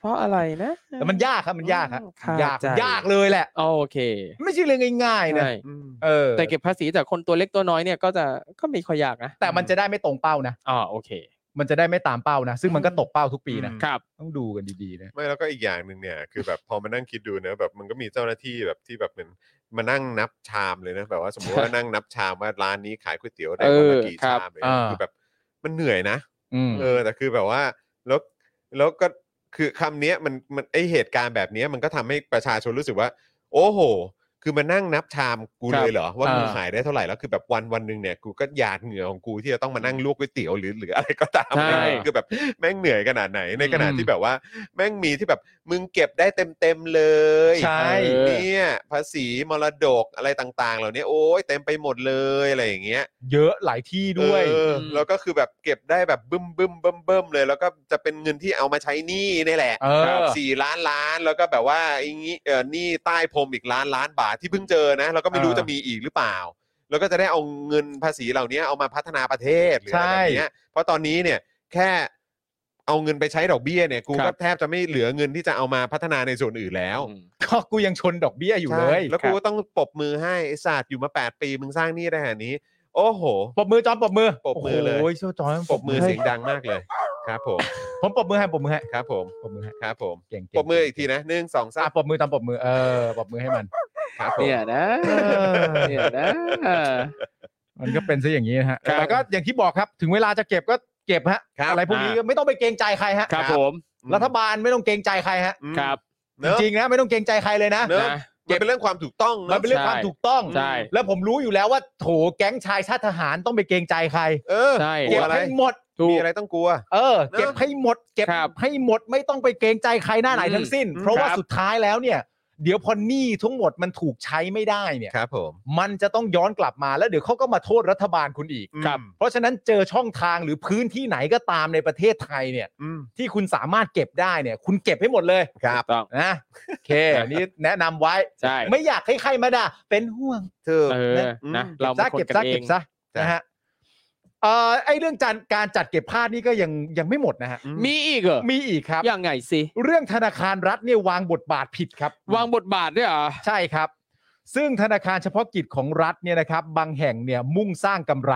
Speaker 4: เพราะอะไรนะ
Speaker 3: แต่มันยากครับมันยากครับ
Speaker 4: เข้าใจ
Speaker 3: ยากยากเลยแหละ
Speaker 4: อ๋อโอเค
Speaker 3: ไม่ใช่เรื่องง่ายๆนะ
Speaker 4: ใช่
Speaker 2: อืม
Speaker 3: เออ
Speaker 4: แต่เก็บภาษีจากคนตัวเล็กตัวน้อยเนี่ยก็จะก็ไม่ค่อยยากนะ
Speaker 3: แต่มันจะได้ไม่ตรงเป้านะ
Speaker 4: อ๋อโอเค
Speaker 3: มันจะได้ไม่ตามเป้านะซึ่งมันก็ตกเป้าทุกปีนะครับ ต้องดูกันดีๆนะ
Speaker 2: ไม่แล้วก็อีกอย่างหนึ่งเนี่ย คือแบบพอมานั่งคิดดูเนอะแบบมันก็มีเจ้าหน้าที่แบบที่แบบเหมือนมานั่งนับชามเลยนะแบบว่าสมมติว่านั่งนับชามว่าร้านนี้ขายก๋วยเตี๋ยวได้วันละ
Speaker 4: เออ
Speaker 2: กี่
Speaker 4: ครับ
Speaker 2: ชามเลยนะ
Speaker 3: อ่า
Speaker 2: คือแบบ มันเหนื่อยนะ
Speaker 3: อืม
Speaker 2: เออแต่คือแบบว่าแล้วแล้วก็คือคำเนี้ยมันมันไอเหตุการณ์แบบเนี้ยมันก็ทำให้ประชาชนรู้สึกว่า โอ้โห คือมานั่งนับชามกู
Speaker 4: ครับ
Speaker 2: เลยเหรอว่ากู
Speaker 3: อ่า
Speaker 2: ขายได้เท่าไหร่แล้วคือแบบวันวันหนึ่งเนี่ยกูก็หยาดเหงื่อของกูที่จะต้องมานั่งลวกก๋วยเตี๋ยวหรือหรืออะไรก็ตาม
Speaker 4: ใช่
Speaker 2: อะไรอย่างเงี้ยคือแบบแม่งเหนื่อยขนาดไหนในขณะที่แบบว่า แม่งมีที่แบบมึงเก็บได้เต็มเต็มๆเลย
Speaker 3: ใช่
Speaker 2: เนี่ยภาษีมรดกอะไรต่าง ๆ เหล่านี้โอ้ยเต็มไปหมดเลยอะไรอย่างเงี้ย
Speaker 3: เยอะหลายที่ด้วย
Speaker 2: เออ
Speaker 4: อืม
Speaker 2: แล้วก็คือแบบเก็บได้แบบบึ้มบึ้มบึ้มบึ้มเลย แล้วก็จะเป็นเงินที่เอามาใช้หนี้นี่แหละ
Speaker 3: เออ
Speaker 2: ครับสี่ล้านล้านแล้วก็แบบว่าอย่างนี้เออหนี้ใต้พรมอีกล้านล้านบาทที่เพิ่งเจอนะแล้วก็ไม่รู้
Speaker 3: เออ
Speaker 2: จะมีอีกหรือเปล่า แล้วก็จะได้เอาเงินภาษีเหล่านี้เอามาพัฒนาประเทศหรืออะไร
Speaker 3: ใช่
Speaker 2: แบบเนี้ยเพราะตอนนี้เนี่ยแค่เอาเงินไปใช้ดอกเบี้ยเนี่ยกู
Speaker 3: ครั
Speaker 2: ก็
Speaker 3: บ
Speaker 2: แทบจะไม่เหลือเงินที่จะเอามาพัฒนาในส่วนอื่นแล้ว
Speaker 4: อืม
Speaker 3: ก็กูยังชนดอกเบี้ยอยู่เล
Speaker 2: ใช่
Speaker 3: ย
Speaker 2: แล้วกูก็ต้องปรบมือให้ไอ้ศาสตร์อยู่มา 8 ปีมึงสร้างหนี้ได้ขนาดนี้ โอ้โห
Speaker 3: ปรบมือจอมปรบมือ
Speaker 2: ปรบมือเลย
Speaker 3: โอ้ยเชื่อจอม
Speaker 2: ปรบมือเสียงดังมากเลยครับผม
Speaker 3: ผมปรบมือให้ปรบมือให้
Speaker 2: ครับผม
Speaker 3: ปรบมือให้
Speaker 2: ครับผม
Speaker 3: เก่งๆ
Speaker 2: ปรบมืออีกทีนะหนึ่งสองสา
Speaker 3: อ่ะ
Speaker 2: ม
Speaker 3: ปรบมือตามปรบมือเออปรบมือให้มัน
Speaker 2: ครับผม
Speaker 4: เนี่ยนะเนี่ยนะ
Speaker 3: มันก็เป็นซะอย่างนี้นะฮะ
Speaker 2: ครับ
Speaker 3: แต่ก็อย่างที่บอกครับถึงเวลาจะเก็บก็เก็บฮะ
Speaker 2: ครับ
Speaker 3: อะไรพวกนี้ก็ไม่ต้องไปเกรงใจใครฮะ
Speaker 4: ครับผม
Speaker 3: รัฐบาลไม่ต้องเกรงใจใครฮะ
Speaker 2: อืม
Speaker 4: ครับ
Speaker 2: เนอะ
Speaker 3: จริงๆนะไม่ต้องเกรงใจใครเลยนะ
Speaker 2: เนอะ
Speaker 4: นะ
Speaker 2: มันเป็นเรื่องความถูกต้อง
Speaker 3: มั
Speaker 2: เน
Speaker 3: น
Speaker 2: อะ
Speaker 3: เป็นเรื่องความถูกต้อง
Speaker 4: ใช่
Speaker 3: แล้วผมรู้อยู่แล้วว่าโถแก๊งชายชาติทหารต้องไปเกรงใจใคร
Speaker 2: เออ
Speaker 4: ใช่
Speaker 2: กลั
Speaker 3: เก็
Speaker 2: ว
Speaker 3: บ
Speaker 2: อะไร
Speaker 3: ให้หมด
Speaker 4: ถู
Speaker 2: มี
Speaker 4: ก
Speaker 2: อะไรต้องกลัว
Speaker 3: เออ เก็บให้หมด เก็บ
Speaker 4: ครับ
Speaker 3: ให้หมดไม่ต้องไปเกรงใจใครหน้าไหน
Speaker 4: อืม
Speaker 3: ทั้งสิ้น
Speaker 2: อืม
Speaker 3: เพราะว่า
Speaker 4: ครับ
Speaker 3: สุดท้ายแล้วเนี่ย เดี๋ยวพอหนี้ทั้งหมดมันถูกใช้ไม่ได้เนี่ย
Speaker 2: ครับผม
Speaker 3: มันจะต้องย้อนกลับมาแล้วเดี๋ยวเขาก็มาโทษรัฐบาลคุณอีก
Speaker 2: อืม
Speaker 3: เพราะฉะนั้นเจอช่องทางหรือพื้นที่ไหนก็ตามในประเทศไทยเนี่ย
Speaker 2: อืม
Speaker 3: ที่คุณสามารถเก็บได้เนี่ย คุณเก็บให้หมดเลย
Speaker 2: ครับ
Speaker 4: ถูกต้อง
Speaker 3: นะโอเคอันนี้แนะนำไว้
Speaker 4: ใช่
Speaker 3: ไม่อยากให้ใครมาด่าเป็นห่วง
Speaker 2: ถูก
Speaker 4: เออนะ
Speaker 3: ก็
Speaker 4: เรา
Speaker 3: บ
Speaker 4: มา
Speaker 3: ซะ
Speaker 4: คน
Speaker 3: เก็บ
Speaker 4: กั
Speaker 3: ซะ
Speaker 4: นเอ
Speaker 3: เก็
Speaker 4: ง
Speaker 3: บซะ
Speaker 2: จ้ะ
Speaker 3: นะฮะเอ่อไอเรื่องการการจัดเก็บภาพนี่ก็ยังยังไม่หมดนะฮะ
Speaker 2: อื
Speaker 4: มีอีกเหรอ
Speaker 3: มีอีกครับ
Speaker 4: ยังไงสิ
Speaker 3: เรื่องธนาคารรัฐเนี่ยวางบทบาทผิดครับ
Speaker 4: วางบทบาทด้วยเหรอ
Speaker 3: ใช่ครับ ซึ่งธนาคารเฉพาะกิจของรัฐเนี่ยนะครับ บางแห่งเนี่ยมุ่งสร้างกำไร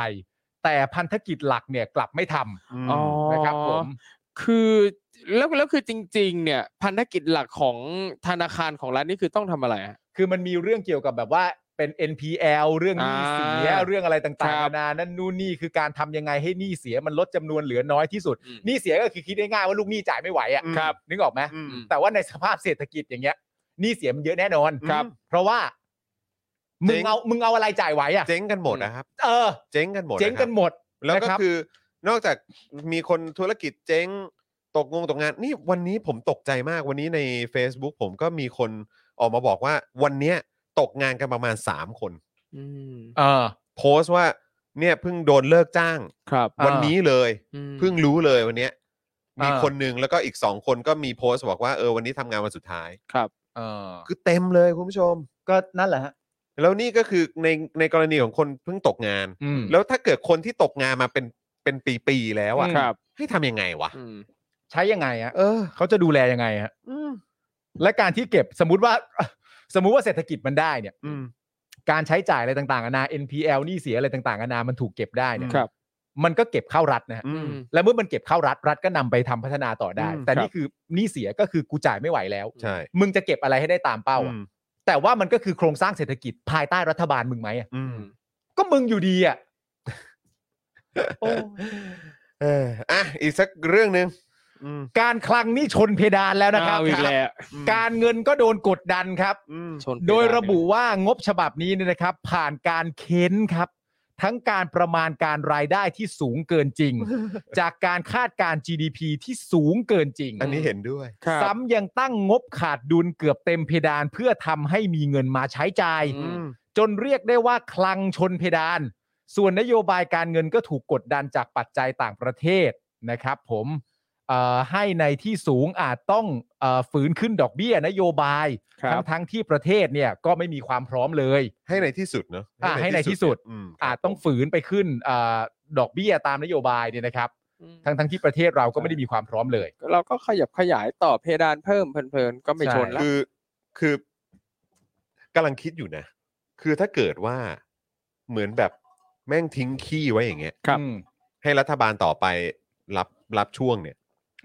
Speaker 3: แต่พันธกิจหลักเนี่ยกลับไม่ท
Speaker 2: อืม
Speaker 4: อ๋อ
Speaker 3: ำนะครับผม
Speaker 4: คือแล้วแล้วคือจริง ๆ เนี่ย พันธกิจหลักของธนาคารของรัฐนี่คือต้องทำอะไรฮะ
Speaker 3: คือมันมีเรื่องเกี่ยวกับแบบว่าเป็น NPL เรื่องหนี้เสีย
Speaker 4: อ่า
Speaker 3: เรื่องอะไรต่าง
Speaker 4: ค
Speaker 3: ๆ
Speaker 4: รั
Speaker 3: นา
Speaker 4: บ
Speaker 3: นานั่นนู่นนี่คือการทำยังไงให้หนี้เสียมันลดจำนวนเหลือน้อยที่สุด
Speaker 4: อืม
Speaker 3: หนี้เสียก็คือคิดง่ายๆว่าลูกหนี้จ่ายไม่ไหวอ่ะ
Speaker 4: ครับ
Speaker 3: นึกออกไหม
Speaker 2: อืม
Speaker 3: แต่ว่าในสภาพเศรษฐกิจอย่างเงี้ยหนี่เสียมันเยอะแน่นอน
Speaker 2: ครับ
Speaker 3: เพราะว่า มึ
Speaker 2: เจ๊
Speaker 3: ง
Speaker 2: ง
Speaker 3: เอามึงเอาอะไรจ่ายไหวอ่ะ
Speaker 2: เจ๊งกันหมดนะครับ
Speaker 3: เออ
Speaker 2: เจ๊งกันหมด
Speaker 3: เจ๊งกั
Speaker 2: นะค
Speaker 3: น
Speaker 2: รับ
Speaker 3: หมด
Speaker 2: แล้วก็
Speaker 3: นะรับ
Speaker 2: คือนอกจากมีคนธุรกิจเจ๊งตกงงตกงาน นี่วันนี้ผมตกใจมากวันนี้ใน Facebook ผมก็มีคนออกมาบอกว่า วันเนี้ยตกงานกันประมาณสามคน
Speaker 4: อืม
Speaker 3: เออ
Speaker 2: โพสต์ว่าเนี่ยเพิ่งโดนเลิกจ้าง
Speaker 4: ครับ
Speaker 3: อ่า
Speaker 2: วันนี้เลย
Speaker 4: อืม
Speaker 2: เพิ่งรู้เลยวันเนี้ยมี
Speaker 3: อ่า
Speaker 2: คนหนึ่งแล้วก็อีกสองคนก็มีโพสต์บอกว่าเออวันนี้ทำงานวันสุดท้าย
Speaker 4: ครับ
Speaker 3: เออ
Speaker 2: คือเต็มเลยคุณผู้ชม
Speaker 3: ก็นั่นแหละฮะ
Speaker 2: แล้วนี่ก็คือในในกรณีของคนเพิ่งตกงาน
Speaker 3: อืม
Speaker 2: แล้วถ้าเกิดคนที่ตกงานมาเป็นเป็นปีๆแล้วอ่ะ
Speaker 3: อืม
Speaker 4: ครับ
Speaker 2: ให้ทำยังไงวะ
Speaker 4: อืม
Speaker 3: ใช้ยังไงฮะ
Speaker 2: เออ
Speaker 3: เขาจะดูแลยังไงฮะ
Speaker 2: อืม
Speaker 3: และการที่เก็บสมมติว่า สมมุติว่าเศรษฐกิจมันได้เนี่ย
Speaker 2: อืม
Speaker 3: การใช้จ่ายอะไรต่างๆนานา NPL หนี่เสียอะไรต่างๆนานามันถูกเก็บได้เนี่ย
Speaker 4: ครับ
Speaker 3: มันก็เก็บเข้ารัฐนะฮะ
Speaker 2: อืม
Speaker 3: และเมื่อมันเก็บเข้ารัฐรัฐก็นำไปทำพัฒนาต่อได้
Speaker 2: อืม
Speaker 3: แต่นี่คือหนี่เสียก็คือกูจ่ายไม่ไหวแล้ว
Speaker 2: ใช่
Speaker 3: มึงจะเก็บอะไรให้ได้ตามเป้าอะ
Speaker 2: อืม
Speaker 3: แต่ว่ามันก็คือโครงสร้างเศรษฐกิจภายใต้รัฐบาลมึงไหมอะ
Speaker 2: อืม
Speaker 3: ก็มึงอยู่ดีอ่ะ โอ้
Speaker 2: เอออ่ะอีกสักเรื่องหนึ่งอืม
Speaker 3: การคลังนี่ชนเพดานแล้วนะครับ
Speaker 4: อ้าวอีกแล้ว
Speaker 3: การเงินก็โดนกดดันครับ
Speaker 2: อืม
Speaker 4: ชนเพดาน
Speaker 3: โดยระบุว่างบฉบับนี้เนี่ยนะครับ ผ่านการเค้นครับ ทั้งการประมาณการรายได้ที่สูงเกินจริ ง จากการคาดการณ์ GDP ที่สูงเกินจริง
Speaker 2: อันนี้เห็นด้วย
Speaker 4: ครับ
Speaker 3: ซ้ำยังตั้งงบขาดดุลเกือบเต็มเพดานเพื่อทำให้มีเงินมาใช้จ่าย
Speaker 4: อืม
Speaker 3: จนเรียกได้ว่าคลังชนเพดาน ส่วนนโยบายการเงินก็ถูกกดดันจากปัจจัยต่างประเทศนะครับผมเอ่อให้ในที่สูงอาจต้องเออฝืนขึ้นดอกเบี้ยนโยบาย
Speaker 4: ครับ
Speaker 3: ทั้งทั้งที่ประเทศเนี่ยก็ไม่มีความพร้อมเลย
Speaker 2: ให้ในที่สุดเนาะ
Speaker 3: อ่ะให้ในที่สุด
Speaker 2: อืม
Speaker 3: อาจต้องฝืนไปขึ้นเออดอกเบี้ยตามนโยบายเนี่ยนะครับ
Speaker 4: อืม
Speaker 3: ทั้งทั้งที่ประเทศเราก็ไม่ได้มีความพร้อมเลย
Speaker 4: เราก็ขยับขยายต่อเพดานเพิ่มเพลินๆก็ไม่
Speaker 3: ใช่
Speaker 4: ชนแล้ว
Speaker 2: คือคือกำลังคิดอยู่นะ คือถ้าเกิดว่าเหมือนแบบแม่งทิ้งขี้ไว้อย่างเงี้ย
Speaker 4: ครับ
Speaker 3: อืม
Speaker 2: ให้รัฐบาลต่อไปรับรับช่วงเนี่ย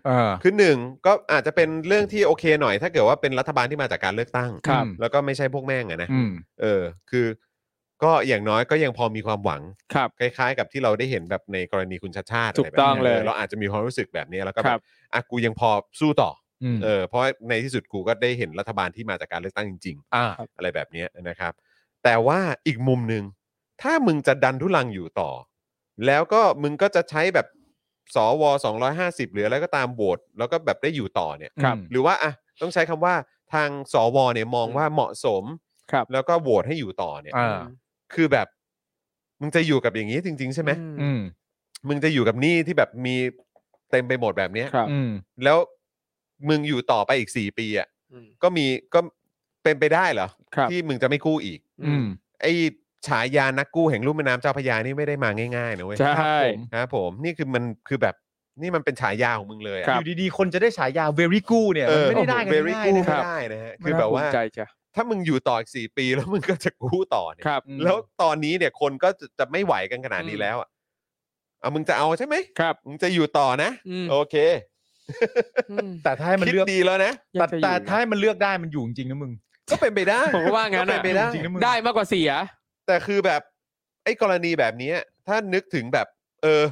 Speaker 3: เออ
Speaker 2: คือหนึ่งก็อาจจะเป็นเรื่องที่โอเคหน่อย ถ้าเกิดว่าเป็นรัฐบาลที่มาจากการเลือกตั้ง
Speaker 3: ครับ
Speaker 2: แล้วก็ไม่ใช่พวกแม่งอะนะ
Speaker 3: อืม
Speaker 2: เออ คือ ก็อย่างน้อยก็ยังพอมีความหวัง
Speaker 4: ครับ
Speaker 2: คล้ายๆ กับที่เราได้เห็นแบบในกรณีคุณชาติชาติะไร
Speaker 4: ถูกต้อง
Speaker 2: แบบนี้
Speaker 4: เลย
Speaker 2: เราอาจจะมีความรู้สึกแบบนี้แล้วก็
Speaker 4: ค
Speaker 2: แบ
Speaker 4: รั
Speaker 2: บบ อ่ะกูยังพอสู้ต่อ
Speaker 3: อื
Speaker 2: อ
Speaker 3: ม
Speaker 2: เออเพราะในที่สุดกูก็ได้เห็นรัฐบาลที่มาจากการเลือกตั้งจริง
Speaker 3: อ่า
Speaker 2: ๆ อะไรแบบเนี้ยนะครับ แต่ว่าอีกมุมหนึ่งถ้ามึงจะดันทุลังอยู่ต่อ แล้วก็มึงก็จะใช้แบบสว250 หรืออะไรก็ตามโหวตแล้วก็แบบได้อยู่ต่อเนี่ย
Speaker 3: ครับ
Speaker 2: หรือว่าอ่ะต้องใช้คำว่าทางสวเนี่ยมองว่าเหมาะสม
Speaker 4: ครับ
Speaker 2: แล้วก็โหวตให้อยู่ต่อเนี่ย
Speaker 3: อ่า
Speaker 2: คือแบบมึงจะอยู่กับอย่างนี้จริง ๆ ใช่ไหม
Speaker 3: อืม
Speaker 2: มึงจะอยู่กับหนี้ที่แบบมีเต็มไปหมดแบบเนี้ย
Speaker 4: ครับ
Speaker 3: อืม
Speaker 2: แล้วมึงอยู่ต่อไปอีกสี่ปีอ่ะ
Speaker 4: อืม
Speaker 2: ก็มีก็เป็นไปได้เหรอ
Speaker 4: ครับ
Speaker 2: ที่มึงจะไม่กู้อีก
Speaker 3: อืม
Speaker 2: ไอ้ฉายานักกู้แห่งลุ่มแม่น้ำเจ้าพระยานี่ไม่ได้มาง่ายๆนะเว้ย
Speaker 4: ใช่
Speaker 2: ครับผมนี่คือมันคือแบบนี่มันเป็นฉายาของมึงเลยอะ
Speaker 4: ครั
Speaker 3: อบ ยู่ดีๆ คนจะได้ฉายา very good เนี่ยมันไม่ได้ได้กัน
Speaker 2: เบริ
Speaker 3: ง่าย
Speaker 2: กู้
Speaker 3: ๆนะ
Speaker 2: ไม่
Speaker 3: ครับ
Speaker 2: ได้นะฮะ
Speaker 3: ไม่
Speaker 2: คือ
Speaker 3: น่า
Speaker 2: แบบ
Speaker 4: ภู
Speaker 2: ว่า
Speaker 4: มิใจจ้ะ
Speaker 2: ถ้ามึงอยู่ต่ออีกสี่ปีแล้วมึงก็จะกู้ต่อเนี่ย
Speaker 4: ครับ
Speaker 3: อืม
Speaker 2: แล้วตอนนี้เนี่ยคนก็จะจะไม่ไหวกันขนาดนี้
Speaker 4: อืม
Speaker 2: แล้วอ่ะเอามึงจะเอาใช่ไหม
Speaker 4: ครับ
Speaker 2: มึงจะอยู่ต่อนะ
Speaker 4: อืม
Speaker 2: โอเค
Speaker 4: อืม
Speaker 3: แต่ถ้าให้มัน
Speaker 2: คิด
Speaker 3: เลือก
Speaker 2: ดีแล้วนะ
Speaker 3: แต่
Speaker 4: ยังจะอยู่
Speaker 3: แต่ถ้าให้มันเลือกได้มันอยู่จริงๆนะมึง
Speaker 2: ก็เป็นไปได้
Speaker 4: ผมก็ว่างั้น
Speaker 2: ก็เป็นไป
Speaker 4: อ่ะ
Speaker 2: ได้
Speaker 3: จริงๆนะมึง
Speaker 4: ได้มากกว่าเสีย
Speaker 2: แต่คือแบบไอ้กรณีแบบเนี้ยถ้านึกถึงแบบ เออ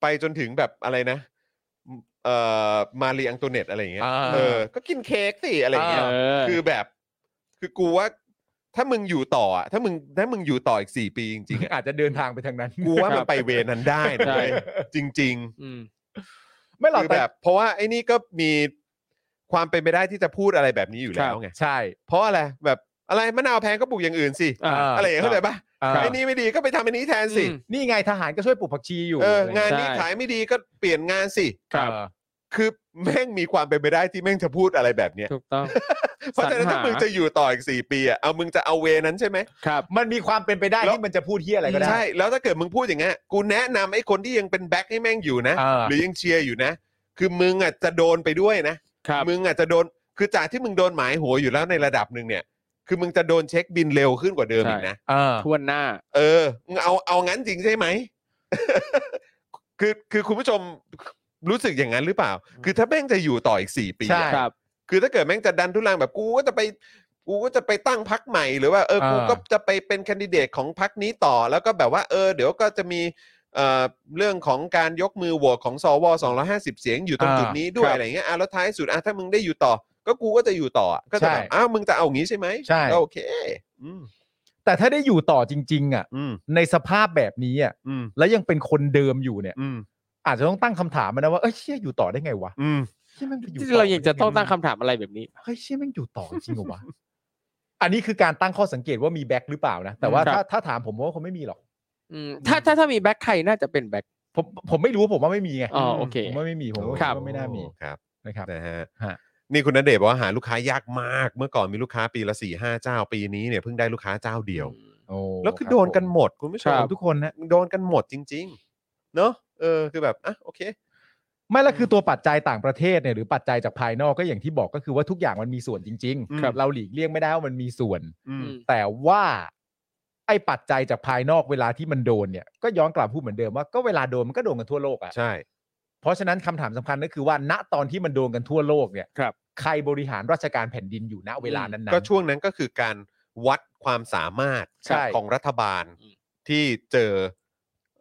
Speaker 2: ไปจนถึงแบบอะไรนะ เอ่อมารีอังโตเนตอะไรอย่างเงี้ย
Speaker 3: อ่า
Speaker 2: เออ ก็กินเค้กสิอะไรอย่างเงี้ย
Speaker 4: เออ
Speaker 2: คือแบบ คือกูว่า ถ้ามึงอยู่ต่ออะถ้ามึงถ้ามึงอยู่ต่ออีกสี่ปีจ ริงๆอะ
Speaker 3: อาจจะเดินทางไปทางนั้น
Speaker 2: กูว่ามันไปเวรนั้นได้นะ
Speaker 4: ใช่
Speaker 2: เว้ยจริง ๆ
Speaker 4: อืม
Speaker 3: ไม่หรอก
Speaker 2: คือ
Speaker 3: แต่
Speaker 2: แบบเพราะว่าไอ้นี่ก็มีความเป็นไปได้ที่จะพูดอะไรแบบนี้อยู่แล้วไง
Speaker 3: ใช่
Speaker 2: เพราะอะไรแบบอะไรมะนาวแพงก็ปลูกอย่างอื่นสิ
Speaker 4: อ่า
Speaker 2: อะไรอย่างเงี้ยเข้าใจปะ
Speaker 3: อ่า
Speaker 2: ไอ้นี่ไม่ดีก็ไปทำไอันนี้แทนสิ
Speaker 4: อืม
Speaker 3: นี่ไงทหารก็ช่วยปลูกผักชีอยู่
Speaker 2: เอองาน
Speaker 4: ใช่
Speaker 2: นี้ขายไม่ดีก็เปลี่ยนงานสิ
Speaker 4: ครับ
Speaker 3: เออ
Speaker 2: คือแม่งมีความเป็นไปได้ที่แม่งจะพูดอะไรแบบเนี้ย
Speaker 4: ถูกต้อง
Speaker 2: เพราะฉะนั้น
Speaker 4: สรรหา
Speaker 2: ถ้ามึงจะอยู่ต่ออีกสี่ปีอ่ะเอามึงจะเอาเวนั้นใช่ไหม
Speaker 4: ครับ
Speaker 3: มันมีความเป็นไปได้
Speaker 2: แล้ว
Speaker 3: ที่มันจะพูดเฮียอะไรก็ได้
Speaker 2: ใช่แล้วถ้าเกิดมึงพูดอย่างเงี้ยกูแนะนำไอ้คนที่ยังเป็นแบ็คให้แม่งอยู่นะ
Speaker 3: อ่า
Speaker 2: หรือยังเชียร์อยู่นะ คือมึงอ่ะจะโดนไปด้วยนะ
Speaker 4: ครับ
Speaker 2: มึงอาจจะโดน คือจากที่มึงโดนหมายหัวอยู่แล้วในระดับหนึ่งเนี่ย คือมึงจะโดนเช็คบินเร็วขึ้นกว่าเดิม
Speaker 4: ใช่
Speaker 2: อีกนะ
Speaker 3: เออ
Speaker 4: ทวนหน้า
Speaker 2: เออ มึงเอา เอางั้นจริงใช่ไหม คือ คือคุณผู้ชมรู้สึกอย่างนั้นหรือเปล่า คือถ้าแม่งจะอยู่ต่ออีกสี่ปีอะ
Speaker 3: ใช่
Speaker 4: ครับ
Speaker 2: คือถ้าเกิดแม่งจะดันทุลังแบบกูก็จะไป กูก็จะไปตั้งพักใหม่ หรือว่า เออ กู
Speaker 3: อ่า
Speaker 2: ก็จะไปเป็นแคนดิเดตของพักนี้ต่อ แล้วก็แบบว่า เออ เดี๋ยวก็จะมี เอ่อ เรื่องของการยกมือโหวตของสว250 เสียงอยู่ตรงจุดนี้ด้วย
Speaker 4: ครับ
Speaker 2: อะไรเงี้ย อ่ะแล้วท้ายสุด อ่ะถ้ามึงได้อยู่ต่อ ก็กูก็จะอยู่ต่อ ก็จะแบบ
Speaker 3: ใช่
Speaker 2: อ้าวมึงจะเอาอย่างงี้ใช่ไหม
Speaker 3: ใช่
Speaker 2: ก็โอเค อืม
Speaker 3: แต่ถ้าได้อยู่ต่อจริง ๆ อ่ะ
Speaker 2: อืม
Speaker 3: ในสภาพแบบนี้อ่ะ
Speaker 2: อืม
Speaker 3: แล้วยังเป็นคนเดิมอยู่เนี่ย
Speaker 2: อืม
Speaker 3: อาจจะต้องตั้งคำถามมานะว่าเอ้ยเชี่ยอยู่ต่อได้ไงวะ
Speaker 2: อืม
Speaker 3: เชี่ยแม่งไปอยู่
Speaker 4: ที่
Speaker 3: ต่อ
Speaker 4: เรายังจะต้อง
Speaker 3: ได้ไ
Speaker 4: ตั้งคำถามอะไรแบบนี้
Speaker 3: เฮ้ยเชี่ยแม่งอยู่ต่อจริงเหรอวะ อันนี้คือการตั้งข้อสังเกตว่ามีแบ็คหรือเปล่านะ แต่ว่า
Speaker 4: ครับ
Speaker 3: ถ้าถ้าถามผมว่าคงไม่มีหรอก
Speaker 4: อืมถ้าถ้าถ้ามีแบ็คใครน่าจะเป็นแบ็ค
Speaker 3: ผมผมไม่รู้ผมว่าไม่มีไง
Speaker 4: อ๋อโอเค
Speaker 3: ผมว่าไม่มีผมว่า
Speaker 4: ครั
Speaker 3: ผ
Speaker 4: บ
Speaker 3: มว่าไม่น่ามี
Speaker 2: ครับ
Speaker 3: นะครับ
Speaker 2: นะฮะ
Speaker 3: ฮะ
Speaker 2: นี่คุณณเดชน์บอกว่าหาลูกค้ายากมาก เมื่อก่อนมีลูกค้าปีละ4ี่ห้าเจ้า ปีนี้เนี่ยเพิ่งได้ลูกค้าเจ้าเดียว
Speaker 3: โอ้
Speaker 2: แล้วคือ
Speaker 3: รับ
Speaker 2: โดนกันหมดคุณผู้ช
Speaker 3: ผม
Speaker 2: ม
Speaker 3: ทุกคนนะ
Speaker 2: โดนกันหมดจริง ๆ เนอะเออ คือแบบ อ่ะ โอเค
Speaker 3: ไม่และคือตัวปัจจัยต่างประเทศเนี่ยหรือปัจจัยจากภายนอกก็อย่างที่บอกก็คือว่าทุกอย่างมันมีส่วนจริง
Speaker 2: ครับ
Speaker 3: เราหลีกเลี่ยงไม่ได้ว่ามันมีส่วน
Speaker 2: อืม
Speaker 4: อืม
Speaker 3: แต่ว่าไอ้ปัจจัยจากภายนอกเวลาที่มันโดนเนี่ย ก็ย้อนกลับพูดเหมือนเดิมว่าก็เวลาโดนมันก็โดนกันทั่วโลกอะ
Speaker 2: ใช่
Speaker 3: เพราะฉะนั้นคำถามสำคัญก็คือว่าณตอนที่มันโดนกันทั่วโลกเนี่ย
Speaker 4: ครับ
Speaker 3: ใครบริหารราชการแผ่นดินอยู่ณเวลานั้นๆ
Speaker 2: ก็ช่วงนั้นก็คือการวัดความสามารถ
Speaker 3: ใช่
Speaker 2: ของรัฐบาล
Speaker 4: อืม
Speaker 2: ที่เจอ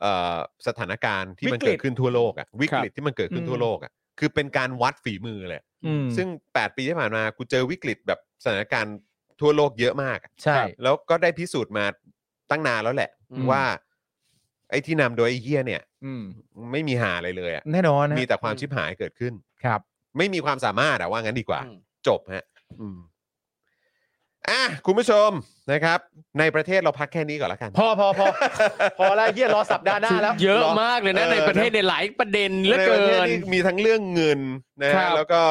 Speaker 2: เอ่อสถานการณ์ที่มัน
Speaker 3: วิกฤต
Speaker 2: เกิดขึ้นทั่วโลกอะวิกฤตที่มันเกิดขึ้นทั่วโลกอะคือเป็นการวัดฝีมือเลย
Speaker 3: อืม
Speaker 2: ซึ่ง 8 ปีที่ผ่านมากูเจอวิกฤตแบบสถานการณ์ทั่วโลกเยอะมากอะ
Speaker 3: ใช่
Speaker 2: แล้วก็ได้พิสูจน์มาตั้งนานแล้วแหละ
Speaker 4: อืม
Speaker 2: ว่า ไอ้ที่นำโดยไอ้เฮียเนี่ย
Speaker 3: อืม
Speaker 2: ไม่มีหาอะไรเลยอะ
Speaker 3: แน่นอนนะ
Speaker 2: มีแต่ความชิบหายเกิดขึ้น
Speaker 3: ครับ
Speaker 2: ไม่มีความสามารถอะว่างั้นดีกว่า
Speaker 4: อืม
Speaker 2: จบฮะอืมอ่ะคุณผู้ชมนะครับ ในประเทศเราพักแค่นี้ก่อนละกัน
Speaker 3: พอพอพอ พอแล้วเฮียรอสัปดาห์หน้าแล้ว
Speaker 4: เยอะมากเลยนะ
Speaker 2: เออ
Speaker 4: ในประเทศในยหลายประเด็นเหลือ
Speaker 2: ในป
Speaker 4: เกิ
Speaker 2: ระเทศ
Speaker 4: น
Speaker 2: นี่มีทั้งเรื่องเงินนะ
Speaker 4: ครั
Speaker 2: ฮะ
Speaker 4: บ
Speaker 2: แล้วก็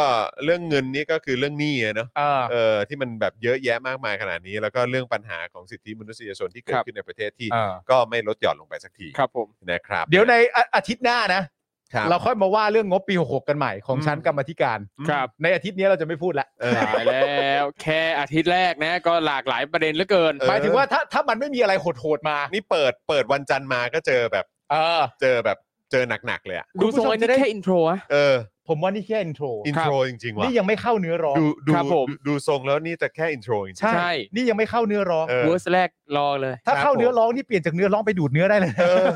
Speaker 2: เรื่องเงินนี่ก็คือเรื่องหนี้อะเนาะ
Speaker 3: เออ
Speaker 2: เออที่มันแบบเยอะแยะมากมายขนาดนี้ แล้วก็เรื่องปัญหาของสิทธิมนุษยชนที่เกิด
Speaker 4: ครับ
Speaker 2: ขึ้นในประเทศที่
Speaker 3: เออ
Speaker 2: ก็ไม่ลดหย่อนลงไปสักที
Speaker 4: ครับผม
Speaker 2: นะครับ
Speaker 3: เดี๋ยวในอาอาทิตย์หน้านะ
Speaker 2: ครับ
Speaker 3: เราค่อยมาว่าเรื่องงบปี66กันใหม่ของ
Speaker 2: อืม
Speaker 3: ชั้นกรรมาธิการ
Speaker 4: ครับ
Speaker 3: ในอาทิตย์นี้เราจะไม่พูดละ
Speaker 2: เออ
Speaker 4: ตายแล้ว แค่อาทิตย์แรกนะ ก็หลากหลายประเด็นเหลือเกิน
Speaker 2: เออ
Speaker 3: หมายถึงว่าถ้าถ้ามันไม่มีอะไรโหดๆมา
Speaker 2: นี่เปิดเปิดวันจันทร์มาก็เจอแบบ
Speaker 3: เออ
Speaker 2: เจอแบบเจอหนักๆเลยอะ
Speaker 4: ดูทร
Speaker 3: คุณผู้
Speaker 4: งอัน
Speaker 3: ชมจะ
Speaker 4: นี้
Speaker 3: ได้
Speaker 4: แค่อินโทรอะ
Speaker 2: เออ
Speaker 3: ผมว่านี่แค่อินโทร
Speaker 2: อินโทรจริงๆว่ะ
Speaker 3: นี่ยังไม่เข้าเนื้อร้อง
Speaker 2: ดูดู
Speaker 4: ครับผม
Speaker 2: ดูดูทรงแล้วนี่จะแค่อินโทรจริงๆ
Speaker 4: ใช่
Speaker 3: นี่ยังไม่เข้าเนื้อร้อง
Speaker 2: เออ
Speaker 4: เวอร์สแรกรอเลย
Speaker 3: ถ้า
Speaker 2: ครับ
Speaker 3: เข้าเนื้อ
Speaker 2: ผม
Speaker 3: ร้องนี่เปลี่ยนจากเนื้อร้องไปดูดเนื้อได้เลยนะ
Speaker 2: เออ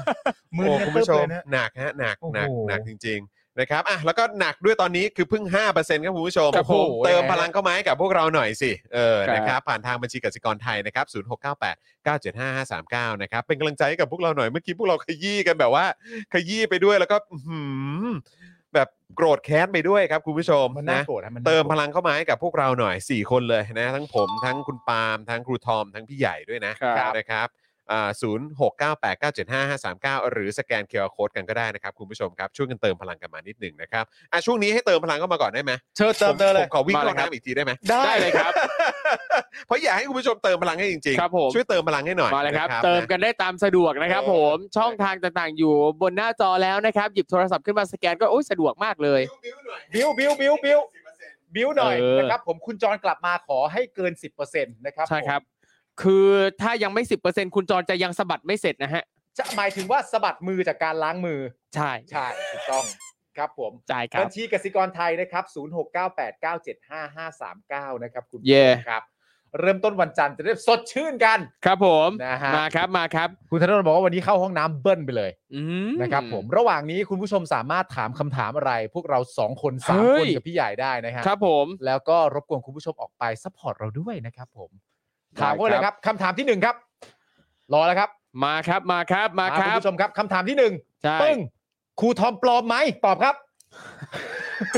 Speaker 3: มือ
Speaker 2: โอ้
Speaker 3: เนี่ย
Speaker 2: คุณผู้
Speaker 3: เติบ
Speaker 2: ช
Speaker 3: เล
Speaker 2: ม
Speaker 3: ยนะ
Speaker 2: หนักฮะหนักหนัก
Speaker 3: โอ้โห
Speaker 2: หนักจริง ๆ นะครับอ่ะแล้วก็หนักด้วยตอนนี้คือเพิ่ง 5%ครับคุณผู้ชม
Speaker 4: ครับผม
Speaker 2: เติมพลังเข้ามาให้กับพวกเราหน่อยสิเออนะครับผ่านทางบัญชีกสิกรไทยนะครับ0698 975539นะครับเป็นกำลังใจให้กับพวกเราหน่อยเมื่อกี้พวกเราขยี้กันแบบว่า ขยี้ไปด้วยแล้วก็อื้อหือแบบโกรธแค้นไปด้วยครับคุณผู้ชม
Speaker 3: มันน่า
Speaker 2: นะ
Speaker 3: โกรธนะมันน่า
Speaker 2: เติม
Speaker 3: โก
Speaker 2: พ
Speaker 3: รธ
Speaker 2: ลังเข้ามาให้กับพวกเราหน่อย 4 คนเลยนะ ทั้งผมทั้งคุณปาล์มทั้งครูทอม ทั้งพี่ใหญ่ด้วยนะครับ นะครับศูนย์หกเก้าแปดเก้าเจ็ดห้าห้าสามเก้าหรือสแกนเคอร์โคดกันก็ได้นะครับ คุณผู้ชมครับ ช่วยกันเติมพลังกันมานิดหนึ่งนะครับอ่ะช่วงนี้ให้เติมพลังเข้ามาก่อนได้ไหม
Speaker 3: เชิญเติม
Speaker 2: ผม
Speaker 3: เติมเล
Speaker 2: ผ
Speaker 3: ย
Speaker 2: มขอวิ่ง
Speaker 4: มาเล
Speaker 2: เข้าย
Speaker 4: ครับ
Speaker 2: น้ำอีกทีได้ไหม
Speaker 4: ได้เลยครับ
Speaker 2: เพราะอยากให้คุณผู้ชมเติมพลังให้จริง
Speaker 4: ครับผม
Speaker 2: ช่วยเติมพลังให้หน่อย
Speaker 4: มาเลยครับ
Speaker 2: นะ
Speaker 4: เติมกันได้ตามสะดวกนะครับ
Speaker 2: เออ
Speaker 4: ผม ช่องทางต่างๆ อยู่บนหน้าจอแล้วนะครับ หยิบโทรศัพท์ขึ้นมาสแกนก็โอ้ยสะดวกมากเลย
Speaker 2: บิ้วๆหน่อย
Speaker 3: บิ้วบิ้วบิ้วบิ้ว
Speaker 2: 10%
Speaker 3: บิ้วหน่อย
Speaker 4: เออ
Speaker 3: นะครับ ผมคุณจรกลับมาขอให้เกิน 10%นะครับ
Speaker 4: ใช่ครับ
Speaker 3: ผม
Speaker 4: คือถ้ายังไม่ 10%คุณจรจะยังสะบัดไม่เสร็จนะฮะ
Speaker 3: จะหมายถึงว่าสะบัดมือจากการล้างมือ
Speaker 4: ใช่
Speaker 3: ใช่ถูกต้องครับผม
Speaker 4: ใช่ครั
Speaker 3: บั
Speaker 4: บ
Speaker 3: ญชีกสิกรไทยนะครับ 0698975539 นะครับคุณ
Speaker 4: เย่
Speaker 3: ครับ เริ่มต้นวันจันทร์จะได้สดชื่นกัน
Speaker 4: ครับผม
Speaker 3: นะฮะ
Speaker 4: มาครับมาครับ
Speaker 3: คุณธนนท์บอกว่าวันนี้เข้าห้องน้ำเบิ้ลไปเลย
Speaker 4: อืม
Speaker 3: นะครับผมระหว่างนี้คุณผู้ชมสามารถถามคำถามอะไร พวกเรา 2 คน
Speaker 4: เฮ้
Speaker 3: 3ค
Speaker 4: ย
Speaker 3: นกับพี่ใหญ่ได้นะฮะ
Speaker 4: ครับผม
Speaker 3: แล้วก็รบกวนคุณผู้ชมออกไปซัพพอร์ตเราด้วยนะครับผม ถามกันเลยครับคำถามที่ 1 ครับ รอแล้วครับ
Speaker 4: มาครับมาครับมาค
Speaker 3: คุณ
Speaker 4: รับ
Speaker 3: ผู้ชมครับคำถามที่ 1
Speaker 4: ใช่
Speaker 3: ปึ้งครูทอมปลอมไหมตอบครับ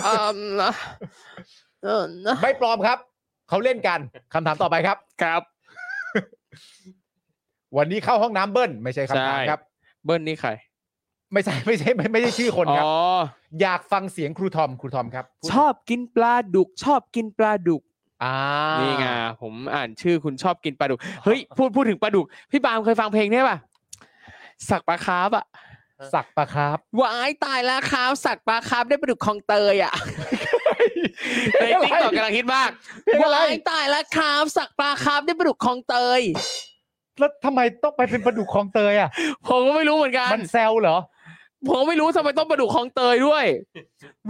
Speaker 4: อืมนะเออนะ
Speaker 3: ไม่ปลอมครับเขาเล่นกันคำถามต่อไปครับ
Speaker 4: ครับ
Speaker 3: วันนี้เข้าห้องน้ำเบิ้ลไม่ใช่คำถาม
Speaker 4: ใช่
Speaker 3: ครับ
Speaker 4: เบิ้ลนี่ใคร
Speaker 3: ไม่ใช่ ไม่ใช่ไม่ไม่ใช่ชื่อคน
Speaker 4: อ๋
Speaker 3: ครับ
Speaker 4: อ
Speaker 3: อยากฟังเสียงครูทอมครูทอมครับพูด
Speaker 4: ชอบกินปลาดุก ชอบกินปลาดุก
Speaker 3: อ่า
Speaker 4: นี่ไงผมอ่านชื่อคุณชอบกินปลาดุก เฮ้ยพูดพูดถึงปลาดุก พี่ปาล์มเคยฟังเพลงนี้ป่ะ สักปลาคาร์ฟอะ
Speaker 3: สักปะครับ
Speaker 4: วายตายแล้วครับสักปลาคาร์ฟได้ปลาดุกคลองเตยอะ
Speaker 3: เพ
Speaker 4: ใน
Speaker 3: ลงอะไร
Speaker 4: ติ๊กต็อกกำลังฮิตมาก
Speaker 3: เพลงอะไร
Speaker 4: วายตายแล้วครับสักปลาคาร์ฟได้ปลาดุกคลองเตย
Speaker 3: แล้วทำไมต้องไปเป็นปลาดุกคลองเตย อ่ะ
Speaker 4: ผมก็ไม่รู้เหมือนกัน
Speaker 3: มันแซวเหรอ
Speaker 4: ผมไม่รู้ทำไมต้องปลาดุกคลองเตย ด้วย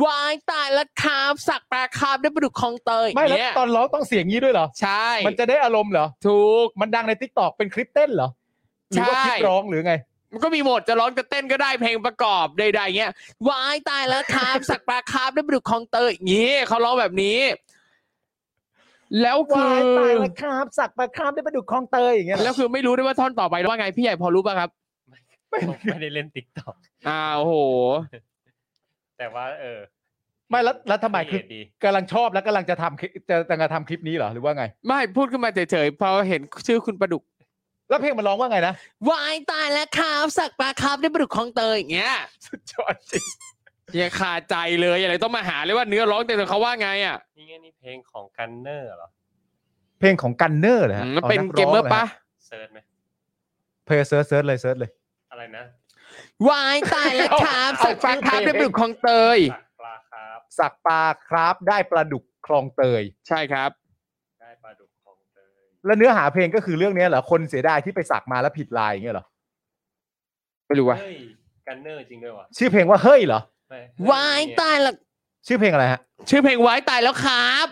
Speaker 4: วายตายแล้วครับสักปลาคาร์ฟได้ปลาดุกคลองเตย
Speaker 3: ไม่แล้ว
Speaker 4: เนี่ย
Speaker 3: ตอนร้องต้องเสียงนี้ด้วยเหรอ
Speaker 4: ใช่
Speaker 3: มันจะได้อารมณ์เหรอ
Speaker 4: ถูก
Speaker 3: มันดังในทิกตอกเป็นคลิปเต้นเหรอ หรือว่า
Speaker 4: ใช่
Speaker 3: คลิปร้องหรือไง
Speaker 4: มันก็มีโหมดจะร้องจะเต้นก็ได้เพลงประกอบใดๆเงี้ยวายตายแล้วครับ สักปลาคาร์ฟได้ปลาดุกคลองเตยอย่างงี้เขาร้องแบบนี้ แล้วคื
Speaker 3: ว้า
Speaker 4: อย
Speaker 3: ตายแล้วครับ สักปลาคราบได้ปลาดุกคลองเตยอย่างเงี้ยเหรอ
Speaker 4: แล้วคือไม่รู้ด้วยว่าท่อนต่อไปว่าไงพี่ใหญ่พอรู้ป่ะครับ
Speaker 5: ไม่ได้เล่นติ๊กต็อก
Speaker 4: อ้าวโห
Speaker 5: แต่ว่าเออ
Speaker 3: ไม่แล้วแล้วทำไมคือ
Speaker 5: เดี
Speaker 3: กำลังชอบแล้วกำลังจะทำคลิปจะจะทำคลิปนี้เหรอหรือว่าไง
Speaker 4: ไม่พูดขึ้นมาเฉยๆพอเห็นชื่อคุณปลาดุก
Speaker 3: แล้วเพลงมันร้องว่าไง นะ
Speaker 4: วายตายแล้วครับสักปลาคาร์ฟได้ปลาดุกคลองเตยอย่างเงี้ย
Speaker 3: สุดยอดจริง
Speaker 4: อย่าคาใจเลยอะไรต้องมาหาเลยว่าเนื้อร้องแต่เขาว่าไงอ่ะ
Speaker 5: นี่ไงนี่เพลงของกันเนอร์เหรอ
Speaker 3: เพลงของกันเนอร์เหรอฮะ
Speaker 4: มันเป็นเกมเมอร์ปะ
Speaker 5: เซิร์ชไหม
Speaker 3: เพลงเซิร์ชเซิร์ชเลยเซิร์ชเลย
Speaker 5: อะไรนะ
Speaker 4: วายตายแล้วครับ
Speaker 3: เอา
Speaker 4: สักฟัง
Speaker 3: เอา
Speaker 4: ครับได้ปลุกของเตย
Speaker 5: ตักปลาครับ
Speaker 3: สักปลาคราบได้ปลาดุกคลองเตย
Speaker 4: ใช่ครับ
Speaker 5: ได้ปลาดุกของเตย
Speaker 3: แล้วเนื้อหาเพลงก็คือเรื่องเนี้ยเหรอ คนเสียดายที่ไปสักมาแล้วผิดลายอย่างเงี้ยเหรอ
Speaker 4: ไม่รู้ว่ะ
Speaker 5: เฮ้ยกันเนอร์จริงด้วยวะ
Speaker 3: ชื่อเพลงว่าเฮ้ยเหรอ
Speaker 5: ไม่
Speaker 4: วายตายแล้ว
Speaker 3: ชื่อเพลงอะไรฮะ
Speaker 4: ชื่อเพลงวายตายแล้วครับ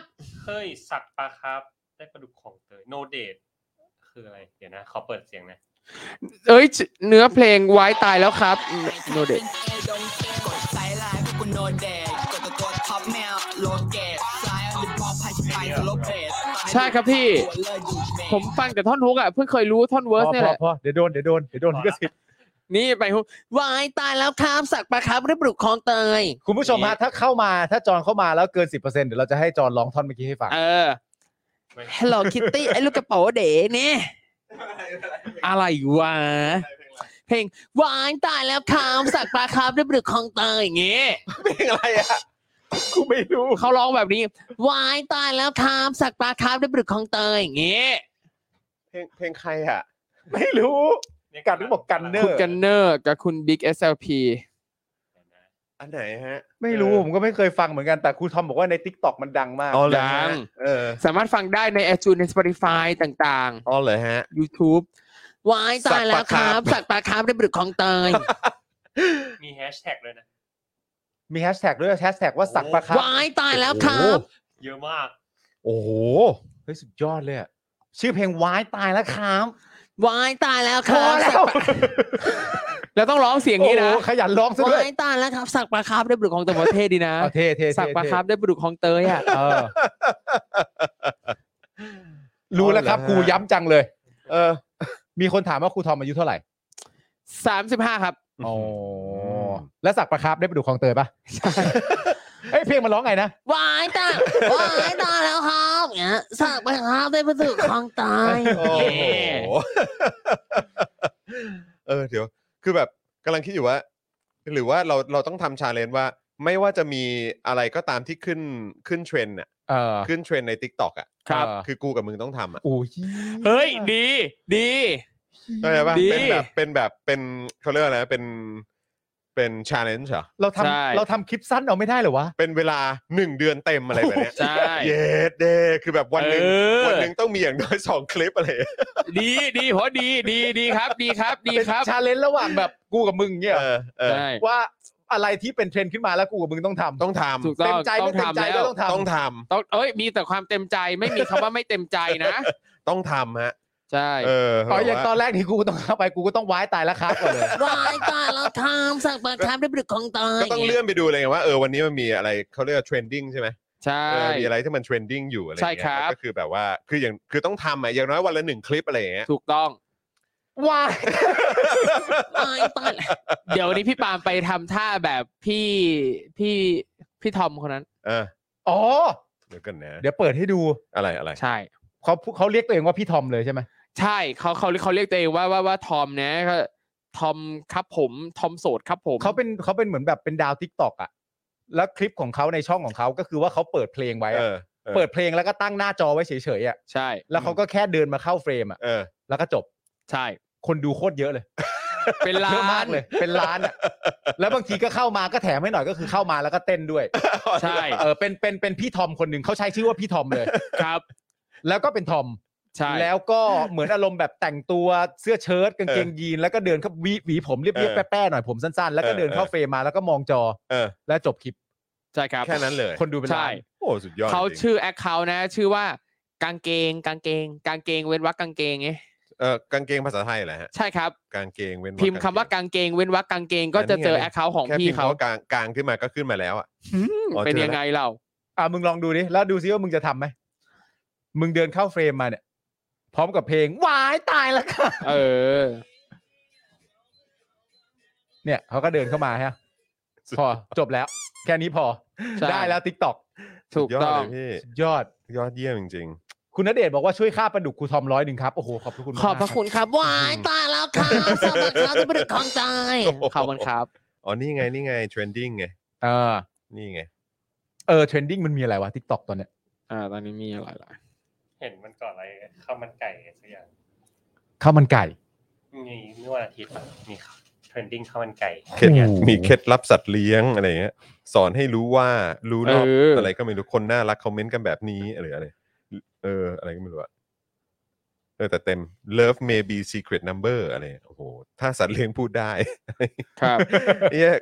Speaker 5: เฮ้ยสักปลาครับ ได้ปลาดุกของเตยโนเดทคืออะไร เดี๋ยวนะ ขอเปิดเสียงนะ
Speaker 4: เอ้ยเนื้อเพลงวายตายแล้วครับโนเดต
Speaker 7: กดสายไลน์พวกกูโนเดกกดตะโกนท็อปแมวโลเกตซ้ายหรือพอพายชิบไปสโลเบส
Speaker 4: ใช่ครับพี่ ผมฟังแต่ท่อนฮุกอ่ะเพิ่งเคยรู้ท่อน
Speaker 3: พ
Speaker 4: เวิร์ส
Speaker 3: อ
Speaker 4: เนี่ย
Speaker 3: พ
Speaker 4: แห
Speaker 3: อ
Speaker 4: ละ
Speaker 3: พอเดี๋ยวโดนเดี๋ยวโดนเดี๋ยวโดน
Speaker 5: พอละ
Speaker 3: ก็สิทธิ์
Speaker 4: นี่ไปฮุกวายตายแล้วครับสักปลาครับได้ปลุกของเตย
Speaker 3: คุณผู้ชมฮะถ้าเข้ามาถ้าจอนเข้ามาแล้วเกิน 10%เดี๋ยวเราจะให้จอนร้องท่อนเมื่อกี้ให้ฟัง
Speaker 4: เออ
Speaker 5: ไม่
Speaker 4: Hello Kitty ไอ้ลูกกระเป๋าเด๋นี่ อะไรวะ เพลงหวานตายแล้วครับสักปลาครับได้ปลึกคลองเตยอย่างงี้
Speaker 2: เพลงอะไรอะ
Speaker 3: กูไม่รู้
Speaker 4: เขาร้องแบบนี้หวานตายแล้วครับสักปลาครับได้ปลึกคลองเตยอย่างงี้
Speaker 2: เพลงเพลงใครอะ
Speaker 3: ไม่รู้
Speaker 5: เย
Speaker 3: กันหรือบอกกันเนอร์
Speaker 4: คุณกันเนอร์กับคุณ Big SLP
Speaker 5: เดี๋ยวนะ
Speaker 2: อันไหนฮะ
Speaker 3: ไม่รู้ผมก็ไม่เคยฟังเหมือนกันแต่ครูทอมบอกว่าใน t ิ k t o k มันดังมาก
Speaker 2: อ๋อเหรอ
Speaker 4: ดั
Speaker 2: ฮะ
Speaker 4: ง
Speaker 2: เออ
Speaker 4: สามารถฟังได้ใน a อ u ูใน Spotify ต่าง
Speaker 2: อ๋อเหรอฮะ
Speaker 4: ๆ YouTube หวานตาย แล้วครับสักปลาครับได้ปลึกคลองเตย
Speaker 5: มีแฮชแท็กเลยนะ
Speaker 3: มีแฮชแท็กด้วยแฮชแท็กว่าสักปะครับ
Speaker 4: วายตายแล้วครับ
Speaker 5: เยอะมาก
Speaker 3: โอ้โหเฮ้ยสุดยอดเลยอะชื่อเพลงวายตายแล้วครับ
Speaker 4: วายตายแล้วค
Speaker 3: พ
Speaker 4: รั
Speaker 3: อบ แล้ว
Speaker 4: สักแล้วต้องร้องเสียงนี้นะ
Speaker 3: โอ้โหขยันร้องซะด้
Speaker 4: วา
Speaker 3: วย
Speaker 4: ยตายแล้วครับ สักปลาครับได้ปลาดุกของเตยบอกเท่ดีนะ
Speaker 3: เอาเท่เท่เท่
Speaker 4: สักปลาครับได้ปลาดุกของเตยอ่ะ
Speaker 3: เออรู้แล้วครับครูย้ำจังเลย
Speaker 2: เออ
Speaker 3: มีคนถามว่าครูทอมอายุเท่าไหร่
Speaker 4: สามสิบห้าครับ
Speaker 3: อ๋อแล้วสักประครับได้ไปดูคลองเตย ปะเอ้ยเพลงมันร้องไงนะ
Speaker 4: วายตายวายตายแล้วครับเนี่ยสักปลาครับได้ปลาดุกของเตย
Speaker 2: โอ้โห เออเดี๋ยว คือแบบกำลังคิดอยู่ว่า หรือว่าเราเราต้องทำชาเลนจ์ว่า ไม่ว่าจะมีอะไรก็ตามที่ขึ้นขึ้นเทรนด์อ่ะ
Speaker 3: เออ
Speaker 2: ขึ้นเทรนด์ใน t ิ k t o k อ่ะ
Speaker 3: ครับ
Speaker 2: คือกูกับมึงต้องทำอ่ะ
Speaker 3: โอ้ย
Speaker 4: เฮ้ย ดี ดี
Speaker 2: เข้าใจป่ะ
Speaker 4: ดี
Speaker 2: เป็นแบบเป็นแบบเป็นเขาเรียกว่าอะไรนะเป็นเป็นชาเลนจ์เหรอ
Speaker 3: เรา
Speaker 4: ใช่
Speaker 3: ทำเราทำคลิปสั้นเอาไม่ได้เหรอวะ
Speaker 2: เป็นเวลาหนึ่งเดือนเต็มอะไรแบบเนี้ย
Speaker 4: ใช่
Speaker 2: เย็ดเดคือแบบวันหนึ่ง
Speaker 4: เออ
Speaker 2: วันหนึ่งต้องมีอย่างน้อยสองคลิปอะไร
Speaker 4: ดีดีเพราะดีดีดีครับ ดีครับ ดี
Speaker 3: เป็น
Speaker 4: ครับ
Speaker 3: ชาเลนจ์ระหว่างแบบกูกับมึงเนี่ย
Speaker 2: เออเออ
Speaker 4: ใช่
Speaker 3: ว่าอะไรที่เป็นเทรนด์ขึ้นมาแล้วกูกับมึงต้องทำ
Speaker 2: ต้องทำ
Speaker 4: ถูกต้อง
Speaker 3: เต็มใจ
Speaker 4: ต้อ
Speaker 3: ไม่
Speaker 4: ง
Speaker 3: เต็มใจ
Speaker 4: ทำ
Speaker 3: ก็
Speaker 4: แล้ว
Speaker 3: ต้องทำ
Speaker 2: ต้องท
Speaker 4: ต้องเอ้ย มีแต่ความเต็มใจ ไม่มีคำว่าไม่เต็มใจนะ
Speaker 2: ำต้องทำฮะ
Speaker 4: ใช่
Speaker 2: เออ
Speaker 3: อ๋
Speaker 2: เขา
Speaker 3: อ
Speaker 2: บก
Speaker 3: อย่าง
Speaker 2: ว่า
Speaker 3: ตอนแรกที่กูต้องเข้าไปกูก็ต้องว้ายตายแล้วครับก่อน เลย
Speaker 4: วายตายแล้วทำสักปลาครับได้ปลาดุกของเตย
Speaker 2: ก็ต้องเลื่อนไปดูเลยไงว่าเออวันนี้มันมีอะไรเขาเรียกว่าเทรนดิ้งใช่ไหม
Speaker 4: ใช่
Speaker 2: เออมีอะไรที่มันเทรนดิ้งอยู่อะไรอย่างเงี้ย
Speaker 4: ใช่ครับ
Speaker 2: แล้วก็คือแบบว่าคืออย่างคือต้องทำอ่ะอย่างน้อยวันละหนึ่งคลิปอะไรอย่างเงี้ย
Speaker 4: ถูกต้อง
Speaker 3: ว้าย
Speaker 4: ตายตายเดี๋ยววันนี้พี่ปาล์มไปทำท่าแบบพี่พี่พี่ทอมคนนั้น
Speaker 2: เออ
Speaker 3: อ๋อ
Speaker 2: เดี๋ยวกันนะ
Speaker 3: เดี๋ยวเปิดให้ดู
Speaker 2: อะไรอะไร
Speaker 4: ใช่
Speaker 3: เขาเขาเรียกตัวเองว่าพี่ทอมเลยใช่ไหม
Speaker 4: ใช่เขาเขาเขาเรียกตัวเองว่าว่าว่าทอมนะก็ทอมครับผมทอมโสดครับผม
Speaker 3: เขาเป็นเขาเป็นเหมือนแบบเป็นดาวทิกตอกอะแล้วคลิปของเขาในช่องของเขาก็คือว่าเขาเปิดเพลงไว้อะ
Speaker 2: เออออ
Speaker 3: เปิดเพลงแล้วก็ตั้งหน้าจอไว้เฉยๆอะ
Speaker 4: ใช่
Speaker 3: แล้วเขาก็แค่เดินมาเข้าเฟรมอะ
Speaker 2: เออ
Speaker 3: แล้วก็จบ
Speaker 4: ใช่
Speaker 3: คนดูโคตรเยอะเลย
Speaker 4: เป็นล้า
Speaker 3: เยอะมาน กเลย เป็นล้านอะแล้วบางทีก็เข้ามาก็แถมให้หน่อยก็คือเข้ามาแล้วก็เต้นด้วย
Speaker 4: ใช่
Speaker 3: เออเป็นเป็นเป็นพี่ทอมคนหนึ่งเขาใช้ชื่อว่าพี่ทอมเลย
Speaker 4: ครับ
Speaker 3: แล้วก็เป็นทอม
Speaker 4: ใช่
Speaker 3: แล้วก็เหมือนอารมณ์แบบแต่งตัวเสื้อเชิ้ตกางเกงยีนแล้วก็เดินเข้าวีหวีผมเรียบๆแป้ๆหน่อยผมสั้นๆ แล้วก็เดินเข้าเฟรมมาแล้วก็มองจอ
Speaker 2: เออ
Speaker 3: แล้วจบคลิป
Speaker 4: ใช่ครับ
Speaker 2: แค่นั้นเลย
Speaker 3: คนดูเป็น
Speaker 4: ใช่
Speaker 3: ล้าน
Speaker 2: โอ้สุดยอด
Speaker 4: เขา
Speaker 2: จริง
Speaker 4: ชื่อแอคเคาท์นะ ชื่อว่ากางเกงกางเกง กางเกงเว้นวรรคกางเกงไง
Speaker 2: เออกางเกงภาษาไทยแหละฮะ
Speaker 4: ใช่ครับ
Speaker 2: กางเกงเว้นรร
Speaker 4: พิมพ์คำว่ากางเกงเว้นวรรคกางเกงก็จะเจอแอคเคาท์ของ
Speaker 2: แค่
Speaker 4: พี่
Speaker 2: พิมพ์
Speaker 4: เขา
Speaker 2: คำว่ากางกางขึ้นมาก็ขึ้นมาแล้วอ่ะ อ๋อ
Speaker 4: เป็น
Speaker 2: เจอแล้ว
Speaker 4: ยังไงเรา
Speaker 3: อ่ะมึงลองดูดิแล้วดูซิว่ามึงจะทำไหมมึงเดินเข้าเฟรมมาเนี่ย พร้อมกับเพลงวายตายแล้วค่ะ
Speaker 4: เออ
Speaker 3: เนี่ยเขาก็เดินเข้ามาฮะพอจบแล้ว แค่นี้พอ
Speaker 4: ใช่
Speaker 3: ได้แล้วทิกตอก
Speaker 4: ถูก
Speaker 2: ยอด
Speaker 4: ต้อง
Speaker 2: เลยพี่
Speaker 3: ยอด
Speaker 2: ยอดเยี่ยมจริง
Speaker 3: คุณณเดชน์บอกว่าช่วยค่าปลาดุกครูทอมร้อยหนึ่งครับ โอ้โห ขอบพระคุณมาก
Speaker 4: ขอบพระคุณครับวายตายแล้วครับสำหรับเขาที่เป็นของใจ
Speaker 2: โอ้โห
Speaker 4: ขอบคุณครับ
Speaker 2: ๆอ๋อนี่ไงนี่ไงเทรนดิ้งไง
Speaker 3: เออ
Speaker 2: นี่ไง
Speaker 3: เออเทรนดิ้งมันมีอะไรวะทิกตอกตอนเนี้ย
Speaker 4: อ่า ตอนนี้มีอะไรล่ะ
Speaker 5: เห็นมันก่อนอะไรข้าวมันไก่สักอย่าง
Speaker 3: ข้าวมันไก่
Speaker 5: มีเมื่อวันอาทิตย์มีเทรนดิ้งข้าวมันไก่
Speaker 2: เคล็ด
Speaker 3: โอ้โห
Speaker 2: มีเคล็ดลับสัตว์เลี้ยงอะไรเงี้ยสอนให้รู้ว่ารู้
Speaker 4: เอน
Speaker 2: อก
Speaker 4: ออ
Speaker 2: อะไรก็ไม่รู้คนน่ารักคอมเมนต์กันแบบนี้อะไรอะไรเออ อะไรก็ไม่รู้อะเออแต่เต็ม love may be secret number อะไรโอ้โหถ้าสัตว์เลี้ยงพูดได้
Speaker 4: ครับ
Speaker 2: เหี้ย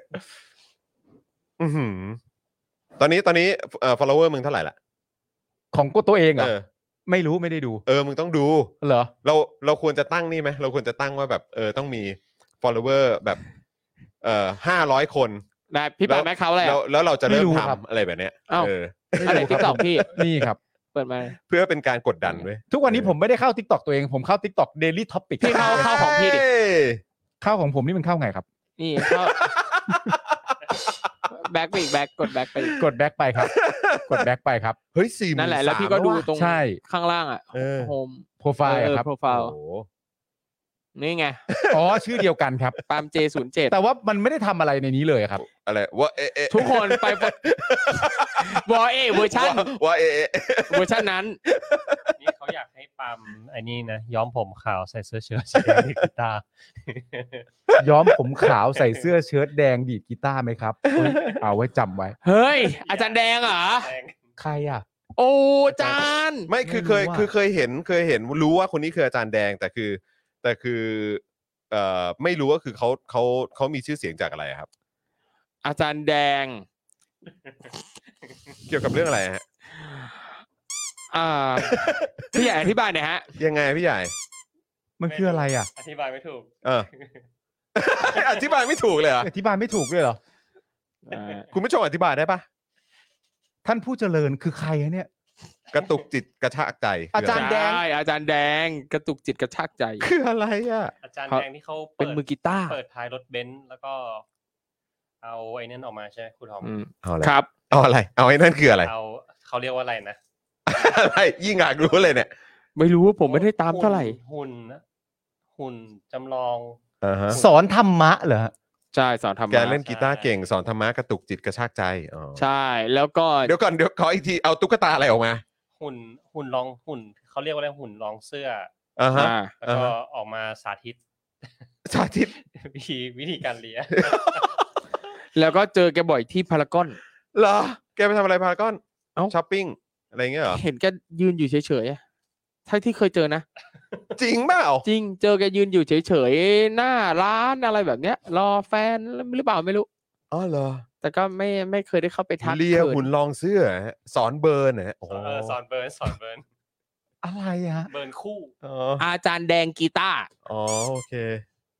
Speaker 2: อื้อหือตอนนี้ตอนนี้เอ่อ follower มึงเท่าไหร่ละ
Speaker 3: ของกูตัวเองเหร
Speaker 2: เออ
Speaker 3: อไม่รู้ไม่ได้ดู
Speaker 2: เออมึงต้องดู
Speaker 3: เหรอ
Speaker 2: เราเราควรจะตั้งนี่ไหมเราควรจะตั้งว่าแบบ เออต้องมี follower แบบ เอ่อห้าร้อยคน
Speaker 4: นะ พี่ปาแม่เขาอะไร
Speaker 2: แล้ว
Speaker 4: อ่ะ
Speaker 2: แล้วเราจะเริ่ม
Speaker 3: ไม่รู้ครับ
Speaker 2: ทำอะไรแบบเนี้ย
Speaker 4: อ้าว
Speaker 2: เออ
Speaker 4: อะไรที่ตอบพี่
Speaker 3: นี่ครับ
Speaker 4: เปิดมา
Speaker 2: เพื่อเป็นการกดดันด้วย
Speaker 3: ทุกวันนี้ผมไม่ได้เข้าทิกตอกตัวเอง ผมเข้าทิกตอกเดลี่ท็อปิก
Speaker 4: พี่เข้าเข้าของพี่ดิ
Speaker 2: เอ้ย
Speaker 3: เข้าของผมนี่มันเข้าไงครับ
Speaker 4: นี่เข้าแบ็กไปอีกแบ็กกดแบ็กไปอีก
Speaker 3: กดแบ็กไป ครับ กดแบ็กไปครับ
Speaker 2: เฮ้ยสี่หมื่น
Speaker 4: นั่นแหละ แล้วพี่ก็ดูตรง
Speaker 3: ใช่
Speaker 4: ข้างล่างอ่ะ
Speaker 2: เออ
Speaker 4: โฮม
Speaker 3: โปรไฟล์อะครับ
Speaker 4: โปรไฟล์
Speaker 2: โอ้โห
Speaker 4: นี่ไง
Speaker 3: อ๋อชื่อเดียวกัน ครับ
Speaker 4: ปาล์มเจศูนย์เจ็ด
Speaker 3: แต่ว่ามันไม่ได้ทำอะไรในนี้เลยครับ
Speaker 2: อะไรว่าเอะเอะ
Speaker 4: ทุกคนไปวอเอเวอร์ชัน
Speaker 2: ว่าว่าเอะเอะ
Speaker 4: เวอร์ชันนั้น
Speaker 5: นี่เขาอยากให้ปั๊มอันนี้นะ ย้อมผมขาวใส่เสื้อเชิ้ตใส่กางเกงกีตาร์
Speaker 3: ย้อมผมขาวใส่เสื้อเชิ้ตแดงดีดกีตาร์ไหมครับเฮ้ยเอาไว้จำไว้
Speaker 4: เฮ้ย อาจารย์แดงเหรอ
Speaker 3: ใครอ่ะ
Speaker 4: โอ้อาจารย์
Speaker 2: ไม่คือเคย
Speaker 3: ไม่รู้อะ
Speaker 2: คือเคยเห็นเคยเห็นรู้ว่าคนนี้คืออาจารย์แดงแต่คือ แต่คือเอ่อไม่รู้ว่าคือเขาเขาเขามีชื่อเสียงจากอะไรอะครับ
Speaker 4: อาจารย์แดง
Speaker 2: เกี่ยวกับเรื่องอะไรฮะ
Speaker 4: อ่า พี่ใหญ่อธิบายหน่อยฮะ
Speaker 2: ยังไงพี่ใหญ่
Speaker 3: มันคืออะไรอ่ะ
Speaker 5: อธิบายไม่ถูก
Speaker 2: เอ อ อธิบายไม่ถูกเลยเหรอ
Speaker 3: อธิบายไม่ถูกด้วยเหรอ
Speaker 2: คุณผู้ชมอธิบายได้ปะ
Speaker 3: ท่านผู้เจริญคือใครอะเนี่ย
Speaker 2: กระตุกจิตกระชากใจ
Speaker 3: อาจารย์ แดง
Speaker 4: ใช่อาจารย์แดงกระตุกจิตกระชากใจ
Speaker 2: คืออะไรอ่ะ
Speaker 5: อาจารย์
Speaker 4: ครับ
Speaker 5: แดงที่เขา
Speaker 4: เป็นมือกีตาร์
Speaker 5: เปิดท้ายรถเบนซ์แล้วก็ เอาไอ้นั่นออกมาใช่ไหมคุณทอม
Speaker 4: อืม
Speaker 2: เอาอะไร
Speaker 4: ครับ
Speaker 2: เอาอะไร เอาไอ้นั่นคืออะไร
Speaker 5: เอาเขาเรียกว่าอะไรนะ
Speaker 2: อะไรยิ่งอยากรู้เลยเนี่ย
Speaker 4: ไม่รู้ว่าผมไม่ได้ตามเท่าไหร่
Speaker 5: หุ่นนะหุ่นจำลอง
Speaker 2: อ่าฮะ
Speaker 3: สอนธรรมะเหรอฮะ
Speaker 4: ใช่สอนธรร
Speaker 2: แก
Speaker 4: มะ
Speaker 2: เล่นกีตาร์เก่งสอนธรรมะกระตุกจิตกระชากใจอ๋อ
Speaker 4: ใช่ แล้วก็
Speaker 2: เดี๋ยวก่อนเดี๋ยวขออีกทีเอาตุ๊กตาอะไรออกมา
Speaker 5: หุ่นหุ่นรองหุ่นเขาเรียกว่าอะไรหุ่นรองเสื้อ
Speaker 2: อ่าฮะ
Speaker 4: อ่า
Speaker 5: แล้ว
Speaker 2: อ่า
Speaker 5: ก็
Speaker 2: ฮะ
Speaker 5: ออกมาสาธิต
Speaker 2: สาธิต
Speaker 5: วิธีวิธีการเลี้ย
Speaker 4: แล้วก็เจอแกบ่อยที่พารากอน
Speaker 2: เหรอ แกไปทำอะไรพารากอน
Speaker 4: เอ้า
Speaker 2: ช้อปปิ้ง อะไรเงี้ยเหรอ
Speaker 4: เห็นแกยืนอยู่เฉยๆอะเท่าที่เคยเจอนะ
Speaker 2: จริงเปล่า
Speaker 4: จริง เจอแกยืนอยู่เฉยๆ หน้าร้านอะไรแบบเนี้ย รอแฟนหรือเปล่าไม่รู้
Speaker 2: อ๋อเหรอ
Speaker 4: แต่ก็ไม่ไม่เคยได้เข้าไปทัก
Speaker 2: เลีย
Speaker 4: ขิ
Speaker 2: หุ่นลองเสื้อฮะสอนเบิร์นนะฮะโอ้โห
Speaker 5: เออสอนเบิร์นสอนเบิร์น
Speaker 3: อะไรฮะ
Speaker 5: เบิร์นคู่
Speaker 2: อ๋อ
Speaker 4: อาจารย์แดงกีตาร์
Speaker 2: อ๋อโอเค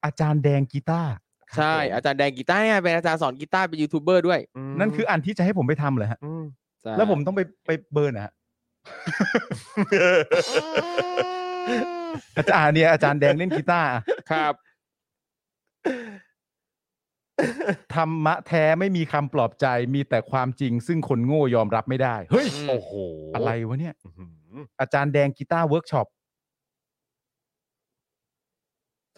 Speaker 3: อาจารย์แดงกีตาร์
Speaker 4: ใช่ อาจารย์แดงกีตาร์เนี่ยเป็นอาจารย์สอนกีตาร์เป็นยูทูบเบอร์ด้วย
Speaker 2: ม
Speaker 3: นั่นคืออันที่จะให้ผมไปทำเหรอฮะ
Speaker 2: อืม
Speaker 4: ใช่
Speaker 3: แล้วผมต้องไปไปเบิร์นอะฮะอาจารย์เนี่ยอาจารย์แดงเล่นกีตาร์อะ
Speaker 4: ครับ
Speaker 3: ธรรมะแท้ไม่มีคำปลอบใจมีแต่ความจริง ซึ่งคนโง่ยอมรับไม่ได้เฮ้ย
Speaker 2: โอ้โห
Speaker 3: อะไรวะเนี่ย
Speaker 2: อื้อหือ
Speaker 3: อาจารย์แดงกีตาร์เวิร์กช็อป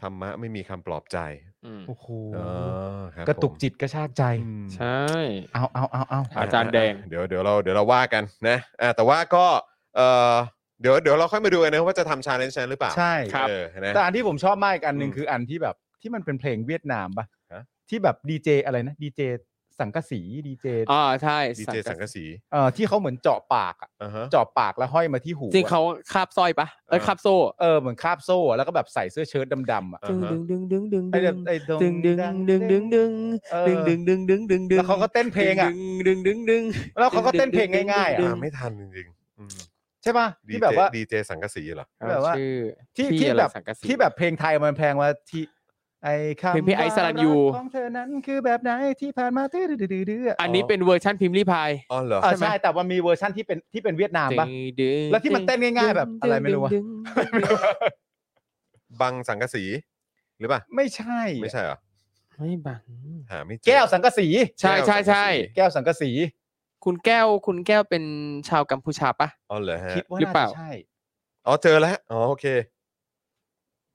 Speaker 2: ธรรมะไม่มีคำปลอบใจ
Speaker 4: อืม
Speaker 3: โอ้โห
Speaker 2: เออคบ
Speaker 3: กระตุก
Speaker 2: ผม
Speaker 3: จิตกระชากใจ
Speaker 2: อืม
Speaker 4: ใช่
Speaker 3: เอาเอาเอาเอา
Speaker 4: อาจารย์แดง
Speaker 2: เดี๋ยวเดี๋ยวเราเดี๋ยวเราว่ากันนะอ่าแต่ว่าก็เออเดี๋ยวเดี๋ยวเราค่อยมาดูกันนะว่าจะทำชาเลนจ์นั้นหรือเปล่า
Speaker 3: ใช่
Speaker 2: เออนะ
Speaker 3: แต่อันที่ผมชอบมากอีกอันหนึ่ง
Speaker 2: อืม
Speaker 3: คืออันที่แบบที่มันเป็นเพลงเวียดนามปะ
Speaker 2: ฮะ
Speaker 3: ที่แบบดีเจอะไรนะดีเจสังกะสีดีเจ
Speaker 4: อ่าใช่
Speaker 2: ดีเจสังกะสี
Speaker 3: เอ่อที่เขาเหมือนเจาะปากอะ
Speaker 2: อ่าฮะ
Speaker 3: เจาะปากแล้วห้อยมาที่หูอะ
Speaker 4: จริงเขาคาบสร้อยปะเอ้ย
Speaker 2: เออ
Speaker 4: คาบโซ่
Speaker 3: เออเหมือนคาบโซ่อะแล้วก็แบบใส่เสื้อเชิ้ตดำๆอ่ะ
Speaker 2: อ่าฮะ
Speaker 4: ดึงดึงดึงดึง
Speaker 3: ไอ้
Speaker 4: ดึ
Speaker 3: เดี๋ย
Speaker 4: ง
Speaker 3: วไอ้ตรง
Speaker 4: ดึงดึงดึงดึงดึง
Speaker 3: เออ
Speaker 4: ดึงดึงดึงดึงดึงดึง
Speaker 3: แล้วเขาก็เต้นเพลงอ่ะ
Speaker 4: ดึงดึงดึง
Speaker 3: แล้วเขาก็เต้นเพลงง่ายๆ
Speaker 4: ดึ
Speaker 3: อ่ะ
Speaker 4: ง
Speaker 2: อ่าไม่ทันจริงๆอืม
Speaker 3: ใช่ปะ
Speaker 2: ดี
Speaker 3: ที่
Speaker 2: เจ
Speaker 3: แบบว่า
Speaker 2: ดีเจสังกะสีเหรอ
Speaker 3: แบบว่า
Speaker 4: ชื่อ
Speaker 3: ที่
Speaker 4: พี่
Speaker 3: ที่
Speaker 4: อะไร
Speaker 3: แบบ
Speaker 4: สังกะสี
Speaker 3: ที่แบบเพลงไทยมันแพงว่าที่ไอ้คำ
Speaker 4: เพลงพี่ไอซ์สรัญยู
Speaker 3: ว่ารักของเธอนั้นคือแบบไหนที่ผ่านมาดื้อดื้อดื้อดื้อ
Speaker 4: อั
Speaker 3: อั
Speaker 4: นนี้เป็นเวอร์ชันพิมพ์ลี่พาย
Speaker 2: อ๋อเหรอ
Speaker 3: เออใช่แต่ว่ามีเวอร์ชั่นที่เป็นที่เป็นเวียดนามปะ
Speaker 4: ดึง
Speaker 3: แล้วที่มันเต้นง่ายๆแบบอะไรไม่รู้อะ
Speaker 4: ดึงดึงดึง
Speaker 2: บังสังกะสีหรือเปล่า
Speaker 3: ไม่ใช่
Speaker 2: ไม่ใช่เหรอ
Speaker 4: ไม่บัง
Speaker 2: หาไม่เจอ
Speaker 3: แก้วสังกะสี
Speaker 4: ใช่ใช่ใช่
Speaker 3: แก้วสังกะสี
Speaker 4: คุณแก้วคุณแก้วเป็นชาวกัมพูชาปะ
Speaker 2: อ๋อเหรอฮะ
Speaker 3: คิดว่า
Speaker 4: หรือ
Speaker 3: น่า
Speaker 4: เปล่า
Speaker 3: จะใช่
Speaker 2: อ๋อเจอแล้วอ๋อโอเค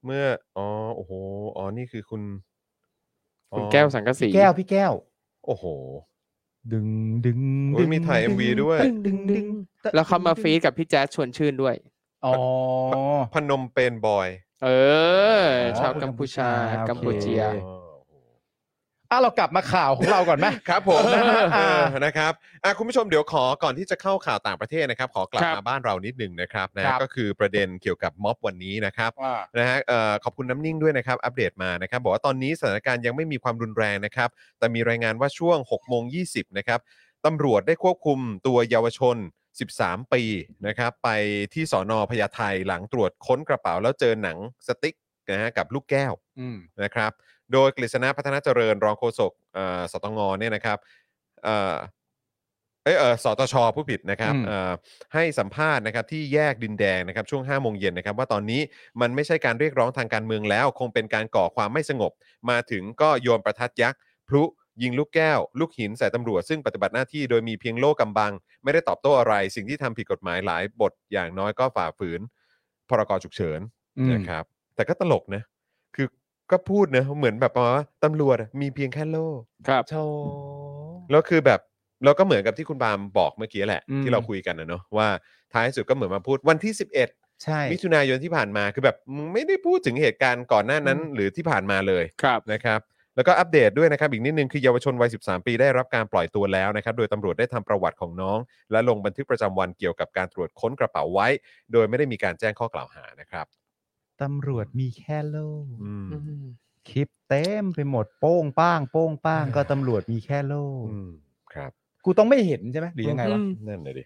Speaker 2: เมื่ออ๋อโอ้โหอ๋อนี่คือคุณอ๋อ
Speaker 4: คุณแก้วสังกะสี
Speaker 3: แก้วพี่แก้ว
Speaker 2: โอ้โห
Speaker 3: ดึงดึง
Speaker 2: โอ้ยมีถ่าย MV ด้วย
Speaker 4: ดึงดึงดึงแล้วเขามาฟีดกับพี่แจ๊สชวนชื่นด้วย
Speaker 3: อ๋อ
Speaker 2: พนมเปญบอย
Speaker 4: เออ
Speaker 3: อ๋อ
Speaker 4: ชาวกัมพูชา
Speaker 3: โอเค
Speaker 4: กัมพูเจีย
Speaker 2: อ๋อโอ้โห
Speaker 3: อ่ะเรากลับมาข่าวของเราก่อนไหม
Speaker 2: ครับผม
Speaker 3: เออ
Speaker 2: เออ นะครับอ่ะคุณผู้ชมเดี๋ยวขอก่อนที่จะเข้าข่าวต่างประเทศนะครับ ขอกลับ
Speaker 4: ครับ
Speaker 2: มาบ้านเรานิดหนึ่งนะครับนะครับ ก็คือประเด็นเกี่ยวกับม็อบวันนี้นะครับ
Speaker 3: ว่า
Speaker 2: นะฮะเอ่อขอบคุณน้ำนิ่งด้วยนะครับ อัปเดตมานะครับ บอกว่าตอนนี้สถานการณ์ยังไม่มีความรุนแรงนะครับ แต่มีรายงานว่าช่วง6โมง20นะครับตำรวจได้ควบคุมตัวเยาวชน 13 ปีนะครับไปที่สอนอพญาไทหลังตรวจค้นกระเป๋าแล้วเจอหนังสติ๊กนะฮะกับลูกแก้ว
Speaker 3: อืม
Speaker 2: นะครับ โดยกฤษณะพัฒนาเจริญรองโฆษกเอ่อสตงเนี่ยนะครับเอ่อเอยเออสตชผู้ผิดนะครับ
Speaker 3: อืม
Speaker 2: เอ่อให้สัมภาษณ์นะครับที่แยกดินแดงนะครับช่วง5โมงเย็นนะครับว่าตอนนี้มันไม่ใช่การเรียกร้องทางการเมืองแล้ว คงเป็นการก่อความไม่สงบ มาถึงก็โยนประทัดยักษ์ พลุยิงลูกแก้ว ลูกหินใส่ตำรวจซึ่งปฏิบัติหน้าที่โดยมีเพียงโล่กำบัง ไม่ได้ตอบโต้อะไร สิ่งที่ทำผิดกฎหมายหลายบทอย่างน้อยก็ฝ่าฝืนพรกฉุกเฉิน
Speaker 3: อืม
Speaker 2: นะครับแต่ก็ตลกนะ คือก็พูดนะเหมือนแบบประมาณว่าตำรวจอะมีเพียงแค่โล่
Speaker 4: ครับ
Speaker 3: โช
Speaker 2: แล้วคือแบบเราก็เหมือนกับที่คุณบาล์มบอกเมื่อกี้แหละ
Speaker 3: อืม
Speaker 2: ที่เราคุยกันนะเนอะว่าท้ายสุดก็เหมือนมาพูดวันที่ 11
Speaker 3: ใช่
Speaker 2: มิถุนายนที่ผ่านมาคือแบบมึงไม่ได้พูดถึงเหตุการณ์ก่อนหน้านั้น หรือที่ผ่านมาเลย
Speaker 4: ครับ
Speaker 2: นะครับ แล้วก็อัปเดตด้วยนะครับ อีกนิดนึงคือเยาวชนวัย 13 ปีได้รับการปล่อยตัวแล้วนะครับ โดยตำรวจได้ทำประวัติของน้อง และลงบันทึกประจำวันเกี่ยวกับการตรวจค้นกระเป๋าไว้ โดยไม่ได้มีการแจ้งข้อกล่าวหานะครับ
Speaker 3: ตำรวจมีแค่โล่
Speaker 2: อืม
Speaker 3: คลิปเต็มไปหมดโป้งป้าง โป้งป้างก็ตำรวจมีแค่โล่
Speaker 2: อืมครับ
Speaker 3: กูต้องไม่เห็นใช่ไหมหรือยังไงวะ
Speaker 4: อืม
Speaker 2: นั่นเลยดิ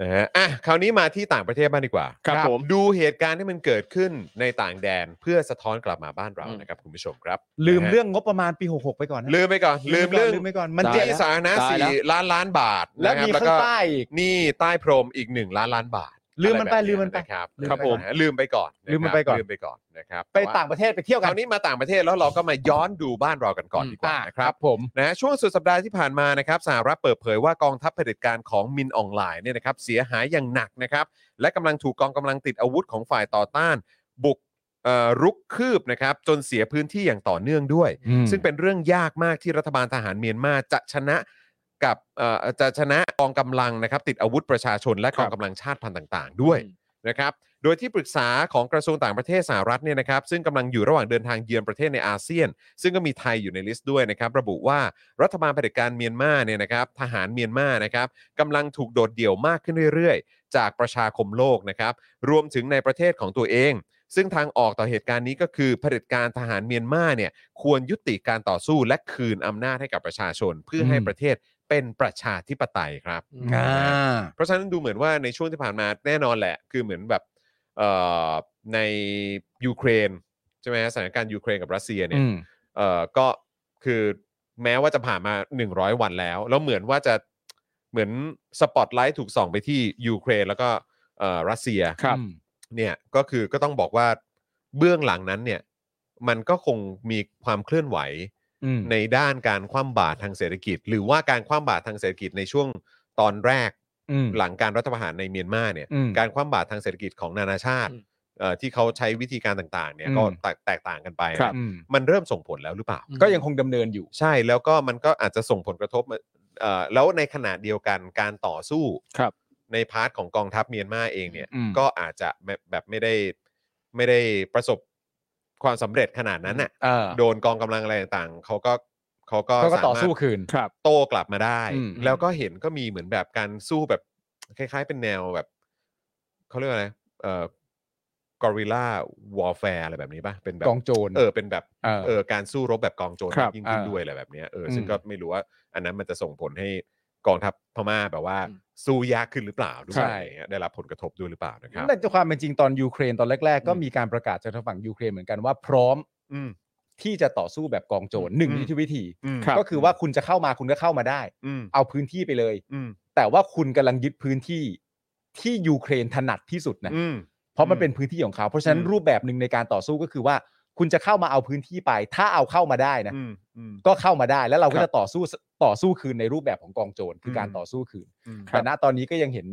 Speaker 2: นะฮะอ่ะคราวนี้มาที่ต่างประเทศบ้างดีกว่า
Speaker 4: ครับผม
Speaker 2: ดูเหตุการณ์ที่มันเกิดขึ้นในต่างแดนเพื่อสะท้อนกลับมาบ้านเรา
Speaker 4: อืม
Speaker 2: นะครับคุณผู้ชมครับ
Speaker 3: ลืม
Speaker 2: นะฮะ
Speaker 3: เรื่องงบประมาณปี 66 ไปก่อนนะ
Speaker 2: ลืมไปก่อน ลืมเรื่อง
Speaker 3: ลืมไปก่อนมัน
Speaker 2: ห
Speaker 3: เจ๊
Speaker 2: นี้สาธารณะ
Speaker 4: ตายแล้ว
Speaker 2: สี่ล้านล้านบาท
Speaker 3: แล้ว
Speaker 2: นะครับ
Speaker 3: มี
Speaker 2: แล้ว
Speaker 3: ข้าง
Speaker 2: ก็
Speaker 3: ใต้อีก
Speaker 2: หนี่ใต้พรมอีกหนึ่งล้านล้านบาท
Speaker 3: ลืมมันไป
Speaker 2: อะรแบบ
Speaker 3: ลืมมันไป
Speaker 2: ะครับ
Speaker 3: ลืมครับ
Speaker 2: นะฮะ
Speaker 3: ผม
Speaker 2: ลืมไปก่อนะ
Speaker 3: ลืมมัน
Speaker 2: ครับ
Speaker 3: ไปก่อน
Speaker 2: ลืมไปก่อนนะครับ
Speaker 3: ไป
Speaker 2: แว่
Speaker 3: ต่างประเทศไปเที่ยว
Speaker 2: ค
Speaker 3: กั
Speaker 2: รานวนี้มาต่างประเทศแล้วเราก็มาย้อนดูบ้านเรากันก่อนดีกว่า
Speaker 3: อ่
Speaker 2: นะครับ
Speaker 3: ผม
Speaker 2: นะช่วงสุดสัปดาห์ที่ผ่านมานะครับสหรัฐเปิดเผยว่ากองทัพเผด็จการของมินออนไลน์เนี่ยนะครับเสียหายอย่างหนักนะครับ และกำลังถูกกองกำลังติดอาวุธของฝ่ายต่อต้าน บุกเอ่อรุกคืบนะครับจนเสียพื้นที่อย่างต่อเนื่องด้วย ซึ่งเป็นเรื่องยากมากที่รัฐบาลทหารเมียนมาจะชนะกับเอ่อจะชนะกองกำลังนะครับติดอาวุธประชาชน และกองกำลังชาติพันธุ์ต่าง ๆ ด้วย นะครับโดยที่ปรึกษาของกระทรวงต่างประเทศสหรัฐเนี่ยนะครับซึ่งกำลังอยู่ระหว่างเดินทางเยือนประเทศในอาเซียน ซึ่งก็มีไทยอยู่ในลิสต์ด้วยนะครับระบุว่ารัฐบาลเผด็จการเมียนมาเนี่ยนะครับทหารเมียนมานะครับกำลังถูกโดดเดี่ยวมากขึ้นเรื่อยๆ จากประชาคมโลกนะครับรวมถึงในประเทศของตัวเอง ซึ่งทางออกต่อเหตุการณ์นี้ก็คือเผด็จการทหารเมียนมาเนี่ยควรยุติการต่อสู้และคืนอำนาจให้กับประชาชน เพื่อให้
Speaker 3: อืม
Speaker 2: ประเทศเป็นประชาธิปไตยครับ
Speaker 3: อ่า
Speaker 2: เพราะฉะนั้นดูเหมือนว่าในช่วงที่ผ่านมาแน่นอนแหละ คือเหมือนแบบเอ่อในยูเครนใช่ไหมฮะสถานการณ์ยูเครนกับรัสเซียเนี่ยเอ่อก็คือแม้ว่าจะผ่านมา 100 วันแล้ว แล้วเหมือนว่าจะเหมือนสปอตไลท์ถูกส่องไปที่ยูเครนแล้วก็เอ่อรัสเซีย
Speaker 4: ครับ
Speaker 2: เนี่ยก็คือก็ต้องบอกว่าเบื้องหลังนั้นเนี่ยมันก็คงมีความเคลื่อนไหว ในด้านการคว่ำบาตรทางเศรษฐกิจ หรือว่าการคว่ำบาตรทางเศรษฐกิจในช่วงตอนแรก หลังการรัฐประหารในเมียนมาเนี่ย
Speaker 3: อืม
Speaker 2: การคว่ำบาตรทางเศรษฐกิจของนานาชาติ
Speaker 4: อืม
Speaker 2: เอ่อที่เขาใช้วิธีการต่างๆเนี่ย
Speaker 3: อืม
Speaker 2: ก็แตกแตกต่างกันไป
Speaker 4: ครับ
Speaker 2: นะมันเริ่มส่งผลแล้วหรือเปล่า
Speaker 3: ก็ยังคงดำเนินอยู่
Speaker 2: ใช่แล้วก็มันก็อาจจะส่งผลกระทบมาเอ่อแล้วในขณะเดียวกันการต่อสู้
Speaker 4: ครับ
Speaker 2: ในพาร์ทของกองทัพเมียนมาเองเนี่ย
Speaker 3: อืม
Speaker 2: ก็อาจจะแบบแบบไม่ได้ไม่ได้ประสบความสำเร็จขนาดนั้นน่ะ
Speaker 3: เออ
Speaker 2: โดนกองกำลังอะไรต่างๆเขาก็เขาก็
Speaker 3: เขาก็ต่อ
Speaker 2: สามารถ
Speaker 3: สู้คืน
Speaker 4: ครับ
Speaker 2: โต้กลับมาได้
Speaker 3: อืม
Speaker 2: แล้วก็เห็นก็มีเหมือนแบบการสู้แบบ คล้ายๆ เป็นแนวแบบเขาเรียกว่าอะไรเอ่อกอริลลาวอ r แฟร์อะไรแบบนี้ป่ะเป็นแบบ
Speaker 3: กองโจร
Speaker 2: เออเป็นแบบ
Speaker 3: เออ
Speaker 2: เออการสู้รบแบบกองโจร
Speaker 4: ครับ
Speaker 2: ยิ่งขึ้น
Speaker 3: อ่า
Speaker 2: ด้วยอะไรแบบเนี้ยเอออ
Speaker 3: ม
Speaker 2: ซึ่งก็ไม่รู้ว่าอันนั้นมันจะส่งผลให้กองทัพพม่าแบบว่า
Speaker 4: อืม
Speaker 2: สู้ยากขึ้นหรือเปล่าด้วย
Speaker 4: ใช่
Speaker 2: อะไรอย่างเงี้ยได้รับผลกระทบด้วยหรือเปล่านะครับ
Speaker 3: แต่ความเป็นจริงตอนยูเครนตอนแรก ๆ ก็
Speaker 2: อืม
Speaker 3: มีการประกาศจากทางฝั่งยูเครนเหมือนกันว่าพร้อม
Speaker 2: อืม
Speaker 3: ที่จะต่อสู้แบบกองโจรหนึ่ง
Speaker 2: อืม
Speaker 3: ยุทธวิธี
Speaker 2: อืม
Speaker 4: ครับ
Speaker 3: ก็คือว่าคุณจะเข้ามาคุณก็เข้ามาได้
Speaker 2: อืม
Speaker 3: เอาพื้นที่ไปเลย
Speaker 2: อืม
Speaker 3: แต่ว่าคุณกำลังยึดพื้นที่ที่ยูเครนถนัดที่สุดนะ
Speaker 2: อืม
Speaker 3: เพราะมัน
Speaker 2: อืม
Speaker 3: เป็นพื้นที่ของเขา เพราะฉะนั้น
Speaker 2: อืม
Speaker 3: รูปแบบหนึ่งในการต่อสู้ก็คือว่า คุณจะเข้ามาเอาพื้นที่ไป ถ้าเอาเข้ามาได้นะ
Speaker 2: อืมอืม
Speaker 3: ก็เข้ามาได้แล้วเราก็
Speaker 2: ครับ
Speaker 3: จะต่อสู้ต่อสู้คืนในรูปแบบของกองโจรคือการ
Speaker 2: อืม
Speaker 3: ต่อสู้คืน
Speaker 2: อืม
Speaker 3: แต่ณตอนนี้ก็ยังเห็น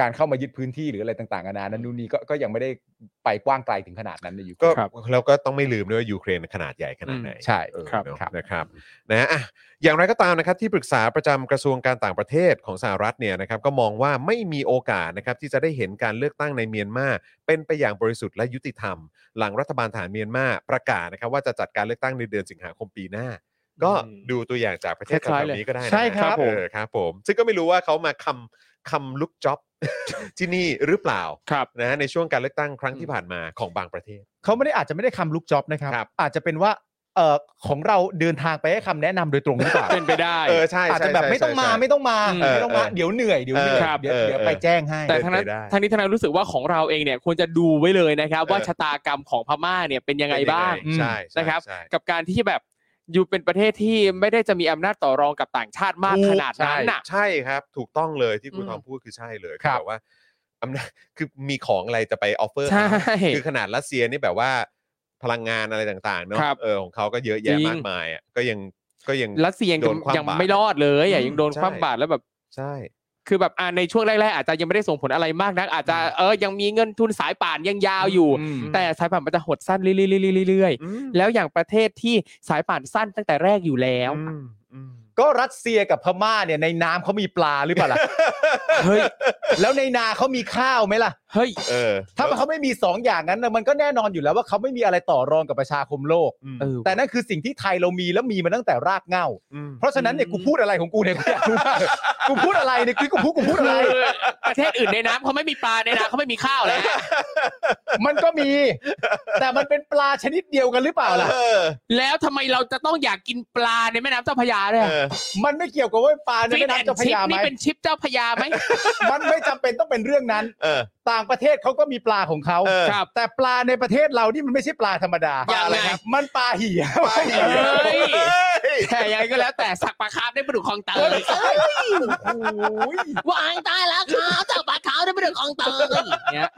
Speaker 3: การเข้ามายึดพื้นที่หรืออะไรต่างๆนานานั้นนู่นนี่ก็ก็ยังไม่ได้ไปกว้างไกลถึงขนาดนั้นในยูเคร
Speaker 2: ก็
Speaker 3: น
Speaker 4: ครับ
Speaker 2: แล้วก็ต้องไม่ลืมด้วยว่ายูเครนขนาดใหญ่ขนาดไหน
Speaker 3: อืมใช่
Speaker 2: เออ
Speaker 4: ครับ
Speaker 2: เนอะ
Speaker 3: ครับ
Speaker 2: นะครับนะฮะอ่ะอย่างไรก็ตามนะครับที่ปรึกษาประจำกระทรวงการต่างประเทศของสหรัฐเนี่ยนะครับก็มองว่าไม่มีโอกาสนะครับที่จะได้เห็นการเลือกตั้งในเมียนมาเป็นไปอย่างบริสุทธิ์และยุติธรรม หลังรัฐบาลทหารเมียนมาประกาศนะครับว่าจะจัดการเลือกตั้งในเดือนสิงหาคมปีหน้า ก็
Speaker 4: อืม
Speaker 2: ดูตัวอย่างจากประเทศ
Speaker 4: คล้ายๆ
Speaker 2: แถวๆนี้ก็ได้นะ
Speaker 4: ใช่ครับ
Speaker 2: เอ
Speaker 4: ผม
Speaker 2: อครับผมซึ่งก็ไม่รู้ว่าเขามาคำคำลุกจ็อบ ที่นี่หรือเปล่า
Speaker 4: ครับ
Speaker 2: นะฮะในช่วงการเลือกตั้งครั้งที่
Speaker 4: อืม
Speaker 2: ผ่านมาของบางประเทศ
Speaker 3: เขาไม่ได้อาจจะไม่ได้คำลุกจ็อบนะครับ
Speaker 2: ครับ
Speaker 3: อาจจะเป็นว่าเอ่อของเราเดินทางไปให้คำแนะนำโดยตรงหรือเปล่า
Speaker 4: เป็นไปได้
Speaker 2: เออใช่
Speaker 3: อาจจะ
Speaker 2: ใช่
Speaker 3: แบบ
Speaker 2: ใช่
Speaker 3: ไม่ต้องมา
Speaker 2: ใช่
Speaker 3: ไม่ต้องมา
Speaker 4: อืม
Speaker 3: ไม่ต้องมา
Speaker 2: เออ
Speaker 3: เดี๋ยวเหนื่อยเดี๋ยวเหนื่อย
Speaker 2: ครับ
Speaker 3: เดี๋ยว
Speaker 2: เออ
Speaker 3: เดี๋ยว
Speaker 2: เออ
Speaker 3: ไปแจ้งให้
Speaker 4: แต่ทางนั้
Speaker 2: เป็
Speaker 4: น
Speaker 2: นไปได้
Speaker 4: ทางนี้ทางนั้นรู้สึกว่าของเราเองเนี่ยควรจะดูไว้เลยนะครับ ว่า
Speaker 2: เออ
Speaker 4: ชะตากรรมของพม่าเนี่ยเป็นยังไงบ้าง
Speaker 2: เป็นยัไใช่ใช่
Speaker 4: นะครับ
Speaker 2: ใช่
Speaker 4: กับการที่แบบอยู่เป็นประเทศที่ไม่ได้จะมีอำนาจต่อรองกับต่างชาติมาก
Speaker 2: ถูก
Speaker 4: ขนาดนั้นน่ะ
Speaker 2: ใช่ครับ ถูกต้องเลยที่คุณ
Speaker 4: อืม
Speaker 2: ทอมพูดคือใช่เลย
Speaker 3: ครับ
Speaker 2: แบบว่าอำนาจคือมีของอะไรจะไปออฟเฟอร์
Speaker 4: ใช่
Speaker 2: คือขนาดรัสเซียนี่แบบว่าพลังงานอะไรต่างๆเนาะ
Speaker 4: ครับ
Speaker 2: เออของเขาก็เยอะแยะ
Speaker 4: จริง
Speaker 2: มากมายอ่ะก็ยังก็ยัง
Speaker 4: รัสเซียยัง
Speaker 2: โดนคว่ำ
Speaker 4: ยัง
Speaker 2: บาตร
Speaker 4: ไม่รอดเลยอ่ะ
Speaker 2: อืม
Speaker 4: ยังโดน
Speaker 2: ใช่
Speaker 4: คว่ำบาตรแล้วแบบ
Speaker 2: ใช่
Speaker 4: คือแบบอ่าในช่วงแรกๆอาจจะยังไม่ได้ส่งผลอะไรมากนักอาจจะเออยังมีเงินทุนสายป่านยังยาวอยู่
Speaker 3: อืม
Speaker 4: แต่สายป่านมันจะหดสั้นเรื่อยๆๆๆๆ แล้วอย่างประเทศที่สายป่านสั้นตั้งแต่แรกอยู่แล้ว
Speaker 3: ก็รัสเซียกับพม่าเนี่ยในน้ำเขามีปลาหรือเปล่าล่ะ เฮ้ย แล้วในนาเขามีข้าวไหมล่ะ
Speaker 4: เฮ้ย
Speaker 2: เออ
Speaker 3: ถ้ามันเขาไม่มีสองอย่างนั้นน่ะมันก็แน่นอนอยู่แล้วว่าเขาไม่มีอะไรต่อรองกับประชาคมโลก
Speaker 2: อืม
Speaker 4: เออ
Speaker 3: แต่นั่นคือสิ่งที่ไทยเรามีแล้วมีมาตั้งแต่รากเหง้า
Speaker 2: ม
Speaker 3: เพราะฉะนั้นเนี่ย
Speaker 4: อืม
Speaker 3: กูพูดอะไรของกูเนี่ยกูอยากรู้มากกูพูดอะไรเนี่ยกูพูดกูพูดอะไร
Speaker 4: คือประเทศอื่นในน้ำเขาไม่มีปลาในน้ำเขาไม่มีข้าวแล้ว
Speaker 3: มันก็มี แต่มันเป็นปลาชนิดเดียวกันหรือเปล่าล่ะ
Speaker 2: เออ
Speaker 4: แล้วทำไมเราจะต้องอยากกินปลาในแม่น้ำเจ้าพระยาด้วย
Speaker 2: เออ
Speaker 3: มันไม่เกี่ยวกับว่าปลาใน
Speaker 4: ฟิ
Speaker 3: แม่
Speaker 4: ตแอ
Speaker 3: น้ำ
Speaker 4: น
Speaker 3: เจ้าพ
Speaker 4: ชิประ
Speaker 3: ยาไหม
Speaker 4: นี่เป็นชิปเจ้าพญาไหม
Speaker 3: มันไม่จำเป็นต้องเป็นเรื่องนั้น
Speaker 2: เออ
Speaker 3: ต่างประเทศเขาก็มีปลาของเขา
Speaker 2: เออ
Speaker 4: ครับ
Speaker 3: แต่ปลาในประเทศเรานี่มันไม่ใช่ปลาธรรมดา
Speaker 2: ปลาอะไรครับ
Speaker 3: มันปลาเหี่ยว
Speaker 2: ปลาหี่ยว
Speaker 4: เฮ้ย
Speaker 2: เฮ้ย
Speaker 4: แต่ยังไงก็แล้วแต่สักปลาคาร์ฟได้ปลาดุกคลองเตย
Speaker 7: ว่างตายแล้วครับจากปากเขาได้ไปถึงองเตย
Speaker 4: เงี้ย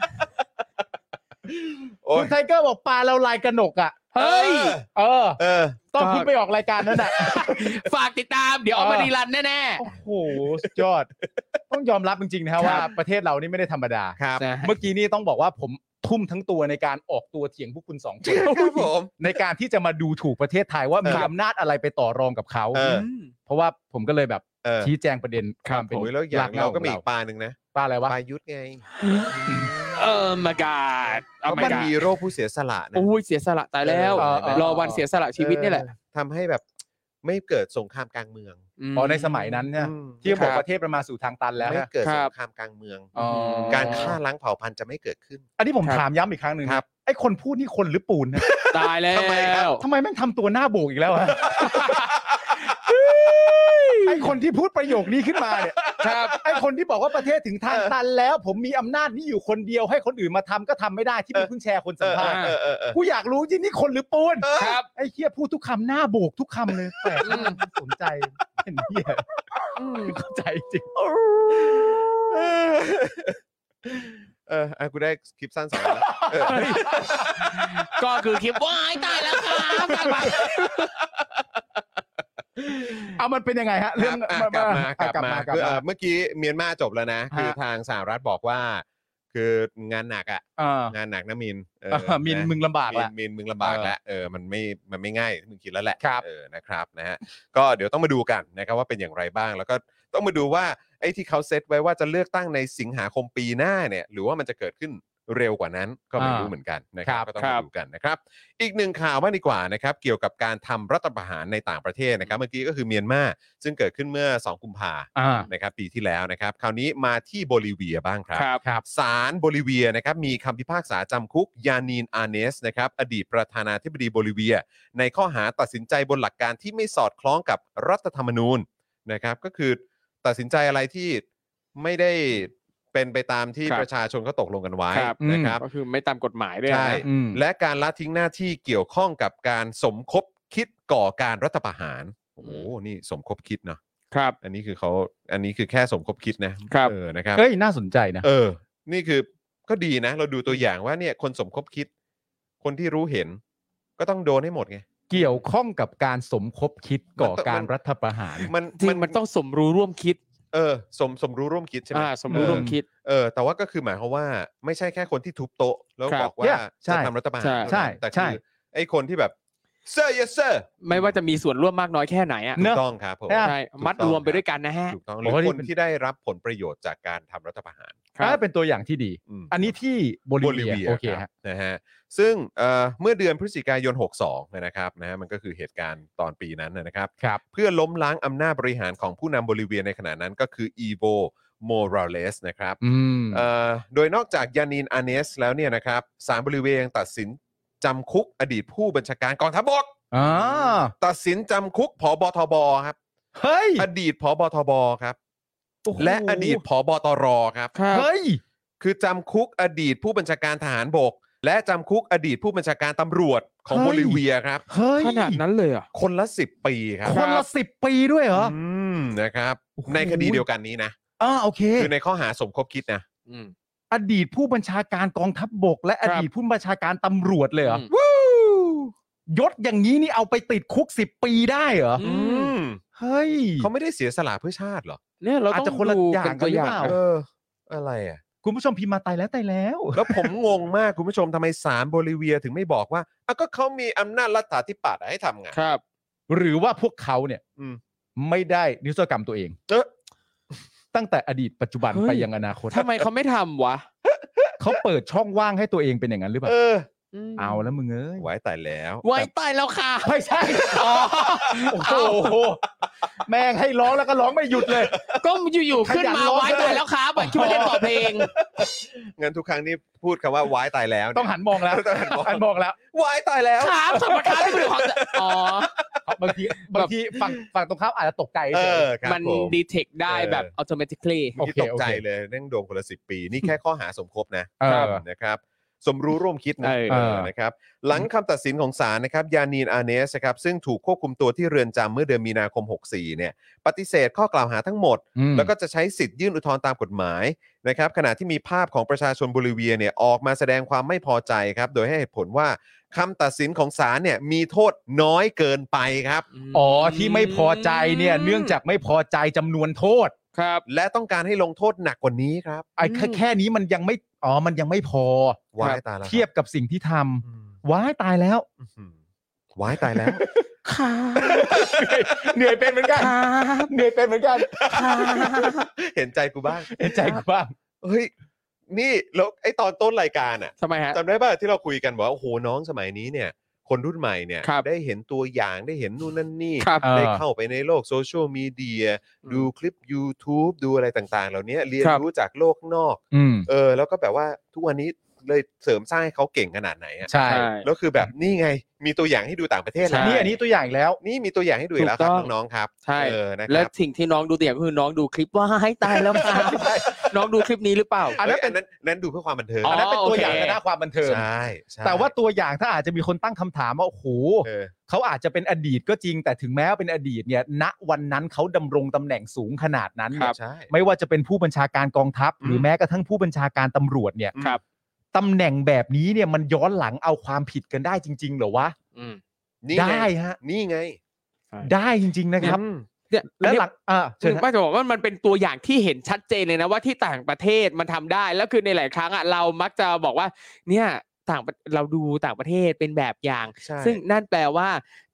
Speaker 2: โอ้
Speaker 3: คุ
Speaker 2: ย
Speaker 3: ณไทเกอร์บอกปลาเราลายกระหนกอ่ะ
Speaker 4: เฮ้ย
Speaker 3: เออ
Speaker 2: เออ
Speaker 3: ต้องเพิ่งไปออกรายการนั้นอ่ะ
Speaker 4: ฝากติดตามเดี๋ยวออกมาดีรันแน่
Speaker 3: โอ้โหสุดยอด ต้องยอมรับจริงๆนะฮะว่าประเทศเรานี่ไม่ได้ธรรมดา
Speaker 2: ครับ
Speaker 4: ๆนะฮะ
Speaker 3: เมื่อกี้นี่ต้องบอกว่าผมทุ่มทั้งตัวในการออกตัวเถียงพวกคุณสองคน
Speaker 2: ครับผม
Speaker 3: ในการที่จะมาดูถูกประเทศไทยว่ามี
Speaker 2: ครับ
Speaker 3: อำนาจอะไรไปต่อรองกับเขา
Speaker 2: เออ
Speaker 4: ม
Speaker 3: เพราะว่าผมก็เลยแบบ
Speaker 2: เออ
Speaker 3: ชี้แจงประเด็นความเป็น
Speaker 2: โอ้ยแล้วอย่าง
Speaker 3: ห
Speaker 2: เราก็
Speaker 3: ขง
Speaker 2: มีอีกปลาหนึ่งนะ
Speaker 3: ปลาอะไร
Speaker 2: ป
Speaker 3: วะ
Speaker 2: ลายุทธไง
Speaker 4: เออมากาดเอา
Speaker 2: เพราะ
Speaker 4: มา
Speaker 2: มัน
Speaker 4: กา
Speaker 2: มี
Speaker 4: ด
Speaker 2: โรคผู้เสียสละนะ
Speaker 4: โอ้ยเสียสละตายแล้ว
Speaker 3: เออเออเออ
Speaker 4: รอวันเสียสละชีวิตนี่แหละ
Speaker 2: เออทำให้แบบไม่เกิดสงครามกลางเมือง
Speaker 4: ม
Speaker 3: อ๋อในสมัยนั้นเนี่ย
Speaker 2: อืม
Speaker 3: ที่บอก
Speaker 4: ครับ
Speaker 3: ประเทศมันมาสู่ทางตันแล้ว
Speaker 2: ไม่
Speaker 3: ฮะ
Speaker 2: เกิด
Speaker 4: ค
Speaker 2: ส
Speaker 4: รับ
Speaker 2: งครามกลางเมือง
Speaker 3: อ๋อ
Speaker 2: การฆ่าล้างเผ่าพันธุ์จะไม่เกิดขึ้น
Speaker 3: อันนี้ผม
Speaker 4: ครับ
Speaker 3: ถามย้ำอีกครั้งหนึ่งนะครับ ไอ้คนพูดนี่คนหรือปูน นะ
Speaker 4: ตายแล้
Speaker 2: ทำไมครับ
Speaker 4: ว
Speaker 3: ทำไมแม่งทำตัวหน้าโบกอีกแล้วอะ ไอคนที่พูดประโยคนี้ขึ้นมาเนี่ยไอคนที่บอกว่าประเทศถึงทางตันแล้ว ผมมีอำนาจนี้อยู่คนเดียวให้คนอื่นมาทำก็ทำไม่ได้ที่พี่เพิ่งแชร์คนสัมภาษณ์
Speaker 2: เออเออเออ
Speaker 3: กูอยากรู้จริงนี่คนหรือปูน
Speaker 4: ครับ
Speaker 3: ไอเคียพูดทุกคำหน้าโบกทุกคำเลยแปลก
Speaker 4: อืม
Speaker 3: สนใจเห็นเหี้ยเข้าใจจริง
Speaker 2: เอ อเอออ่ะกูได้คลิปสั้นสองอันแล้วเออ
Speaker 4: ก็คือคลิปว้ายตายแล้วครับตายไป
Speaker 3: เอามันเป็นยังไงฮะ เรื่อง
Speaker 2: อ่ะกลับมากลับมา
Speaker 3: ลับ
Speaker 2: คือ
Speaker 3: มา
Speaker 2: เอ่อเมื่อกี้เมียนมาจบแล้วนะ คือ
Speaker 3: ฮะ
Speaker 2: ทางสหรัฐบอกว่า คืองานหนักอ่ะ
Speaker 3: เออง
Speaker 2: านหนักนะมินเออ
Speaker 3: มินมึงลำบาก
Speaker 2: มิน
Speaker 3: ละ
Speaker 2: มินมึงลำบากแล้วเออมันไม่มันไม่ง่ายมึงคิดแล้วแหละ
Speaker 3: ครับ
Speaker 2: เออนะครับนะฮะก็เดี๋ยวต้องมาดูกันนะครับว่าเป็นอย่างไรบ้าง แล้วก็ต้องมาดูว่าไอ้ที่เขาเซตไว้ว่าจะเลือกตั้งในสิงหาคมปีหน้าเนี่ย หรือว่ามันจะเกิดขึ้นเร็วกว่านั้นก็ไม่รู้เหมือนกันนะครับก็ต้องมาดูกันนะครับ อีกหนึ่งข่าวบ้างดีกว่านะครับเกี่ยวกับการทำรัฐประหารในต่างประเทศนะครับ เมื่อกี้ก็คือเมียนมาซึ่งเกิดขึ้นเมื่อ 2 กุมภา
Speaker 3: อ่า
Speaker 2: นะครับปีที่แล้วนะครับ คราวนี้มาที่โบลิเวียบ้างครับ
Speaker 4: ครับ
Speaker 3: ครับ
Speaker 2: ศาลโบลิเวียนะครับมีคำพิพากษาจำคุกยานีนอาเนสนะครับอดีตประธานาธิบดีโบลิเวีย ในข้อหาตัดสินใจบนหลักการที่ไม่สอดคล้องกับรัฐธรรมนูญนะครับ ก็คือตัดสินใจอะไรที่ไม่ได้เป็นไปตามที่
Speaker 4: ครับ
Speaker 2: ประชาชนเขาตกลงกันไว้
Speaker 4: ครับ
Speaker 2: นะครับ
Speaker 4: ก็คือไม่ตามกฎหมายด้วยนะ
Speaker 2: ใช่
Speaker 3: อืม
Speaker 2: และการละทิ้งหน้าที่เกี่ยวข้องกับการสมคบคิดก่อการรัฐประหารโอ้โหนี่สมคบคิดเนาะ
Speaker 4: ครับ
Speaker 2: อันนี้คือเขาอันนี้คือแค่สมคบคิดนะครับ เออนะครับ
Speaker 3: เอ้ยน่าสนใจนะ
Speaker 2: เออ นี่คือก็ดีนะ เราดูตัวอย่างว่าเนี่ยคนสมคบคิด คนที่รู้เห็น ก็ต้องโดนให้หมดไง
Speaker 3: เกี่ยวข้องกับการสมคบคิดก่อการรัฐประหาร
Speaker 2: มัน
Speaker 4: จริงมันต้องสมรู้ร่วมคิด
Speaker 2: เออ สมสมรู้ร่วมคิดใช่ไหม
Speaker 4: อ่าสมรู้ร่วมคิด
Speaker 2: เออ แต่ว่าก็คือหมายความว่า ไม่ใช่แค่คนที่ทุบโต๊ะ แล้ว
Speaker 4: ครับ
Speaker 2: บอกว่า
Speaker 3: Yeah ใช่
Speaker 2: จะทำรัฐประหาร
Speaker 4: ใช่
Speaker 2: เท่านั้นแต่
Speaker 3: ใช่ใช่
Speaker 2: คือไอ้คนที่แบบเซอร์เยสเซอร์
Speaker 4: ไม่ว่าจะมีส่วนร่วมมากน้อยแค่ไหนอ่ะ
Speaker 3: เนอะ
Speaker 2: ต้องครับผม
Speaker 3: ใช่
Speaker 4: ใช่
Speaker 2: ถูกต้อง
Speaker 4: มัดรวมไปด้วยกันนะฮะ
Speaker 2: ถูกต้องหรือ
Speaker 3: โอ้โหนี่
Speaker 2: คน
Speaker 3: เป็น
Speaker 2: ที่ได้รับผลประโยชน์จากการทำรัฐประหาร
Speaker 4: ครับ
Speaker 3: อ่าเป็นตัวอย่างที่ดี
Speaker 2: อืม
Speaker 3: อันนี้ที่โบลิ
Speaker 2: โบลิ
Speaker 3: เวีย
Speaker 2: เวีย
Speaker 3: โอเค
Speaker 2: รั
Speaker 3: ฮะ
Speaker 2: บนะฮะซึ่งเอ่อเมื่อเดือนพฤศจิกายน 62เนี่ยนะครับนะฮะมันก็คือเหตุการณ์ตอนปีนั้นนะนะครับ
Speaker 3: ครับ
Speaker 2: เพื่อล้มล้างอำนาจบริหารของผู้นำโบลิเวียในขณะนั้นก็คืออีโวโมราเลสนะครับ
Speaker 3: อืม
Speaker 2: เอ่อโดยนอกจากยานีนอาเนสแล้วเนี่ยนะครับสารโบลิเวียยังตัดสินจำคุกอดีตผู้บัญชาการกองทัพบก
Speaker 3: อ่า
Speaker 2: ตัดสินจำคุกผบทบครับ
Speaker 3: เฮ้ย
Speaker 2: อดีตผบทบครับ
Speaker 3: โอ้โห
Speaker 2: และอดีตผบตรครับ
Speaker 3: เฮ้ย
Speaker 2: คือจำคุกอดีตผู้บัญชาการทหารบก และจำคุกอดีตผู้บัญชาการตำรวจของ
Speaker 3: เฮ้ย
Speaker 2: โบลิเวียครับ
Speaker 3: เฮ้ย
Speaker 4: ขนาดนั้นเลยเหรอ่ะ
Speaker 2: คนละ 10 ปีครับ
Speaker 3: คนละสิบปีด้วยเหรอ
Speaker 2: อืมนะครับ
Speaker 3: โอ้โห
Speaker 2: ในคดีเดียวกันนี้นะ
Speaker 3: อ่าโอเค
Speaker 2: คือในข้อหาสมคบคิดนะ
Speaker 3: อดีตผู้บัญชาการกองทัพบก และอ
Speaker 4: ครับ
Speaker 3: ดีตผู้บัญชาการตำรวจเลยเหรอ
Speaker 4: อืม
Speaker 3: วู้ยศอย่างนี้นี่เอาไปติดคุกสิบปีได้เหรอ
Speaker 2: อืม
Speaker 3: เฮ้ย
Speaker 2: เขาไม่ได้เสียสละเพื่อชาติเหรอ
Speaker 4: เนี่ยเรา
Speaker 3: อาจ
Speaker 4: ต้
Speaker 3: จะ
Speaker 4: อง
Speaker 3: คนละ
Speaker 4: ดู
Speaker 3: อย่าง
Speaker 4: เป็น
Speaker 3: กัน
Speaker 4: ตัวอย่าง
Speaker 3: หรือเปล่า
Speaker 4: นะ
Speaker 2: เออ อะไรอ่ะ
Speaker 3: คุณผู้ชมพิมพ์มาตายแล้วตายแล้ว
Speaker 2: แล้วผมงงมากคุณผู้ชมทำไมศาลโบลิเวียถึงไม่บอกว่าอ่ะก็เขามีอำนาจรัฐาธิปัตย์อะให้ทำไง
Speaker 4: ครับ
Speaker 3: หรือว่าพวกเขาเนี่ย
Speaker 2: อืม
Speaker 3: ไม่ได้นิสกรรมตัวเอง
Speaker 2: เออ
Speaker 3: ตั้งแต่อดีตปัจจุบัน
Speaker 4: เฮ้ย
Speaker 3: ไปยังอนาคต
Speaker 4: ทำไมเขาไม่ทำวะ
Speaker 3: เขาเปิดช่องว่างให้ตัวเองเป็นอย่างนั้นหรือเปล่า
Speaker 2: เออ
Speaker 4: ม
Speaker 3: เอาแล้วมึงเอ้ย
Speaker 2: ไว้ตายแล้ว
Speaker 4: ไว้ตายแล้วค่ะ
Speaker 3: ไม่ใช่
Speaker 4: อ๋อ
Speaker 3: โอ้โหแม่งให้ร้องแล้วก็ร้องไม่หยุดเลย
Speaker 4: ก็อยู่ๆขึ้น
Speaker 3: ขยั
Speaker 4: มาน
Speaker 3: ร้อง
Speaker 4: ไว้ตายแล้วครับอะคิดว่าเล่นต่อเพลง
Speaker 2: งั้นทุกครั้งนี่พูดคำว่าไว้ตายแล้วเย
Speaker 3: ต้องหันมองแล้ว
Speaker 2: ต้องหันมอง
Speaker 3: หันมองแล้ว
Speaker 2: ไว้ตายแล้ว
Speaker 4: ครับสมรรถนะที่เป็นของอ๋อ
Speaker 3: บางทีบางทีฝั่งฝั่งตรงข้ามอาจจะตกใจ
Speaker 2: เอ
Speaker 3: เฉย
Speaker 2: อครับ
Speaker 4: มัน
Speaker 2: ผ
Speaker 4: ดีเทคได้แบบ
Speaker 2: เออ
Speaker 4: automatically
Speaker 2: เมื่อกี้
Speaker 3: โอ
Speaker 2: ต
Speaker 3: เค
Speaker 2: กใจ
Speaker 3: โอเค
Speaker 2: เลยนั่งโดนคนละสิปี นี่แค่ข้อหาสมคบนะครับ นะครับสมรู้ร่วมคิดนะ
Speaker 4: เออ
Speaker 2: เออนะครับหลังคำตัดสินของศาลนะครับยานีนอาเนสครับซึ่งถูกควบคุมตัวที่เรือนจำเมื่อเดือนมีนาคม 64เนี่ยปฏิเสธข้อกล่าวหาทั้งหมด
Speaker 3: อืม
Speaker 2: แล้วก็จะใช้สิทธิ์ยื่นอุทธรณ์ตามกฎหมายนะครับขณะที่มีภาพของประชาชนโบลิเวียเนี่ยออกมาแสดงความไม่พอใจครับโดยให้เหตุผลว่าคำตัดสินของศาลเนี่ยมีโทษน้อยเกินไปครับ
Speaker 4: ม
Speaker 3: อ๋อที่ไม่พอใจเนี่ยเนื่องจากไม่พอใจจำนวนโทษ
Speaker 4: ครับ
Speaker 2: และต้องการให้ลงโทษหนักกว่านี้ครับ
Speaker 3: ไอ้แค่แค่นี้มันยังไม่อ๋อมันยังไม่พอ
Speaker 2: ว้ายตายแล้วครับ
Speaker 3: เทียบกับสิ่งที่ทำ
Speaker 2: อืม
Speaker 3: ว้ายตายแล้ว
Speaker 2: อื้อหือว้ายตายแล้ว
Speaker 3: เหนื่อยเป็นเหมือนกันเหนื่อยเป็นเหมือนกัน
Speaker 2: เห็นใจกูบ้าง
Speaker 3: เห็นใจกูบ้าง
Speaker 2: เฮ้ย นี่แล้วไอตอนต้นรายการอ่ะ
Speaker 4: ทำไมฮะ
Speaker 2: จำได้ป่ะที่เราคุยกันว่าโอ้โหน้องสมัยนี้เนี่ย คนรุ่นใหม่เนี่ย
Speaker 4: ครับ
Speaker 2: ได้เห็นตัวอย่างได้เห็นนู่นนั่นนี่
Speaker 4: ครับ
Speaker 3: เออ
Speaker 2: ได้เข้าไปในโลกโซเชียลมีเดีย
Speaker 4: อืม
Speaker 2: ดูคลิป YouTube ดูอะไรต่างๆ เหล่านี้เรียน
Speaker 4: ครับ
Speaker 2: รู้จากโลกนอก
Speaker 3: อืม
Speaker 2: เออ แล้วก็แบบว่าทุกวันนี้เลยเสริมสร้างให้เขาเก่งขนาดไหนอ่ะ
Speaker 3: ใช่
Speaker 4: ใช่
Speaker 2: แล้วคือแบบนี่ไง มีตัวอย่างให้ดูต่างประเทศแล้ว
Speaker 4: ใช่
Speaker 3: นี่อันนี้ตัวอย่างอีกแล้ว
Speaker 2: นี่มีตัวอย่างให้ดูอีกแล้วครับ
Speaker 4: ถูกต้อง
Speaker 2: น้องๆครับ
Speaker 4: ใช่
Speaker 2: เออนะค
Speaker 4: และ
Speaker 2: รับ
Speaker 4: สิ่งที่น้องดูตัวอย่างก็คือน้องดูคลิปว่าให้ ตายแล้วค่ะน้องดูคลิปนี้หรือเปล่า
Speaker 3: อันนั้น
Speaker 2: เฮ้ยนั้นนั้นดูเพื่อความบันเทิง
Speaker 4: อ๋อ
Speaker 3: อันนั้นเป็นตัวอย่าง
Speaker 4: โอเค
Speaker 3: ในหน้าความบันเทิง
Speaker 2: ใช่ใช่
Speaker 3: แต่ว่าตัวอย่างถ้าอาจจะมีคนตั้งคำถามว่าโอ้โห
Speaker 2: เออ
Speaker 3: เขาอาจจะเป็นอดีตก็จริง แต่ถึงแม้ว่าเป็นอดีตเนี่ย ณวันนั้นเขาดำรงตำแหน่งสูงขนาดนั้นเนี่ย
Speaker 2: ใช่
Speaker 3: ไม่ว่าจะเป็นผู้บัญชาการกองทัพ
Speaker 2: อืม
Speaker 3: หรือแม้กระทั่งผู้บัญชาการตำรวจเนี่ย
Speaker 4: ครับ
Speaker 3: ตำแหน่งแบบนี้เนี่ยมันย้อนหลังเอาความผิดกันได้จริง ๆ เหรอวะ
Speaker 4: อืม
Speaker 2: นี่
Speaker 3: ได้
Speaker 2: ไง
Speaker 3: ฮะ
Speaker 2: นี่ไง
Speaker 3: ได้จริง ๆ นะครับ
Speaker 2: อืม
Speaker 4: เนี่ย
Speaker 3: และห
Speaker 4: ห
Speaker 3: ลั
Speaker 4: ลั
Speaker 3: ง
Speaker 4: ก
Speaker 3: อ่าเชิญฮะ
Speaker 4: ป้าจะบอกว่ามันเป็นตัวอย่างที่เห็นชัดเจนเลยนะว่าที่ต่างประเทศมันทำได้ แล้วคือในหลายครั้งอ่ะเรามักจะบอกว่า เนี่ยต่างประเราดูต่างประเทศเป็นแบบอย่าง
Speaker 2: ใช่
Speaker 4: ซึ่งนั่นแปลว่า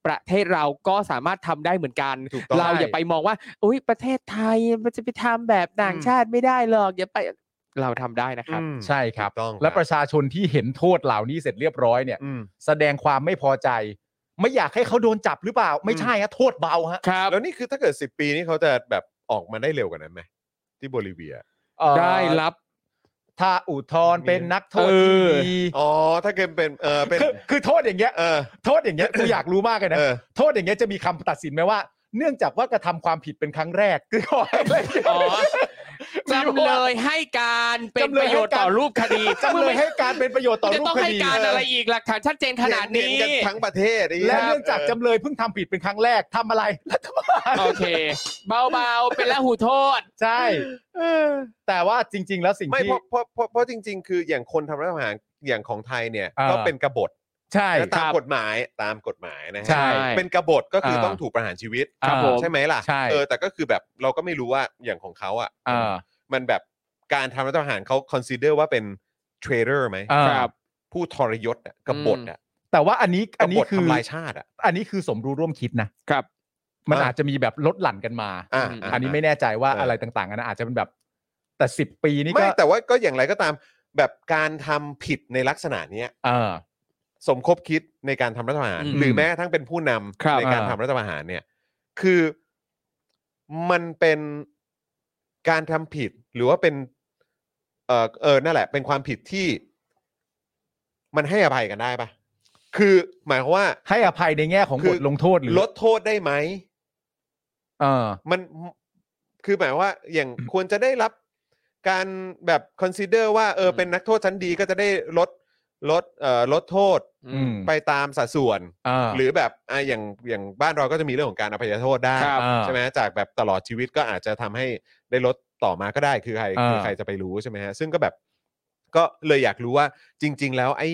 Speaker 4: ประเทศเราก็สามารถทำได้เหมือนกัน
Speaker 2: ถูกต้อง
Speaker 4: เราอย่าไปมองว่าอุ้ยประเทศไทยมันจะไปทำแบบต่าง
Speaker 2: อืม
Speaker 4: ชาติไม่ได้หรอกอย่าไปเราทำได้นะครับ
Speaker 2: อืม
Speaker 3: ใช่ครับ
Speaker 2: ถูกต้อง
Speaker 3: และประชาชนที่เห็นโทษเหล่านี้เสร็จเรียบร้อยเนี่ย
Speaker 2: อืม
Speaker 3: แสดงความไม่พอใจ ไม่อยากให้เขาโดนจับหรือเปล่า ไม่ใช่ฮะโทษเบาฮะ
Speaker 4: ครับ
Speaker 2: แล้วนี่คือถ้าเกิด 10 ปีนี้เขาจะแบบออกมาได้เร็วกว่านั้นไหมที่โบลิเวีย
Speaker 3: เอ่อ
Speaker 4: ได้รับ
Speaker 3: ถ้าอุทธรณ์เป็นนักโทษ
Speaker 4: เอ
Speaker 3: ที่
Speaker 4: อ
Speaker 3: ดี
Speaker 2: อ๋อ ถ้าเกิดเป็นเออ เป็น
Speaker 3: คือคือโทษอย่างเงี้ย
Speaker 2: เออ
Speaker 3: โทษ อย่างเงี้ยกูอยากรู้มากเลยนะ
Speaker 2: เออ
Speaker 3: โทษอย่างเงี้ยจะมีคำตัดสินไหมว่า เนื่องจากว่ากระทำความผิดเป็นครั้งแรก คือขอให้ไม่
Speaker 4: อ๋อจำเลยให้การเป็นประโยชน์ต่อรูปคดี
Speaker 3: จำเลยให้การเป็นประโยชน์ต่อ
Speaker 4: จะ
Speaker 3: รูป
Speaker 4: ต้อง
Speaker 3: ค
Speaker 4: ให้
Speaker 3: ดี
Speaker 4: การอะไรอีกหลักฐานชัดเจนขนาดนี้
Speaker 2: เห็กัทั้งประเทศไหี้ย
Speaker 3: และเนื่องจากจำเลยเพิ่งทำผิดเป็นครั้งแรกทำอะไรรัฐบาล
Speaker 4: โอเค เบาๆ เป็นละหูโทษ
Speaker 3: ใช่ แต่ว่าจริง ๆ แล้วสิ่ง
Speaker 2: ไม่
Speaker 3: ที่
Speaker 2: เพราะเพราะเพราะเพราะจริง ๆ คืออย่างคนทำรัฐประหารอย่างของไทยเนี่ย
Speaker 3: เออ
Speaker 2: ก็เป็นกบฏ
Speaker 3: ใช่
Speaker 2: และตามกฎหมายตามกฎหมายนะฮะ
Speaker 3: ใช่
Speaker 2: เป็นกบฏก็คือ
Speaker 3: เออ
Speaker 2: ต้องถูกประหารชีวิต
Speaker 4: ครับผม
Speaker 2: ใช่ไหมล่ะ
Speaker 3: ใช่
Speaker 2: เออ แต่ก็คือแบบเราก็ไม่รู้ว่าอย่างของเขาอ่ะ
Speaker 3: อ่า
Speaker 2: มันแบบการทำรัฐประหารเขาคอนซีเดอร์ว่าเป็นเทรดเดอร์ไหม
Speaker 3: อ่า
Speaker 4: ครับ
Speaker 2: ผู้ทรยศอะกบฏอ่ะ
Speaker 3: แต่ว่าอันนี้
Speaker 2: ก
Speaker 3: อัน
Speaker 2: บ
Speaker 3: นี้
Speaker 2: ฏ
Speaker 3: คือ
Speaker 2: ทำลายชาติอ่ะ
Speaker 3: อันนี้คือสมรู้ร่วมคิดนะครับ มัน
Speaker 2: อ่ะ
Speaker 3: อาจจะมีแบบลดหลั่นกันมา
Speaker 2: อ่ะ
Speaker 3: อันนี้ไม่แน่ใจว่า
Speaker 2: เอออ
Speaker 3: อะไรต่างๆอันนะอาจจะเป็นแบบ แต่สิบปีนี่
Speaker 2: ไม่
Speaker 3: ก็
Speaker 2: แต่ว่าก็อย่างไรก็ตามแบบการทำผิดในลักษณะเนี้ย
Speaker 3: เออ
Speaker 2: สมคบคิดในการทำรัฐประหาร
Speaker 4: อืม
Speaker 2: หรือแม้กระทั่งเป็นผู้นำ
Speaker 4: ครับ
Speaker 2: ในการ
Speaker 3: อ่า
Speaker 2: ทำรัฐประหารเนี่ย คือมันเป็นการทำผิดหรือว่าเป็น เออเออนั่นแหละ เป็นความผิดที่ มันให้อภัยกันได้ปะคือหมายความว่า
Speaker 3: ให้อภัยในแง่ของ
Speaker 2: คื
Speaker 3: บ
Speaker 2: อ
Speaker 3: ทลงโทษหรือ
Speaker 2: ลดโทษได้ไหม
Speaker 3: เออ
Speaker 2: มันคือหมายว่าอย่าง ควรจะได้รับการแบบ consider ว่าเออ
Speaker 4: ม
Speaker 2: เป็นนักโทษชั้นดีก็จะได้ลดลดเอ่อลดโทษ
Speaker 3: อืม
Speaker 2: ไปตามสัดส่วน
Speaker 3: อ่า
Speaker 2: หรือแบบอ่ะอย่างอย่างบ้านเราก็จะมีเรื่องของการอภัยโทษได้
Speaker 4: ครับ
Speaker 3: อ่า
Speaker 2: ใช่ไหมจากแบบตลอดชีวิตก็อาจจะทำให้ได้ลดต่อมาก็ได้คือใคร
Speaker 3: อ่า
Speaker 2: คือใครจะไปรู้ใช่ไหมฮะซึ่งก็แบบก็เลยอยากรู้ว่าจริง ๆ แล้วไอ้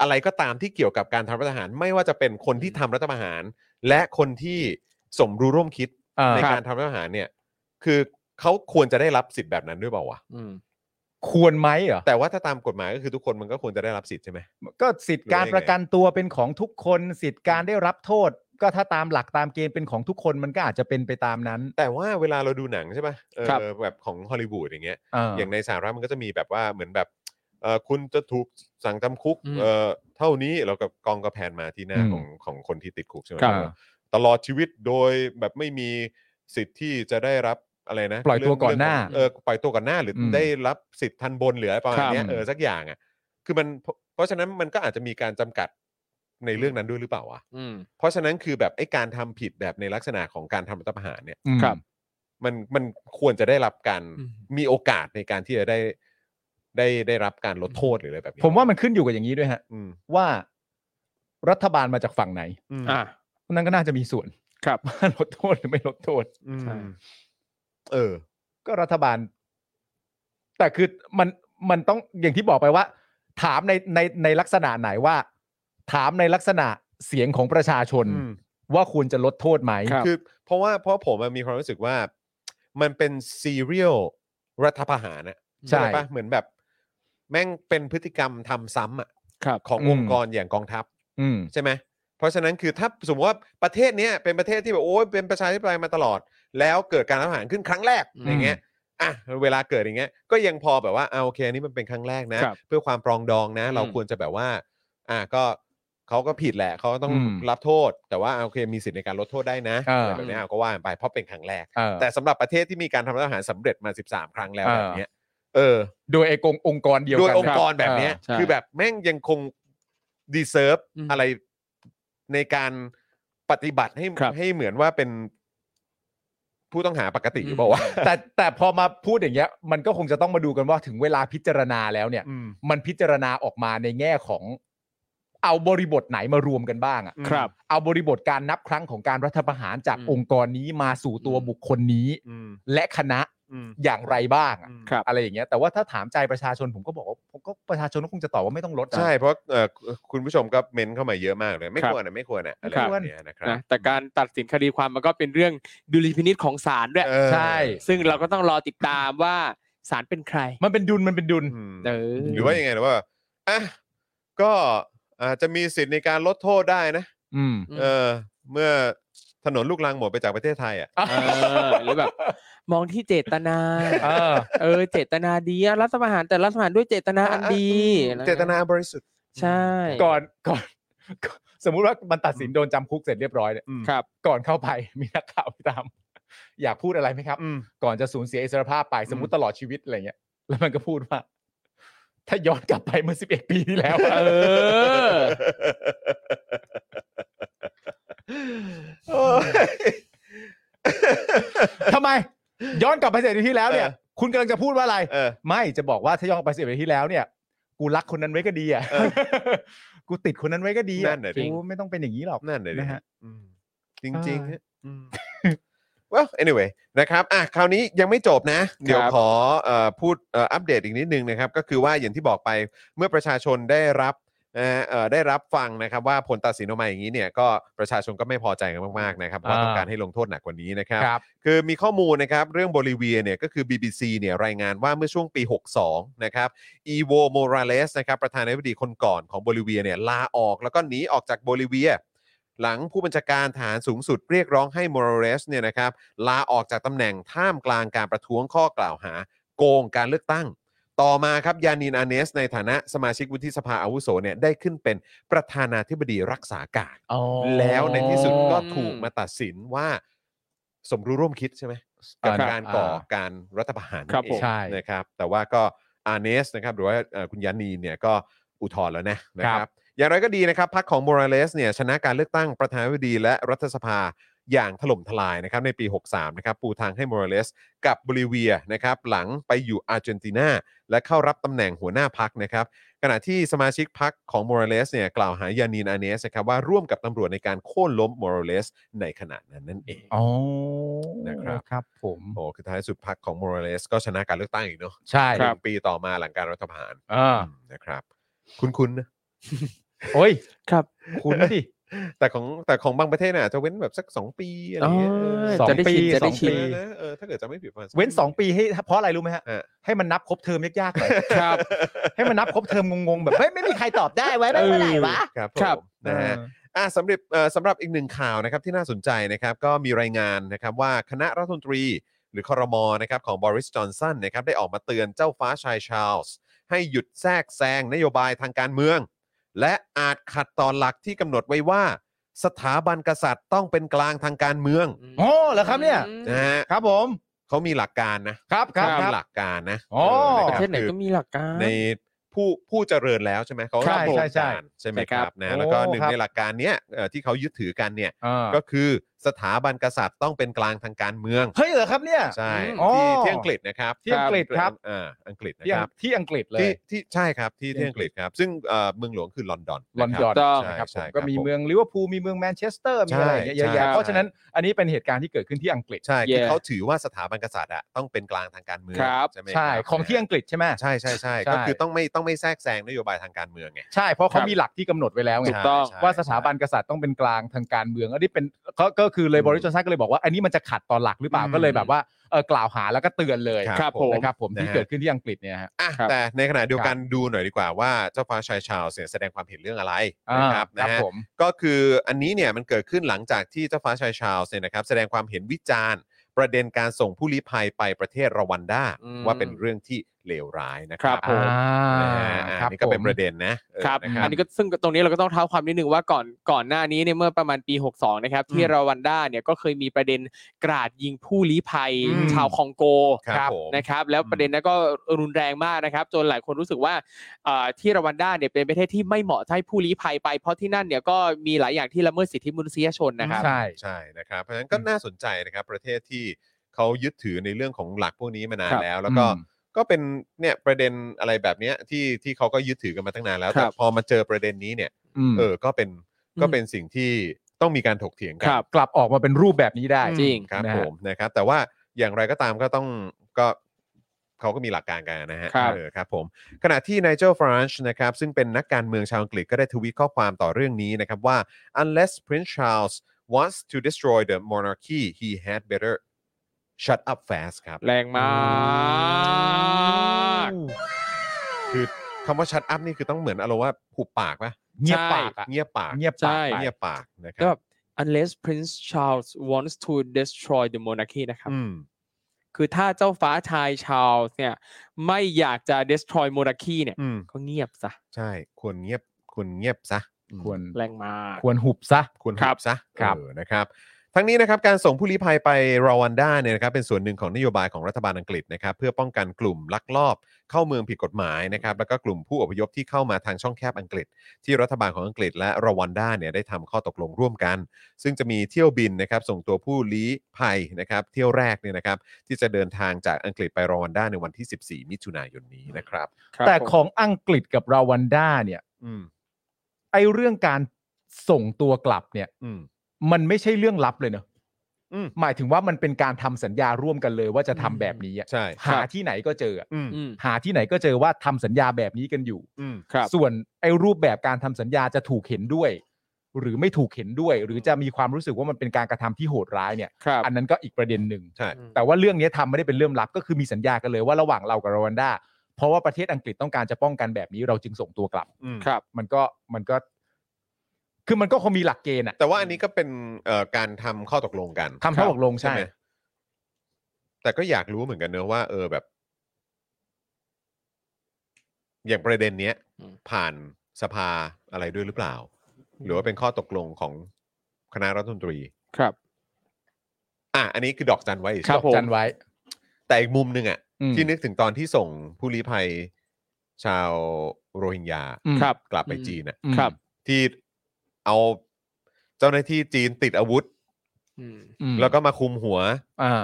Speaker 2: อะไรก็ตามที่เกี่ยวกับการทำรัฐประหาร ไม่ว่าจะเป็นคนที่ทำรัฐประหาร และคนที่สมรู้ร่วมคิด
Speaker 3: อ่า
Speaker 2: ในการทำรัฐประหารเนี่ย คือเขาควรจะได้รับสิทธิ์แบบนั้นด้วยเปล่าวะ
Speaker 4: อืม
Speaker 3: ควรไหมเหรอ
Speaker 2: แต่ว่าถ้าตามกฎหมายก็คือทุกคนมันก็ควรจะได้รับสิทธิ์ใช่ไหม
Speaker 3: ก็สิทธิ์การประกันตัวเป็นของทุกคน สิทธิ์การได้รับโทษ ก็ถ้าตามหลักตามเกณฑ์เป็นของทุกคนมันก็อาจจะเป็นไปตามนั้น
Speaker 2: แต่ว่าเวลาเราดูหนังใช่ปะเออ
Speaker 4: ครับ
Speaker 2: แบบของฮอลลีวูดอย่างเงี้ย
Speaker 3: เ
Speaker 2: อย่างในสหรัฐมันก็จะมีแบบว่าเหมือนแบบเออคุณจะถูกสั่งจำคุก
Speaker 4: อืม
Speaker 2: เออเท่านี้แล้วก็กองกระแพนมาที่หน้า
Speaker 3: อืม
Speaker 2: ของของคนที่ติดคุกใช่ไหม
Speaker 3: ครับ
Speaker 2: ว่าตลอดชีวิตโดยแบบไม่มีสิทธิ์ที่จะได้รับอะไรนะ
Speaker 3: ปล่อยตัวก่อนหน้า
Speaker 2: เรื่องของเออปล่อยตัวก่อนหน้าหรืออ
Speaker 3: ม
Speaker 2: ได้รับสิทธิ์ทันบนหรืออะไรประมาณ
Speaker 4: ครับ
Speaker 2: เนี้ยเออสักอย่างอ่ะ คือมันเพราะเพราะฉะนั้นมันก็อาจจะมีการจำกัด ในเรื่องนั้นด้วยหรือเปล่าวะ
Speaker 4: อืม
Speaker 2: เพราะฉะนั้นคือแบบไอ้การทำผิดแบบในลักษณะของการทำรัฐประหารเนี่ย
Speaker 8: อืม
Speaker 4: ครับ
Speaker 2: มันมันควรจะได้รับการ
Speaker 4: อืม
Speaker 2: มีโอกาสในการที่จะได้ได้ได้รับการลดโทษหรืออะไรแบบนี้
Speaker 3: ผมว่ามันขึ้นอยู่กับอย่างนี้ด้วยฮะ
Speaker 2: อืม
Speaker 3: ว่ารัฐบาลมาจากฝั่งไหน
Speaker 2: อืม
Speaker 4: อ่า
Speaker 3: นั่นก็น่าจะมีส่วน
Speaker 4: ครับ
Speaker 3: ว่าลดโทษหรือไม่ลดโทษ
Speaker 2: อืม
Speaker 4: ใช่
Speaker 2: เออ
Speaker 3: ก็รัฐบาล แต่คือมันมันต้องอย่างที่บอกไปว่า ถามในในในลักษณะไหนว่า ถามในลักษณะเสียงของประชาชน
Speaker 2: อืม
Speaker 3: ว่าควรจะลดโทษไหม
Speaker 4: ครับ
Speaker 2: คือเพราะว่าเพราะผมอะมีความรู้สึกว่า มันเป็นซีเรียลรัฐประหารนะ
Speaker 3: ใช่
Speaker 2: เข้าจปะเหมือนแบบ แม่งเป็นพฤติกรรมทำซ้ำอะ
Speaker 4: ครับ
Speaker 2: ของ
Speaker 3: อืม
Speaker 2: องค์กรอย่างกองทัพ
Speaker 3: อืม
Speaker 2: ใช่ไหม เพราะฉะนั้นคือถ้าสมมติว่าประเทศเนี้ยเป็นประเทศที่แบบโอ้ยเป็นประชาธิปไตยมาตลอด แล้วเกิดการรัฐประหารขึ้นครั้งแรก
Speaker 4: อืม
Speaker 2: อย่างเงี้ยอ่ะเวลาเกิดอย่างเงี้ยก็ยังพอแบบว่าอ่าโอเคอันนี้มันเป็นครั้งแรกนะ
Speaker 4: ครับ
Speaker 2: เพื่อความปรองดองนะ เรา
Speaker 4: อืม
Speaker 2: ควรจะแบบว่า อ่ะก็เขาก็ผิดแหละเขาต้อง
Speaker 3: อืม
Speaker 2: รับโทษ แต่ว่าอ่ะโอเคมีสิทธิ์ในการลดโทษได้นะ
Speaker 3: เอ
Speaker 2: ะ
Speaker 3: ออ
Speaker 2: ไรแบบเนี้ยอ่ะก็ว่าไปเพราะเป็นครั้งแรก
Speaker 3: เออ
Speaker 2: แต่สำหรับประเทศที่มีการทำรัฐประหารสำเร็จมา 13 ครั้งแล้ว
Speaker 3: เออ
Speaker 2: แบบเนี้ยเออ
Speaker 3: โดยไอกงองค์กรเดียว
Speaker 2: โด
Speaker 3: กั
Speaker 2: ย
Speaker 3: น
Speaker 2: องค์กร
Speaker 3: นะ
Speaker 2: แบบเนี้ย
Speaker 4: ใช่
Speaker 2: คือแบบแม่งยังคงดีเซิร์ฟ
Speaker 4: อืม
Speaker 2: อะไรในการปฏิบัติให้
Speaker 4: ครับ
Speaker 2: ให้เหมือนว่าเป็นผู้ต้องหาปกติ
Speaker 4: อืม
Speaker 2: หรือเปล่าวะ
Speaker 3: แต่แต่พอมาพูดอย่างเงี้ย มันก็คงจะต้องมาดูกันว่าถึงเวลาพิจารณาแล้วเนี่ย
Speaker 2: อืม
Speaker 3: มันพิจารณาออกมาในแง่ของเอาบริบทไหนมารวมกันบ้างอะ
Speaker 4: ครับ
Speaker 3: เอาบริบทการนับครั้งของการรัฐประหารจาก
Speaker 4: อืม
Speaker 3: องค์กรนี้มาสู่ตัว
Speaker 4: อืม
Speaker 3: บุคคลนี้
Speaker 2: อืม
Speaker 3: และคณะ
Speaker 2: อืม
Speaker 3: อย่างไรบ้างอะ
Speaker 2: อืม
Speaker 4: ครับ
Speaker 3: อะไรอย่างเงี้ยแต่ว่าถ้าถามใจประชาชนผมก็บอกว่าผมก็ประชาชนก็คงจะตอบว่าไม่ต้องลดนะ
Speaker 2: ใช่เพราะเอ่อคุณผู้ชมก็เม้นเข้ามาเยอะมากเลย ไม่
Speaker 4: ครับ
Speaker 2: ควรนะไม่ควรนะอะไร
Speaker 4: ครั
Speaker 2: แบบ บเนี้ยนะครับ
Speaker 4: นะแต่การตัดสินคดีความมันก็เป็นเรื่องดุลยพินิษของศาลด้วย
Speaker 2: เออ
Speaker 3: ใช่
Speaker 4: ซึ่งเราก็ต้องรอติดตามว่าศาลเป็นใคร
Speaker 3: มันเป็นดุลมันเป็นดุล
Speaker 2: อืม
Speaker 4: เออ
Speaker 2: หรือว่ายังไงหรือว่าอ่ะก็อาจจะมีสิทธิ์ในการลดโทษได้นะ
Speaker 3: อืม
Speaker 4: อืม
Speaker 2: เออ เมื่อถนนลูกรังหมดไปจากประเทศไทยอ่ะ
Speaker 4: เออหรือแบบ มองที่เจตนา
Speaker 3: เออ
Speaker 4: เออ เจตนาดีอะรัฐประหารแต่รัฐประหารด้วยเจตนาอันดี
Speaker 2: เจตนาบริสุทธิ์
Speaker 4: ใช่
Speaker 3: ก่อน ก่อน สมมุติว่ามันตัดสินโดนจำคุกเสร็จเรียบร้อยเนี่ย
Speaker 4: ครับ
Speaker 3: ก่อนเข้าไป มีนักข่าวไปตาม อยากพูดอะไรไหมครับ
Speaker 2: อืม
Speaker 3: ก่อนจะสูญเสียอิสรภาพไปสมมติตลอดชีวิตอะไรเงี้ย แล้วมันก็พูดว่า ถ้าย้อนกลับไป เมื่อสิบเอ็ดปีที่แล้วอะ
Speaker 4: เออ
Speaker 2: โอ้ย
Speaker 3: ทำไม ย้อนกลับไปสิบนาทีที่แล้วเนี่ย
Speaker 2: เออ
Speaker 3: คุณกำลังจะพูดว่าอะไร
Speaker 2: เออ
Speaker 3: ไม่จะบอกว่าถ้าย้อนกลับไปสิบนาทีที่แล้วเนี่ย กูรักคนนั้นไว้ก็ดีอ่ะ
Speaker 2: เออ
Speaker 3: กูติดคนนั้นไว้ก็ดี
Speaker 2: นั่
Speaker 3: อ่ะ
Speaker 2: นน่ะดิ
Speaker 3: กูไม่ต้องเป็นอย่างนี้หรอก
Speaker 2: นั่นเลย
Speaker 3: นะฮะ
Speaker 2: จริง
Speaker 3: เออ
Speaker 2: ๆฮะอืม well anyway นะครับอ่ะคราวนี้ยังไม่จบนะ เดี๋ยวขอเอ่อพูดเอ่ออัปเดตอีกนิดนึงนะครับ ก็คือว่าอย่างที่บอกไปเมื่อประชาชนได้รับนะฮะเอ่อได้รับฟังนะครับว่าผลตัดสินออกมาอย่างนี้เนี่ยก็ประชาชนก็ไม่พอใจกันมากๆนะครับเพราะว่าต้องการให้ลงโทษหนักกว่านี้นะครับ
Speaker 3: ครับ
Speaker 2: คือมีข้อมูลนะครับเรื่องโบลิเวียเนี่ยก็คือ BBC เนี่ยรายงานว่าเมื่อช่วงปี 62 นะครับอีโวโมราเลสนะครับประธานาธิบดีคนก่อนของโบลิเวียเนี่ยลาออกแล้วก็หนีออกจากโบลิเวีย หลังผู้บัญชาการฐานสูงสุดเรียกร้องให้โมราเลสเนี่ยนะครับลาออกจากตำแหน่งท่ามกลางการประท้วงข้อกล่าวหา โกงการเลือกตั้ง ต่อมาครับยานินอาเนส ในฐานะสมาชิกวุฒิสภาอาวุโสเนี่ยได้ขึ้นเป็นประธานาธิบดีรักษาการ แล้วในที่สุดก็ถูกมาตัดสินว่าสมรู้ร่วมคิดใช่ไหมกับ
Speaker 3: ครับ
Speaker 2: การก่อ
Speaker 3: อ่า
Speaker 2: การรัฐประหาร
Speaker 4: ครับ
Speaker 2: นั่นเอง
Speaker 4: ผม
Speaker 3: ใช่
Speaker 2: นะครับแต่ว่าก็อาเนสนะครับหรือว่าเอ่อคุณยานีเนี่ยก็อุทธรณ์แล้วนะนะครับอย่างไรก็ดีนะครับพรรคของโมราเลสเนี่ยชนะการเลือกตั้งประธานาธิบดีและรัฐสภาอย่างถล่มทลายนะครับในปี 63 นะครับปูทางให้โมราเลสกลับบริเวียนะครับหลังไปอยู่อาร์เจนตินาและเข้ารับตำแหน่งหัวหน้าพรรคนะครับ ขณะที่สมาชิกพักของโมราเลสเนี่ยกล่าวหายานีนอาเนสนะครับว่าร่วมกับตำรวจในการโค่นล้มโมราเลสในขณะนั้นนั่นเอง
Speaker 3: อ๋อ
Speaker 2: นะครับ
Speaker 3: ครับ ผม
Speaker 2: โอ้คือท้ายสุดพักของโมราเลสก็ชนะการเลือกตั้งอีกเนาะ
Speaker 3: ใช่
Speaker 2: หนึ่งปีต่อมาหลังการรัฐประหาร
Speaker 3: อ่า
Speaker 2: อืมนะครับ คุ้นๆนะ
Speaker 3: โอ้ย
Speaker 4: ครับ
Speaker 3: คุณดิ
Speaker 2: แต่ของแต่ของบางประเทศน่ะอาจจะเว้นแบบสัก 2 ปีอะไรอย่างเงี้ย
Speaker 4: อ๋อ
Speaker 2: เออ
Speaker 3: สอง
Speaker 4: จะได้
Speaker 3: ปี
Speaker 4: ชิน
Speaker 3: ส
Speaker 4: จะได้
Speaker 3: อง
Speaker 4: ชิ
Speaker 3: ปี
Speaker 4: น
Speaker 2: นะเออถ้าเกิดจะไม่ผิดประมาณ
Speaker 3: เว้น 2 ปีให้เพราะอะไรรู้ไหมฮะ
Speaker 2: เออ
Speaker 3: ให้มันนับครบเทอมยากๆหน่อย
Speaker 4: ครับ
Speaker 3: ให้มันนับครบเทอมงงๆแบบเฮ้ยไม่มีใครตอบได้ไว้ไม่เมื่อไหร่วะ
Speaker 2: ครับ
Speaker 4: ครับ
Speaker 2: ผมนะฮะ อ่ะสำหรับเอ่อสำหรับอีกหนึ่งข่าวนะครับที่น่าสนใจนะครับก็มีรายงานนะครับว่าคณะรัฐมนตรี หรือคอรมอนะครับของบริสจอนสันนะครับได้ออกมาเตือนเจ้าฟ้าชายชาร์ลส์ให้หยุดแทรกแซงนโยบายทางการเมือง และอาจขัดต่อหลักที่กำหนดไว้ว่า สถาบันกษัตริย์ต้องเป็นกลางทางการเมือง
Speaker 3: โอ้เหรอครับเนี่ย
Speaker 2: นะฮะ
Speaker 3: ครับผม
Speaker 2: เขามีหลักการนะครับ
Speaker 3: ครับ
Speaker 2: เขา
Speaker 3: ค
Speaker 2: มี
Speaker 3: รับ
Speaker 2: หลักการนะ
Speaker 3: อ๋อ
Speaker 2: เออ
Speaker 4: ป
Speaker 2: นะค
Speaker 4: ระ
Speaker 2: บ
Speaker 4: เทศไหน
Speaker 2: คือ
Speaker 4: ก็มีหลักการ
Speaker 2: ใน ผู้ผู้เจริญแล้วใช่ไหมเขาก็
Speaker 3: ใช่
Speaker 2: มีห
Speaker 3: ใช่
Speaker 2: ลักการใช่ไหม
Speaker 4: ใช่
Speaker 2: ค
Speaker 4: ครั
Speaker 2: รั
Speaker 4: บบ
Speaker 2: นะแล้วก็
Speaker 3: โอ้
Speaker 2: หนึ่ง
Speaker 3: ครับ
Speaker 2: ในหลักการเนี้ยเอ่อที่เขายึดถือกันเนี่ย
Speaker 3: อ่า
Speaker 2: ก็คือสถาบันกษัตริย์ต้องเป็นกลางทางการเมือง
Speaker 3: เฮ้ยเหรอครับเนี่ย
Speaker 2: ใช่
Speaker 3: อ๋อ
Speaker 2: ที่ที่อังกฤษนะครับ
Speaker 3: ที่อังกฤษครับ
Speaker 2: อ่าอังกฤษนะค
Speaker 3: ที่อั
Speaker 2: รั
Speaker 3: ง
Speaker 2: บ
Speaker 3: ที่อังกฤษเล
Speaker 2: ที่
Speaker 3: ย
Speaker 2: ที่ใช่ครับที่ที่อังกฤษครับ ซึ่งเอ่อเมืองหลวงคือลอนดอน
Speaker 3: ลอนดอน
Speaker 4: ต้อง
Speaker 2: ใช่
Speaker 3: นะครับผ
Speaker 2: ใช่ค
Speaker 3: ม
Speaker 2: รับ
Speaker 3: ก็มี
Speaker 2: ผ
Speaker 3: เมืองลิเวอร์พูลมีเมืองแมนเชสเตอร์มีอะไรอย่างเงี้ยเยอะแยะ
Speaker 2: ใช่
Speaker 3: เพราะฉะนั้นอันนี้เป็นเหตุการณ์ที่เกิดขึ้นที่อังกฤษ
Speaker 2: ใช่คือ
Speaker 4: Yeah
Speaker 2: เขาถือว่าสถาบันกษัตริย์อะต้องเป็นกลางทางการเมือง
Speaker 4: ครับ
Speaker 2: ใช่ไหม
Speaker 3: ใช่
Speaker 2: ครับ
Speaker 3: ของที่อังกฤษใช่ไหม
Speaker 2: ใช่ใช่ใช่
Speaker 3: ใช่
Speaker 2: ก็คือต้องไม่ต้องไม่แทรกแซงนโยบายทางการเมืองไง
Speaker 3: ใช่เพราะเขา
Speaker 4: ครับ
Speaker 3: มีหลักที่กำหนดไว้แล้วไง
Speaker 4: ถูกต้อง
Speaker 2: ใช่
Speaker 3: ว่าสถาบันกษัตริย์ต้องเป็นกลางทางการเมืองอันนี้เป็นก็ก็คือเลย
Speaker 2: อืม
Speaker 3: บริจอนสันก็เลยบอกว่าอันนี้มันจะขัดต่อหลักหรือเปล่า
Speaker 4: อืม
Speaker 3: ก็เลยแบบว่าเออกล่าวหาแล้วก็เตือนเลย
Speaker 2: ครับผม
Speaker 3: นะครับผมที่
Speaker 2: นะฮะ
Speaker 3: เกิดขึ้นที่อังกฤษเนี่ยฮะ
Speaker 2: อ่ะ
Speaker 4: ครับ
Speaker 2: แต่ในขณะเดียวกันดูหน่อยดีกว่าว่าเจ้าฟ้าชายชาร์ลส์เนี่ยแสดงความเห็นเรื่องอะไรนะครับ
Speaker 3: อ่า
Speaker 2: นะฮะ
Speaker 3: ผม
Speaker 2: ก็คืออันนี้เนี่ยมันเกิดขึ้นหลังจากที่เจ้าฟ้าชายชาร์ลส์เนี่ยนะครับแสดงความเห็นวิจารณ์ ประเด็นการส่งผู้ลี้ภัยไปประเทศรวันดา
Speaker 4: อืม
Speaker 2: ว่าเป็นเรื่องที่เลวร้ายนะครับ
Speaker 4: ครับผม
Speaker 2: นะฮะอ่า
Speaker 3: ครับ
Speaker 2: นี่ก็เป็น
Speaker 3: ผม
Speaker 2: ประเด็นนะเออ
Speaker 4: ครับ
Speaker 2: นะค
Speaker 4: อั
Speaker 2: รับ
Speaker 4: นนี้ก็ซึ่งตรงนี้เราก็ต้องเท้าความนิดนึงว่าก่อนก่อนหน้านี้เนี่ยเมื่อประมาณปี 62 นะครับ ที่รวันด้าเนี่ยก็เคยมีประเด็นกราดยิงผู้ลี้ภัย
Speaker 3: อืม
Speaker 4: ชาวคองโก
Speaker 2: ครับผม
Speaker 4: นะครับแล้วประเด็นนั้นก็รุนแรงมากนะครับ จนหลายคนรู้สึกว่าเอ่อที่รวันด้าเนี่ยเป็นประเทศที่ไม่เหมาะให้ผู้ลี้ภัยไป เพราะที่นั่นเนี่ยก็มีหลายอย่างที่ละเมิดสิทธิมนุษยชนนะครับ
Speaker 3: ใช่
Speaker 2: ใช่นะครับเพราะฉะนั้นก็น่าสนใจนะครับประเทศที่เขายึดถือในเรื่องของหลักพวกนี้มานาน
Speaker 4: ครับ
Speaker 2: แล้ว แล้วก็
Speaker 3: อืม
Speaker 2: ก็เป็นเนี่ยประเด็นอะไรแบบเนี้ยที่ที่เขาก็ยึดถือกันมาตั้งนานแล้ว
Speaker 4: ครั
Speaker 2: แต่
Speaker 4: บ
Speaker 2: พอมาเจอประเด็นนี้เนี่ย
Speaker 3: ม
Speaker 2: เออก็เป็นก็เป็นสิ่งที่ต้องมีการถกเถียงกั
Speaker 4: ครับ
Speaker 3: กลับออกมาเป็นรูปแบบนี้ได้
Speaker 4: จริง
Speaker 2: ครับ
Speaker 3: นะฮะ
Speaker 2: ผมนะครับแต่ว่าอย่างไรก็ตามก็ต้องก็เขาก็มีหลักการกันนะฮะ
Speaker 4: ครับ
Speaker 2: เออครับผมขณะที่ไนเจลฟรานช์นะครับซึ่งเป็นนักการเมืองชาวอังกฤษก็ได้ทวีตข้อความต่อเรื่องนี้นะครับว่า unless Prince Charles wants to destroy the monarchy he had better shut up fast ครับ
Speaker 4: แรงมาก
Speaker 2: คือคำว่า shut up นี่คือต้องเหมือนอารมณ์ว่าผูกปากปะ
Speaker 3: เงียบปากอะ
Speaker 2: เงียบปาก
Speaker 3: เงียบ
Speaker 4: ใช่
Speaker 3: ปากไป
Speaker 2: เงียบปากนะค
Speaker 4: ก็
Speaker 2: รั
Speaker 4: แบบ บ unless Prince Charles wants to destroy the monarchy นะครับ
Speaker 2: อืม
Speaker 4: คือถ้าเจ้าฟ้าชายชาร์ลส์เนี่ยไม่อยากจะ destroy monarchy เนี่ย
Speaker 2: อืม
Speaker 4: ก็เงียบซะ
Speaker 2: ใช่ควรเงียบควรเงียบซะอืม
Speaker 3: ควร
Speaker 4: แรงมาก
Speaker 3: ควรหุบซะ
Speaker 2: ควร
Speaker 4: ครั
Speaker 2: หุ
Speaker 4: บบ
Speaker 2: ซะ
Speaker 3: ครับ
Speaker 2: เออนะครับทั้งนี้นะครับการส่งผู้ลี้ภัยไปรวันดาเนี่ยนะครับเป็นส่วนหนึ่งของนโยบายของรัฐบาลอังกฤษนะครับเพื่อป้องกันกลุ่มลักลอบ เข้าเมืองผิดกฎหมายนะครับแล้วก็กลุ่มผู้อพยพที่เข้ามาทางช่องแคบอังกฤษ ที่รัฐบาลของอังกฤษและรวันดาเนี่ยได้ทำข้อตกลงร่วมกัน ซึ่งจะมีเที่ยวบินนะครับส่งตัวผู้ลี้ภัยนะครับเที่ยวแรกเนี่ยนะครับที่จะเดินทางจากอังกฤษไปรวันดาในวันที่ 14 มิถุนายนนี้นะครับ
Speaker 3: แต่ของอังกฤษกับราวันด้าเนี่ย
Speaker 2: อืม
Speaker 3: ไอเรื่องการส่งตัวกลับเนี่ย
Speaker 2: อืม
Speaker 3: มันไม่ใช่เรื่องลับเลยเนอะ
Speaker 2: อืม
Speaker 3: หมายถึงว่ามันเป็นการทำสัญญาร่วมกันเลยว่าจะทำ
Speaker 4: อืม
Speaker 3: แบบนี้อะ
Speaker 2: ใช่
Speaker 3: หาที่ไหนก็เจออะ
Speaker 2: อืม
Speaker 4: อืม
Speaker 3: หาที่ไหนก็เจอว่าทำสัญญาแบบนี้กันอยู่
Speaker 2: อืม
Speaker 4: ครับ
Speaker 3: ส่วนไอ้รูปแบบการทำสัญญาจะถูกเห็นด้วย หรือไม่ถูกเห็นด้วย หรือจะมีความรู้สึกว่ามันเป็นการกระทำที่โหดร้ายเนี่ย
Speaker 4: ครับ
Speaker 3: อันนั้นก็อีกประเด็นหนึ่ง
Speaker 2: ใช่
Speaker 3: แต่ว่าเรื่องนี้ทำไม่ได้เป็นเรื่องลับก็คือมีสัญญากันเลยว่าระหว่างเรากับรวันดาเพราะว่าประเทศอังกฤษต้องการจะป้องกันแบบนี้เราจึงส่งตัวกลับ
Speaker 2: อืม
Speaker 4: ครับ
Speaker 3: มันก็มันก็ คือมันก็คงมีหลักเกณฑ์อะ
Speaker 2: แต่ว่าอันนี้ก็เป็นเอ่อการทำข้อตกลงกัน
Speaker 3: ทำข้อตกลงใช่
Speaker 2: ไหมแต่ก็อยากรู้เหมือนกันเนอะว่า เออแบบ อย่างประเด็นเนี้ย
Speaker 4: อืม
Speaker 2: ผ่านสภาอะไรด้วยหรือเปล่า หรือว่าเป็นข้อตกลงของคณะรัฐมนตรี
Speaker 4: ครับ
Speaker 2: อ่ะอันนี้คือดอกจันไว้เฉยๆ
Speaker 4: ครับผม
Speaker 3: จันไว้
Speaker 2: แต่อีกมุมหนึ่งอ่ะ
Speaker 3: อืม
Speaker 2: ที่นึกถึงตอนที่ส่งผู้ลี้ภัยชาวโรฮิงญา
Speaker 3: อืม
Speaker 4: ครับ
Speaker 2: กลับไป
Speaker 4: อืม
Speaker 2: จีนอ่ะ
Speaker 3: อืม
Speaker 4: ครับ
Speaker 2: ที่เอาเจ้าหน้าที่จีนติดอาวุธ
Speaker 4: อืม
Speaker 3: อืม
Speaker 2: แล้วก็มาคุมหัว
Speaker 3: อ่า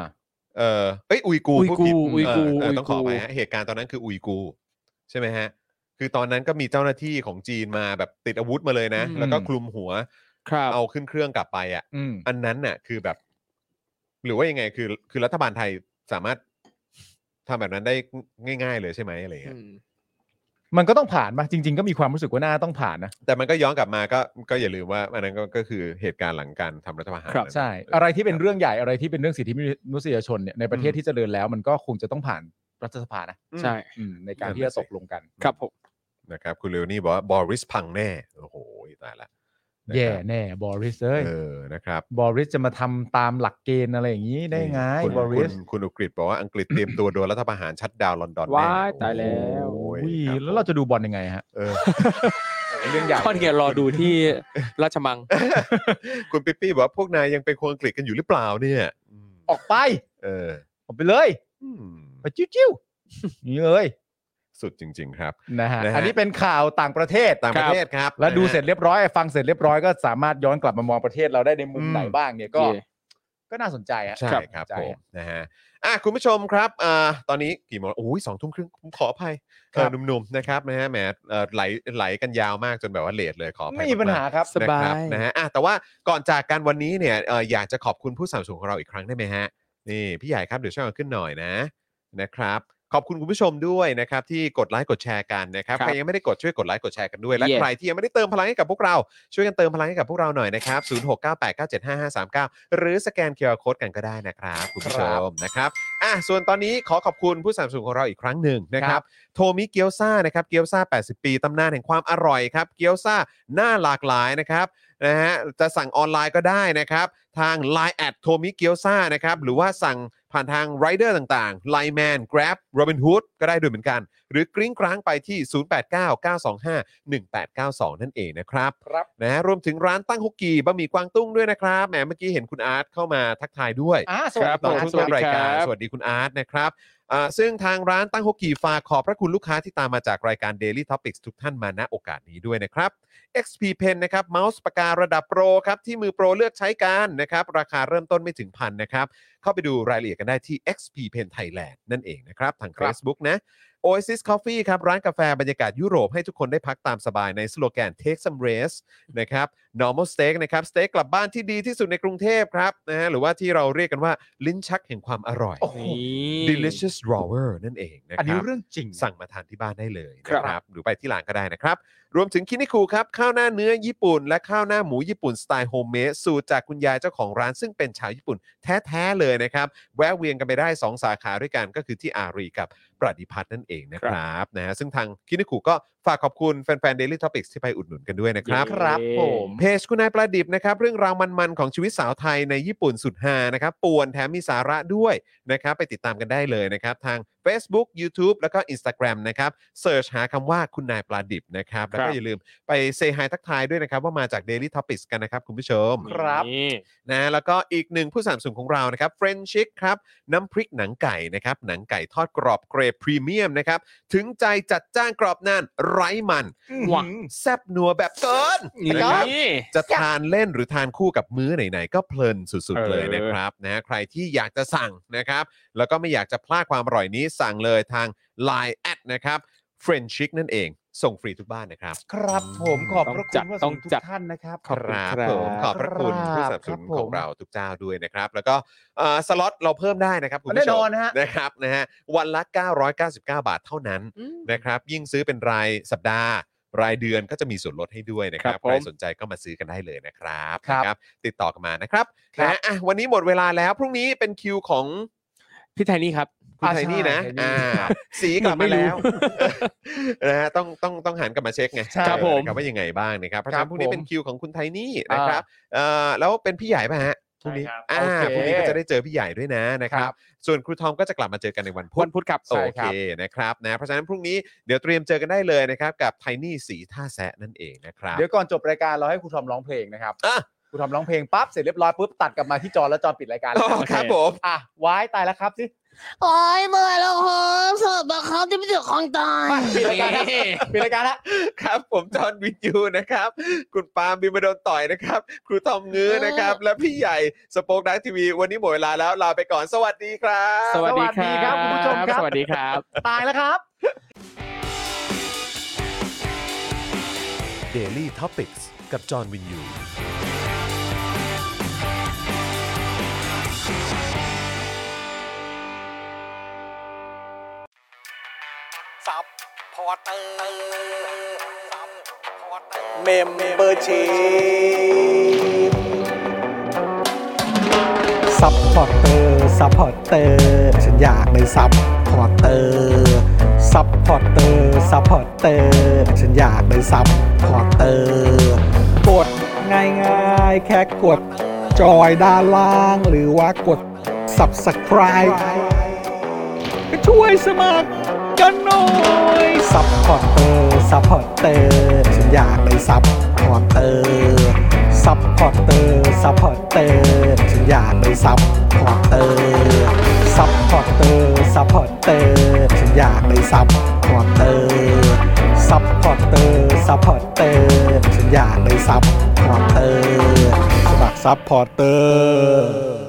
Speaker 2: เออเอ้ยอุยกู
Speaker 4: อุย
Speaker 2: พู
Speaker 4: กู
Speaker 2: ดผิด
Speaker 4: อุยกู
Speaker 2: เออเออต้องขอ
Speaker 4: อุยกู
Speaker 2: ไปฮะเหตุการณ์ตอนนั้นคืออุยกู ใช่ไหมฮะ คือตอนนั้นก็มีเจ้าหน้าที่ของจีนมาแบบติดอาวุธมาเลยนะ
Speaker 3: อืม
Speaker 2: แล้วก็คลุมหัว
Speaker 4: ครับ
Speaker 2: เอาขึ้นเครื่องกลับไปอ่ะ
Speaker 3: อืม
Speaker 2: อันนั้นน่ะ คือแบบ หรือว่ายังไงคือ คือรัฐบาลไทยสามารถทำแบบนั้นได้ง่าย ๆ เลยใช่ไหมอะไรเงี้ย
Speaker 3: มันก็ต้องผ่านมาจริง ๆ ก็มีความรู้สึกว่าน่าต้องผ่านนะ
Speaker 2: แต่มันก็ย้อนกลับมาก็ก็อย่าลืมว่าอันนั้นก็ก็คือเหตุการณ์หลังการทำรัฐประหาร
Speaker 4: ครับ
Speaker 2: นั่น
Speaker 3: ใช่
Speaker 2: เ
Speaker 3: อะไรที่เป็นเรื่องใหญ่อะไรที่เป็นเรื่องสิทธิมนุษยชนเนี่ยในประเทศที่เจริญแล้ว มันก็คงจะต้องผ่านรัฐสภานะ
Speaker 4: ใช่
Speaker 3: อืมในการที่จะตกลงกัน
Speaker 4: ครับผม
Speaker 2: นะครับ คุณเลวนี่บอกว่าบอริสพังแน่โอ้โหตายละนะครับ
Speaker 3: แย่แน่บอริสเอ้ย
Speaker 2: เออนะครับ
Speaker 3: บอริสจะมาทำตามหลักเกณฑ์อะไรอย่างนี้ได้ไง
Speaker 2: คุณ
Speaker 3: บอริส
Speaker 2: คุณคุณอุกฤษบอกว่าอังกฤษเตรียมตัวโดนรัฐประหารชัดดาวน์ลอนดอนแน่
Speaker 4: ว้ายตายแล้ว
Speaker 2: โอ้ย
Speaker 3: อุ้ย
Speaker 2: คบ
Speaker 3: แล้วเราจะดูบอลยังไงฮะ
Speaker 2: เออ
Speaker 3: เรื่องใหญ่
Speaker 4: ข้อเกียรอดูที่ ราชมัง
Speaker 2: คุณปิ๊ปปี้บอกว่าพวกนายยังเป็นคนอังกฤษกันอยู่หรือเปล่าเนี่ยม
Speaker 3: ออกไป
Speaker 2: เออ
Speaker 3: ออกไปเลย
Speaker 2: อืม
Speaker 3: ไปจิ้วๆอย่างนี่เลย
Speaker 2: สุดจริง ๆ ครับ
Speaker 3: นะฮะ
Speaker 2: นะฮะ
Speaker 3: อันนี้เป็นข่าวต่างประเทศ
Speaker 2: ต่างประเทศครับ
Speaker 3: แล้วดู
Speaker 2: นะฮะ
Speaker 3: เสร็จเรียบร้อยฟังเสร็จเรียบร้อยก็สามารถย้อนกลับมามองประเทศเราได้ในมุม
Speaker 2: อืม
Speaker 3: ไหนบ้างเนี่ยก็
Speaker 4: โอเค
Speaker 3: ก็น่าสนใจอะ
Speaker 2: ใช่ครับ
Speaker 3: น่าสนใจ
Speaker 2: ผม
Speaker 3: อะ
Speaker 2: นะฮะอ่ะคุณผู้ชมครับอ่าตอนนี้กี่โมงโอ้ยสองทุ่มครึ่งผมขออภัยเออ
Speaker 3: ครับ
Speaker 2: หนุ่มๆนะครับนะฮะแหมเอ่อไหลไหลกันยาวมากจนแบบว่าเลทเลยขออภัย
Speaker 3: ไม่มีปัญหาก
Speaker 2: ๆ
Speaker 3: ครับ
Speaker 4: สบา
Speaker 2: นะค
Speaker 4: ย
Speaker 2: รับนะฮะอ่ะแต่ว่าก่อนจากกันวันนี้เนี่ยเอ่ออยากจะขอบคุณผู้สนับสนุนของเราอีกครั้งได้ไหมฮะนี่พี่ใหญ่ครับเดี๋ยวช่วยเอาขึ้นหน่อยนะนะครับขอบคุณคุณผู้ชมด้วยนะครับที่กดไลค์กดแชร์กันนะครับ
Speaker 4: ครับ
Speaker 2: ใครยังไม่ได้กดช่วยกดไลค์กดแชร์กันด้วยและ
Speaker 4: Yes
Speaker 2: ใครที่ยังไม่ได้เติมพลังให้กับพวกเรา ช่วยกันเติมพลังให้กับพวกเราหน่อยนะครับ 0698975539 หรือสแกน QR Code กันก็ได้นะครับ คุณผู้ช
Speaker 3: ครับ
Speaker 2: มนะครับ อ่ะ ส่วนตอนนี้ขอขอบคุณผู้สนับสนุนของเราอีกครั้งหนึ่งนะค
Speaker 3: ค
Speaker 2: รั
Speaker 3: รับ บ
Speaker 2: โทมิเกียวซ่านะครับ เกียวซ่า 80 ปี ตำนานแห่งความอร่อยครับ เกียวซ่าหน้าหลากหลายนะครับ นะฮะ จะสั่งออนไลน์ก็ได้นะครับ ทาง Line แอดโทมิเกียวซ่านะครับ หรือว่าสั่งผ่านทางไรเดอร์ต่างๆ Line Man Grab Robinhood ก็ได้ด้วยเหมือนกัน หรือกริ้งกร้างไปที่ 0899251892 นั่นเองนะครับ
Speaker 3: ครับ
Speaker 2: นะฮะรวมถึงร้านตั้งฮกกีบะหมี่กวางตุ้งด้วยนะครับแหมเมื่อกี้เห็นคุณอาร์ตเข้ามาทักทายด้วย
Speaker 3: อ่าสวัส
Speaker 4: ครั
Speaker 3: ดี
Speaker 4: บ
Speaker 2: ตอน
Speaker 3: ครั
Speaker 2: ช่วง
Speaker 3: สวั
Speaker 2: ต้น
Speaker 3: สดี
Speaker 2: ราย
Speaker 3: ค
Speaker 2: การ
Speaker 3: บ
Speaker 2: สวัสดีคุณอาร์ตนะครับอ่าซึ่งทางร้านตั้งฮกกีฝากขอบพระคุณลูกค้าที่ตามมาจากรายการ Daily Topics ทุกท่านมาณโอกาสนี้ด้วยนะครับ XP Pen นะครับเมาส์ปากการะดับโปรครับที่มือโปรเลือกใช้กันนะครับ ราคาเริ่มต้นไม่ถึงพันนะครับ เข้าไปดูรายละเอียดกันได้ที่ XP Pen Thailand นั่นเองนะครับ ทาง
Speaker 4: ครับ
Speaker 2: Facebook นะ Oasis Coffee ครับ ร้านกาแฟบรรยากาศยุโรปให้ทุกคนได้พักตามสบายในสโลแกน Take some rest นะครับ normal steak นะครับสเต็กกลับบ้านที่ดีที่สุดในกรุงเทพครับนะฮะหรือว่าที่เราเรียกกันว่าลิ้นชักแห่งความอร่อย
Speaker 3: โอ้โห
Speaker 4: นี่
Speaker 2: delicious drawer นั่นเองนะค
Speaker 3: อันนี้
Speaker 2: รับ
Speaker 3: เรื่องจริง
Speaker 2: สั่งมาทานที่บ้านได้เลย
Speaker 4: ครับ
Speaker 2: นะครับหรือไปที่ร้านก็ได้นะครับ รวมถึงคินิคูครับ ข้าวหน้าเนื้อญี่ปุ่น และข้าวหน้าหมูญี่ปุ่นสไตล์โฮมเมดสูตรจากคุณยายเจ้าของร้านซึ่งเป็นชาวญี่ปุ่นแท้ๆเลยนะครับ แวะเวียนกันไปได้ 2 สาขาด้วยกันก็คือที่อารีกับประดิพัฒน์นั่นเองนะครับนะฮะซึ่งทางคินิคูก็ฝากขอบคุณแฟนๆ Daily Topics ที่ไปอุดหนุนกันด้วยนะครับ
Speaker 3: ครับผม
Speaker 2: เพจคุณนายประดิบนะครับ เรื่องราวมันๆ ของชีวิตสาวไทยในญี่ปุ่นสุดฮานะครับป่วนแถมมีสาระด้วยนะครับ ไปติดตามกันได้เลยนะครับ ทาง Facebook YouTube แล้วก็ Instagram นะครับเสิร์ชหาคำว่าคุณนายประดิบนะครับ แล้วก็
Speaker 4: ครับ
Speaker 2: อย่าลืมไปเซฮายทักทายด้วยนะครับ ว่ามาจาก Daily Topics กันนะครับ คุณผู้ชม
Speaker 3: ครับ
Speaker 4: นี่
Speaker 2: นะแล้วก็อีกหนึ่งผู้สนับสนุนของเรานะครับเฟรนชิกครับน้ำพริกหนังไก่นะครับหนังไก่ทอดกรอบเกรดพรีเมียมนะครับถึงใจจัดจ้างกรอบนานไร้มัน
Speaker 4: หวัง
Speaker 2: แซบนัวแบบเกินนะครับ
Speaker 4: นี่
Speaker 2: จะทานเล่นหรือทานคู่กับมื้อไหนๆ ก็เพลินสุด
Speaker 4: เอ
Speaker 2: ๆ
Speaker 4: อ
Speaker 2: เลยนะครับนะใครที่อยากจะสั่งนะครับ แล้วก็ไม่อยากจะพลาดความอร่อยนี้สั่งเลยทาง Line แอดนะครับเฟรนชิกนั่นเอง ส่งฟรีทุกบ้านนะครับ
Speaker 3: ครับผมขอบพระ
Speaker 4: ต้
Speaker 3: คุ
Speaker 4: องจัด
Speaker 3: ณว่า
Speaker 4: ต้อง
Speaker 3: สำหรับทุก
Speaker 4: จัด
Speaker 3: ท่านนะครับ
Speaker 2: ครับ
Speaker 4: ครับ
Speaker 2: ผมขอบพระคุณผู้สนับสนุนของเราทุกเจ้าด้วยนะครับ แล้วก็เอ่อสล็อตเราเพิ่มได้นะครับคุณผู้ชม
Speaker 3: แน่นอนฮะ
Speaker 2: นะครับนะฮะวันละ 999 บาทเท่านั้น
Speaker 4: อืม
Speaker 2: นะครับ ยิ่งซื้อเป็นรายสัปดาห์ รายเดือนก็จะมีส่วนลดให้ด้วยนะครับ
Speaker 4: ครับผม
Speaker 2: ใครสนใจก็มาซื้อกันได้เลยนะครับ
Speaker 3: ครับ
Speaker 2: นะติดต่อกันมานะครับ
Speaker 3: ครับ
Speaker 2: นะอ่ะวันนี้หมดเวลาแล้วพรุ่งนี้เป็นคิวของ
Speaker 4: พี่ไทนี่ครับ
Speaker 2: คุณ
Speaker 3: อ่า
Speaker 2: ไทนี่นะ
Speaker 3: ใช่
Speaker 2: อ่าสีกลับมา
Speaker 4: ไม่รู้
Speaker 2: แล้ว นะฮะต้องต้องต้องหันกลับมาเช็คไง
Speaker 3: ใช่
Speaker 2: เออ
Speaker 4: ครับผม
Speaker 2: นะครับว่ายังไงบ้างนะครับเพราะฉะนั้นพรุ่งนี้เป็นคิวของคุณไทนี่นะ
Speaker 3: อ่า
Speaker 2: ครับ เอ่อแล้วเป็นพี่ใหญ่ป่ะฮะพรุ่งนี้
Speaker 5: ใช่ครับ
Speaker 2: อ่า
Speaker 3: โอเค
Speaker 2: พรุ่งนี้ก็จะได้เจอพี่ใหญ่ด้วยนะนะครับ ส่วนครูทอมก็จะกลับมาเจอกันในวันพุ
Speaker 4: วั
Speaker 2: ธ
Speaker 4: นพุธครับ
Speaker 2: โอ
Speaker 4: ใช่
Speaker 2: เค
Speaker 4: ครับ
Speaker 2: นะครับนะเพราะฉะนั้นพรุ่งนี้เดี๋ยวเตรียมเจอกันได้เลยนะครับ กับไทนี่สีท่าแซะนั่นเองนะครับ
Speaker 3: เดี๋ยวก่อนจบรายการเราให้ครูทอมร้องเพลงนะครับ
Speaker 2: อ่ะ
Speaker 3: ครูทอมร้องเพลงปั๊บเสร็จเรียบร้อยปุ๊บตัดกลับมาที่จอแล้วจอปิดรายการ
Speaker 2: อ๋อ
Speaker 3: โอเ
Speaker 2: ครับผม
Speaker 3: อ่ะไว้ตายแล้วครับสิ
Speaker 9: โอ้ยเมื่อยแล้วครับสวัสดีครับที่ไม่ถึงของตาย
Speaker 3: ปิดรายการนะปิดรายการละ
Speaker 2: ครับผมจอห์นวินยูนะครับ คุณปาล์มบิมบดนต่อยนะครับ ครูทอมงื้อนะครับ และพี่ใหญ่สปอคดักทีวี วันนี้หมดเวลาแล้วลาไปก่อนสวัสดีครับ
Speaker 4: สวัส
Speaker 3: สวั
Speaker 4: ดี
Speaker 3: สดีค
Speaker 4: ค
Speaker 3: รั
Speaker 4: รั
Speaker 3: บบ คุณผู้ชมครับ
Speaker 4: สวัสดีครับ
Speaker 3: ตายแล้วครับ
Speaker 1: Daily Topics กับจอห์นวินยู
Speaker 10: ซับพอร์เตอร์ซับพอร์เตอร์
Speaker 8: เมมเบอร์ชีซัพพอร์เตอร์ซัพพอร์เตอร์ฉันอยากเป็นซัพพอร์เตอร์ซัพพอร์เตอร์ซัพพอร์เตอร์ฉันอยากเป็นซัพพอร์เตอร์กดง่ายๆ แค่กด จอยด้านล่าง หรือว่ากด subscribe ก็ช่วยสมัคร กันหน่อยซัพพอร์เตอร์ซัพพอร์เตอร์ฉันอยากเป็นซัพพอร์เตอร์ซัพพอร์เตอร์ซัพพอร์เตอร์ฉัน อยากเป็นซัพพอร์เตอร์ซัพพอร์เตอร์ซัพพอร์เตอร์ฉันอยากเป็นซัพพอร์เตอร์ซัพพอร์เตอร์ซัพพอร์เตอร์ฉันอยากเป็นซัพพอร์เตอร์สมัครซัพพอร์เตอร์